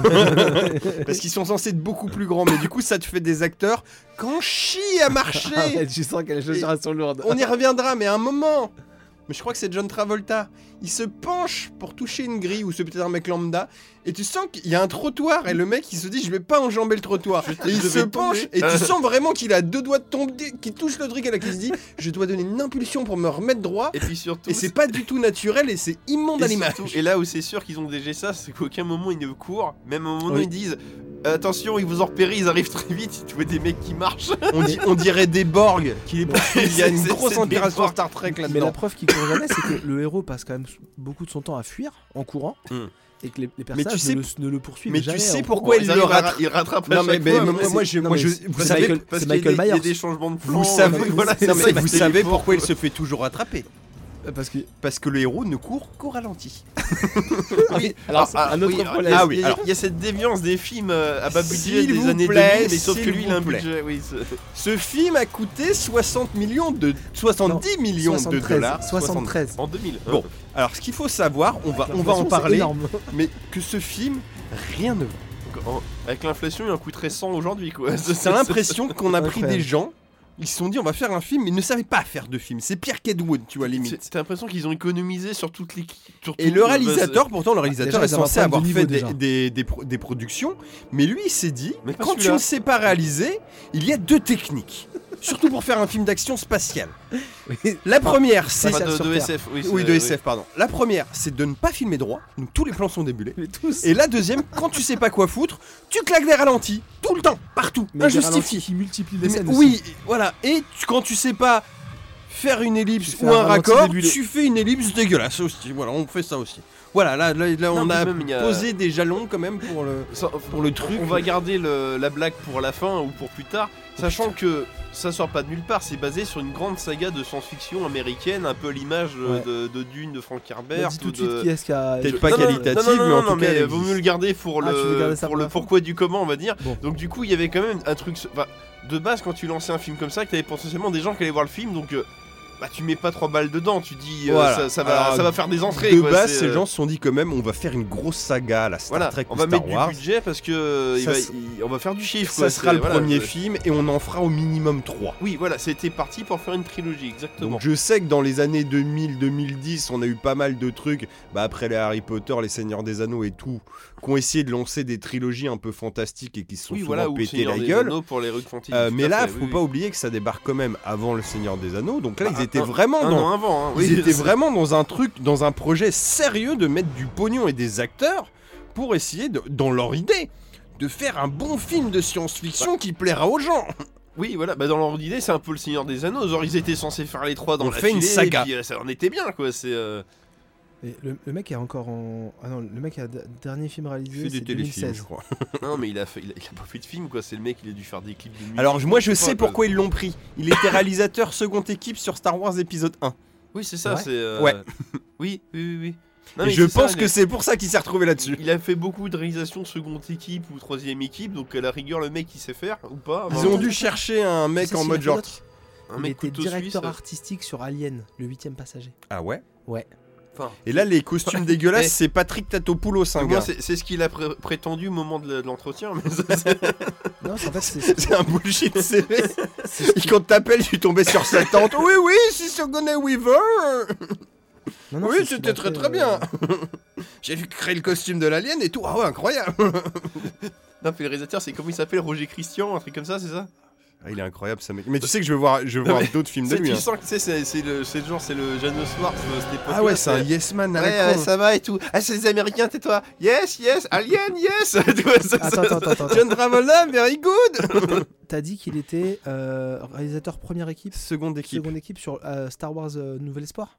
A: Parce qu'ils sont censés être beaucoup plus grands, mais du coup, ça te fait des acteurs qu'en chie à
B: <laughs>
A: marcher.
B: tu sens que les
A: chaussures,
B: sont lourdes.
A: Bah, On y reviendra, mais à un moment. Mais je crois que c'est John Travolta. Il se penche pour toucher une grille ou c'est peut-être un mec lambda. Et tu sens qu'il y a un trottoir et le mec il se dit je vais pas enjamber le trottoir. Et il
C: je
A: se
C: vais
A: penche
C: tomber. Euh.
A: et tu sens vraiment qu'il a deux doigts de tomber, qui touche le truc et là qu'il se dit je dois donner une impulsion pour me remettre droit.
C: Et puis surtout.
A: Et c'est pas du tout naturel et c'est immonde à
C: et
A: l'image. <laughs>
C: surtout- et là où c'est sûr qu'ils ont déjà ça, c'est qu'à aucun moment ils ne courent, même au moment où
B: Oui.
C: ils disent Attention, ils vous ont repéré, ils arrivent très vite, tu vois des mecs qui marchent.
A: On, dit- on dirait des
C: <laughs>
A: Borg. qu'il est pas- Il y a une
C: C'est-
A: grosse
C: c'est des
A: inspiration
C: Borg.
A: Star Trek
B: Mais la
A: là-dedans.
B: preuve qu'il court jamais, c'est que le héros passe quand même beaucoup de son temps à fuir en courant
A: Hmm.
B: et que les, les personnages
A: tu sais-
B: ne, le, ne le poursuivent
A: mais tu
B: jamais.
A: sais <laughs>
B: en
A: pourquoi
B: courant.
A: il
C: hein. Oh, ils
A: le
C: arrivent à-
A: rattrape.
C: Ils rattrapent
A: Non,
C: à
A: mais,
C: chaque
A: ben,
C: fois,
A: moi, <laughs>
C: mais c'est-
A: moi, je,
B: non,
A: moi,
B: mais
A: je-
B: c'est-
A: vous
B: c'est
A: savez,
B: Michael-
C: parce
B: c'est
C: qu'il y a
B: Michael
C: des- il y a
B: Myers.
C: des changements de plan.
A: vous savez,
C: euh, <laughs> voilà,
A: non, mais
C: c'est
A: vous
C: ça,
A: savez
C: c'est pour-
A: pourquoi il se fait toujours rattraper.
B: Euh, Parce que
A: Parce que le héros ne court qu'au ralenti.
C: Oui,
B: Alors,
C: alors,
B: c'est un autre
C: oui,
B: problème.
C: Ah oui,
A: Il y a-
C: alors, il y a cette déviance des films euh, à bas budget
A: S'il
C: des
A: vous
C: années
A: plaît,
C: 2000, mais sauf
A: s'il
C: que lui, il a un
A: vous plaît.
C: budget. Oui, c'est-
A: Ce film a coûté 60 millions de 70 millions
B: 73,
A: de dollars.
B: 73.
C: en 2000. hein.
A: Bon. Alors, ce qu'il faut savoir, on va, on va en
B: c'est
A: parler,
B: énorme.
A: mais que ce film, rien ne. vaut.
C: Donc, en- Avec l'inflation, il en coûterait 100 aujourd'hui, quoi. <laughs>
A: C'est l'impression qu'on a pris
B: Incroyable.
A: des gens. Ils se sont dit on va faire un film, mais ils ne savaient pas faire de film. C'est Pierre Kedwood, tu vois limite.
C: C'est- T'as l'impression qu'ils ont économisé sur toute l'équipe. sur
A: Et
C: tout-
A: le
C: bah,
A: réalisateur, pourtant le réalisateur
B: déjà,
A: est
B: ils avaient un
A: censé
B: problème
A: avoir
B: de
A: fait
B: niveau,
A: des,
B: déjà.
A: des- des pro- des productions, mais lui il s'est dit,
C: Mais pas
A: quand tu
C: celui-là.
A: ne sais pas réaliser, il y a deux techniques. Surtout pour faire un film d'action spatiale.
B: Oui.
A: La première,
C: c'est-
A: c'est...
B: ça,
C: enfin, de,
B: sur
C: de
B: Terre.
C: SF. Oui,
A: Oui,
C: c'est-
A: de SF, pardon. La première, c'est de ne pas filmer droit, donc tous les plans sont débulés.
B: <laughs> Mais tous.
A: Et la deuxième, quand tu sais pas quoi foutre, tu claques des ralentis, tout le temps, partout,
B: Mais des ralentis
A: injustifié.
B: Qui multiplie les
A: Mais
B: scènes. aussi.
A: oui, voilà. Et tu- quand tu sais pas faire une
B: Tu
A: ellipse
B: fais
A: ou
B: un
A: un
B: ralenti
A: raccord,
B: débulé.
A: tu fais une ellipse dégueulasse aussi. Voilà, on fait ça aussi. Voilà, là, là, là,
C: Non,
A: on
C: mais
A: a
C: même, il y a-
A: posé des jalons quand même pour le,
C: Ça-
A: pour le truc.
C: On va garder le- la blague pour la fin ou pour plus tard, sachant que ça sort pas de nulle part. C'est basé sur une grande saga de science-fiction américaine, un peu à l'image euh, de, de Dune de Frank
B: On
C: Herbert.
B: dit
C: ou
B: tout de suite
C: de-
B: qui est-ce qui a.
A: Peut-être pas
C: Non, non,
A: qualitative,
C: non, non,
A: mais en
C: non,
A: tout
C: mais
A: cas, elle
C: vaut
A: existe.
C: mieux le garder pour,
B: Ah, tu veux garder
C: le,
B: ça
C: pour
B: pour
C: le
B: la fin.
C: pourquoi du comment, on va dire.
B: Bon.
C: Donc, du coup, il y avait quand même un truc. enfin, de base, quand tu lançais un film comme ça, que t'avais potentiellement des gens qui allaient voir le film, donc euh, bah, tu mets pas trois balles dedans, tu dis euh,
A: Voilà.
C: ça, ça va,
A: Alors,
C: ça va faire des entrées.
A: de
C: quoi,
A: base,
C: c'est,
A: ces
C: euh,
A: gens se sont dit quand même, on va faire une grosse saga à la Star
C: Voilà,
A: Trek
C: on
A: ou
C: va
A: Star
C: mettre
A: Wars.
C: du budget parce que euh, il
A: Ça
C: va-
A: se-
C: il- on va faire du chiffre.
A: Ça
C: quoi,
A: sera
C: c'est-
A: le
C: voilà,
A: premier
C: c'est-
A: film et on en fera au minimum 3.
C: Oui, voilà, c'était parti pour faire une trilogie, exactement.
A: Donc je sais que dans les années 2000-2010, on a eu pas mal de trucs, bah, après les Harry Potter, les Seigneurs des Anneaux et tout, qui ont essayé de lancer des trilogies un peu fantastiques et qui se sont
C: oui,
A: souvent
C: voilà, ou le
A: pété
C: Seigneur
A: la
C: des
A: gueule.
C: Anneaux pour les rues de Fontaine,
A: Euh,
C: tout
A: mais
C: à
A: là,
C: fait,
A: faut
C: oui,
A: pas
C: oui.
A: oublier que ça débarque quand même avant le Seigneur des Anneaux. Donc là,
C: Bah,
A: ils étaient
C: un-
A: vraiment
C: un
A: dans,
C: an avant. hein, oui,
A: ils étaient
C: c'est-
A: vraiment dans un truc, dans un projet sérieux de mettre du pognon et des acteurs pour essayer, de, dans leur idée, de faire un bon film de
C: Bah.
A: science-fiction qui plaira aux gens.
C: <laughs> Oui, voilà, bah dans leur idée, c'est un peu le Seigneur des Anneaux. Genre, ils étaient censés faire les trois dans
A: On
C: la
A: fait une
C: filée,
A: saga.
C: Et puis, euh, ça en était bien, quoi. C'est. euh,
B: Et le, le mec est encore en. Ah non, le mec a d- dernier film réalisé. C'est 2016.
A: crois.
C: non, mais il a, fait- il, a, il a pas fait de film, quoi. C'est le mec, il a dû faire des clips de musique,
A: Alors moi, je
C: sais pas,
A: sais
C: quoi.
A: pourquoi ils l'ont pris. Il était réalisateur seconde équipe sur Star Wars épisode 1.
C: Oui, c'est ça,
B: Ouais.
C: c'est. euh,
A: Ouais.
C: Oui, oui, oui. oui. Non,
A: et
C: mais
A: je
C: c'est ça,
A: pense
C: il
A: que
C: a-
A: c'est pour ça qu'il s'est retrouvé là-dessus.
C: Il a fait beaucoup de réalisations de seconde équipe ou troisième équipe, donc à la rigueur, le mec, il sait faire ou pas.
A: Ils
C: enfin,
A: ont dû chercher un
B: Tu sais
A: mec en
B: s'il a
A: mode
B: fait
A: genre.
B: d'autres
C: un
B: Il
C: mec
B: était
C: couteau
B: directeur
C: suisse. euh,
B: artistique sur Alien, le huitième passager.
A: Ah ouais
B: Ouais.
C: Enfin,
A: Et là, les costumes
C: Eh.
A: dégueulasses, c'est Patrick Tatopoulos, un
C: Moi,
A: gars.
C: c'est c'est ce qu'il a pré- prétendu au moment de la- de l'entretien, mais ça, c'est-
B: Non, c'est- en
A: <laughs>
B: fait,
A: <laughs>
B: c'est.
A: C'est un bullshit CV. Et quand t'appelles, tu tombais sur sa tente. Oui, oui, c'est sur Gone Weaver.
B: non, non,
A: oui,
B: c'est ce qu'il
A: c'était
B: a
A: très
B: fait,
A: très
B: euh,
A: bien. <laughs> J'ai vu créer le costume de l'alien et tout. Ah ouais, incroyable.
C: Non, puis le réalisateur, c'est comment il s'appelle Roger Christian, un truc comme ça, c'est ça
A: Ah, il est incroyable, ça. mec. Mais tu sais que je veux voir, je veux voir d'autres films de
C: C'est-
A: lui.
C: Tu
A: hein.
C: sens que tu sais, c'est c'est le, c'est le genre, c'est le Janos Wars, euh, cette époque.
A: Ah ouais, c'est un yes man à la
C: Ouais, ouais,
A: con.
C: ça va et tout. Ah, c'est les Américains, tais-toi. Yes, yes, Alien, yes. <laughs> Tu vois, ça-
B: Attends,
C: ça-
B: attends, attends, attends.
A: John Travolta, very good.
B: T'as dit qu'il était euh, réalisateur première équipe,
A: Seconde équipe.
B: seconde équipe sur euh, Star Wars euh, Nouvel Espoir.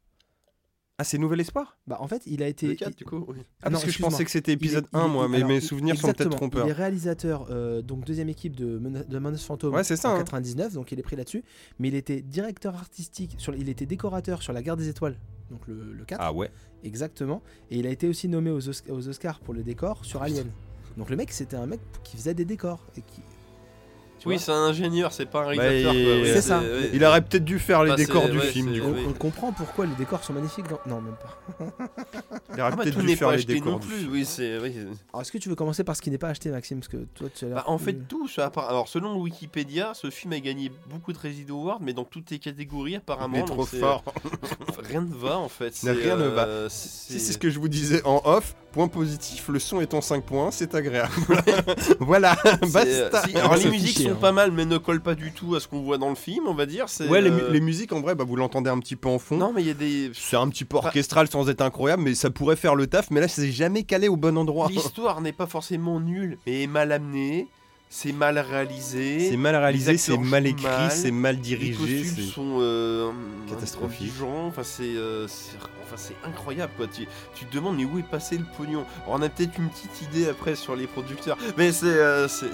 A: Ah, c'est Nouvel Espoir
B: Bah en fait, il a été.
C: Le quatre, du coup, oui.
A: Ah, parce
B: non,
A: que je pensais
B: excuse-moi.
A: que c'était épisode
B: Il est-
A: 1,
B: il est-
A: moi, mais
B: alors,
A: mes
B: il-
A: souvenirs sont peut-être
B: exactement,
A: trompeurs.
B: Il est réalisateur, euh, donc deuxième équipe de, Mena- de Menace Fantôme
A: Ouais, c'est ça,
B: en
A: hein.
B: 99, donc il est pris là-dessus. Mais il était directeur artistique, sur, il était décorateur sur La Guerre des Étoiles, donc le, le 4,
A: Ah ouais.
B: exactement. Et il a été aussi nommé aux, Osc- aux Oscars pour le décor sur Alien. Donc le mec, c'était un mec qui faisait des décors. Et qui, tu
C: Oui,
B: vois,
C: c'est un ingénieur, c'est pas un
A: Bah,
C: réalisateur.
A: il-
C: quoi. Ouais,
B: C'est ça.
C: ouais.
A: Il aurait peut-être dû faire les
C: Bah, c'est-
A: décors du
C: ouais,
A: film,
C: c'est-
A: du coup.
B: on,
C: oui.
B: on comprend pourquoi les décors sont magnifiques. dans- Non, même pas.
A: Il aurait
C: Ah, bah,
A: peut-être
C: tout
A: dû
C: n'est
A: faire
C: pas
A: les
C: acheté
A: décors
C: non
A: du
C: plus.
A: film.
C: Oui, c'est. oui, c'est-
B: Alors est-ce que tu veux commencer par ce qui n'est pas acheté, Maxime Parce que toi, tu as l'air
C: Bah, en fait,
B: plus-
C: tout, ça, à part- alors selon Wikipédia, ce film a gagné beaucoup de Resident Awards, mais dans toutes les catégories
A: Il
C: apparemment.
A: est
C: donc
A: trop
C: c'est- <laughs> euh,
A: fort.
C: Rien ne va en fait. c'est,
A: Rien ne va.
C: euh,
A: Si c'est ce que je vous disais en off, point positif, le son étant 5 points, c'est agréable. <laughs> voilà,
C: c'est, euh,
A: basta. <laughs>
C: si, alors,
B: C'est
C: les musiques
B: cliché,
C: sont
B: hein.
C: pas mal, mais ne collent pas du tout à ce qu'on voit dans le film, on va dire. c'est,
A: Ouais, les, mu-
C: euh,
A: les musiques en vrai, bah, vous l'entendez un petit peu en fond.
C: Non, mais il y a des.
A: C'est un petit peu orchestral sans être incroyable, mais ça pourrait faire le taf. Mais là, c'est jamais calé au bon endroit.
C: L'histoire n'est pas forcément nulle, mais est mal amenée, c'est mal réalisé.
A: C'est mal réalisé,
C: acteurs
A: c'est mal
C: jouent
A: écrit,
C: mal,
A: c'est mal
C: Les
A: dirigé.
C: costumes
A: c'est-
C: sont euh,
A: Catastrophiques.
C: intelligents, Enfin, c'est euh, c'est- enfin, c'est incroyable quoi. Tu, tu te demandes mais où est passé le pognon Alors, On a peut-être une petite idée après sur les producteurs, mais c'est euh, c'est-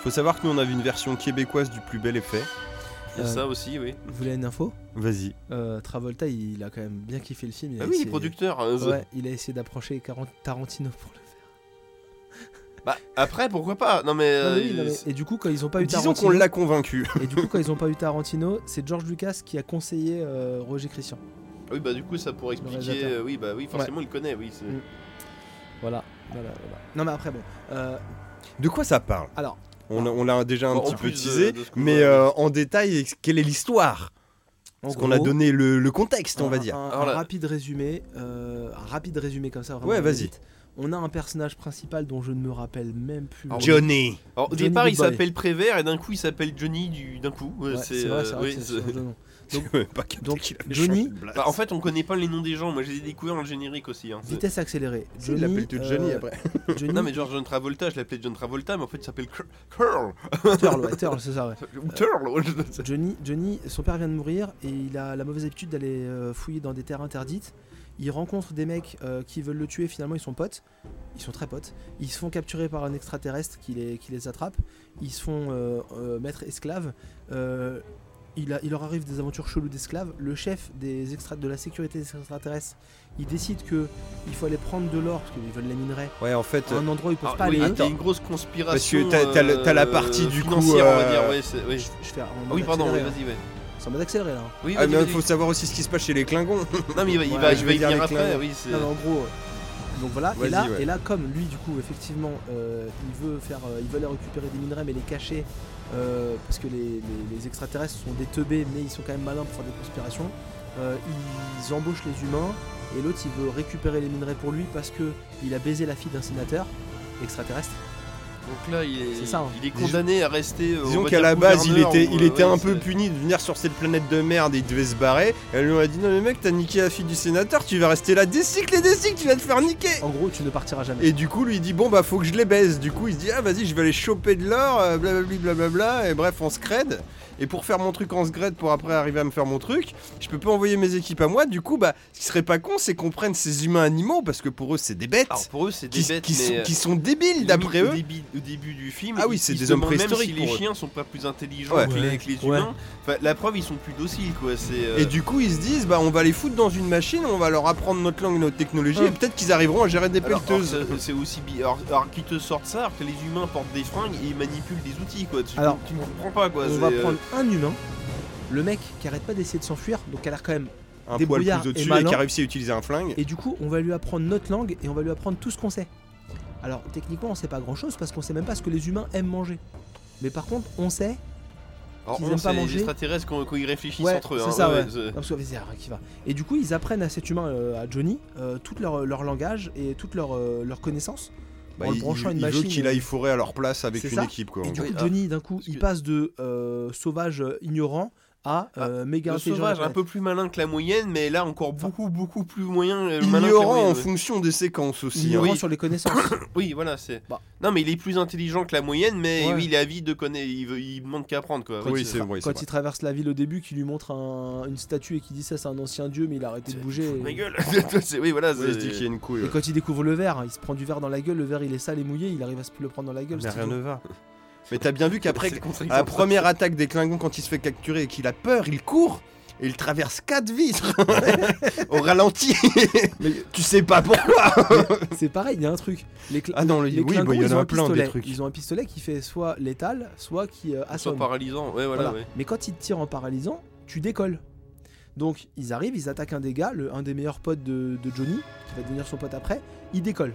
A: Faut savoir que nous, on avait une version québécoise du plus bel effet.
C: il y a
B: Euh,
C: ça aussi, oui.
B: Vous voulez une info
A: Vas-y.
B: Euh, Travolta, il a quand même bien kiffé le film. il a
C: Ah oui, les
B: essayé-
C: producteurs. hein,
B: Ouais, il a essayé d'approcher Caran- Tarantino pour le faire.
C: Bah, après, pourquoi pas Non mais,
B: Non,
C: euh,
B: mais Ah oui, non, mais-
C: c'est-
B: Et du coup, quand ils ont pas eu
A: Disons
B: Tarantino,
A: qu'on l'a convaincu.
B: et du coup, quand ils ont pas eu Tarantino, c'est George Lucas qui a conseillé euh, Roger Christian.
C: oui, bah du coup ça pourrait
B: Le
C: expliquer.
B: réalisateur.
C: euh, oui, bah oui, forcément il connaît. Oui, c'est-
B: Mm. Voilà, voilà, voilà. Non, mais après, bon. euh,
A: <laughs> De quoi ça parle
B: alors,
A: On a- on l'a déjà un
C: Bon, en
A: petit peu
C: plus de-
A: teasé,
C: de ce qu'on
A: mais
C: a-
A: euh, en détail, quelle est l'histoire
B: en
A: Parce qu'on a
B: gros, Ah,
A: donné le, le contexte, on va
B: un-
A: dire.
B: Un,
C: Alors
B: un
C: là-
B: rapide résumé, euh, un rapide résumé comme ça. Vraiment,
A: Ouais,
B: on va
A: vas-y.
B: vite. On a un personnage principal dont je ne me rappelle même plus.
C: Alors,
B: le-
A: Johnny.
C: Alors, au
B: Johnny
C: départ, il
B: Goodbye.
C: s'appelle Prévert et d'un coup il s'appelle Johnny du- d'un coup. euh,
B: Ouais, c'est vrai, c'est
C: euh,
B: vrai
C: oui,
B: que
C: c'est-
B: c'est- c'est un nom.
A: <laughs> Pas capté
B: Donc,
A: qu'il avait
B: Johnny,
A: changé de blague.
C: <laughs> Bah, en fait, on connaît pas les noms des gens. Moi, j'ai découvert dans le générique aussi. hein.
B: Vitesse accélérée.
A: Si, il l'appelle tout Johnny
B: euh,
A: après.
B: Johnny
C: Non mais genre John Travolta, je l'appelais John Travolta, mais en fait il s'appelle Cur- Curl.
B: Turl, ouais, Turl, c'est ça, ouais.
C: Ou Turl.
B: Johnny, Johnny, son père vient de mourir et il a la mauvaise habitude d'aller euh, fouiller dans des terres interdites. Il rencontre des mecs euh, qui veulent le tuer, finalement ils sont potes. Ils sont très potes. Ils se font capturer par un extraterrestre qui les, qui les attrape. Ils se font euh, euh, mettre esclaves. Euh, il, a- il leur arrive des aventures cheloues d'esclaves. Le chef des extra- de la sécurité des extraterrestres, il décide que il faut aller prendre de l'or, parce qu'ils veulent la minerai,
A: Ouais, en fait, euh,
B: à un endroit où ils peuvent
C: Alors,
B: pas
C: Ah, oui,
B: aller.
C: il y a une grosse conspiration.
A: Parce que t'as- t'as le- t'as la partie, du coup,
C: financière, on va
A: euh,
C: dire. Ouais, c'est- ouais.
B: Je, je fais en
C: Ah
B: mode
C: oui, pardon.
B: accéléré,
C: ouais,
B: hein.
C: vas-y, ouais.
B: C'est en mode accéléré là. hein.
C: Oui,
A: Ah,
C: vas-y,
A: mais il
C: vas-y.
A: faut savoir aussi ce qui se passe chez les Klingons.
C: Non mais il va, il
B: Ouais,
C: va,
A: je
C: il va
A: vais
C: y
A: dire
C: venir
A: les
C: après.
A: clans.
C: Oui, c'est.
B: Non, mais en gros. euh, Donc voilà, et
A: Vas-y,
B: là,
A: ouais.
B: et là, comme lui, du coup, effectivement, euh, il veut faire, euh, il veut aller récupérer des minerais, mais les cacher, euh, parce que les, les- les extraterrestres sont des teubés, mais ils sont quand même malins pour faire des conspirations. euh, ils embauchent les humains, et l'autre, il veut récupérer les minerais pour lui parce que il a baisé la fille d'un sénateur extraterrestre.
C: Donc là, il est,
B: C'est ça, hein.
C: il est condamné à rester. euh, on
A: Disons
C: va
A: qu'à
C: dire,
A: la base, il
C: gouverneur
A: était,
C: ou,
A: il
C: euh,
A: était
C: ouais,
A: un peu
C: c'est-
A: puni de venir sur cette planète de merde et il devait se barrer. Elle lui a dit Non, mais mec, t'as niqué la fille du sénateur, tu vas rester là, décycle et décycle, tu vas te faire niquer
B: En gros, tu ne partiras jamais.
A: Et du coup, lui il dit Bon, bah, faut que je les baise. Du coup, il se dit Ah, vas-y, je vais aller choper de l'or, euh, blablabli, blablabla. Et bref, on se crède. Et pour faire mon truc en scred, pour après arriver à me faire mon truc, je peux pas envoyer mes équipes à moi. Du coup, bah, ce qui serait pas con, c'est qu'on prenne ces humains animaux parce que pour eux, c'est des bêtes.
C: Alors pour eux, c'est des
A: qui,
C: bêtes.
A: qui
C: mais,
A: sont,
C: euh,
A: qui sont débiles
C: limite,
A: d'après
C: Au
A: eux.
C: début, au début du film.
A: Ah oui,
C: ils-
A: c'est
C: ils
A: des
C: se
A: hommes
C: demandent même
A: préhistoriques
C: Si les
A: pour eux.
C: chiens sont pas plus intelligents
A: Ouais.
C: que les, que les
B: Ouais.
C: humains. Enfin, la preuve, ils sont plus dociles quoi. C'est. euh,
A: Et du coup, ils se disent, bah, on va les foutre dans une machine, on va leur apprendre notre langue et notre technologie,
B: Hum.
A: et peut-être qu'ils arriveront à gérer des
C: Alors, alors,
A: pelleteuses.
C: ça, c'est aussi bi- alors, alors qu'ils te sortent ça, alors que les humains portent des fringues et ils manipulent des outils quoi. Tu,
B: Alors,
C: tu ne comprends pas quoi.
B: On
C: c'est,
B: va
C: euh,
B: prendre un humain, le mec qui arrête pas d'essayer de s'enfuir, donc elle a l'air quand même
A: un
B: des
A: poil
B: brouillards
A: plus
B: et
A: au-dessus et,
B: malins.
A: qui a réussi à utiliser un flingue.
B: Et du coup, on va lui apprendre notre langue et on va lui apprendre tout ce qu'on sait. Alors, techniquement, on sait pas grand chose parce qu'on sait même pas ce que les humains aiment manger. Mais par contre, on sait.
C: euh, alors,
B: qu'ils
C: on,
B: aiment
C: c'est
B: pas
C: les
B: manger.
C: extraterrestres quand, quand ils réfléchissent
B: Ouais,
C: entre eux.
B: c'est
C: hein,
B: ça, ouais.
C: c'est-
B: Parce que vas-y, arrête, qui va. Et du coup, ils apprennent à cet humain, euh, à Johnny, euh, tout leur, leur langage et toute leur, euh, leur connaissance
A: Bah,
B: en le
A: il-
B: branchant à une
A: il
B: machine.
A: veut qu'il
B: euh,
A: aille fourrer à leur place avec
B: C'est
A: une
B: ça.
A: équipe, quoi.
B: Et
A: en
B: du
A: gros.
B: coup,
C: Ah.
B: Denis, d'un coup, il
C: Excuse-
B: passe de euh, sauvage euh, ignorant à euh, méga
C: Le
B: intelligent
C: sauvage, un
B: naturel.
C: peu plus malin que la moyenne, mais là encore beaucoup, beaucoup plus moyen. euh, malin que la
A: Ignorant en
C: moyenne, ouais.
A: fonction des séquences aussi. hein.
B: ignorant
C: oui.
B: sur les connaissances.
C: Oui, voilà, c'est.
B: Bah.
C: Non, mais il est plus intelligent que la moyenne, mais
B: Ouais.
C: oui, il est avide de connaître. Il, veut- il manque qu'à apprendre, quoi.
A: Ah Oui,
C: Ouais,
A: c'est vrai. c'est
B: Quand
A: vrai.
B: il traverse la ville au début, qui lui montre un- une statue et qui dit ça, c'est un ancien dieu, mais il a arrêté de
C: C'est-
B: bouger.
C: Ma
B: Et-
C: gueule <laughs> C'est- Oui, voilà,
A: Ouais, il se dit qu'il y a
C: c'est.
A: une couille.
B: Et
A: ouais.
B: quand il découvre le verre, il se prend du verre dans la gueule, le verre il est sale et mouillé, il arrive à se le prendre dans la gueule.
A: Ah, Mais
B: ce
A: rien
B: type.
A: ne va. Mais t'as bien vu <laughs> qu'après,
C: C'est contre-
A: à la première attaque des Klingons, quand il se fait capturer et qu'il a peur, il court et il traverse quatre vitres <laughs> au ralenti. tu sais pas pourquoi.
B: C'est pareil, il y a un truc. Les cl-
A: Ah non, le-
B: les
A: oui, bah,
B: Klingons,
A: il y
B: ils
A: en
B: ont
A: a
B: un
A: plein
B: pistolet.
A: des trucs.
B: Ils ont un pistolet qui fait soit létal, soit qui euh,
C: Soit
B: assomme.
C: paralysant, ouais, voilà,
B: Voilà.
C: ouais.
B: Mais quand ils te tirent en paralysant, tu décolles. Donc ils arrivent, ils attaquent un des gars, le- un des meilleurs potes de, de Johnny, qui va devenir son pote après, il décolle.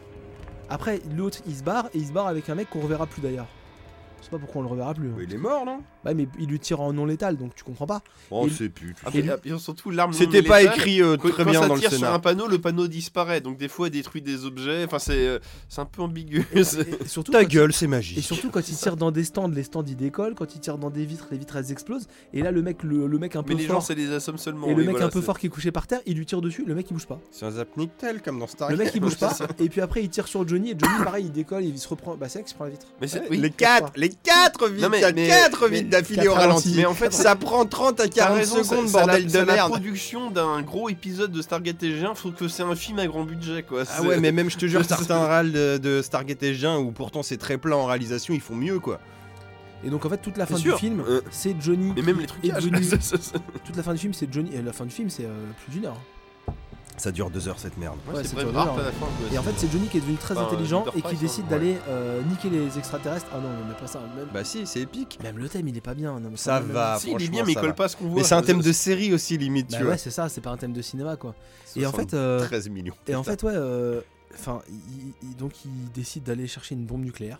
B: Après, l'autre il se barre et il se barre avec un mec qu'on reverra plus d'ailleurs. Je sais pas pourquoi on le reverra plus. hein.
A: Mais il est mort, non
B: Ouais, mais il lui tire en non létal, donc tu comprends pas.
A: Oh,
B: Il-
A: c'est plus.
C: Ah,
B: Et
C: mais, ah, surtout, l'arme. non
A: C'était pas
C: létale,
A: écrit euh,
C: Quand,
A: très
C: quand
A: bien
C: ça
A: dans le
C: tire sur un
A: scénar.
C: panneau, le panneau disparaît, donc des fois elle détruit des objets. Enfin, c'est euh, c'est un peu ambigu. <laughs>
A: <laughs>
C: c'est-
B: Et surtout,
A: Ta
B: quand-
A: gueule, c'est
B: Et
A: magique.
B: surtout quand ils tirent dans des stands, les stands ils décollent, quand ils tirent dans des vitres, les vitres elles explosent, et là le mec le, le mec un peu
C: Mais les gens,
B: fort,
C: ça les assomme seulement.
B: et le
C: oui,
B: mec
C: voilà,
B: un peu
C: c'est-
B: fort qui est couché par terre, il lui tire dessus, le mec il bouge pas.
A: C'est un Zapnictel comme dans Star
B: Le mec il bouge pas,
C: <laughs> C'est
B: et puis après il tire sur Johnny, et Johnny pareil il décolle, il se reprend, bah c'est vrai qu'il se prend la vitre.
C: Mais c'est-
A: Ouais,
C: oui.
A: les quatre, les quatre vitres,
C: Non, mais-
A: t'as
C: mais-
A: quatre
C: mais-
A: vitres d'affilée au
B: quatre
A: ralenti.
C: Mais en fait,
A: Ça prend 30 à
C: T'as
A: 40
C: raison,
A: secondes,
C: c'est- c'est
A: bordel
C: la-
A: de
C: c'est la
A: merde.
C: production d'un gros épisode de Stargate TG1, faut que c'est un film à grand budget quoi.
A: Ah
C: C'est-
A: ouais, mais même je te jure, certains râles de, de Stargate SG1 où pourtant c'est très plat en réalisation, ils font mieux quoi.
B: Et donc en fait toute la
C: C'est
B: fin du
C: sûr.
B: film,
C: Euh.
B: c'est Johnny.
C: Et
B: qui
C: même les
B: est
C: trucages. <laughs>
B: devenu-
C: ça, ça, ça.
B: toute la fin du film c'est Johnny, et la fin du film c'est euh, plus d'une heure.
A: Ça dure deux heures cette merde.
C: Ouais,
B: Ouais, c'est
C: c'est Brave
B: horrible,
C: Heart à
B: hein.
C: la fin. quoi.
B: Et en fait c'est Johnny qui est devenu très
C: Bah,
B: intelligent
C: Peter
B: et qui
C: Price,
B: décide
C: hein,
B: d'aller euh, niquer les extraterrestres. Ah non mais on met pas ça, même,
A: Bah si, c'est épique.
B: même le thème il est pas bien. non, mais
A: Ça
B: même-
A: va,
C: Si, il est
A: franchement,
C: bien, mais il
A: ça
C: colle
A: va.
C: pas à ce qu'on voit.
A: Mais c'est un thème de série aussi, limite,
B: Bah
A: tu
B: ouais c'est ça, c'est pas un thème de cinéma quoi.
A: vois.
B: Et en fait, euh,
A: 13 millions.
B: Et en fait, ouais, euh, enfin, il- il- donc il décide d'aller chercher une bombe nucléaire.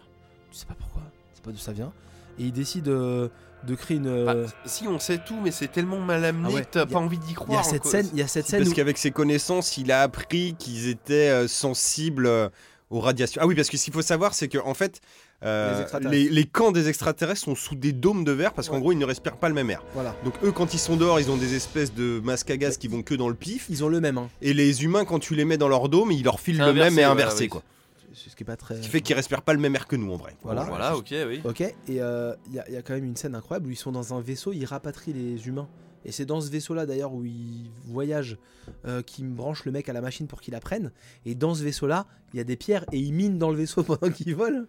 B: Tu sais pas pourquoi, c'est pas d'où ça vient. Et il décide euh, de créer une.
C: Bah,
B: euh,
C: si on sait tout, mais c'est tellement mal amené
B: Ah ouais,
C: que t'as
B: y a-
C: pas envie d'y
B: il y
C: croire.
B: a cette
C: quoi.
B: scène, il y a cette scène.
A: Parce
B: où-
A: qu'avec ses connaissances, il a appris qu'ils étaient euh, sensibles euh, aux radiations. Ah oui, parce que ce qu'il faut savoir, c'est que en fait, euh,
B: Les
A: les,
B: extraterrestres.
A: les camps des extraterrestres sont sous des dômes de verre parce qu'en
B: Ouais.
A: gros, ils ne respirent pas le même air.
B: Voilà.
A: Donc eux, quand ils sont dehors, ils ont des espèces de masques à gaz qui vont que dans le pif.
B: Ils ont le même, hein.
A: Et les humains, quand tu les mets dans leur dôme, ils leur filent
C: C'est
A: le même et
C: inversé, voilà,
A: inversé,
C: oui.
A: quoi.
B: ce qui est pas très.
A: Ce qui fait qu'ils respirent pas le même air que nous, en vrai.
B: Voilà.
C: Voilà, ok, oui.
B: Ok, et euh, il y, a- il y a quand même une scène incroyable où ils sont dans un vaisseau, ils rapatrient les humains. Et c'est dans ce vaisseau-là d'ailleurs où ils voyagent, euh, qu'ils branchent le mec à la machine pour qu'il apprenne. Et dans ce vaisseau-là, il y a des pierres et ils minent dans le vaisseau <laughs> pendant qu'ils volent.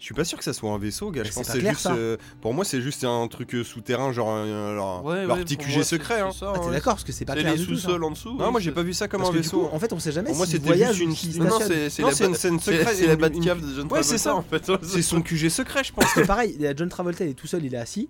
A: Je suis pas sûr que ça soit un vaisseau, gars.
B: Mais
A: Je pense
B: c'est
A: que
B: pas
A: c'est juste.
B: clair, ça.
A: euh, pour moi, c'est juste un truc euh, souterrain, genre euh, leur,
C: Ouais,
A: leur
C: ouais,
A: petit
C: pour
A: QG
C: moi, c'est-
A: secret. hein.
C: C'est ça,
B: Ah, t'es
C: ouais.
B: d'accord parce que c'est pas
C: C'est
B: clair
C: les
B: du tout, ça.
C: sous-sols en dessous.
A: Non,
C: oui,
A: moi, j'ai
C: c'est-
A: pas vu ça comme
B: Parce
A: un
B: que du
A: vaisseau. hein.
B: coup, en fait, on sait jamais
A: Pour moi,
B: s'ils
A: c'était juste
B: voyagent
A: une-
B: ou s'ils
A: non,
C: Non,
B: stationnent.
C: c'est c'est
A: Non,
C: la
A: c'est une
C: bad-
A: scène
C: c'est-
A: secrète,
C: C'est la
A: une-
C: bad
A: une-
C: cave de John
A: Ouais, c'est ça.
C: Travolta, en fait. hein.
A: C'est son QG secret, je pense.
B: Parce que pareil, il y a John Travolta, il est tout seul, il est assis.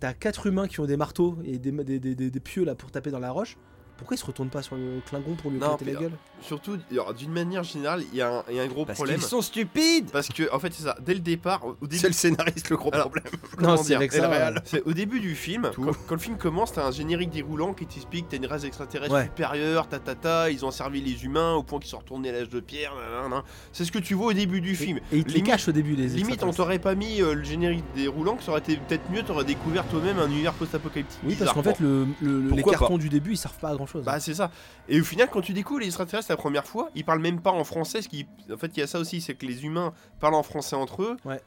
B: T'as quatre humains qui ont des marteaux et des, des, des, des- des pieux là pour taper dans la roche. Pourquoi ils se retournent pas sur le Klingon pour lui
C: Non, euh,
B: éclater la
C: puis-
B: gueule
C: <laughs> Surtout, alors, d'une manière générale, il y, a un- il y a un gros problème.
A: sont stupides.
C: Parce que, en fait, c'est ça. Dès le départ, au début
A: C'est le scénariste le gros
C: Alors,
A: problème.
C: <laughs> comment
B: c'est
C: dire,
B: avec
C: et
B: ça,
C: le
B: ouais.
C: réel. C'est au début du film,
A: Tout.
C: quand, quand le film commence, t'as un générique déroulant qui t'explique que t'as une race extraterrestre
B: Ouais.
C: supérieure, ta ta ta, ils ont servi les humains au point qu'ils sont retournés à l'âge de pierre, nan, nan, nan. C'est ce que tu vois au début du film.
B: Et ils te les
C: Limite-
B: cachent au début, les
C: Limite, on
B: extraterrestres.
C: t'aurait pas mis euh, le générique déroulant, que ça aurait été peut-être mieux, t'aurais découvert toi-même un univers post-apocalyptique.
B: Oui, parce
C: bizarre.
B: qu'en fait, le, le- les
A: Pourquoi pas
B: cartons du début, ils servent pas à grand chose.
C: Bah c'est ça. Et au final, quand tu découvres les extraterrestres la première fois, ils parlent même pas en français. Ce qui, en fait, il y a ça aussi, c'est que les humains parlent en français entre eux.
B: Ouais.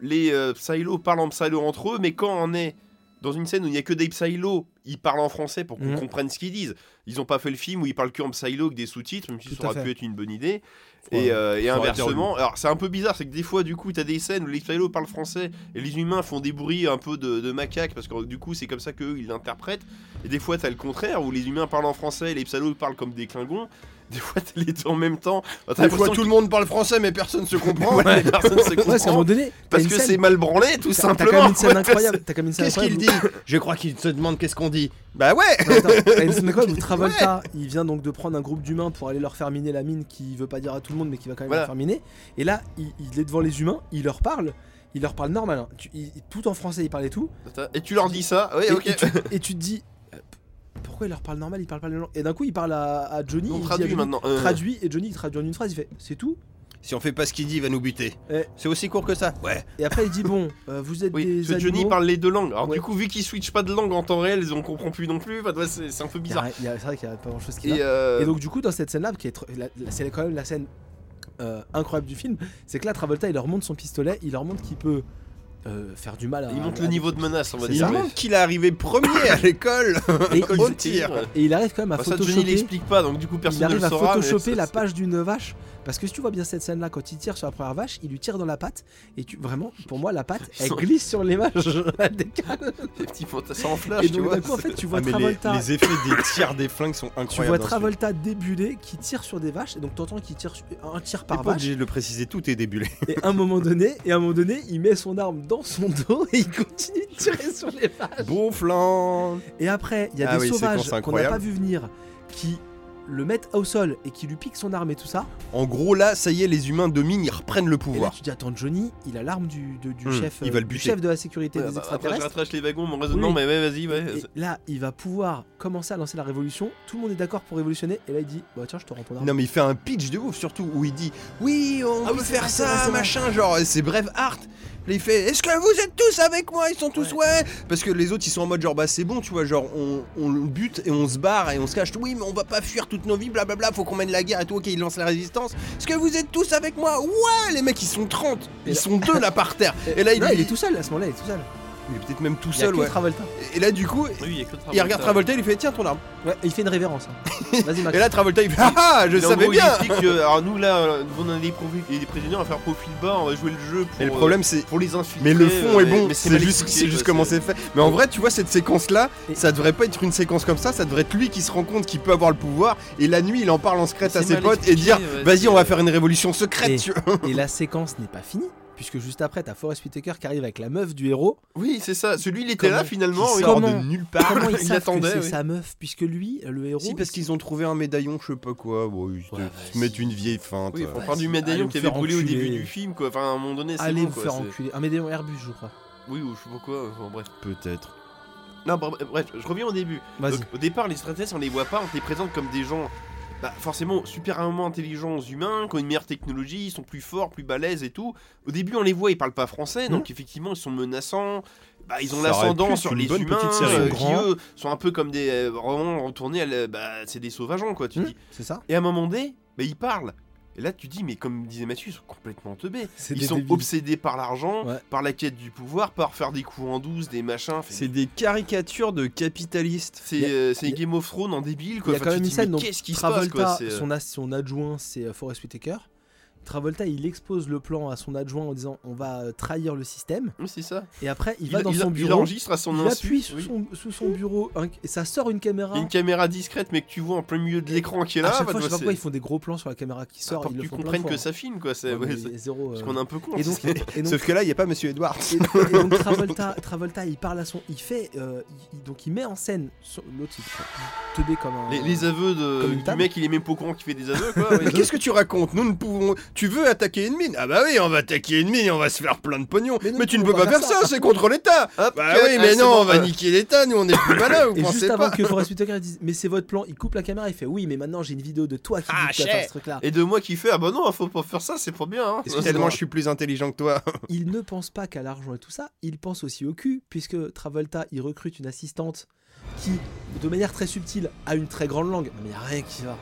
C: Les euh, Psylo parlent en Psylo entre eux, mais quand on est dans une scène où il y a que des Psylo, ils parlent en français pour qu'on
B: Mhm.
C: comprenne ce qu'ils disent. Ils ont pas fait le film où ils parlent que en Psylo avec des sous-titres, même si
B: Tout
C: ça
B: à
C: aurait
B: fait.
C: pu être une bonne idée.
A: Ouais.
C: Et, euh, et
A: Ça aurait été
C: inversement, alors c'est un peu bizarre, c'est que des fois, du coup, t'as des scènes où les Psylo parlent français et les humains font des bruits un peu de, de macaques parce que du coup, c'est comme ça qu'eux ils l'interprètent. Et des fois, t'as le contraire, où les humains parlent en français et les psalos parlent comme des clingons. <laughs> Des fois, t'as les deux en même temps. Enfin, t'as
A: Des fois,
C: l'impression
A: tout le monde parle français, mais personne se
C: que- <laughs>
A: comprend.
C: Voilà, les personnes se
B: Ouais, parce qu'à un
C: comprennent
B: moment donné, t'as
C: parce
B: une
C: que
B: scène-
C: c'est mal branlé, tout
B: t'as- T'as quand
C: simplement.
B: même une
C: <laughs>
B: scène
C: quoi.
B: incroyable. T'as quand même une scène
A: Qu'est-ce
B: incroyable
A: qu'il
B: où-
A: dit Je crois qu'il se demande qu'est-ce qu'on dit. Bah ouais.
B: Attends,
C: <laughs>
B: t'as une scène incroyable où Travolta, il vient donc de prendre un groupe d'humains pour aller leur faire miner la mine qui veut pas dire à tout le monde mais qui va quand même
C: Voilà.
B: leur faire miner. Et là, il, il est devant les humains, il leur parle, il leur parle normal, hein. Tu- il- tout en français, il parlait tout.
C: Attends, Et tu leur dis ça Oui,
B: Et,
C: ok.
B: et
C: <laughs>
B: tu, et tu te dis euh, p- pourquoi il leur parle normal, il parle pas le langue. Et d'un coup, il parle à, à Johnny,
C: On
B: il dit à
C: traduit
B: Johnny,
C: maintenant. euh,
B: traduit et Johnny il traduit en une phrase, il fait c'est tout.
A: Si on fait pas ce qu'il dit, il va nous buter.
B: Eh.
A: C'est aussi court que ça Ouais.
B: Et après, il dit Bon, euh, vous êtes
C: Oui,
B: des.
C: parce que Johnny
B: animaux.
C: parle les deux langues. Alors
B: Ouais.
C: du coup, vu qu'il switch pas de langue en temps réel, on comprend plus non plus. Enfin, tu vois, c'est c'est un peu
B: Il y a
C: bizarre.
B: rien- il y a- C'est vrai qu'il n'y a pas grand chose qui va.
C: Et, euh,
B: Et donc du coup dans cette scène là qui est tr- la- la- c'est quand même la scène euh, incroyable du film, c'est que là Travolta il leur montre son pistolet, il leur montre qu'il peut euh, faire du mal à
C: il monte
B: à-
C: le niveau de menace, on va
B: C'est
A: Il
C: dire.
B: ça.
C: Ouais.
A: montre qu'il est arrivé premier à l'école
B: et,
A: Au
B: il,
A: tir.
B: et il arrive quand même à
C: Bah, ça, Johnny
B: photoshopper,
C: l'explique pas, donc du coup personne
B: il
C: ne le
B: arrive à
C: saura. mais
B: photoshopper
C: ça,
B: la
C: c'est-
B: page d'une vache parce que si tu vois bien cette scène là quand il tire sur la première vache, il lui tire dans la patte et tu vraiment pour moi la patte
C: Ils
B: elle
C: sont-
B: glisse sur les
C: <laughs>
B: vaches, elle décale.
C: les petits fantassins en flash,
B: Et
C: tu
B: donc
C: vois.
B: d'un coup en fait tu vois
A: Ah, mais les,
B: Travolta
A: les effets des tirs des flingues sont
B: tu
A: incroyables.
B: vois
A: dans ce
B: Travolta débuler qui tire sur des vaches et donc t'entends qu'il tire sur- un
A: film.
B: tir
A: T'es pas
B: par vache
A: obligé de le préciser, tout est débulé.
B: Et à un moment donné, et à un moment donné, il met son arme dans son dos et il continue de tirer sur les vaches.
A: bon flanc
B: Et après, il y a
A: Ah
B: des
A: oui,
B: sauvages
A: séquence
B: qu'on n'a
A: incroyable.
B: pas vu venir qui le mettent au sol et qui lui piquent son arme et tout ça.
A: En gros, là, ça y est, les humains dominent, ils reprennent le
B: Et là,
A: pouvoir.
B: tu te dis attends Johnny, il a l'arme du, de- du
A: Hmm,
B: chef, euh,
A: il va le
B: du
A: buter.
B: chef de la sécurité
C: Ouais,
B: des
C: bah, après je
B: extraterrestres.
C: rattrache les wagons, mon raisonnement,
B: Oui.
C: mais ouais, vas-y, ouais.
B: Et là, il va pouvoir commencer à lancer la révolution. Tout le monde est d'accord pour révolutionner. Et là, il dit bah tiens, je te rends ton arme.
A: Non mais il fait un pitch de ouf surtout où il dit oui on
B: Ah
A: peut
B: oui, c'est
A: faire
B: vrai, c'est vrai,
A: ça
B: c'est vrai.
A: machin genre c'est bref art Là, il fait est-ce que vous êtes tous avec moi ils sont tous ouais, parce que les autres ils sont en mode genre bah c'est bon tu vois genre on, on le bute et on se barre et on se cache oui mais on va pas fuir toutes nos vies blablabla faut qu'on mène la guerre et tout ok ils lancent la résistance est-ce que vous êtes tous avec moi ouais les mecs ils sont 30
B: Et
A: ils
B: là-
A: sont deux là par
B: <laughs>
A: terre et là il,
B: Non,
A: dit-
B: il est tout seul à ce moment-là, il est tout seul.
A: il est peut-être même tout
B: Il y a
A: seul
B: que
A: ouais
B: Travolta.
A: et là du coup
C: Oui, il y a que Travolta.
A: il regarde Travolta il lui fait tiens ton arme
B: Ouais, et il fait une
A: <laughs>
B: révérence. hein. Vas-y Max.
A: et là Travolta
B: <laughs>
A: il fait ah ah, je
C: Mais en
A: savais
C: gros,
A: bien
C: Il explique que, alors nous là, euh, on a des, provi- et des prisonniers, on va faire profil bas, on va jouer le jeu pour,
A: et le
C: euh,
A: problème c'est
C: pour les
A: Mais
C: infiltrer.
A: le fond
C: euh,
A: est bon,
C: mais
A: c'est
C: mal
A: juste,
C: expliqué,
A: c'est
C: quoi,
A: juste comment c'est fait. Mais en vrai, tu vois, cette séquence-là,
B: Et-
A: ça devrait pas être une séquence comme ça, ça devrait être lui qui se rend compte qu'il peut avoir le pouvoir, et la nuit, il en parle en secret
C: C'est
A: à ses
C: mal
A: potes et
C: expliqué,
A: dire
C: ouais,
A: Vas-y,
C: c'est-
A: on va faire une révolution secrète,
B: Et-
A: tu vois.
B: Et la séquence n'est pas finie, puisque juste après, t'as Forest Whitaker qui arrive avec la meuf du
C: <laughs>
B: héros.
C: Oui, c'est ça. Celui, il était là
B: Comment-
C: finalement.
B: qui
C: oui.
B: sort Comment- de
A: nulle
B: Comment ils
C: Bah, Il
B: savent
C: attendait,
B: que c'est
C: oui.
B: sa meuf, puisque lui, le héros.
A: Si, parce qu'ils ont trouvé un médaillon, je sais pas quoi, bon, ils te-
C: Ouais,
A: ils te mettent une vieille feinte. euh,
C: Oui,
A: ouais.
C: on parle
B: Vas-y,
C: du
B: allez vous
C: médaillon qui avait
B: faire
C: brûlé au début
B: enculer.
C: du film, quoi. Enfin, à un moment donné, c'est
B: Allez
C: bon,
B: vous
C: quoi,
B: faire
C: c'est-
B: enculer. Un médaillon Airbus, je crois.
C: Oui, ou je sais pas quoi. Enfin, bref.
A: Peut-être.
C: Non, bon, bref, je reviens au début.
B: Vas-y.
C: Donc, au départ, les extraterrestres, on les voit pas, on les présente comme des gens. Bah, forcément, super armement intelligents aux humains, qui ont une meilleure technologie, ils sont plus forts, plus balèzes et tout. Au début, on les voit, ils parlent pas français,
B: Mmh.
C: donc effectivement, ils sont menaçants. Bah, ils ont
A: Ça aurait pu
C: l'ascendant
A: être
C: sur
A: une
C: les
A: bonne
C: humains,
A: petite série.
C: euh,
A: Ils sont
C: qui
A: grands.
C: eux sont un peu comme des. euh, vraiment retournés à la- bah, c'est des sauvageons, quoi, tu
B: Hmm,
C: dis.
B: C'est ça
C: Et à un moment donné, bah, ils parlent. Et là, tu dis, mais comme disait Mathieu, ils sont complètement teubés.
B: C'est
C: Ils sont obsédés par l'argent,
B: Ouais.
C: par la quête du pouvoir, par faire des coups en douce, des machins. Fait-
A: C'est des caricatures de capitalistes.
C: C'est
B: y a-
C: euh, c'est
B: y a-
C: Game of Thrones en débile, quoi.
B: y a
C: Enfin,
B: quand même
C: tu te
B: une
C: dis,
B: scène,
C: mais
B: donc,
C: qu'est-ce qui se passe, quoi.
B: Travolta,
C: c'est, euh,
B: son, as- son adjoint, c'est euh, Forest Whitaker. Travolta, il expose le plan à son adjoint en disant on va euh, trahir le système.
C: oui, c'est ça.
B: Et après, il, va dans
C: il-
B: son
C: il
B: bureau. Il,
C: enregistre à son insu.
B: appuie sous,
C: oui.
B: son, sous son bureau un- et ça sort une
C: Il
B: caméra.
C: y a une caméra discrète, mais que tu vois en plein milieu de l'écran qui est
B: à
C: là.
B: chaque
C: bah,
B: fois, je sais
C: tu vois,
B: pas pourquoi ils
C: c'est-
B: font des gros plans sur la caméra qui sort.
C: Pour
B: ils le
C: que tu
B: font plein de
C: comprennes
B: fois,
C: que
B: hein.
C: ça filme, quoi. C'est
B: Ouais,
C: ouais,
B: mais
C: c'est-
B: zéro,
C: parce
B: euh,
C: qu'on est un peu con.
B: Et donc, et donc-
A: Sauf que là, il y a pas Monsieur Edwards.
B: et donc- et donc
C: <laughs>
B: Travolta, Travolta, il parle à son, il fait, euh, il- donc il met en scène son- l'autre, il il- teubé comme un.
C: Les, les aveux
B: Comme
C: de,
B: une
C: du
B: table.
C: mec, il est même pas au courant qu'il fait des aveux, quoi. ouais.
A: Mais <laughs> qu'est-ce que tu racontes Nous ne pouvons. Tu veux attaquer une mine Ah bah oui, on va attaquer une mine et on va se faire plein de pognon.
B: Mais
A: Mais,
B: nous,
A: tu ne
B: on
A: peux
B: va
A: pas
B: faire
A: faire ça, c'est contre l'État
C: Hop,
A: Bah
C: cut,
A: oui,
C: ah,
A: mais
C: c'est
A: non,
C: bon,
A: on va
C: euh,
A: niquer l'État, nous on est <coughs> plus malins, vous
B: Et juste
A: pensez pas
B: avant que
C: <laughs>
B: Forest Whitaker dise, mais c'est votre plan, il coupe la caméra, il fait, oui, mais maintenant j'ai une vidéo de toi qui
A: Ah,
B: dit que tu vas
A: chef.
B: faire ce truc-là.
C: Et de moi qui fait, ah bah non, faut pas faire ça, c'est pas bien. hein.
B: Est-ce que
A: Tellement je suis plus intelligent que toi.
B: Il ne pense pas qu'à l'argent et tout ça, il pense aussi au cul, puisque Travolta, il recrute une assistante qui, de manière très subtile, a une très grande langue. Non, mais y a rien qui va.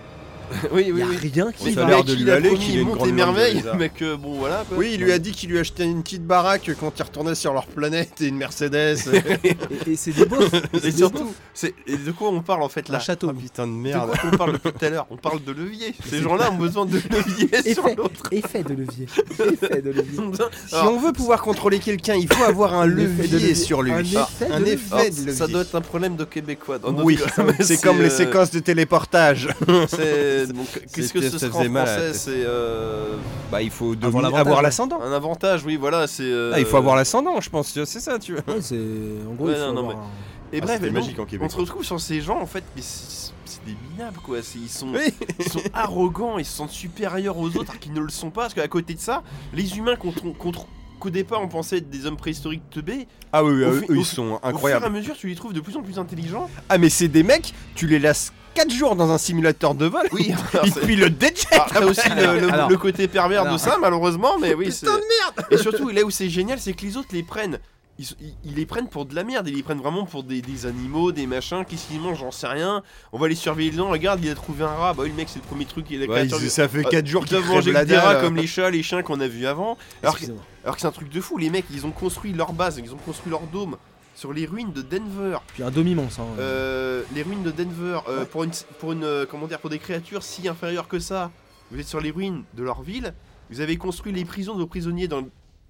C: Oui,
B: Y
C: oui,
B: a
C: oui.
B: rien qui
A: Oui, ça
B: va.
A: a l'air
C: mec,
A: de lui
C: il a
A: aller,
C: promis
A: qu'il ait une
C: monte
A: grande
C: et
A: langue de
C: merveille,
A: lézard.
C: mais que bon, voilà. quoi.
A: Oui, il lui a dit qu'il lui achetait une petite baraque quand il retournait sur leur planète et une <laughs> Mercedes.
B: Et, et c'est des
C: <laughs>
B: beaufs.
C: Et
B: c'est des
C: surtout,
B: beaufs.
C: c'est et de quoi on parle en fait
B: un
C: là
B: château.
A: putain de
C: De quoi
A: merde.
C: on parle depuis tout à l'heure On parle de levier. <laughs> Ces gens-là ont besoin de levier sur
A: <laughs>
B: Effet.
C: l'autre.
B: Effet de levier. Effet de levier.
A: Si on veut pouvoir contrôler quelqu'un, il faut avoir <coughs> un
B: Un effet
A: levier, Ah,
B: de levier.
A: sur lui.
C: Ah,
B: Un effet de
A: effet
C: Alors,
A: de levier.
C: ça doit être un problème de Québécois. dans notre
A: Oui,
C: cas.
A: <laughs>
C: Mais
A: c'est comme les
C: euh,
A: séquences de téléportage.
C: c'est-
A: <laughs>
C: euh, donc, Qu'est-ce que
A: C'était-
C: ce
A: ça
C: sera en
A: faisait mal à la
C: français
A: tête.
C: C'est euh,
A: <laughs> Bah il faut
B: dominer- l'avantage.
A: avoir l'ascendant.
C: un avantage, oui, voilà. C'est. euh,
A: Ah, il faut avoir l'ascendant, je pense. C'est ça, tu vois.
C: Ah,
B: Ouais, c'est en gros.
C: Ouais,
B: il faut
C: non, non,
B: avoir
C: Et bref, donc,
A: Ah, en
C: on se retrouve sur ces gens en fait, mais c'est c'est des minables quoi. C'est- Ils sont,
A: Oui.
C: ils
A: <laughs>
C: sont arrogants, ils se sentent supérieurs aux autres alors qu'ils ne le sont pas. Parce qu'à côté de ça, les humains qu'on tr- qu'on tr- qu'au départ on pensait être des hommes préhistoriques teubés,
A: Ah oui, oui,
C: Au
A: eux,
C: fi-
A: eux,
C: au
A: ils
C: fi-
A: sont
C: au fur et
A: incroyables.
C: à mesure tu les trouves de plus en plus intelligents.
A: Ah mais c'est des mecs, tu les laisses 4 jours dans un simulateur de vol.
C: Oui,
A: <laughs>
C: alors
A: Il
C: c'est-
A: puis le DJ
C: ah, t'as aussi le, le-
B: Alors.
C: le côté pervers de
B: Alors.
C: ça, malheureusement, mais oui. c'est-
A: Putain de merde
C: Et surtout, là où c'est génial, c'est que les autres les prennent. Ils, s- ils- ils les prennent pour de la merde, ils les prennent vraiment pour des, des animaux, des machins, qu'est-ce qu'ils mangent, j'en sais rien. On va les surveiller dedans, regarde, il a trouvé un rat, bah oui, le mec c'est le premier truc, il a créateur du-
A: Ça fait
C: Ah,
A: 4 jours
C: Ils
A: qu'ils
C: doivent
A: crèvent
C: manger
A: la
C: des rats
A: dalle.
C: comme les chats, les chiens qu'on a vu avant. Alors que,
B: Excusez-moi.
C: alors que c'est un truc de fou, les mecs, ils ont construit leur base, ils ont construit leur dôme sur les ruines de Denver.
B: Puis un demi monstre
C: Euh, les ruines de Denver euh, pour une pour une euh, comment dire pour des créatures si inférieures que ça. Vous êtes sur les ruines de leur ville. Vous avez construit les prisons de vos prisonniers dans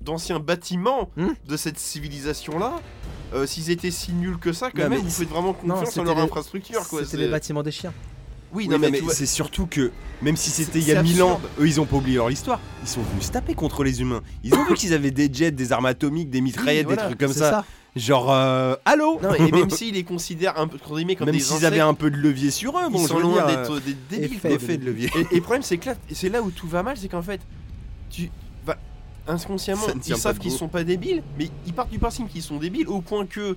C: d'anciens bâtiments
B: Hmm.
C: de cette civilisation là. S'ils étaient si nuls que ça,
B: Non,
C: quand
B: mais
C: même, vous faites vraiment
B: Non,
C: confiance en
B: c'était
C: leur
B: les-
C: infrastructure. quoi,
B: C'était
C: c'est-
B: les bâtiments des chiens.
C: Oui,
A: Oui,
C: non, mais,
A: mais
C: tu vois-
A: c'est surtout que, même si c'était il y
C: C'est
A: a mille ans,
C: absurde.
A: eux ils ont pas oublié leur histoire. Ils sont venus se taper contre les humains. Ils ont vu qu'ils avaient des jets, des armes atomiques, des mitraillettes,
C: voilà,
A: des trucs comme
B: C'est
A: ça. Genre, euh, allô
C: non, et même s'ils les considèrent un peu entre guillemets, comme
A: Même
C: des
A: s'ils
C: insectes,
A: avaient un peu de levier sur eux, bon,
C: ils
A: je
C: sont
A: veux dire,
C: loin d'être des débiles.
B: effet
C: quoi.
A: euh, effet de levier.
C: Et, et le problème, c'est que là, c'est là où tout va mal, c'est qu'en fait, tu bah, inconsciemment,
A: Ça ne
C: ils
A: tient pas
C: savent
A: debout.
C: qu'ils sont pas débiles, mais ils partent du principe qu'ils sont débiles au point que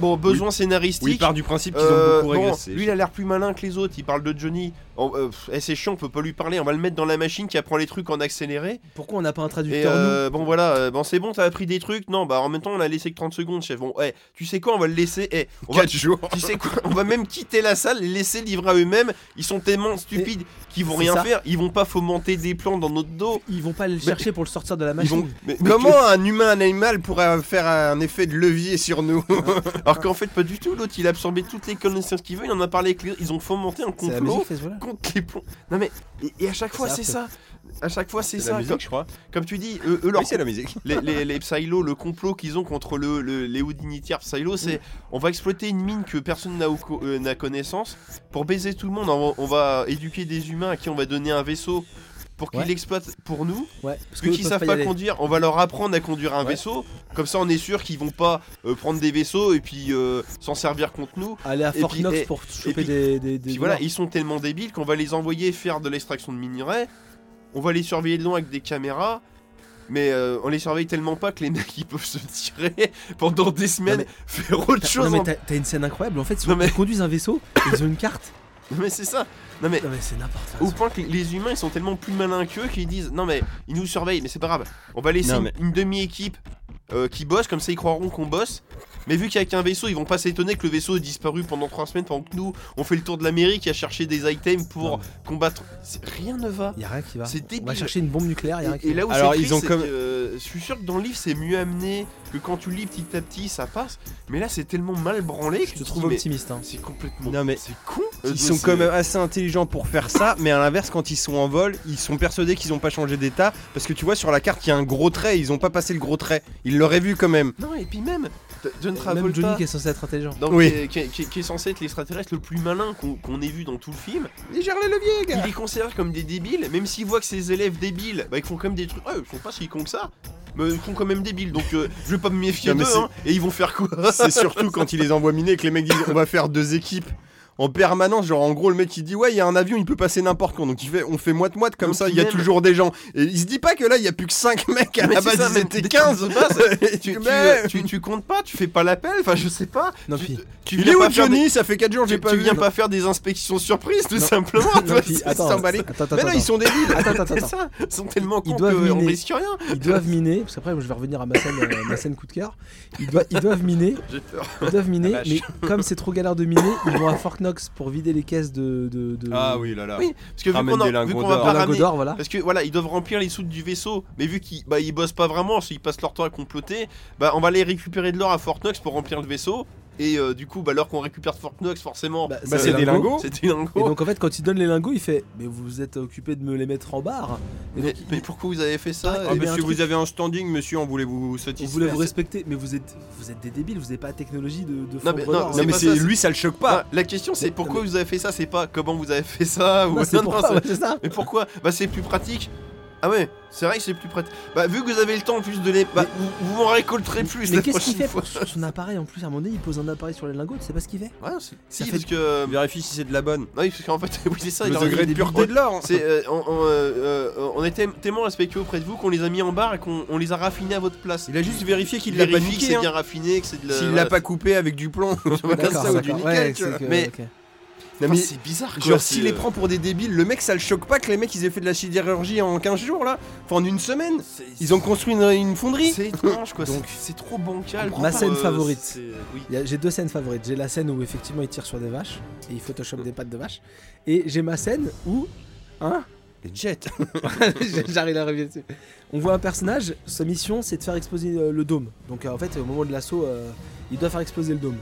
C: bon, besoin scénaristique.
A: Oui, il part du principe qu'ils ont
C: euh,
A: beaucoup
C: bon,
A: régressé.
C: lui, il a l'air plus malin que les autres. Il parle de Johnny. Oh, euh, pff, eh, c'est chiant, on peut pas lui parler. On va le mettre dans la machine qui apprend les trucs en accéléré.
B: Pourquoi on n'a pas un
C: Et
B: traducteur
C: euh, bon, voilà. euh, bon, c'est bon, t'as appris des trucs. Non, bah en même temps, on l'a laissé que 30 secondes, chef. Bon, eh, tu sais quoi, on va le laisser. Eh, on va-
A: 4 <laughs> jours.
C: tu sais quoi On va même quitter la salle, les laisser livrer à eux-mêmes. Ils sont tellement stupides qu'ils vont
B: c'est
C: rien
B: ça.
C: faire. Ils vont pas fomenter des plans dans notre dos.
B: nous Ils vont pas le chercher pour le sortir de la
A: Ils
B: machine.
A: vont- Mais Comment un humain, un animal pourrait faire un effet de levier sur nous
C: Alors qu'en fait, pas du tout. L'autre, il a absorbé toutes les connaissances qu'il veut. Il en a parlé avec les... Ils ont fomenté un
B: C'est la
C: complot
B: musique, c'est- voilà.
C: contre les plombs. Non mais, et, et à chaque fois,
B: C'est
C: c'est
B: affreux.
C: ça. À chaque fois, c'est ça. Comme,
A: je crois.
C: comme tu dis, eux, eux, leur
A: Oui, c'est la musique.
C: les, les, les Psylo, le complot qu'ils ont contre le, le- les hauts dignitaires Psylo, c'est on va exploiter une mine que personne n'a au co- euh, n'a connaissance pour baiser tout le monde. On va, on va éduquer des humains à qui on va donner un vaisseau pour qu'ils
B: Ouais.
C: l'exploitent pour nous.
B: Ouais, parce
C: Vu
B: qu'eux
C: qu'ils
B: peuvent
C: savent
B: y
C: pas
B: aller.
C: conduire, on va leur apprendre à conduire un
B: Ouais.
C: vaisseau. Comme ça, on est sûr qu'ils vont pas euh, prendre des vaisseaux et puis euh, s'en servir contre nous.
B: Aller à
C: puis-
B: Fort Knox
C: et-
B: pour choper
C: puis-
B: des. des, des
C: Puis voilà,
B: dollars.
C: ils sont tellement débiles qu'on va les envoyer faire de l'extraction de minerais. On va les surveiller de loin avec des caméras. Mais euh, on les surveille tellement pas que les <laughs> mecs ils peuvent se tirer pendant des semaines,
B: mais-
C: faire autre
B: T'as-
C: chose. hein.
B: Non mais
C: en-
B: t'as- t'as une scène incroyable en fait, si
C: Non, mais-
B: ils conduisent un vaisseau, ils ont une
C: <laughs>
B: carte.
C: Non, mais c'est ça. Non mais
B: Non mais c'est n'importe
C: au
B: quoi.
C: point que les humains ils sont tellement plus malins qu'eux qu'ils disent non mais ils nous surveillent mais c'est pas grave. On va laisser
A: Non,
C: une-
A: mais-
C: une, demi-équipe euh, qui bosse comme ça ils croiront qu'on bosse. Mais vu qu'avec un vaisseau ils vont pas s'étonner que le vaisseau est disparu pendant trois semaines pendant que nous on fait le tour de l'Amérique à chercher des items pour
B: Non,
C: combattre. C'est- Rien ne va.
B: Y a rien qui va.
C: C'est
B: On va
C: débile.
B: chercher une bombe nucléaire, y a rien qui
C: Et, et là où
A: Alors,
C: c'est
A: ils
C: triste,
A: ont
C: c'est
A: comme-
C: que, euh, je suis sûr que dans le livre c'est mieux amené que quand tu lis petit à petit ça passe, mais là c'est tellement mal branlé que
B: Je
C: tu
B: te
C: te
B: trouve
C: dis, mais
B: optimiste. Hein.
C: c'est complètement.
A: Non, mais-
C: c'est con. Euh,
A: Ils sont
C: c'est-
A: quand même assez intelligents pour faire ça, mais à l'inverse, quand ils sont en vol, ils sont persuadés qu'ils n'ont pas changé d'état, parce que tu vois sur la carte, il y a un gros trait, ils n'ont pas passé le gros trait. Ils l'auraient vu quand même.
C: Non et puis même t- John Travolta.
B: Même Johnny qui est censé être intelligent.
C: Donc,
A: Oui.
C: qui, est, qui est- qui est- qui est censé être l'extraterrestre le plus malin qu'on qu'on ait vu dans tout le film,
A: Ils gèrent les leviers,
C: il les considère comme des débiles, même s'il voit que ses élèves débiles, bah ils font quand même des trucs. Ouais, ils sont pas si cons que ça, mais ils sont quand même débiles, donc euh, je vais pas me méfier
A: Non, mais
C: d'eux,
A: c'est-
C: hein, et ils vont faire quoi
A: C'est surtout quand ils les envoient miner que les mecs disent on va faire deux équipes. En permanence, genre en gros le mec il dit ouais il y a un avion il peut passer n'importe quand donc il fait on fait moite moite comme
C: Donc,
A: ça il
C: il
A: y a
C: aime.
A: toujours des gens et il se dit pas que là il y a plus que 5 mecs à
B: Ah bah,
C: Mais
A: la
C: c'est
A: base
C: ça,
A: ils
C: même
A: étaient
C: dès
A: 15
C: qu'on se passe,
B: <laughs>
C: tu, tu,
A: Mais-
C: tu- tu comptes pas, tu fais pas l'appel, enfin je sais pas.
B: Non,
C: tu,
B: puis-
C: tu
A: Il
C: viens
A: est où
C: pas faire
A: Johnny ça fait 4 jours
C: des-
A: j'ai
C: tu-
A: pas
C: tu
A: vu
C: viens pas faire des inspections surprises tout
B: Non.
C: simplement.
B: <laughs> Non,
C: toi,
B: puis,
C: c'est-
B: attends,
C: c'est emballé.
B: attends, attends,
A: Mais non ils
B: attends.
A: sont débiles <laughs>
B: Attends, attends,
C: C'est
B: attends.
C: ça, ils sont tellement
B: Ils
C: cons
B: doivent
C: qu'on
B: miner.
C: risque rien.
B: Ils doivent miner, parce qu'après je vais revenir à ma scène, euh, ma scène coup de cœur. Ils, doivent- ils doivent miner,
C: J'ai peur.
B: ils doivent miner,
C: vache.
B: mais comme c'est trop galère de miner, ils vont à Fort Knox pour vider les caisses de. de, de
A: Ah oui là là
C: Ah Oui, Bah, parce que vu
A: Ramène des
C: qu'on a- vu
A: lingots
C: qu'on va
A: d'or.
C: pas
B: par lingots
C: ramener
B: d'or, voilà.
C: Parce que voilà, ils doivent remplir les soutes du vaisseau, mais vu qu'ils bah, ils bossent pas vraiment, parce qu'ils passent leur temps à comploter, bah on va aller récupérer de l'or à Fort Knox pour remplir le vaisseau. Et euh, du coup, bah, l'or qu'on récupère de Fort Knox, forcément,
B: Bah,
A: Bah, c'est des
B: lingots.
A: lingots
C: c'est des
B: Et
C: lingots.
B: donc en fait, quand il donne les lingots, il fait Mais vous vous êtes occupé de me les mettre en barre. Et
C: mais,
B: donc,
C: mais pourquoi vous avez fait ça
B: Ah,
C: euh,
B: il y avait un truc-
A: bah, avez un standing monsieur on voulait vous
B: on
A: satisfaire
B: voulait vous respecter, mais vous êtes, vous êtes des débiles, vous n'avez pas la technologie de, de fondre
C: mais-
B: l'or.
C: non,
A: Non mais
C: pas
A: c'est
C: ça,
A: lui ça le choque
C: Bah,
A: pas
C: la question, c'est
B: Mais-
C: pourquoi
B: mais-
C: vous avez fait ça, c'est pas comment vous avez fait ça. Ou... <laughs>
B: Non, c'est pour ça,
C: c'est-
B: ouais, c'est ça.
C: Mais pourquoi Bah, c'est plus pratique. Ah ouais, c'est vrai que c'est plus pratique. Bah, vu que vous avez le temps en plus de les. Bah, vous, vous en récolterez plus
B: Mais
C: la
B: qu'est-ce qu'il
C: prochaine
B: fait
C: fois.
B: pour son son appareil en plus À un moment donné, il pose un appareil sur les lingots, tu sais pas ce qu'il fait
C: Ouais, c'est-
B: Ça
C: si,
B: fait-
C: parce que. euh,
A: vérifie si c'est de la bonne
C: Non, oui, parce qu'en fait, <laughs> oui, c'est ça.
A: le
C: il aurait
A: degré
C: dit
A: de
C: au début,
A: pureté de l'or hein.
C: C'est, euh, on, on, euh, euh, on est tem- tellement respectueux auprès de vous qu'on les a mis en barre et qu'on on les a raffinés à votre place.
A: il a juste vérifié qu'il l'a
C: Vérifie
A: pas
C: que
A: niqué
C: c'est
A: hein.
C: bien raffiné, que c'est de la.
A: S'il
C: voilà,
A: l'a pas coupé avec du plomb,
C: c'est-
A: comme ça, ou du
B: d'accord.
A: nickel,
B: Ouais,
A: tu vois.
B: c'est que-
C: Mais-
B: ok.
A: Non,
C: Enfin,
A: mais-
C: c'est bizarre quoi.
A: Genre,
C: c'est,
A: s'il les
C: euh,
A: prend pour des débiles, le mec, ça le choque pas que les mecs, ils aient fait de la sidérurgie en 15 jours, là Enfin, en une semaine
C: c'est-
A: Ils ont construit une, une fonderie
C: C'est étrange quoi.
B: Donc,
C: c'est- c'est trop bancal. euh,
B: ma scène favorite.
C: c'est- oui.
B: Il y a- J'ai deux scènes favorites. J'ai la scène où effectivement il tire sur des vaches et il photoshop des pattes de vache. Et j'ai ma scène où. Hein <laughs>
A: Les jets
B: J'arrive à revenir dessus. On voit un personnage, sa mission c'est de faire exploser euh, le dôme. Donc euh, en fait, au moment de l'assaut, euh, il doit faire exploser le dôme.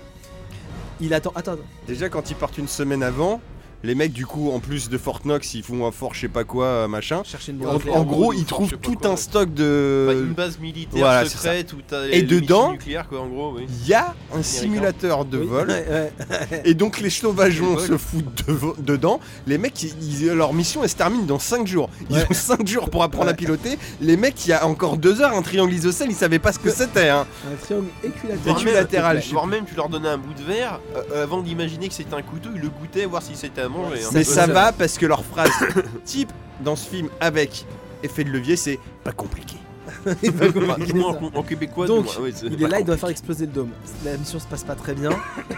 B: Il attend. Attends, attends.
A: Déjà, quand ils partent une semaine avant, les mecs, du coup, en plus de Fort Knox, ils font un fort, je sais pas quoi, euh, machin.
B: chercher une
A: En,
B: boîte.
C: Ouais,
A: en gros,
C: ouais,
A: ils
C: ouais, je
A: trouvent
C: sais pas
A: tout
C: quoi,
A: un
C: ouais.
A: stock de.
C: Enfin, une base militaire
A: Euh, voilà, c'est
C: secrète où t'as
A: Et
C: le
A: dedans-
C: missile nucléaire quoi en gros. Oui.
A: Il y a un simulateur de
B: Oui.
A: vol.
B: Ouais, ouais.
A: Et donc les sauvageons
C: Ils
A: se foutent de- dedans. Les mecs, ils- ils- leur mission elle se termine dans 5 jours. Ils
B: Ouais.
A: ont 5 jours pour apprendre à
B: Ouais.
A: piloter. Les mecs, il y a encore 2 heures, un triangle isocèle, ils savaient pas ce que c'était. Hein.
B: Un triangle
A: Et
B: équilatéral.
A: tu latéral,
B: Ouais.
A: je sais
C: Voire même tu leur donnais un bout de verre euh, avant d'imaginer que c'était un couteau, ils le goûtaient voir si c'était à manger. hein.
A: Mais
B: peut
C: <laughs>
A: ça
B: se-
A: va parce que leur phrase <coughs> type dans ce film avec effet de levier, c'est pas compliqué.
B: <laughs> Il va
C: Enfin,
B: compliquer
C: du moins,
B: ça.
C: en, en québécois,
B: Donc,
C: du moins, ouais, c'est-
B: Il est là, il doit faire exploser le dôme. La mission se passe pas très bien.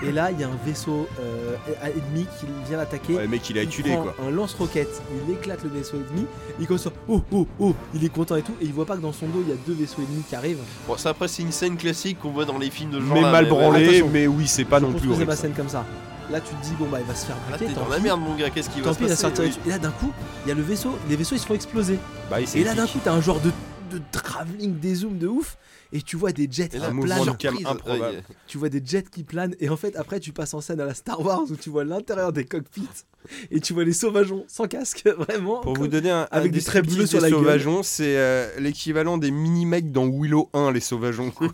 B: Et là, il y a un vaisseau euh, ennemi qui vient l'attaquer.
A: Ouais, le mec, il a
B: il
A: acculé
B: prend
A: quoi.
B: un lance-roquette, il éclate le vaisseau ennemi, il commence à oh oh oh, il est content et tout, et il voit pas que dans son dos il y a deux vaisseaux ennemis qui arrivent.
C: Bon, ça après, c'est une scène classique qu'on voit dans les films de genre.
A: Mais mal branlé,
B: attention.
A: mais oui, c'est pas non
B: Je pense
A: plus
B: que c'est
A: horrible.
B: ma scène comme ça. Là tu te dis bon bah il va se faire buter,
C: Là, Ah, t'es
B: tant
C: dans la
B: pis.
C: merde, mon gars, qu'est-ce qui va
B: Tant
C: se
B: pis, il va
C: passer
B: sortir.
C: Oui.
B: Et là d'un coup, il y a le vaisseau, les vaisseaux ils se font exploser.
A: Bah,
B: Et là d'un coup t'as un genre de, de travelling des zooms de ouf, et tu vois des jets qui
C: Et là,
A: un
B: planent,
A: mouvement de cam
C: Surprise,
A: improbable.
C: ouais,
B: tu vois des jets qui planent, et en fait après tu passes en scène à la Star Wars où tu vois l'intérieur des cockpits, et tu vois les sauvageons sans casque, <laughs> vraiment.
A: Pour
B: comme-
A: vous donner un,
B: avec
A: un
B: des traits bleus
A: descriptif
B: sur
A: des
B: la gueule.
A: sauvageons, c'est euh, l'équivalent des mini-mecs dans Willow 1, les sauvageons.
B: <laughs>
A: quoi.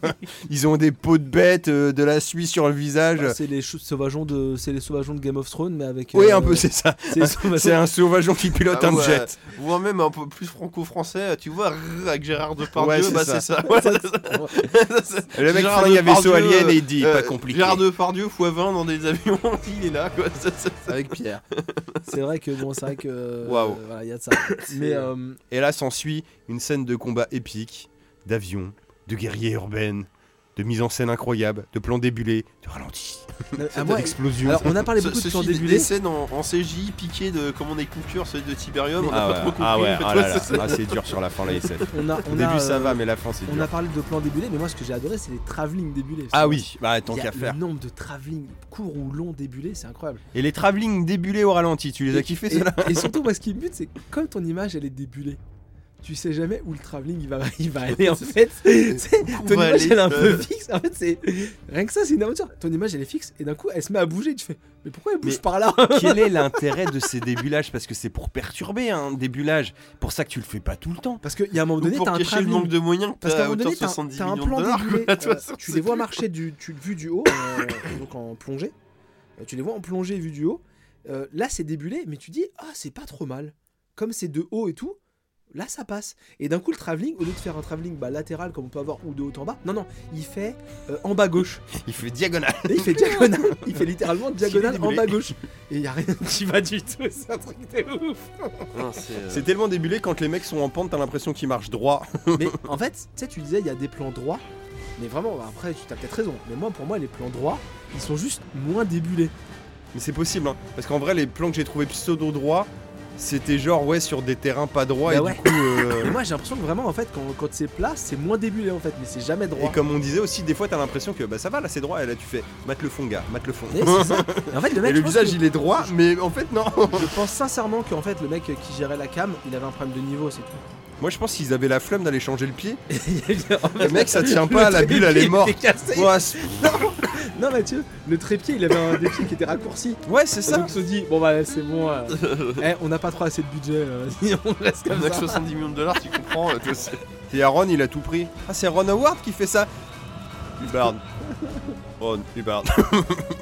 A: Ils ont des peaux de bêtes, euh, de la suie sur le visage.
B: Bah, c'est les chou- sauvageons de c'est les sauvageons de Game of Thrones mais avec
A: oui,
B: euh,
A: un peu, c'est ça.
B: c'est les sauvageons-
A: C'est un sauvageon qui pilote
C: Ah
A: un
C: ouais.
A: jet.
C: Voire même un peu plus franco-français, tu vois, rrr, avec Gérard Depardieu,
A: Ouais, c'est
C: bah
A: ça.
C: c'est ça. <laughs> Ouais, c'est ça. C'est-
A: Le mec
C: Gérard
A: flingue un vaisseau
C: Depardieu,
A: alien et il dit
C: euh,
A: pas compliqué.
C: Gérard Depardieu x 20 dans des avions, <laughs> il est là quoi. Ça, ça, ça.
A: Avec Pierre.
B: c'est vrai que bon c'est vrai que euh,
C: Waouh.
B: voilà il y a
A: <coughs>
B: de ça mais euh,
A: Et là s'ensuit une scène de combat épique, d'avion, de guerriers urbaines, de mise en scène incroyable, de plans débulés, de ralenti,
B: à moi,
A: d'explosions.
B: Ah alors on a parlé
C: Ce-
B: beaucoup de
C: ceci
B: plans
C: dit, des,
B: débulés
C: scènes en, en CJ piquées de comment des coupures celles de Tiberium, on n'a
A: Ah
C: pas
A: ouais,
C: trop compris.
A: ah ouais,
C: en fait,
A: ah
C: ouais,
A: là là.
C: ça,
B: <laughs>
C: ça-
A: Ah, c'est dur sur la fin la SF.
B: on a
A: Au
B: on
A: début
B: a
A: ça
B: euh,
A: va, mais la fin c'est
B: on
A: dur.
B: a parlé de plans débulés mais moi ce que j'ai adoré c'est les travelling débulés
A: Ah oui, bah tant
B: Il y a
A: qu'à faire.
B: le nombre de travelling courts ou longs débulés c'est incroyable
A: Et les travelling débulés au ralenti, tu les as kiffés
B: et,
A: ceux-là
B: et surtout moi ce qui me bute c'est que comme ton image elle est débulée tu sais jamais où le travelling il va, il va
A: <laughs>
B: aller en fait. C'est-
C: on
B: Ton
C: va
B: image
C: aller,
B: elle est un
C: euh,
B: peu fixe, en fait c'est. Rien que ça c'est une aventure. Ton image elle est fixe et d'un coup elle se met à bouger tu fais Mais pourquoi elle bouge
A: Mais-
B: par là
A: Quel <laughs> est l'intérêt de ces débulages Parce que c'est pour perturber hein, un débulage. Pour ça que tu le fais pas tout le temps.
B: Parce qu'il y a un moment
C: ou
B: donné
C: pour
B: t'as un
C: cacher le
B: travelling.
C: manque de moyens que
B: Parce
C: t'as
B: qu'à
C: à
B: un moment
C: hauteur
B: donné
C: de
B: t'as
C: 70
B: t'as un
C: millions de
B: plan
C: dollars.
B: débulé.
C: quoi, <laughs> tu vois,
B: euh,
C: ça,
B: tu
C: c'est-
B: les vois marcher du, tu, vu du haut, euh, donc en plongée. Euh, Tu les vois en plongée vu du haut. Euh, là c'est débulé mais tu dis Ah c'est pas trop mal. Comme c'est de haut et tout. Là ça passe. Et d'un coup le travelling, au lieu de faire un travelling bah, latéral comme on peut avoir ou de haut en bas, non non, il fait euh, en bas gauche.
A: Il fait diagonale.
B: Et il fait diagonale, il fait littéralement diagonale en
A: débulé.
B: bas gauche. Et il y a rien qui va du tout, c'est un truc de ouf.
C: Non, c'est, euh,
A: C'est tellement débulé quand les mecs sont en pente, t'as l'impression qu'ils marchent droit. <laughs>
B: Mais en fait, tu sais, tu disais, il y a des plans droits. Mais vraiment, bah, après, tu as peut-être raison. Mais moi, pour moi, les plans droits, ils sont juste moins débulés.
A: Mais c'est possible, hein. parce qu'en vrai, les plans que j'ai trouvé pseudo droits, c'était genre ouais sur des terrains pas droits
B: Bah
A: et
B: ouais.
A: du coup. euh, <laughs>
B: Mais moi, j'ai l'impression que vraiment, en fait, quand, quand c'est plat, c'est moins débulé, en fait. Mais c'est jamais droit.
A: Et comme on disait aussi, des fois t'as l'impression que bah ça va là c'est droit et là tu fais mate le fond gars, mate le fond.
B: Et Eh,
A: <laughs>
B: c'est ça. Et en fait, le
A: Et
B: mec,
A: le
B: je pense
A: visage
B: que-
A: il est droit, mais en fait non. <laughs>
B: je pense sincèrement qu'en fait, le mec qui gérait la cam, il avait un problème de niveau, c'est <laughs> tout.
A: Moi je pense qu'ils avaient la flemme d'aller changer le pied.
B: le
A: Le mec ça tient pas, la bulle elle est morte. Ouais, c'est-
B: Non, Mathieu, le trépied, il avait un des pieds qui était raccourci.
A: ouais, c'est
B: Et
A: ça.
B: Donc se dit, bon bah c'est bon, <laughs> euh, eh, on n'a pas trop assez de budget, euh, vas-y, on reste comme
C: on a que
B: ça.
C: 70 millions de dollars, tu comprends. euh, toi, c'est-
A: Et Aaron, il a tout pris. Ah, c'est Ron Howard qui fait ça Hubbard.
C: Oh,
A: Ron Hubbard.
B: <laughs>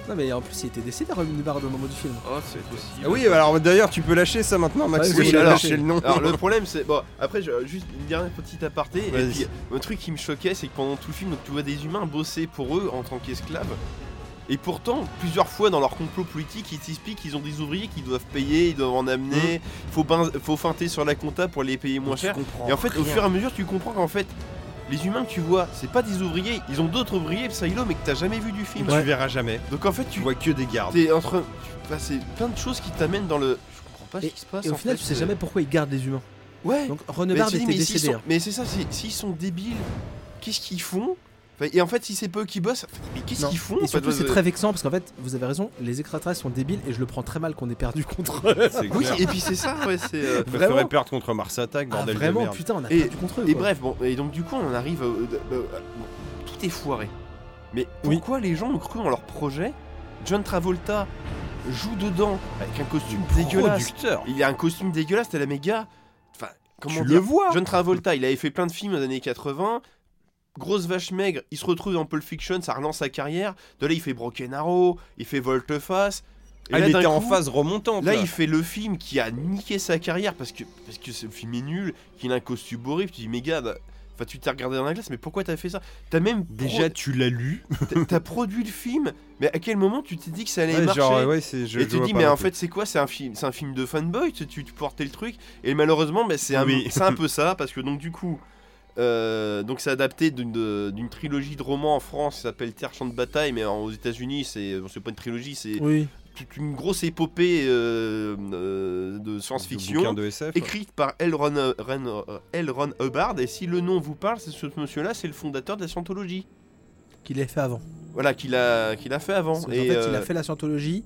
B: Non mais en plus il était décédé à Robin Hubbard au moment du film.
C: Oh, c'est possible.
A: Ah oui, bah alors d'ailleurs, tu peux lâcher ça maintenant, Max.
B: Ah oui,
A: parce que
C: oui,
A: j'ai
C: alors-
A: lâché le nom.
C: Alors le problème c'est bon après je- juste une dernière petite aparté et
A: Vas-y.
C: puis un truc qui me choquait c'est que pendant tout le film donc tu vois des humains bosser pour eux en tant qu'esclaves et pourtant plusieurs fois dans leur complot politique ils t'expliquent qu'ils ont des ouvriers qu'ils doivent payer ils doivent en amener ben, faut, bain- faut feinter sur la compta pour les payer moins cher et en fait au fur et à mesure tu comprends qu'en fait les humains que tu vois, c'est pas des ouvriers, ils ont d'autres ouvriers, Psylo, mais que t'as jamais vu du film.
A: Tu verras jamais.
C: Donc en fait, tu
A: Tu vois que des gardes.
C: t'es en train. tu- enfin, c'est plein de choses qui t'amènent dans le. Je comprends pas
B: Et-
C: ce qui se passe.
B: Et au
C: en
B: final,
C: fait,
B: tu sais
C: euh,
B: jamais pourquoi ils gardent les humains.
C: Ouais.
B: Donc
C: Mais
B: Renebard
C: tu dis,
B: était
C: mais s'ils
B: décédé.
C: sont-
B: hein.
C: Mais c'est ça, c'est- s'ils sont débiles, qu'est-ce qu'ils font Enfin, Et en fait, si c'est pas eux qui bossent, mais qu'est-ce
B: Non.
C: qu'ils font en
B: Et
C: fait,
B: surtout,
C: ouais,
B: c'est
C: ouais.
B: très vexant parce qu'en fait, vous avez raison, les écratages sont débiles et je le prends très mal qu'on ait perdu contre eux.
A: C'est
C: Oui,
A: clair.
C: et puis c'est ça, ouais, c'est.
B: <laughs>
C: euh,
A: Je
B: vraiment
A: préférais perdre contre Mars Attack,
B: Ah,
A: bordel de
B: vraiment,
A: merde.
B: putain, on a
C: Et-
B: perdu contre eux.
C: Et
B: quoi.
C: bref, bon, et donc du coup, on en arrive. à- euh, euh, euh, bon, tout est foiré. Mais
A: Oui.
C: pourquoi les gens ont cru en leur projet John Travolta joue dedans avec un costume dégueulasse.
A: Producteur.
C: Il a un costume dégueulasse, t'as la méga. Enfin, comment
A: Tu
C: dire
A: le vois.
C: John Travolta, il avait fait plein de films dans les années 80. Grosse vache maigre, il se retrouve dans Pulp Fiction, ça relance sa carrière. De là, il fait Broken Arrow, il fait Volte-Face. Et
A: Ah,
C: là,
A: il
C: d'un
A: était en
C: coup,
A: phase remontante.
C: Là, il fait le film qui a niqué sa carrière parce que parce que ce film est nul, qu'il a un costume horrible. Tu dis, mais gars, bah, enfin, tu t'es regardé dans la glace, mais pourquoi t'as fait ça T'as même pro-
A: Déjà, tu l'as lu.
C: t'as- t'as produit le film, mais à quel moment tu t'es dit que ça allait
A: Ouais,
C: marcher
A: genre, ouais, c'est. Je,
C: et
A: je
C: tu
A: vois
C: dis
A: pas
C: mais
A: non
C: en
A: plus.
C: fait c'est quoi c'est un film c'est un film de fanboy tu, tu, tu portais le truc et malheureusement bah, c'est un
A: Oui.
C: c'est
A: <laughs>
C: un peu ça parce que donc du coup euh, donc c'est adapté d'une de- d'une trilogie de romans en France qui s'appelle Terre Champ de Bataille mais en- aux États-Unis c'est bon, c'est pas une trilogie c'est
B: Oui,
C: toute une grosse épopée euh,
A: Le
C: euh, de
A: bouquin
C: science-fiction
A: de SF.
C: écrite par L. Ron, Ren- L. Ron Hubbard et si le nom vous parle c'est ce monsieur-là c'est le fondateur de la scientologie
B: qu'il l'ait fait avant.
C: voilà qu'il a qu'il a fait avant
B: Parce qu'en
C: et
B: fait, il
C: euh,
B: a fait la scientologie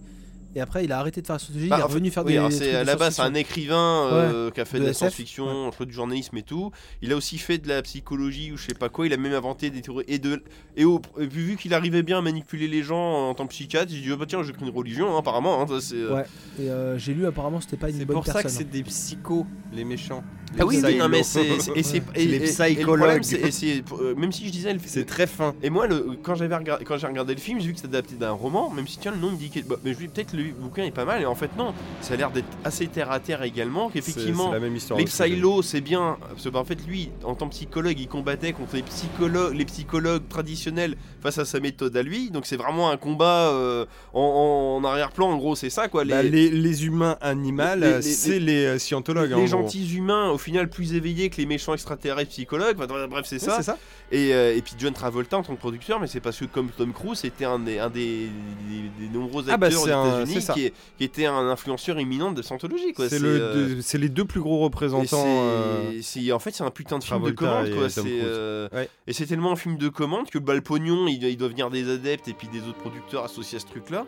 B: et après, il a arrêté de faire la scientologie,
C: bah,
B: il est
C: en fait-
B: revenu faire
C: oui,
B: des.
C: alors
B: trucs
C: c'est
B: de
C: à la base c'est un écrivain euh, qui a fait de,
B: De
C: la
B: SF,
C: science-fiction, un peu du journalisme et tout. Il a aussi fait de la psychologie ou je sais pas quoi. Il a même inventé des théories et de et, au- et puis vu qu'il arrivait bien à manipuler les gens en tant que psychiatre, il dit Ah bah tiens, je crée une religion hein, apparemment. hein, ça, c'est, euh,
B: Ouais. Et euh, j'ai lu apparemment c'était pas une
A: C'est
B: bonne
A: pour ça que
B: personne. hein.
A: c'est des psychos, les méchants.
C: Ah oui,
A: Les
C: oui, non, mais
A: psychos.
C: <laughs> c'est c'est- et c'est- et-
A: C'est les
C: et- et le
A: psychologues.
C: problème, c'est- et <laughs> c'est- euh, même si je disais elle-
A: C'est très fin.
C: Et moi, le, quand j'avais regardé, quand j'ai regardé le film, j'ai vu que c'était adapté d'un roman. Même si tiens, le nom me dit que bah, mais je me dis peut-être le bouquin est pas mal. Et en fait non, ça a l'air d'être assez terre à terre également. Qu'effectivement,
A: C'est- c'est la même histoire.
C: Les
A: aussi, j'ai-
C: psylos, c'est bien, parce qu'en fait, lui, en tant que psychologue, il combattait contre les psychologues, les psychologues traditionnels face à sa méthode à lui. Donc c'est vraiment un combat euh, en, en arrière-plan, en gros, c'est ça, quoi. Les,
A: Bah, les, les humains animaux,
C: Les- les- les-
A: c'est les euh, scientologues.
C: les
A: hein, en gros.
C: gentils humains, au final, plus éveillés que les méchants extraterrestres psychologues. Enfin, bref, c'est
A: Oui,
C: ça.
A: c'est ça.
C: Et, euh, et puis John Travolta en tant que producteur, mais c'est parce que comme Tom Cruise, c'était un des, un des, des- des nombreux
A: Ah bah,
C: acteurs
A: c'est un-
C: aux
A: c'est
C: États-Unis
A: ça.
C: qui, est- qui était un influenceur imminent de Scientologie, quoi.
A: C'est le
C: euh,
A: deux- c'est les deux plus gros
C: Et
A: représentants. euh,
C: c'est- c'est- en fait, c'est un putain de film de
A: Travolta et
C: commande, quoi.
A: Tom
C: c'est,
A: Cruise.
C: euh,
A: Ouais.
C: Et c'est tellement un film de commande que bah, le pognon, il, il doit venir des adeptes et puis des autres producteurs associés à ce truc-là.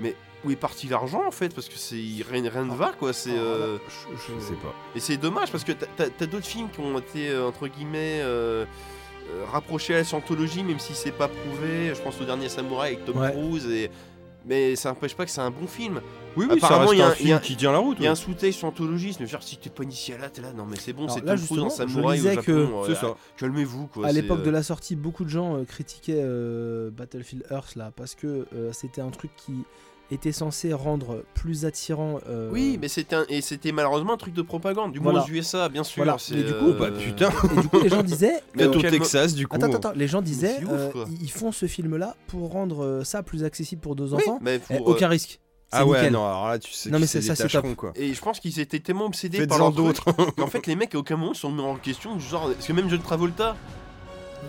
C: Mais où est parti l'argent, en fait Parce que c'est rien, rien ne
A: Ah.
C: va, quoi. C'est, euh,
B: Je-
A: Je
B: je-
A: sais pas.
C: Et c'est dommage, parce que t'as, t'as- t'as d'autres films qui ont été, euh, entre guillemets, euh, euh, rapprochés à la scientologie, même si c'est pas prouvé. Je pense au dernier Samouraï avec Tom
B: Ouais.
C: Cruise. Et... Mais ça n'empêche pas que c'est un bon film.
A: Oui, oui,
C: Apparemment,
A: apparemment,
C: il y a
A: un
C: un- il y a
A: film
C: un-
A: qui tient la route.
C: Il y a
A: ouais.
C: un sous-texte scientologiste, mais genre si t'es pas initié à là, t'es là, non mais c'est bon,
B: Alors
C: c'est
B: là,
C: Tom Cruise dans
B: justement, je
C: Samouraï au
B: lisais
C: Japon.
B: que-
C: ouais,
A: C'est ça.
C: Calmez-vous quoi. euh,
B: À l'époque de la sortie, beaucoup de gens euh, critiquaient euh, Battlefield Earth là parce que euh, c'était un truc qui était censé rendre plus attirant. euh,
C: Oui, mais c'était un... et c'était malheureusement un truc de propagande, du moins
B: Voilà.
C: aux USA, bien sûr.
B: Voilà.
C: c'est,
B: Mais du
A: Oh
C: <laughs>
A: bah
C: euh,
A: putain.
B: Et du coup, les gens
A: <laughs>
B: disaient. euh,
A: Bientôt
C: quel mo-
A: Texas, du coup.
B: Attends, attends, attends, les gens disaient,
C: c'est ouf,
B: euh,
C: quoi.
B: ils ils font ce film-là pour rendre euh, ça plus accessible pour nos
C: oui,
B: enfants.
C: mais
B: Eh,
C: pour, euh,
B: aucun risque. C'est
A: Ah ouais,
B: nickel.
A: non, alors là, tu sais.
B: Non,
A: que
B: mais c'est
A: des
B: ça, c'est
A: tâcherons, quoi.
C: Et je pense qu'ils étaient tellement obsédés par
A: Faites-en
C: leur truc
A: d'autres.
C: <laughs> qu'en fait les mecs à aucun moment se sont mis en question, du genre parce que même John Travolta,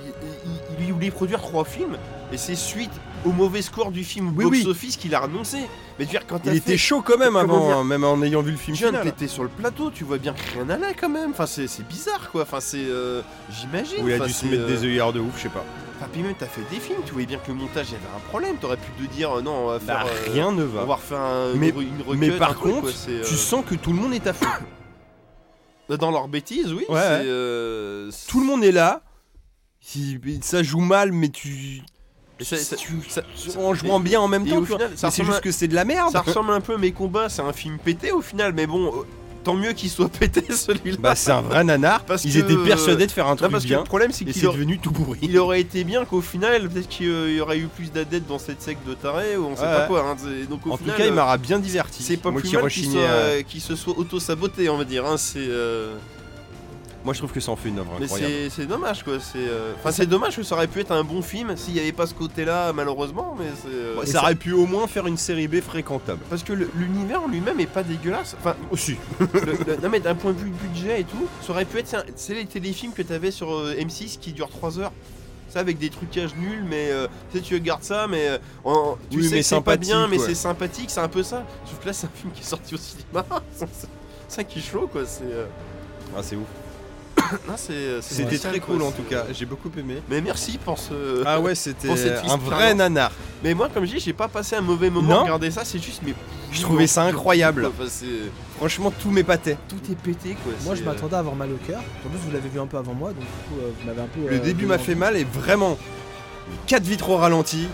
C: il, il- il- il voulait produire trois films et c'est suite au mauvais score du film
A: Oui, oui.
C: box office qu'il a renoncé. Mais tu veux dire quand t'as
A: Il
C: fait-
A: était chaud quand même
C: Comment
A: avant,
C: dire
A: hein, même en ayant vu le film.
C: John,
A: final.
C: t'étais sur le plateau, tu vois bien que rien n'allait quand même. Enfin, c'est c'est bizarre quoi. Enfin, c'est. euh, J'imagine.
A: Où il a
C: Enfin,
A: dû se
C: c'est,
A: mettre
C: euh,
A: des œillères de ouf, je sais pas.
C: Enfin, puis même, t'as fait des films, tu voyais bien que le montage, il y avait un problème. T'aurais pu te dire, euh, non, on va faire.
A: Bah,
C: euh,
A: rien ne
C: On
A: va.
C: va euh, refaire un-
A: Mais-
C: une requête.
A: mais par
C: un truc,
A: contre,
C: quoi, c'est,
A: Tu sens que tout le monde est à fond.
C: euh, dans leur bêtise, oui.
A: Ouais, ouais.
C: c'est, euh, c'est-
A: Tout le monde est là. Si- Ça joue mal, mais tu.
C: Et ça- ça-
A: tu-
C: ça- ça-
A: en jouant bien en même
C: et
A: temps,
C: au
A: tu vois.
C: final, ça
A: Mais c'est
C: ressemble à-
A: juste que c'est de la merde.
C: Ça ressemble un peu à mes combats, c'est un film pété au final, mais bon, euh, tant mieux qu'il soit <laughs> pété celui-là.
A: Bah, c'est un vrai nanar.
C: Parce
A: Ils
C: que-
A: étaient persuadés de faire un
C: Non,
A: truc
C: parce que
A: bien.
C: le problème, c'est
A: Et
C: qu'il
A: c'est
C: aurait-
A: devenu tout pourri.
C: Il aurait été bien qu'au final, peut-être qu'il euh, y aurait eu plus d'adeptes dans cette secte de tarés, ou on sait
A: Ouais,
C: pas
A: ouais.
C: quoi. hein. C'est- Donc au
A: En
C: final,
A: tout cas, il
C: euh,
A: m'aura bien diverti.
C: c'est pas
A: Moi
C: plus
A: qui euh,
C: mal qu'il euh,
A: rechignais
C: soit-
A: à-
C: qu'il se soit auto-saboté, on va dire. hein. C'est. euh,
A: Moi, je trouve que ça en fait une œuvre
C: Mais
A: incroyable.
C: c'est c'est dommage quoi, c'est euh, enfin c'est dommage que ça aurait pu être un bon film s'il n'y avait pas ce côté-là malheureusement, mais c'est euh,
A: Ouais,
B: Et
A: ça,
B: ça-
A: aurait pu au moins faire une série B fréquentable.
C: parce que le- l'univers en lui-même est pas dégueulasse. Enfin,
A: Aussi.
C: le- le- non mais d'un point de vue budget et tout, ça aurait pu être c'est un- c'est les téléfilms que t'avais sur euh, M6 qui durent 3 heures. Ça avec des trucages nuls, mais euh, tu sais tu regardes ça, mais euh, en- tu
A: Oui,
C: sais
A: mais
C: que c'est pas bien,
A: sympathique,
C: mais
A: ouais.
C: c'est sympathique, c'est un peu ça. Sauf que là c'est un film qui est sorti au cinéma, <laughs> C'est- ça qui est chaud quoi. C'est euh,
A: Ah, c'est ouf.
C: non, c'est c'est
A: C'était
C: spécial,
A: très
C: quoi,
A: cool en
C: c'est- euh,
A: tout cas. J'ai beaucoup aimé.
C: Mais merci pour ce.
A: Ah ouais, c'était
C: Pour cette
A: un
C: expérience.
A: vrai nanar.
C: Mais moi, comme je dis, j'ai pas passé un mauvais moment
A: Non.
C: à regarder ça, c'est juste. Mais
A: Je trouvais ça incroyable.
C: Enfin, c'est-
A: Franchement, tout m'épatait.
C: Tout est pété quoi.
B: Moi, je
C: c'est- euh,
B: m'attendais à avoir mal au cœur. En plus, vous l'avez vu un peu avant moi, donc du coup, euh, vous m'avez un peu.
A: Le
B: euh,
A: début m'a
B: mis
A: fait
B: en-
A: mal et vraiment, quatre vitres au ralenti.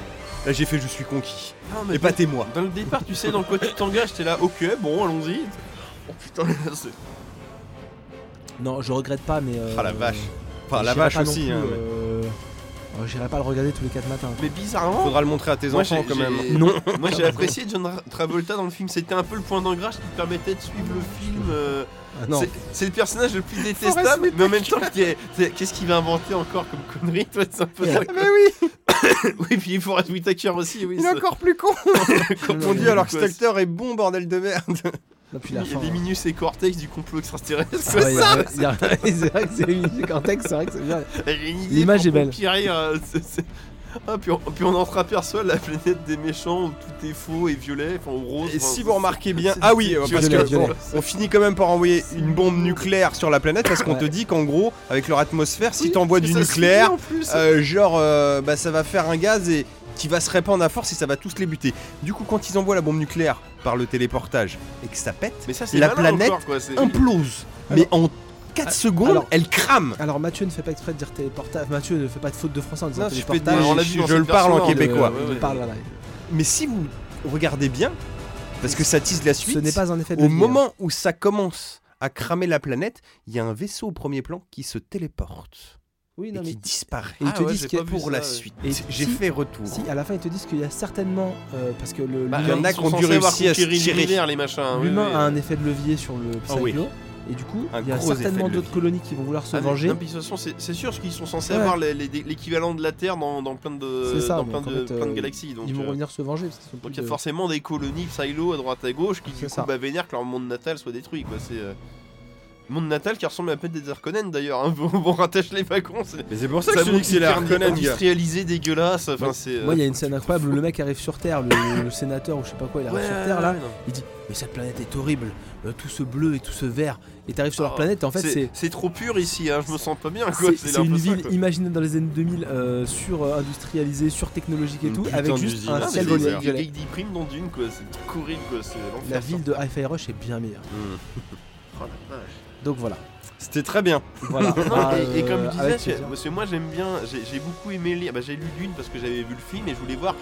A: Là, j'ai fait, je suis conquis.
C: euh, Non, mais dans,
A: Épatez-moi.
C: dans le départ, tu sais dans quoi tu t'engages, t'es là, ok, bon, allons-y. Oh putain, c'est.
B: Non, je regrette pas, mais. euh,
A: Ah, la vache. Enfin, la
B: j'irai
A: vache
B: pas non
A: aussi.
B: plus,
A: hein, mais-
B: euh, euh, J'irai pas le regarder tous les 4 matins.
C: Mais bizarrement.
A: Faudra le montrer à tes
C: Moi,
A: enfants
C: j'ai-
A: quand même.
C: j'ai-
A: <laughs> Non.
C: Moi j'ai apprécié John Ra- Travolta dans le film, c'était un peu le point d'ancrage qui te permettait de suivre le film. euh,
B: Ah, non.
C: c'est- C'est le personnage le plus détestable, mais en même temps, qui est- c'est- qu'est-ce qu'il va inventer encore comme connerie toi, C'est un peu ça.
A: Mais oui,
C: Oui, puis il faut rajouter Whittaker aussi, oui.
A: il est
C: ça-
A: encore plus con. <laughs> On dit
B: mais-
A: alors que cet
C: quoi,
A: acteur est bon, bordel de merde.
B: Non, puis la
C: Il y
B: fin,
C: a des
B: hein.
C: minus et cortex du complot extraterrestre.
B: Ah ouais, il y a- il y a- <laughs> C'est vrai que c'est une cortex, c'est vrai que c'est bien.
C: J'ai une idée
B: L'image
C: pour
B: est belle.
C: conquérir, euh, c'est- c'est- Ah, puis, on, puis on entreaperçoit la planète des méchants où tout est faux et violet, enfin ou rose.
A: Et
C: enfin,
A: si
C: c'est-
A: vous remarquez bien,
C: c'est-
A: ah oui,
C: c'est
A: euh, parce
B: violet,
A: que
B: violet.
A: bon, on finit quand même par envoyer une bombe nucléaire sur la planète parce qu'on
B: Ouais.
A: te dit qu'en gros, avec leur atmosphère, si
C: Oui,
A: t'envoies
C: parce
A: du
C: que ça se
A: nucléaire,
C: finit en plus.
A: euh, genre, euh, bah ça va faire un gaz et qui va se répandre à force et ça va tous les buter. Du coup, quand ils envoient la bombe nucléaire par le téléportage et que ça pète,
C: Mais ça, c'est
A: la
C: malin
A: planète
C: encore, quoi, c'est-
A: implose. Mais en 4 secondes,
B: alors-
A: elle crame.
B: Alors Mathieu ne fait pas exprès de dire téléportage. Mathieu ne fait pas de faute de français en disant
A: Non, je fais des-
B: téléportage.
A: Ouais,
C: on l'a
A: je-
C: vu dans
A: je
C: cette
A: le parle en
C: version-là,
B: Il, euh,
A: québécois.
C: ouais, ouais.
B: il parle, voilà.
A: Mais si vous regardez bien, parce que ça tease la suite,
B: Ce n'est pas un effet de
A: Au
B: levier, hein.
A: moment où ça commence à cramer la planète, il y a un vaisseau au premier plan qui se téléporte
B: Oui,
A: et
B: non, mais
A: qui disparaît
B: Et ils
C: Ah
B: te
C: ouais,
B: disent
C: j'ai
B: qu'il y a
C: pas vu
A: pour
C: ça,
A: la
C: ouais.
A: suite.
B: Et
A: J'ai
B: si-
A: fait retour.
B: si ah. à la fin ils te disent qu'il y a certainement euh, parce que le
C: Bah,
A: Il y en
B: l'humain-
A: a
C: ils
A: qui
C: sont
A: ont dû
C: censés avoir
A: réussir à se
C: conquérir
A: tirer.
C: l'univers, les machins. hein, oui,
B: l'humain
C: oui.
B: a un effet de levier sur le
A: Ah
B: Psychlo
A: oui.
B: et du coup
A: Un
B: il y a
A: gros effet de
B: certainement d'autres
A: levier.
B: colonies qui vont vouloir se
C: Ah, mais-
B: venger.
C: non, puis de toute façon, c'est c'est sûr qu'ils sont censés
B: Ouais.
C: avoir les- les- l'équivalent de la Terre dans, dans plein de,
B: C'est ça,
C: dans
B: donc
C: plein,
B: en
C: de
B: fait,
C: plein de
B: euh,
C: galaxies. Donc,
B: ils vont
C: euh,
B: revenir se venger parce qu'ils sont
C: donc il
B: plus euh,
C: y a
B: de-
C: forcément des colonies silo à droite à gauche qui du
B: C'est
C: coup
B: ça.
C: bah, vénèrent que leur monde natal soit détruit. Quoi. C'est euh, monde natal qui ressemble à peu des Arconen d'ailleurs. Hein. <laughs> On, on rattache les wagons. C'est
A: Mais c'est pour
C: ça montre qu'ils deviennent industrialisé dégueulasse. Enfin,
B: Ouais.
C: c'est. euh,
B: Moi, il y a une scène incroyable où le mec arrive sur Terre, le, le sénateur ou je sais pas quoi, il arrive
C: ouais,
B: sur Terre là.
C: ouais, non.
B: Il dit Mais cette planète est horrible, euh, tout ce bleu et tout ce vert. Et t'arrives sur leur
C: Ah,
B: planète et en fait, c'est.
C: C'est- c'est trop pur ici. Hein. Je me sens pas bien. quoi.
B: C'est c'est
C: <laughs> un
B: une
C: peu ça,
B: ville
C: quoi.
B: imaginée dans les années 2000, euh, sur-industrialisée, sur-technologique et
A: Une
B: tout,
A: putain
B: avec juste
A: d'usine.
B: un
A: Ah,
C: Ah,
B: ciel
C: mais
A: c'est
C: des-
B: violet.
A: bizarre.
C: des geeks des primes dans Dune quoi, c'est horrible quoi, c'est l'enfer.
B: La ville de Hi-Fi Rush est bien meilleure.
C: Oh la vache.
B: Donc
C: <laughs>
B: voilà.
A: C'était très bien.
B: voilà.
C: Non,
B: Ah,
C: et, et comme
B: euh,
C: je disais,
B: avec
C: c'est-
B: plaisir.
C: parce que moi j'aime bien, j'ai j'ai beaucoup aimé lire, bah, j'ai lu Dune parce que j'avais vu le film et je voulais voir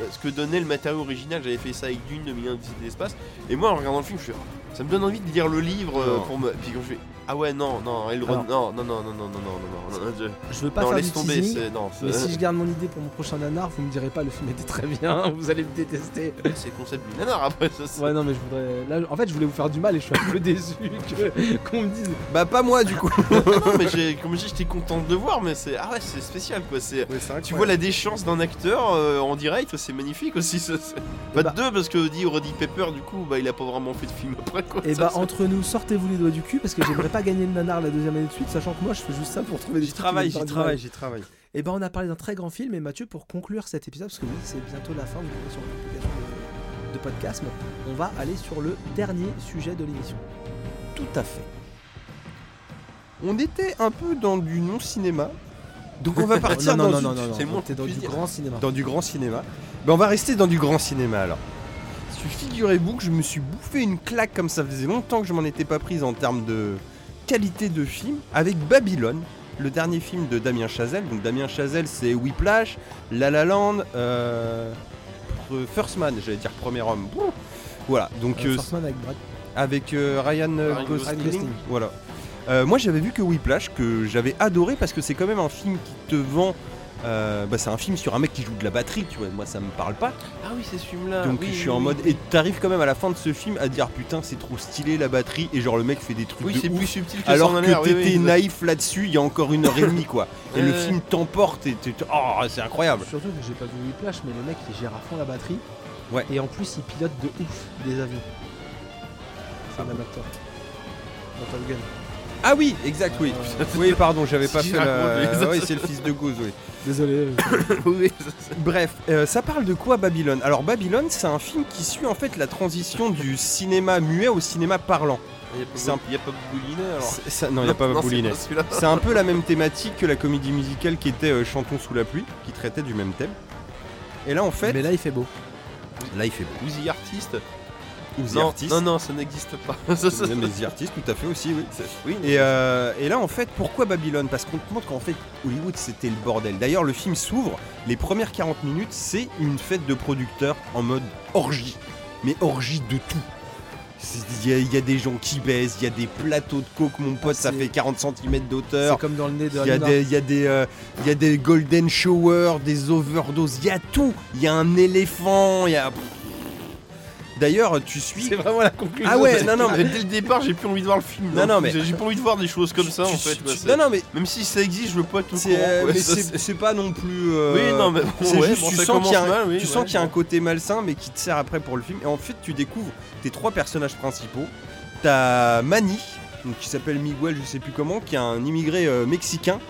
C: euh, ce que donnait le matériau original, j'avais fait ça avec Dune de Million de l'espace, et moi en regardant le film je suis ça me donne envie de lire le livre euh,
A: Non.
C: pour me... Puis quand je fais, ah ouais non, non, elle
B: Alors.
C: non, non, non, non, non, non, non, non, non, non, je-
B: je veux Ah pas
C: non,
B: faire du
C: laisse tomber,
B: teasing,
C: c'est... Non,
B: mais
C: c'est-
B: si je garde mon idée pour mon prochain nanar, vous me direz pas le film était très bien, <laughs> vous allez me détester.
C: <laughs> c'est le concept du nanar après ça. c'est-
B: Ouais, non, mais je voudrais. Là, en fait, je voulais vous faire du mal et je suis un peu <laughs> déçu que- qu'on me dise.
A: Bah pas moi du coup.
C: non, mais j'ai- comme je dis, j'étais content de le voir, mais c'est... Ah ouais, c'est spécial quoi, c'est... Tu vois la déchance d'un acteur euh, en direct, c'est magnifique aussi. Ça, c'est-
A: Eh
C: pas
B: bah-
C: de deux parce que dit Roddy Pepper, du coup, bah il a pas vraiment fait de film après quoi.
A: Eh
B: Et
C: Ça,
B: bah,
C: c'est-
B: entre nous, sortez-vous les doigts du cul parce que j'aimerais pas gagner le nanar la deuxième année de suite, sachant que moi, je fais juste ça pour trouver des
A: J'y
B: trucs qui
A: travaille,
B: vont
A: j'y
B: me faire du mal.
A: travaille, j'y travaille.
B: Et ben on a parlé d'un très grand film et Mathieu pour conclure cet épisode parce que oui c'est bientôt la fin vous verrez sur l'application de- de podcast mais on va aller sur le dernier sujet de l'émission.
A: Tout à fait. On était un peu dans du non-cinéma. Donc on
B: <laughs>
A: va partir
B: non,
A: dans
B: non, non,
A: du-
B: non, non,
C: c'est le moins
B: t'es dans
C: qu'on
B: du
C: puisse dire.
B: grand cinéma.
A: dans du grand cinéma. Ben on va rester dans du grand cinéma alors. Parce que Figurez-vous que je me suis bouffé une claque comme ça faisait longtemps que je m'en étais pas prise en termes de qualité de film avec Babylone, le dernier film de Damien Chazelle. Donc Damien Chazelle c'est Whiplash, La La Land, euh, Pr- First Man, j'allais dire Premier Homme. Bouh. Voilà, donc
B: Euh,
A: euh,
B: Forceman avec Brad.
A: avec euh, Ryan euh,
C: Ryan
A: Gosling.
B: Gosling.
A: Voilà. Euh, moi j'avais vu que Whiplash, que j'avais adoré parce que c'est quand même un film qui te vend euh, bah, c'est un film sur un mec qui joue de la batterie, tu vois. Moi, ça me parle pas.
C: Ah oui, c'est ce film-là.
A: Donc,
C: oui,
A: je suis
C: oui,
A: en
C: oui.
A: mode. Et t'arrives quand même à la fin de ce film à dire putain, c'est trop stylé la batterie. Et genre, le mec fait des trucs
C: Oui,
A: de
C: c'est
A: ouf.
C: plus subtil que
A: Alors
C: ça en a
A: que
C: l'air, oui,
A: t'étais
C: oui, Euh.
A: naïf là-dessus il y a encore une heure et demie, quoi. Et le
C: Ouais, ouais.
A: film t'emporte et tu. tu- Oh, c'est incroyable.
B: Ah bah. Surtout que j'ai pas vu Whiplash, mais le mec il gère à fond la batterie.
A: Ouais.
B: Et en plus il pilote de ouf des avions. C'est un même acteur. Dans Top Gun.
A: Ah oui, exact, oui.
B: Euh,
A: Oui, pardon, j'avais pas
C: <laughs> Si,
A: fait la.
C: raconte-les.
A: Oui, c'est le fils de Goose, oui.
B: Désolé.
C: <laughs> Oui, ça, c'est-
A: Bref, euh, ça parle de quoi Babylone Alors Babylone, c'est un film qui suit en fait la transition du cinéma muet au cinéma parlant.
C: Il y a
A: C'est
C: pas
A: un-
C: Bob- il y a pas Boulinet alors.
A: C'est- ça- non, il n'y a pas
C: Non, c'est
A: Baboulinet.
C: pas celui-là.
A: C'est un peu la même thématique que la comédie musicale qui était euh, Chantons sous la pluie, qui traitait du même thème. Et là, en fait,
B: Mais là il fait beau.
A: là, il fait beau.
C: Ou The Artist
A: Ou The
C: non,
A: Artist.
C: non, non, ça n'existe pas. Ça, <laughs> ça-
A: Mais The Artist, tout à fait aussi, oui.
C: ça- oui,
A: Et, euh, et là, en fait, pourquoi Babylone Parce qu'on te montre qu'en fait, Hollywood, c'était le bordel. D'ailleurs, le film s'ouvre, les premières 40 minutes, c'est une fête de producteurs en mode orgie. Mais orgie de tout. C'est- Il y, a- il y a des gens qui baissent, il y a des plateaux de coke, mon pote, ça
B: c'est-
A: fait 40 cm
B: C'est
A: d'auteur.
B: comme dans le nez de
A: Euh, Il y, a
B: Hanouna.
A: des, il y a des, euh, il y a des golden showers, des overdoses, il y a tout. Il y a un éléphant, il y a. D'ailleurs, tu suis.
C: C'est vraiment la conclusion.
A: Ah ouais, non, non, mais-
C: Dès le départ, j'ai plus envie de voir le film.
A: Non,
C: là.
A: non, mais-
C: J'ai j'ai pas envie de voir des choses comme ça,
A: tu-
C: en fait.
A: tu-
C: bah,
A: tu-
C: c'est-
A: non, non, mais
C: Même si ça existe, je veux pas tout
A: c'est euh, mais c'est-
C: Oui,
A: c'est pas non plus. euh,
C: non, mais bon,
A: C'est
C: ouais,
A: juste,
C: bon,
A: tu
C: ça
A: sens qu'il y, a
C: commence
A: un-
C: mal, oui,
A: tu sens
C: ouais,
A: qu'il y a
C: bon.
A: un côté malsain, mais qui te sert après pour le film. Et en fait, tu découvres tes trois personnages principaux. T'as Manny, donc, qui s'appelle Miguel, je sais plus comment, qui est un immigré euh, mexicain,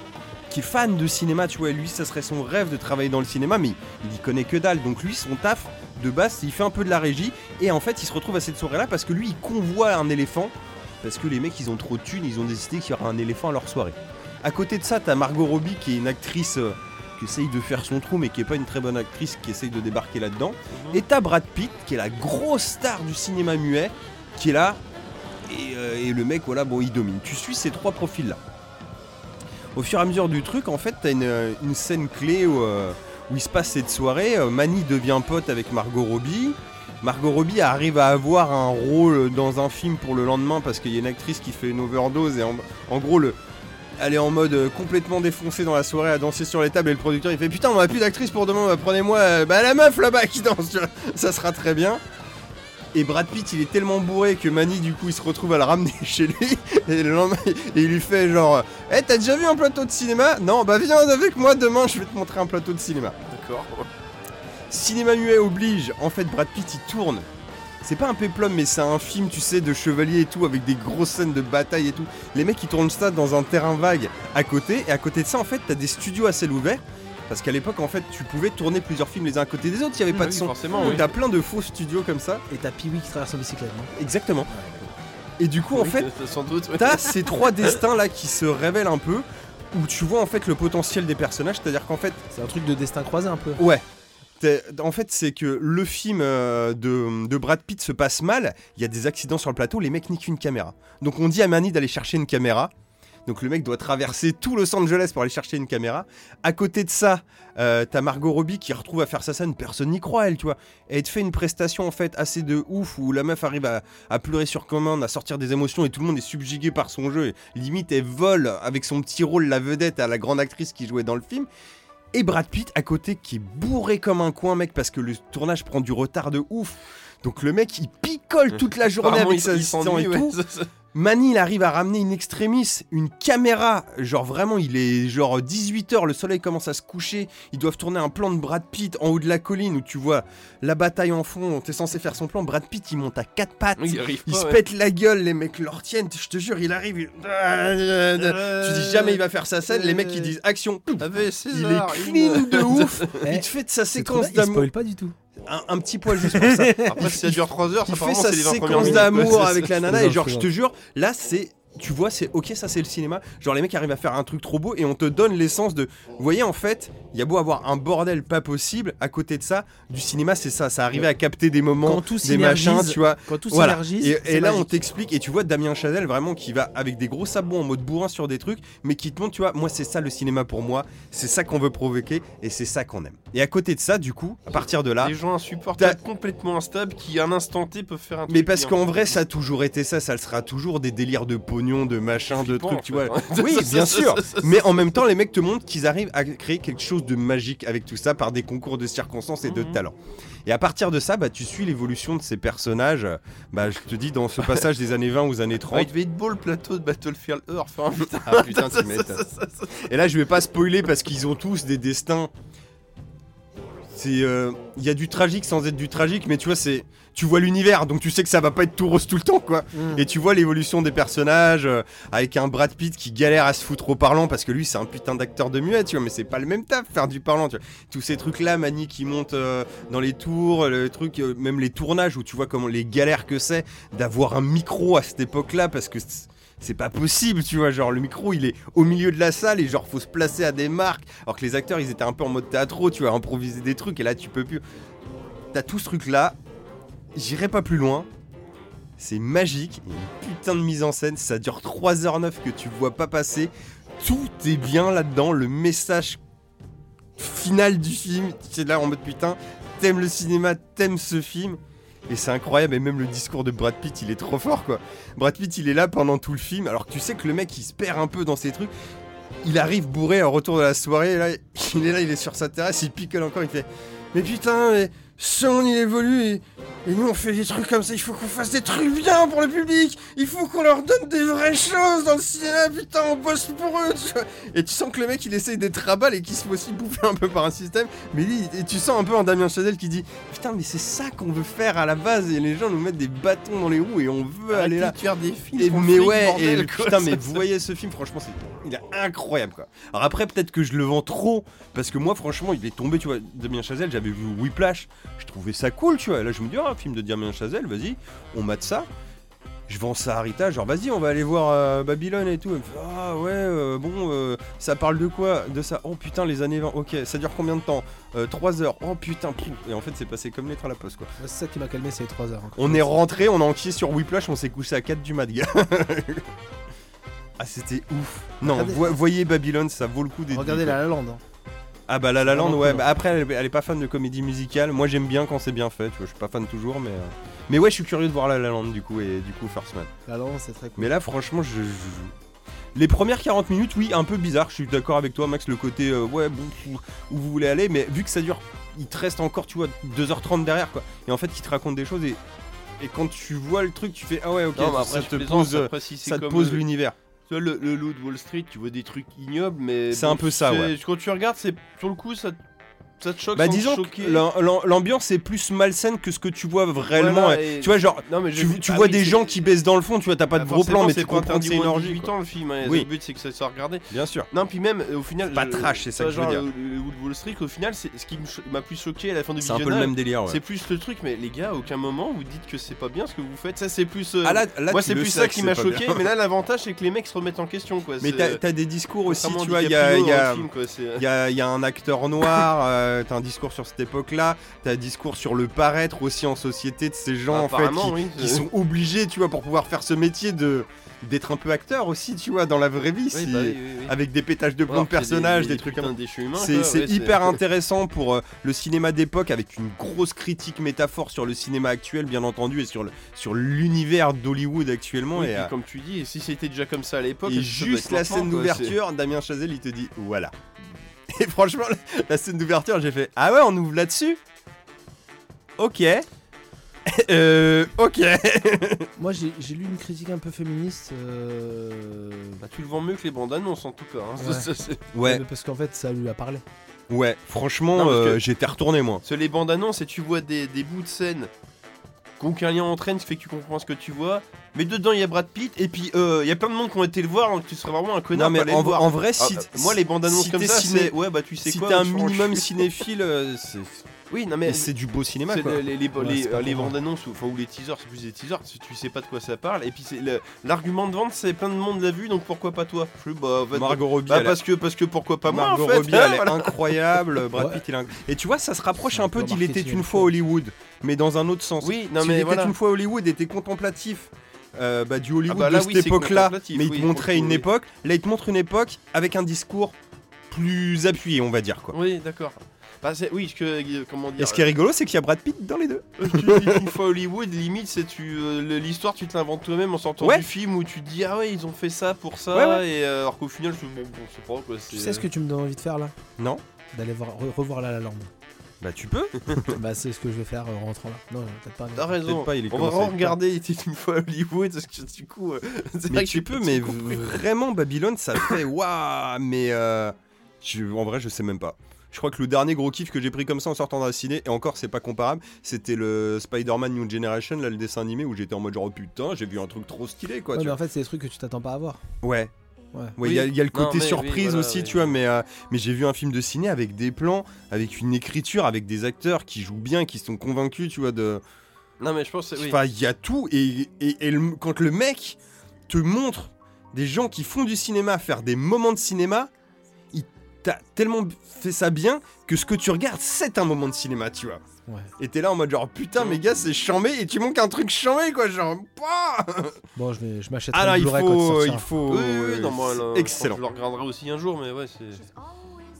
A: qui est fan de cinéma. Tu vois, lui, ça serait son rêve de travailler dans le cinéma, mais il y connaît que dalle. Donc lui, son taf de base, c'est il fait un peu de la régie. Et en fait, il se retrouve à cette soirée-là parce que lui, il convoie un éléphant. Parce que les mecs, ils ont trop de thunes, ils ont décidé qu'il y aura un éléphant à leur soirée. À côté de ça, t'as Margot Robbie, qui est une actrice. euh, qui essaye de faire son trou mais qui est pas une très bonne actrice qui essaye de débarquer là-dedans.
C: Mhm.
A: Et t'as Brad Pitt qui est la grosse star du cinéma muet qui est là et, euh, et le mec voilà bon il domine. Tu suis ces trois profils là. Au fur et à mesure du truc en fait t'as une, euh, une scène clé où, euh, où il se passe cette soirée. Euh, Manny devient pote avec Margot Robbie. Margot Robbie arrive à avoir un rôle dans un film pour le lendemain parce qu'il y a une actrice qui fait une overdose et en, en gros le, elle est en mode euh, complètement défoncée dans la soirée à danser sur les tables et le producteur il fait putain on a plus d'actrice pour demain bah, prenez-moi euh, bah, la meuf là-bas qui danse tu vois. <laughs> ça sera très bien et Brad Pitt il est tellement bourré que Manny du coup il se retrouve à le ramener <laughs> chez lui et le lendemain et il lui fait genre eh t'as déjà vu un plateau de cinéma non bah viens avec moi demain je vais te montrer un plateau de cinéma
C: D'accord.
A: Cinéma muet oblige, en fait Brad Pitt il tourne. C'est pas un péplum mais c'est un film tu sais de chevalier et tout avec des grosses scènes de bataille et tout. Les mecs ils tournent ça dans un terrain vague à côté et à côté de ça en fait t'as des studios à ciel ouvert parce qu'à l'époque en fait tu pouvais tourner plusieurs films les uns à côté des autres, il y avait pas de son.
C: Forcément,
A: Donc
C: oui.
A: t'as plein de faux studios comme ça.
B: Et t'as Pee-Wee qui traverse en bicyclette. non
A: Exactement. Et du coup en
C: Oui,
A: fait
C: sans doute. oui.
A: t'as ces trois destins là qui se révèlent un peu où tu vois en fait le potentiel des personnages, c'est-à-dire qu'en fait
B: C'est un truc de destin croisé un peu.
A: Ouais. T'es- En fait, c'est que le film euh, de, de Brad Pitt se passe mal. Il y a des accidents sur le plateau. Les mecs niquent une caméra. Donc, on dit à Manny d'aller chercher une caméra. Donc, le mec doit traverser tout Los Angeles pour aller chercher une caméra. À côté de ça, euh, t'as Margot Robbie qui retrouve à faire sa scène. Personne n'y croit, elle, tu vois. Et elle te fait une prestation, en fait, assez de ouf où la meuf arrive à, à pleurer sur commande, à sortir des émotions et tout le monde est subjugué par son jeu. Et limite, elle vole avec son petit rôle la vedette à la grande actrice qui jouait dans le film. Et Brad Pitt à côté qui est bourré comme un coin, mec, parce que le tournage prend du retard de ouf. Donc le mec, il
C: <laughs>
A: picole toute la journée
C: Apparemment,
A: avec
C: il-
A: ses
C: il
A: assistants
C: s'ennuie,
A: et
C: ouais,
A: tout.
C: ça, ça-
A: Manny, il arrive à ramener une extrémiste, une caméra. Genre vraiment, il est genre 18h, le soleil commence à se coucher. Ils doivent tourner un plan de Brad Pitt en haut de la colline où tu vois la bataille en fond. T'es censé faire son plan. Brad Pitt, il monte à quatre pattes.
C: Il arrive
A: Il
C: pas,
A: se
C: euh, ouais.
A: pète la gueule, les mecs leur tiennent. Je te jure, il arrive. il- Euh, Tu dis jamais il va faire sa scène. Les mecs, ils disent action. Pouf.
C: Ah ben,
A: Il
C: César,
A: est clean de
B: <laughs>
A: ouf. Il
B: Eh,
A: te fait de sa
B: c'est trop
A: séquence
B: bien, Il
A: d'amour.
B: spoil pas du tout.
A: Un, un petit poil juste pour ça.
C: Après, si ça dure 3 heures, ça
A: Il fait
C: apparemment,
A: sa
C: c'est les 20 premières
A: séquence
C: minutes.
A: d'amour
C: ouais, <laughs> c'est-
A: avec la
B: c'est
A: nana et
B: ça,
A: genre
B: c'est
A: je
B: ça.
A: te jure, là c'est tu vois c'est ok ça c'est le cinéma genre les mecs arrivent à faire un truc trop beau et on te donne l'essence de vous voyez en fait il y a beau avoir un bordel pas possible à côté de ça du cinéma c'est ça ça arrivait à capter des moments
B: Quand tout
A: des machins
B: synergise,
A: tu vois
B: Quand tout
A: voilà.
B: s'énergise,
A: Et, et là, on t'explique, et tu vois Damien Chazelle vraiment qui va avec des gros sabots en mode bourrin sur des trucs, mais qui te montre, tu vois, moi c'est ça le cinéma pour moi, c'est ça qu'on veut provoquer, et c'est ça qu'on aime. Et à côté de ça, du coup, à partir de là.
C: Des gens
A: t'as-
C: insupportables, complètement instables, qui à un instant T peuvent faire un truc.
A: Mais parce
C: et un
A: qu'en
C: truc
A: vrai, ça a toujours été ça, ça le sera toujours des délires de pognon, de machin, de
C: flippant,
A: trucs,
C: en
A: tu
C: fait, <laughs>
A: vois.
C: hein.
A: Oui, bien sûr.
C: Ça, ça,
A: Mais en même temps, les mecs te montrent qu'ils arrivent à créer quelque chose de magique avec tout ça par des concours de circonstances et de
C: Mhm.
A: talent. Et à partir de ça, bah, tu suis l'évolution de ces personnages. euh, Bah, je te dis, dans ce passage des années 20 aux
C: <laughs>
A: années
C: ça.
A: 30.
C: White Ball, plateau de Battlefield Earth. hein, putain.
A: Ah putain,
C: Ça,
A: tu
C: ça,
A: m'étonnes.
C: ça, ça, ça.
A: Et là, je vais pas spoiler parce qu'ils ont tous des destins. C'est, euh, il y a du tragique sans être du tragique, mais tu vois, c'est, tu vois l'univers, donc tu sais que ça va pas être tout rose tout le temps, quoi.
B: Mmh.
A: Et tu vois l'évolution des personnages euh, avec un Brad Pitt qui galère à se foutre au parlant parce que lui c'est un putain d'acteur de muet, tu vois, mais c'est pas le même taf faire du parlant, tu vois. Tous ces trucs là, Mani qui monte euh, dans les tours, le truc, euh, même les tournages où tu vois comment les galères que c'est d'avoir un micro à cette époque là parce que c'est- c'est pas possible, tu vois, genre le micro il est au milieu de la salle et genre faut se placer à des marques alors que les acteurs ils étaient un peu en mode théâtre, tu vois, improviser des trucs et là tu peux plus. T'as tout ce truc là, j'irai pas plus loin. C'est magique, il y a une putain de mise en scène, ça dure 3h09 que tu vois pas passer. Tout est bien là-dedans, le message final du film, c'est là en mode putain, t'aimes le cinéma, t'aimes ce film. Et c'est incroyable, et même le discours de Brad Pitt, il est trop fort quoi. Brad Pitt, il est là pendant tout le film, alors que tu sais que le mec, il se perd un peu dans ses trucs. Il arrive bourré au retour de la soirée, et là, il est là, il est sur sa terrasse, il picole encore, il fait Mais putain, mais ce monde il évolue, et, et nous on fait des trucs comme ça, il faut qu'on fasse des trucs bien pour le public, il faut qu'on leur donne des vraies choses dans le cinéma, putain, on bosse pour eux, tu vois. Et tu sens que le mec, il essaye d'être rabat et qu'il se fait aussi bouffer un peu par un système, mais lui, et tu sens un peu un Damien Chazelle qui dit Putain, mais c'est ça qu'on veut faire à la base, et les gens nous mettent des bâtons dans les roues, et on veut aller
C: Arrêtez
A: là.
C: de faire des films.
A: Et-
C: pour le
A: mais
C: fric,
A: ouais,
C: bordel,
A: et
C: quoi.
A: putain,
C: Ça, <laughs>
A: mais
C: ça,
A: vous voyez ce film, franchement, c'est, il est incroyable quoi. Alors après, peut-être que je le vends trop, parce que moi, franchement, il est tombé, tu vois, Damien Chazelle, j'avais vu Whiplash, je trouvais ça cool, tu vois. Et là, je me dis, ah, film de Damien Chazelle, vas-y, on mate ça. Je vends ça à Rita, genre vas-y, on va aller voir euh, Babylone et tout. Elle me fait, ah ouais, euh, bon, euh, ça parle de quoi De ça Oh putain, les années 20, ok, ça dure combien de temps 3 heures, oh putain, pouf. Et en fait, c'est passé comme lettre à la poste quoi.
B: C'est ça qui m'a calmé, c'est les 3 heures. hein.
A: On est rentré, on a enquillé sur Whiplash, on s'est couché à 4 du mat, gars. <laughs> ah, c'était ouf. Non,
B: Regardez.
A: vo- voyez Babylone, ça vaut le coup des
B: Regardez
A: des-
B: La La Land. hein.
A: Ah bah La La Land,
B: Vraiment
A: ouais.
B: cool.
A: bah après, elle, elle est pas fan de comédie musicale. Moi, j'aime bien quand c'est bien fait. Tu vois, je suis pas fan toujours, mais. euh, Mais ouais, je suis curieux de voir La La Land du coup et du coup First Man.
B: La La Land, c'est très cool.
A: Mais là, franchement, je. je- Les premières 40 minutes, oui, un peu bizarre. Je suis d'accord avec toi, Max, le côté euh, ouais, bon, où, où vous voulez aller, mais vu que ça dure, il te reste encore, tu vois, 2h30 derrière, quoi. Et en fait, il te raconte des choses et, et quand tu vois le truc, tu fais ah ouais, ok,
C: Non, mais
A: ça
C: après, je
A: te
C: plaisante,
A: pose, euh,
C: après, si c'est
A: ça te
C: comme
A: pose
C: le-
A: l'univers.
C: Tu vois, le, le lot de Wall Street, tu vois des trucs ignobles, mais.
A: C'est un peu ça,
C: c'est-
A: ouais.
C: Quand tu regardes, c'est sur le coup, ça, te- ça te choque.
A: Bah,
C: sans te
A: disons que
C: choquer.
A: l'am- l'am- l'ambiance est plus malsaine que ce que tu vois réellement.
C: Voilà,
A: Et-
C: bah, et-
A: Tu vois, genre,
C: non, mais je
A: tu,
C: dis-
A: tu
C: ah
A: vois
C: oui,
A: des
C: c'est-
A: gens qui baissent dans le fond, tu vois, t'as pas de
C: bah,
A: gros plan,
C: forcément,
A: mais
C: c'est
A: tu
C: pas
A: comprends que
C: interdit
A: c'est une
C: moins de
A: orgie.
C: 18
A: quoi.
C: ans le film, hein,
A: Oui.
C: le but c'est que ça soit regardé.
A: Bien sûr.
C: Non, puis même euh, au final.
A: Pas
C: je-
A: trash, c'est ça
C: tu
A: que je veux
C: vois,
A: dire.
C: genre, le- le lot de Wall Street, au final, c'est ce qui me cho- m'a plus choqué à la fin de
A: C'est un peu le même délire, ouais.
C: C'est plus le truc, mais les gars, à aucun moment vous dites que c'est pas bien ce que vous faites. Ça, c'est plus. euh,
A: Ah, là, là,
C: moi,
A: tu
C: c'est
A: le
C: plus
A: sais
C: ça
A: que
C: qui
A: c'est
C: m'a
A: pas
C: choqué,
A: bien.
C: mais là, l'avantage, c'est que les mecs se remettent en question, quoi.
A: Mais
C: c'est-
A: t'as t'as des discours aussi,
C: contrairement
A: tu
C: à
A: vois, il y a.
C: DiCaprio
A: il y
C: dans
A: a-
C: le film, quoi, c'est-
A: Il y a, y a un acteur noir, euh, t'as un discours sur cette époque-là, t'as un discours sur le paraître aussi en société de ces gens en fait
C: Apparemment,
A: qui,
C: oui,
A: qui sont obligés, tu vois, pour pouvoir faire ce métier de d'être un peu acteur aussi, tu vois, dans la vraie vie,
C: Oui,
A: si-
C: bah oui, oui, oui.
A: avec des pétages de
C: Alors
A: bons
C: qu'il y a
A: personnages, des, trucs
C: putains
A: comme.
C: de déchets humains,
A: C'est
C: quoi,
A: c'est
C: ouais,
A: hyper intéressant pour euh, le cinéma d'époque avec une grosse critique métaphore sur le cinéma actuel bien entendu et sur le- sur l'univers d'Hollywood actuellement
C: Oui,
A: et,
C: puis
A: euh,
C: comme tu dis, si c'était déjà comme ça à l'époque,
A: et
C: ça doit
A: juste
C: être
A: la
C: maintenant,
A: scène
C: quoi, c'est-
A: d'ouverture, Damien Chazelle, il te dit voilà. <laughs> Et franchement, la- la scène d'ouverture, j'ai fait ah ouais, on ouvre là-dessus Ok. <laughs> euh, ok.
B: Moi, j'ai j'ai lu une critique un peu féministe. euh,
C: Bah, tu le vends mieux que les bandes annonces en tout cas. hein.
B: Ouais.
C: Ça, <laughs> c'est-
A: Ouais,
B: mais Parce qu'en fait, ça lui a parlé.
A: ouais, franchement,
C: Non, parce que-
A: euh, j'étais retourné moi.
C: Parce que les bandes annonces et tu vois des, des bouts de scène qu'aucun lien entraîne, ce qui fait que tu comprends ce que tu vois. Mais dedans il y a Brad Pitt et puis euh, il y a plein de monde qui ont été le voir, donc tu serais vraiment un connard.
A: Non, mais
C: pour aller
A: en,
C: le voir.
A: en vrai,
C: Ah,
A: si.
C: euh, moi les bandes annonces
A: si
C: comme
A: t'es
C: ça,
A: ciné-
C: c'est ouais bah tu sais
A: si
C: quoi.
A: t'es un
C: je- je-
A: minimum
C: je-
A: cinéphile, euh, c'est-
C: Oui non mais
A: et c'est du beau cinéma
C: C'est
A: quoi.
C: le- les, les,
B: Ouais,
C: les- euh,
B: c'est pas
C: les
B: pour moi.
C: bandes annonces ou, enfin, ou les teasers, c'est plus des teasers, si tu sais pas de quoi ça parle. Et puis c'est le- l'argument de vente, c'est plein de monde l'a vu, donc pourquoi pas toi Je suis bah, en fait,
A: Margot Robbie,
C: bah,
A: elle a-
C: parce que parce que pourquoi pas
A: Margot
C: moi en fait
A: Robbie,
C: hein,
A: <laughs> elle est
C: voilà.
A: incroyable. Brad
B: Ouais.
A: Pitt, il est incroyable. Et tu vois, ça se rapproche
B: C'est un
A: un peu
B: peu
A: d'Il était
B: marketing,
A: une
B: en
A: fois
B: fait.
A: Hollywood, mais dans un autre sens.
C: Oui, non
A: S'il
C: mais
A: était
C: voilà.
A: une fois Hollywood était contemplatif euh, bah, du Hollywood
C: Ah bah là,
A: de cette
C: oui, c'est
A: époque-là,
C: contemplatif,
A: mais il
C: oui,
A: te montrait
C: pour le
A: une
C: coup, oui.
A: époque. Là, il te montre une époque avec un discours plus appuyé, on va dire quoi.
C: Oui, d'accord. Bah, c'est- oui, ce que, comment dire.
A: Et ce qui est rigolo, c'est qu'il y a Brad Pitt dans les deux.
C: euh, tu te dis qu'une fois Hollywood, limite, c'est tu euh, le- l'histoire, tu te l'inventes toi-même en sortant
A: Ouais.
C: du film où tu te dis ah ouais, ils ont fait ça pour ça,
A: Ouais, ouais.
C: et euh, alors qu'au final, je bon, bon, c'est euh, pas quoi.
B: Tu sais ce que tu me donnes envie de faire là
A: Non
B: D'aller voir, re- revoir La La Land.
A: Bah tu peux.
B: bah c'est ce que je vais faire euh, en rentrant là. Non, peut-être pas. mais-
C: T'as raison.
A: Peut-être pas, il est
C: On va
A: commencé.
C: vraiment regarder il était une fois Hollywood parce que du coup. euh, c'est vrai
A: Mais
C: que
A: tu
C: j'ai
A: peux,
C: pas
A: mais
C: tout compris.
A: vraiment Babylone, ça fait waouh. Mais euh, je- en vrai, je sais même pas. Je crois que le dernier gros kiff que j'ai pris comme ça en sortant d'un ciné, et encore c'est pas comparable, c'était le Spider-Man New Generation, là le dessin animé où j'étais en mode genre oh, putain, j'ai vu un truc trop stylé quoi.
B: Ouais,
A: tu vois.
B: mais en fait, c'est des trucs que tu t'attends pas à voir.
A: Ouais.
B: Ouais.
A: Ouais, il y a-
C: Oui.
A: il y, a le
C: Non,
A: côté
C: mais oui,
A: surprise
C: voilà,
A: aussi,
C: oui.
A: tu vois, mais, euh, mais j'ai vu un film de ciné avec des plans, avec une écriture, avec des acteurs qui jouent bien, qui sont convaincus, tu vois, de...
C: Non, mais je pense. que- Oui.
A: Enfin, il y a tout, et, et- et le- quand le mec te montre des gens qui font du cinéma, faire des moments de cinéma, il t'a tellement fait ça bien que ce que tu regardes, c'est un moment de cinéma, tu vois.
B: Ouais.
A: Et t'es là en mode genre, putain, mes gars, c'est chambé, et tu montes un truc chambé, quoi, genre... pouah
B: Bon, je, vais- je m'achèterai
A: ah là,
B: le
A: il
B: Blu-ray quand il
A: faut...
B: sortira.
A: Il faut...
C: Oui, oui, oui, non, moi, là, je pense que
A: excellent.
C: Je le regarderai aussi un jour, mais ouais, c'est.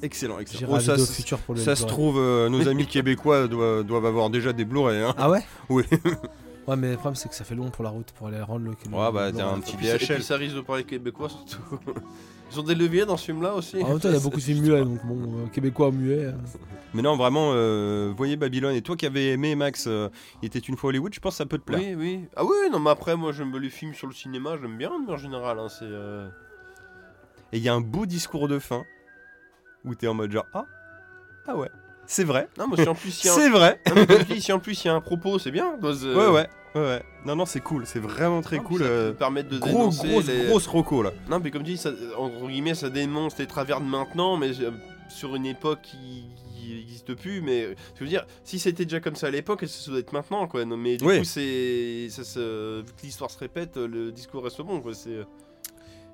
A: Excellent, excellent.
B: J'irai
A: Oh,
B: à
A: ça,
B: Vidéo
A: c'est-
B: Future pour le
A: Ça se
B: Blu-ray.
A: trouve, euh,
B: <laughs>
A: nos amis québécois doivent, doivent avoir déjà des Blu-ray. Hein. <laughs>
B: Ah ouais
A: Oui.
B: ouais, mais le problème c'est que ça fait long pour la route pour aller rendre le. le-
A: Ouais, bah,
B: le
A: t'as un
B: Blu-ray.
A: petit
C: Et puis, et
A: DHL.
C: puis ça risque de parler québécois surtout. <laughs> Ils ont des leviers dans ce film-là aussi.
B: En même temps, il y a beaucoup de films muets, donc bon, euh, québécois muets. euh.
A: Mais non, vraiment, euh, voyez Babylone. Et toi qui avais aimé Max, euh, il était une fois Hollywood, je pense que ça peut te plaire.
C: <laughs> Oui, oui. Ah oui, non, mais après, moi, j'aime les films sur le cinéma, j'aime bien, mais en général, hein, c'est. euh,
A: Et il y a un beau discours de fin où t'es en mode genre Ah, ah ouais, c'est vrai,
C: Non, mais si en plus, il y a un...
A: <laughs> c'est vrai.
C: Non, mais comme je dis, si en plus, il y a un propos, c'est bien. parce, euh,
A: Ouais, ouais, ouais, ouais. Non, non, c'est cool, c'est vraiment très
C: non, puis
A: cool.
C: ça peut
A: euh,
C: permettre de
A: Gros,
C: dénoncer
A: grosse,
C: les-
A: grosse roco là.
C: Non, mais comme dit, ça, en guillemets, ça dénonce les travers de maintenant, mais euh, sur une époque qui qui n'existe plus. Mais euh, je veux dire, si c'était déjà comme ça à l'époque, ça doit être maintenant, quoi. Non, mais du
A: Oui.
C: coup, c'est ça se- vu que l'histoire se répète, le discours reste bon, quoi. C'est euh,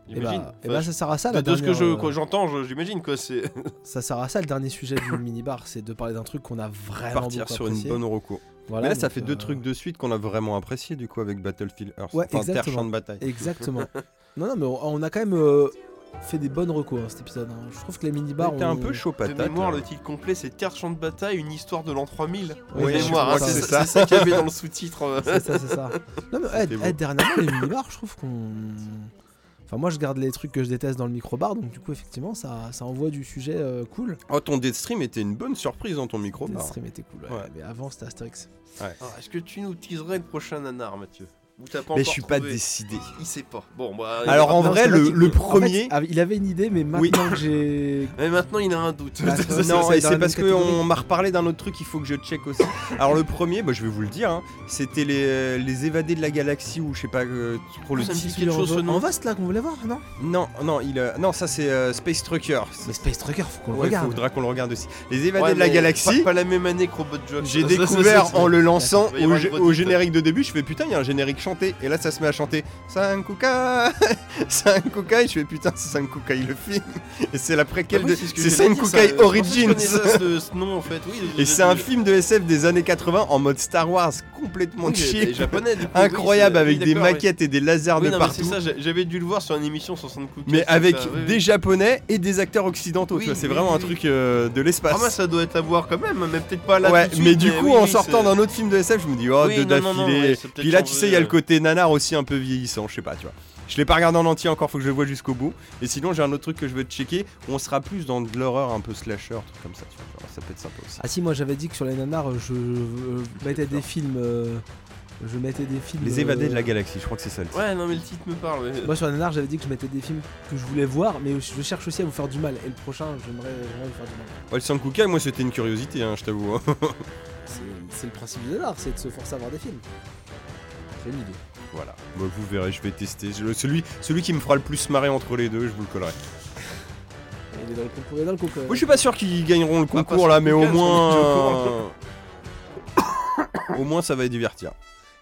B: Et bah,
C: j'imagine.
B: eh
C: Enfin,
B: bah, ça sert à ça.
C: de
B: La
C: de ce que
B: dernière,
C: je
B: euh,
C: quoi, j'entends, je- j'imagine,
B: <laughs>
C: quoi. C'est
B: Ça sert à ça le dernier
A: <coughs>
B: sujet du mini-bar, c'est de parler d'un truc qu'on a vraiment
A: Partir
B: beaucoup
A: sur une
B: apprécié.
A: bonne roco.
B: Voilà,
A: Mais là, ça
B: donc,
A: fait
B: euh,
A: deux trucs de suite qu'on a vraiment apprécié du coup avec Battlefield Earth.
B: Ouais,
A: enfin, Terre,
B: exactement.
A: champ de bataille. <laughs>
B: Exactement. non, non, mais on, on a quand même euh, fait des bonnes recos hein, cet épisode. hein. Je trouve que les mini-bars.
A: T'es un
B: on-
A: peu chaud
C: de
A: patate. hein.
C: mémoire,
B: euh.
A: là.
C: le titre complet, c'est Terre Champ de Bataille, une histoire de l'an 3000.
B: Oui,
C: de
B: je
C: mémoire,
B: crois
C: hein,
B: que
C: c'est
A: c'est
C: ça,
A: ça.
C: c'est ça qu'il y avait dans le
B: <laughs>
C: sous-titre. euh.
B: C'est ça, c'est ça. Non, mais eh,
A: C'était beau.
B: eh, dernièrement, les mini-bars, je trouve qu'on. Enfin, moi, je garde les trucs que je déteste dans le micro-bar, donc du coup, effectivement, ça, ça envoie du sujet euh, cool.
A: Oh, ton dead stream était une bonne surprise dans ton micro.
B: Le
A: Bar.
B: stream était cool, ouais,
A: Ouais.
B: mais avant, c'était Astérix.
C: Alors, Est-ce que tu nous teaserais le prochain nanar, Mathieu Ou t'as pas
A: Mais
C: encore
A: je suis pas
C: trouvé
A: décidé.
C: Il sait pas. Bon, bah.
A: Alors,
C: il-
A: en
B: Non,
A: vrai,
B: c'est
A: le,
B: qu'il-
A: le
B: en fait,
A: premier.
B: av- il avait une idée, mais maintenant
A: Oui.
B: que
C: <laughs>
B: j'ai.
C: Mais maintenant, il a un doute. <laughs>
B: Bah, c'est- c'est-
A: non,
B: c'est
A: et
B: dans
A: c'est
B: la
A: parce
B: même catégorie.
A: qu'on m'a reparlé d'un autre truc, il faut que je check aussi. Alors, le premier, bah, je vais vous le dire, hein, c'était les, les évadés de la galaxie ou je sais pas euh, trop le
B: Ah,
C: Ça me
A: titre.
C: dit quelque chose, ce
B: en
C: nom.
B: vaste là qu'on voulait voir, non
A: Non, non, il, euh, non ça c'est euh, Space Trucker.
B: Mais Space Trucker, faut qu'on le
A: Il
B: regarde.
A: faudra qu'on le regarde aussi. Les évadés
C: Ouais,
A: de la
C: mais
A: galaxie.
C: Pas, pas la même année que Robot Job.
A: J'ai découvert en le lançant
C: Il va y
A: au,
C: avoir une
A: gé-
C: grosse
A: au
C: tête.
A: générique de début, je fais putain, il y a un générique chanté. Et là, ça se met à chanter Sankuka <laughs> Sankukai. Je fais putain, c'est Sankukai le film. Et c'est la
C: Ah Bah
A: préquelle de. C'est Sankukai Origins.
C: ce, ce nom en fait, oui.
A: Et c'est un film de SF des années 80 en mode Star Wars complètement
C: mon
A: cheap.
C: japonais. du coup,
A: <laughs> Incroyable
C: oui, c'est-
A: avec
C: oui,
A: des
C: d'accord, oui.
A: maquettes et des lasers
C: Oui,
A: de
C: non, mais c'est
A: partout.
C: ça, j'a- j'avais dû le voir sur une émission sur Sankukai.
A: Mais
C: c'est
A: avec
C: ça, oui.
A: des japonais et des acteurs occidentaux,
C: Oui,
A: tu vois, c'est
C: oui,
A: vraiment un
C: oui.
A: truc euh, de l'espace.
C: Ah, mais ça doit être à voir quand même, mais peut-être pas là.
A: ouais,
C: tout de
A: mais
C: suite,
A: du coup,
C: oui,
A: en
C: oui,
A: sortant
C: c'est-
A: d'un autre film de SF, je me dis, oh,
C: Oui,
A: deux
C: non, non, non, ouais,
A: d'affilée.
C: c'est peut-être euh.
A: Puis là, tu
C: changé,
A: sais, il y a le
C: ouais.
A: côté nanar aussi un peu vieillissant, je sais pas, tu vois. Je l'ai pas regardé en entier encore, faut que je le vois jusqu'au bout. Et sinon, j'ai un autre truc que je veux checker où on sera plus dans de l'horreur un peu slasher, truc comme ça, tu vois. Alors, ça peut être sympa aussi.
B: Ah si, moi j'avais dit que sur les nanars, euh, je, euh, mettais des films. euh, je mettais des films.
A: Les évadés de la
B: euh,
A: galaxie, je crois que c'est ça le titre.
C: Ouais, non, mais le titre me parle. ouais.
B: Moi sur les nanars, j'avais dit que je mettais des films que je voulais voir, mais je cherche aussi à vous faire du mal. Et le prochain, j'aimerais j'aimerais vous faire du mal.
A: Ouais, le Sankuka, moi, c'était une curiosité, hein, je t'avoue. hein. <laughs>
B: C'est c'est le principe du nanar, c'est de se forcer à voir des films. C'est une idée.
A: voilà. Bah, vous verrez, je vais tester. Je- celui, celui qui me fera le plus marrer entre les deux, je vous le collerai.
B: Il est dans le concours, il est dans le concours.
A: Moi, je suis pas sûr qu'ils gagneront le
C: Bah, pas
A: concours
C: sur
A: là, mais au
C: Sankuka,
A: moins.
C: sur
A: euh, <coughs> au moins, ça va divertir.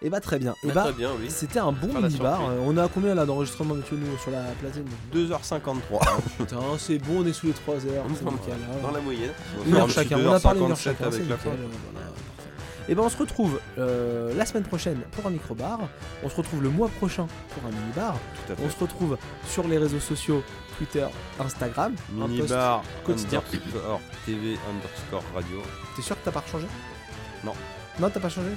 B: Et bah très bien. Et
C: Ah,
B: bah
C: très bien, oui.
B: c'était un bon
C: Ah, la
B: mini-bar.
C: surprise.
B: Euh, On a combien là d'enregistrement Mathieu nous sur la platine
A: 2h53.
B: Ah, Putain c'est bon, on est sous les 3 heures,
C: On est
B: c'est
C: pas
B: nickel. hein.
C: Dans la moyenne.
B: Une
A: faire
B: heure
A: un petit
B: chacun,
A: deux
B: on a
A: heures
B: parlé une heure
A: 57
B: chacun, c'est
A: avec la
B: nickel,
A: fin.
B: euh, voilà, parfait. Et ben on se retrouve euh, la semaine prochaine pour un micro-bar. On se retrouve le mois prochain pour un mini-bar.
C: Tout à
B: On
C: fait.
B: se retrouve sur les réseaux sociaux, Twitter, Instagram. un post-
A: Minibar
B: quotidien.
A: underscore TV underscore radio.
B: T'es sûr que t'as pas changé
A: Non.
B: Non, t'as pas changé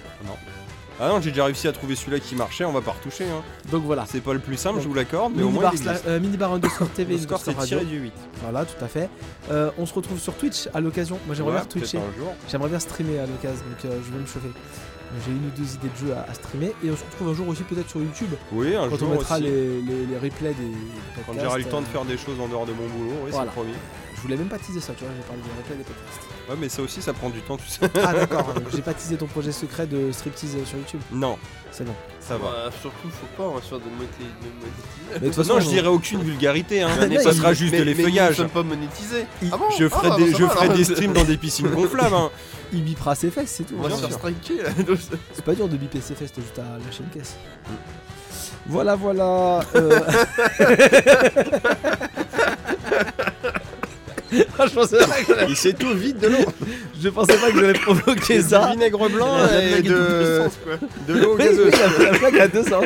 A: Ah non, j'ai déjà réussi à trouver celui-là qui marchait, on va pas retoucher. Hein.
B: Donc voilà.
A: C'est pas le plus simple,
B: Ah. Donc,
A: je vous l'accorde, mais au moins.
B: Minibar,
A: il existe.
B: sla- euh,
A: <coughs>
B: minibar underscore TV
A: Le score, c'est
B: underscore radio.
A: tiré du 8.
B: Voilà, tout à fait. Euh, on se retrouve sur Twitch à l'occasion. Moi, j'aimerais
A: Ouais,
B: bien
A: peut-être hein.
B: twitcher.
A: un jour.
B: J'aimerais bien streamer à l'occasion, donc euh, je vais me chauffer. Euh, J'ai une ou deux idées de jeux à, à streamer. Et on se retrouve un jour aussi peut-être sur YouTube.
A: Oui, un
B: quand on
A: jour
B: mettra
A: aussi.
B: les, les- les replays des, des podcasts.
A: Quand j'aurai le temps de
B: euh,
A: faire des choses en dehors de mon boulot, oui,
B: Voilà.
A: c'est promis.
B: Je voulais même pas teaser ça, tu vois, j'ai parlé des replays
A: <laughs>
B: des podcasts.
A: Ouais, mais ça aussi, ça prend du temps, tu sais. <laughs>
B: Ah d'accord, euh, j'ai pas teasé ton projet secret de striptease euh, sur YouTube.
A: Non,
B: C'est bon.
A: ça va.
C: Bah, surtout, faut pas, on va se faire de monétiser. de monétiser.
B: Mais de toute
A: Non, je dirai aucune vulgarité, hein.
B: Ah, non,
A: ça
B: il-
A: sera juste
C: Mais-
A: de
C: mais
A: l'effeuillage.
C: Nous ne sommes pas monétisés.
B: Il-
C: Ah bon
A: Je ferai,
C: Ah, bah,
A: des,
C: ça
A: je
C: va,
A: ferai
C: alors.
A: des streams dans des piscines gonflables. hein.
B: il bipera ses fesses, c'est tout. Hein.
C: On va
A: Bien
C: se faire
A: sûr.
C: striker là. <laughs>
B: C'est pas dur de biper ses fesses, t'as juste à lâcher une caisse. Voilà, voilà.
A: <laughs>
B: euh. Franchement, c'est vrai que
A: Il s'est tout vide <laughs> de l'eau.
B: Ah, je pensais pas que j'allais provoquer
A: Du
B: ça.
A: vinaigre blanc
B: La
A: et
B: blague est
A: de,
C: Sens, quoi.
A: de l'eau
B: Oui, oui,
A: gazeuse.
B: la, la blague a deux sens.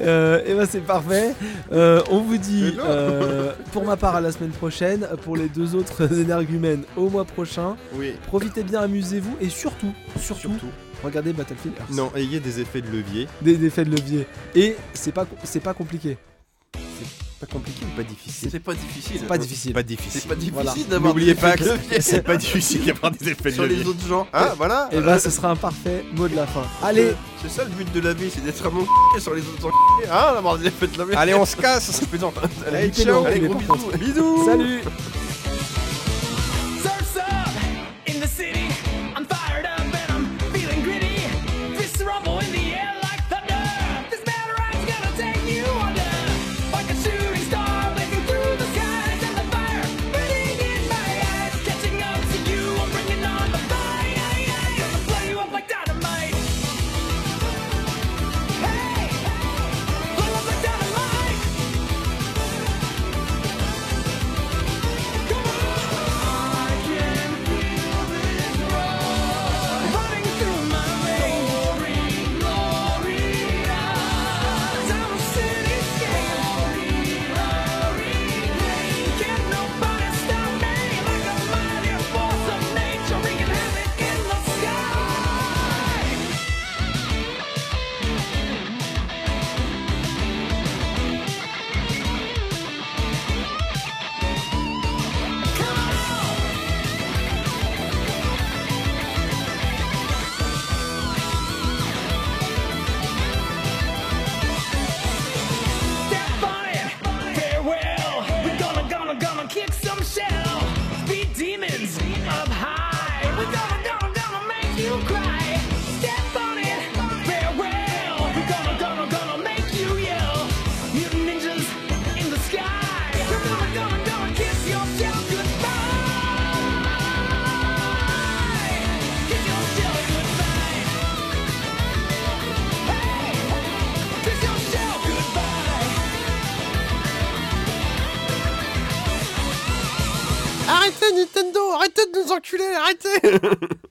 B: Euh, et ben c'est parfait. Euh, on vous dit
A: Mais non.
B: euh, pour ma part à la semaine prochaine, pour les deux autres <laughs> énergumènes au mois prochain.
C: Oui.
B: Profitez bien, amusez-vous et surtout, surtout,
A: Surtout.
B: regardez Battlefield Earth.
A: Non, ayez des effets de levier.
B: Des, des faits de levier. Et c'est pas, c'est pas compliqué.
A: Pas compliqué ou pas difficile
C: C'est pas difficile.
B: C'est pas difficile.
A: Pas
C: C'est
A: difficile.
C: pas difficile
B: Voilà.
C: d'avoir.
A: N'oubliez
C: des
A: pas
C: effets de
A: que
B: <laughs>
C: levier
A: c'est pas difficile d'avoir des effets de
C: <laughs> sur les
A: levier.
C: autres gens. Ah, voilà. Euh,
B: Et bah ce sera un parfait mot de la fin. Allez,
C: C'est ça le but de la vie, c'est d'être un bon <laughs> sur les autres Ah, d'avoir des effets de la vie.
A: Allez, on se casse.
C: Putain,
B: Allez,
C: allez,
B: ciao.
C: ciao. Allez,
B: Allez,
C: gros
B: par
C: bisous.
A: Bisous.
B: salut
D: Surf's up in the city. I'm fired up and I'm feeling gritty. Fists rumble in the air like thunder. This mad ride's gonna take you under. Like a shooting star blazing through the skies and the fire burning in my eyes. Catching up to you, I'm bringing on the fire. Gonna blow you up like dynamite. Hey, blow up like dynamite. Running through my veins, glory, Can nobody stop me? Like a mighty force of nature, wreaking havoc in the sky. step on it. Farewell. We're gonna, gonna, gonna kick some shell. Be demons up high. We're gonna, gonna, gonna make you cry. Step on it. Farewell. We're gonna, gonna, gonna make you yell. Mutant ninjas in the sky. We're gonna, gonna, gonna kiss your shell goodbye. Kiss your shell goodbye. Hey, kiss your shell goodbye.
A: Arrêtez Nintendo, arrêtez de nous enculer, arrêtez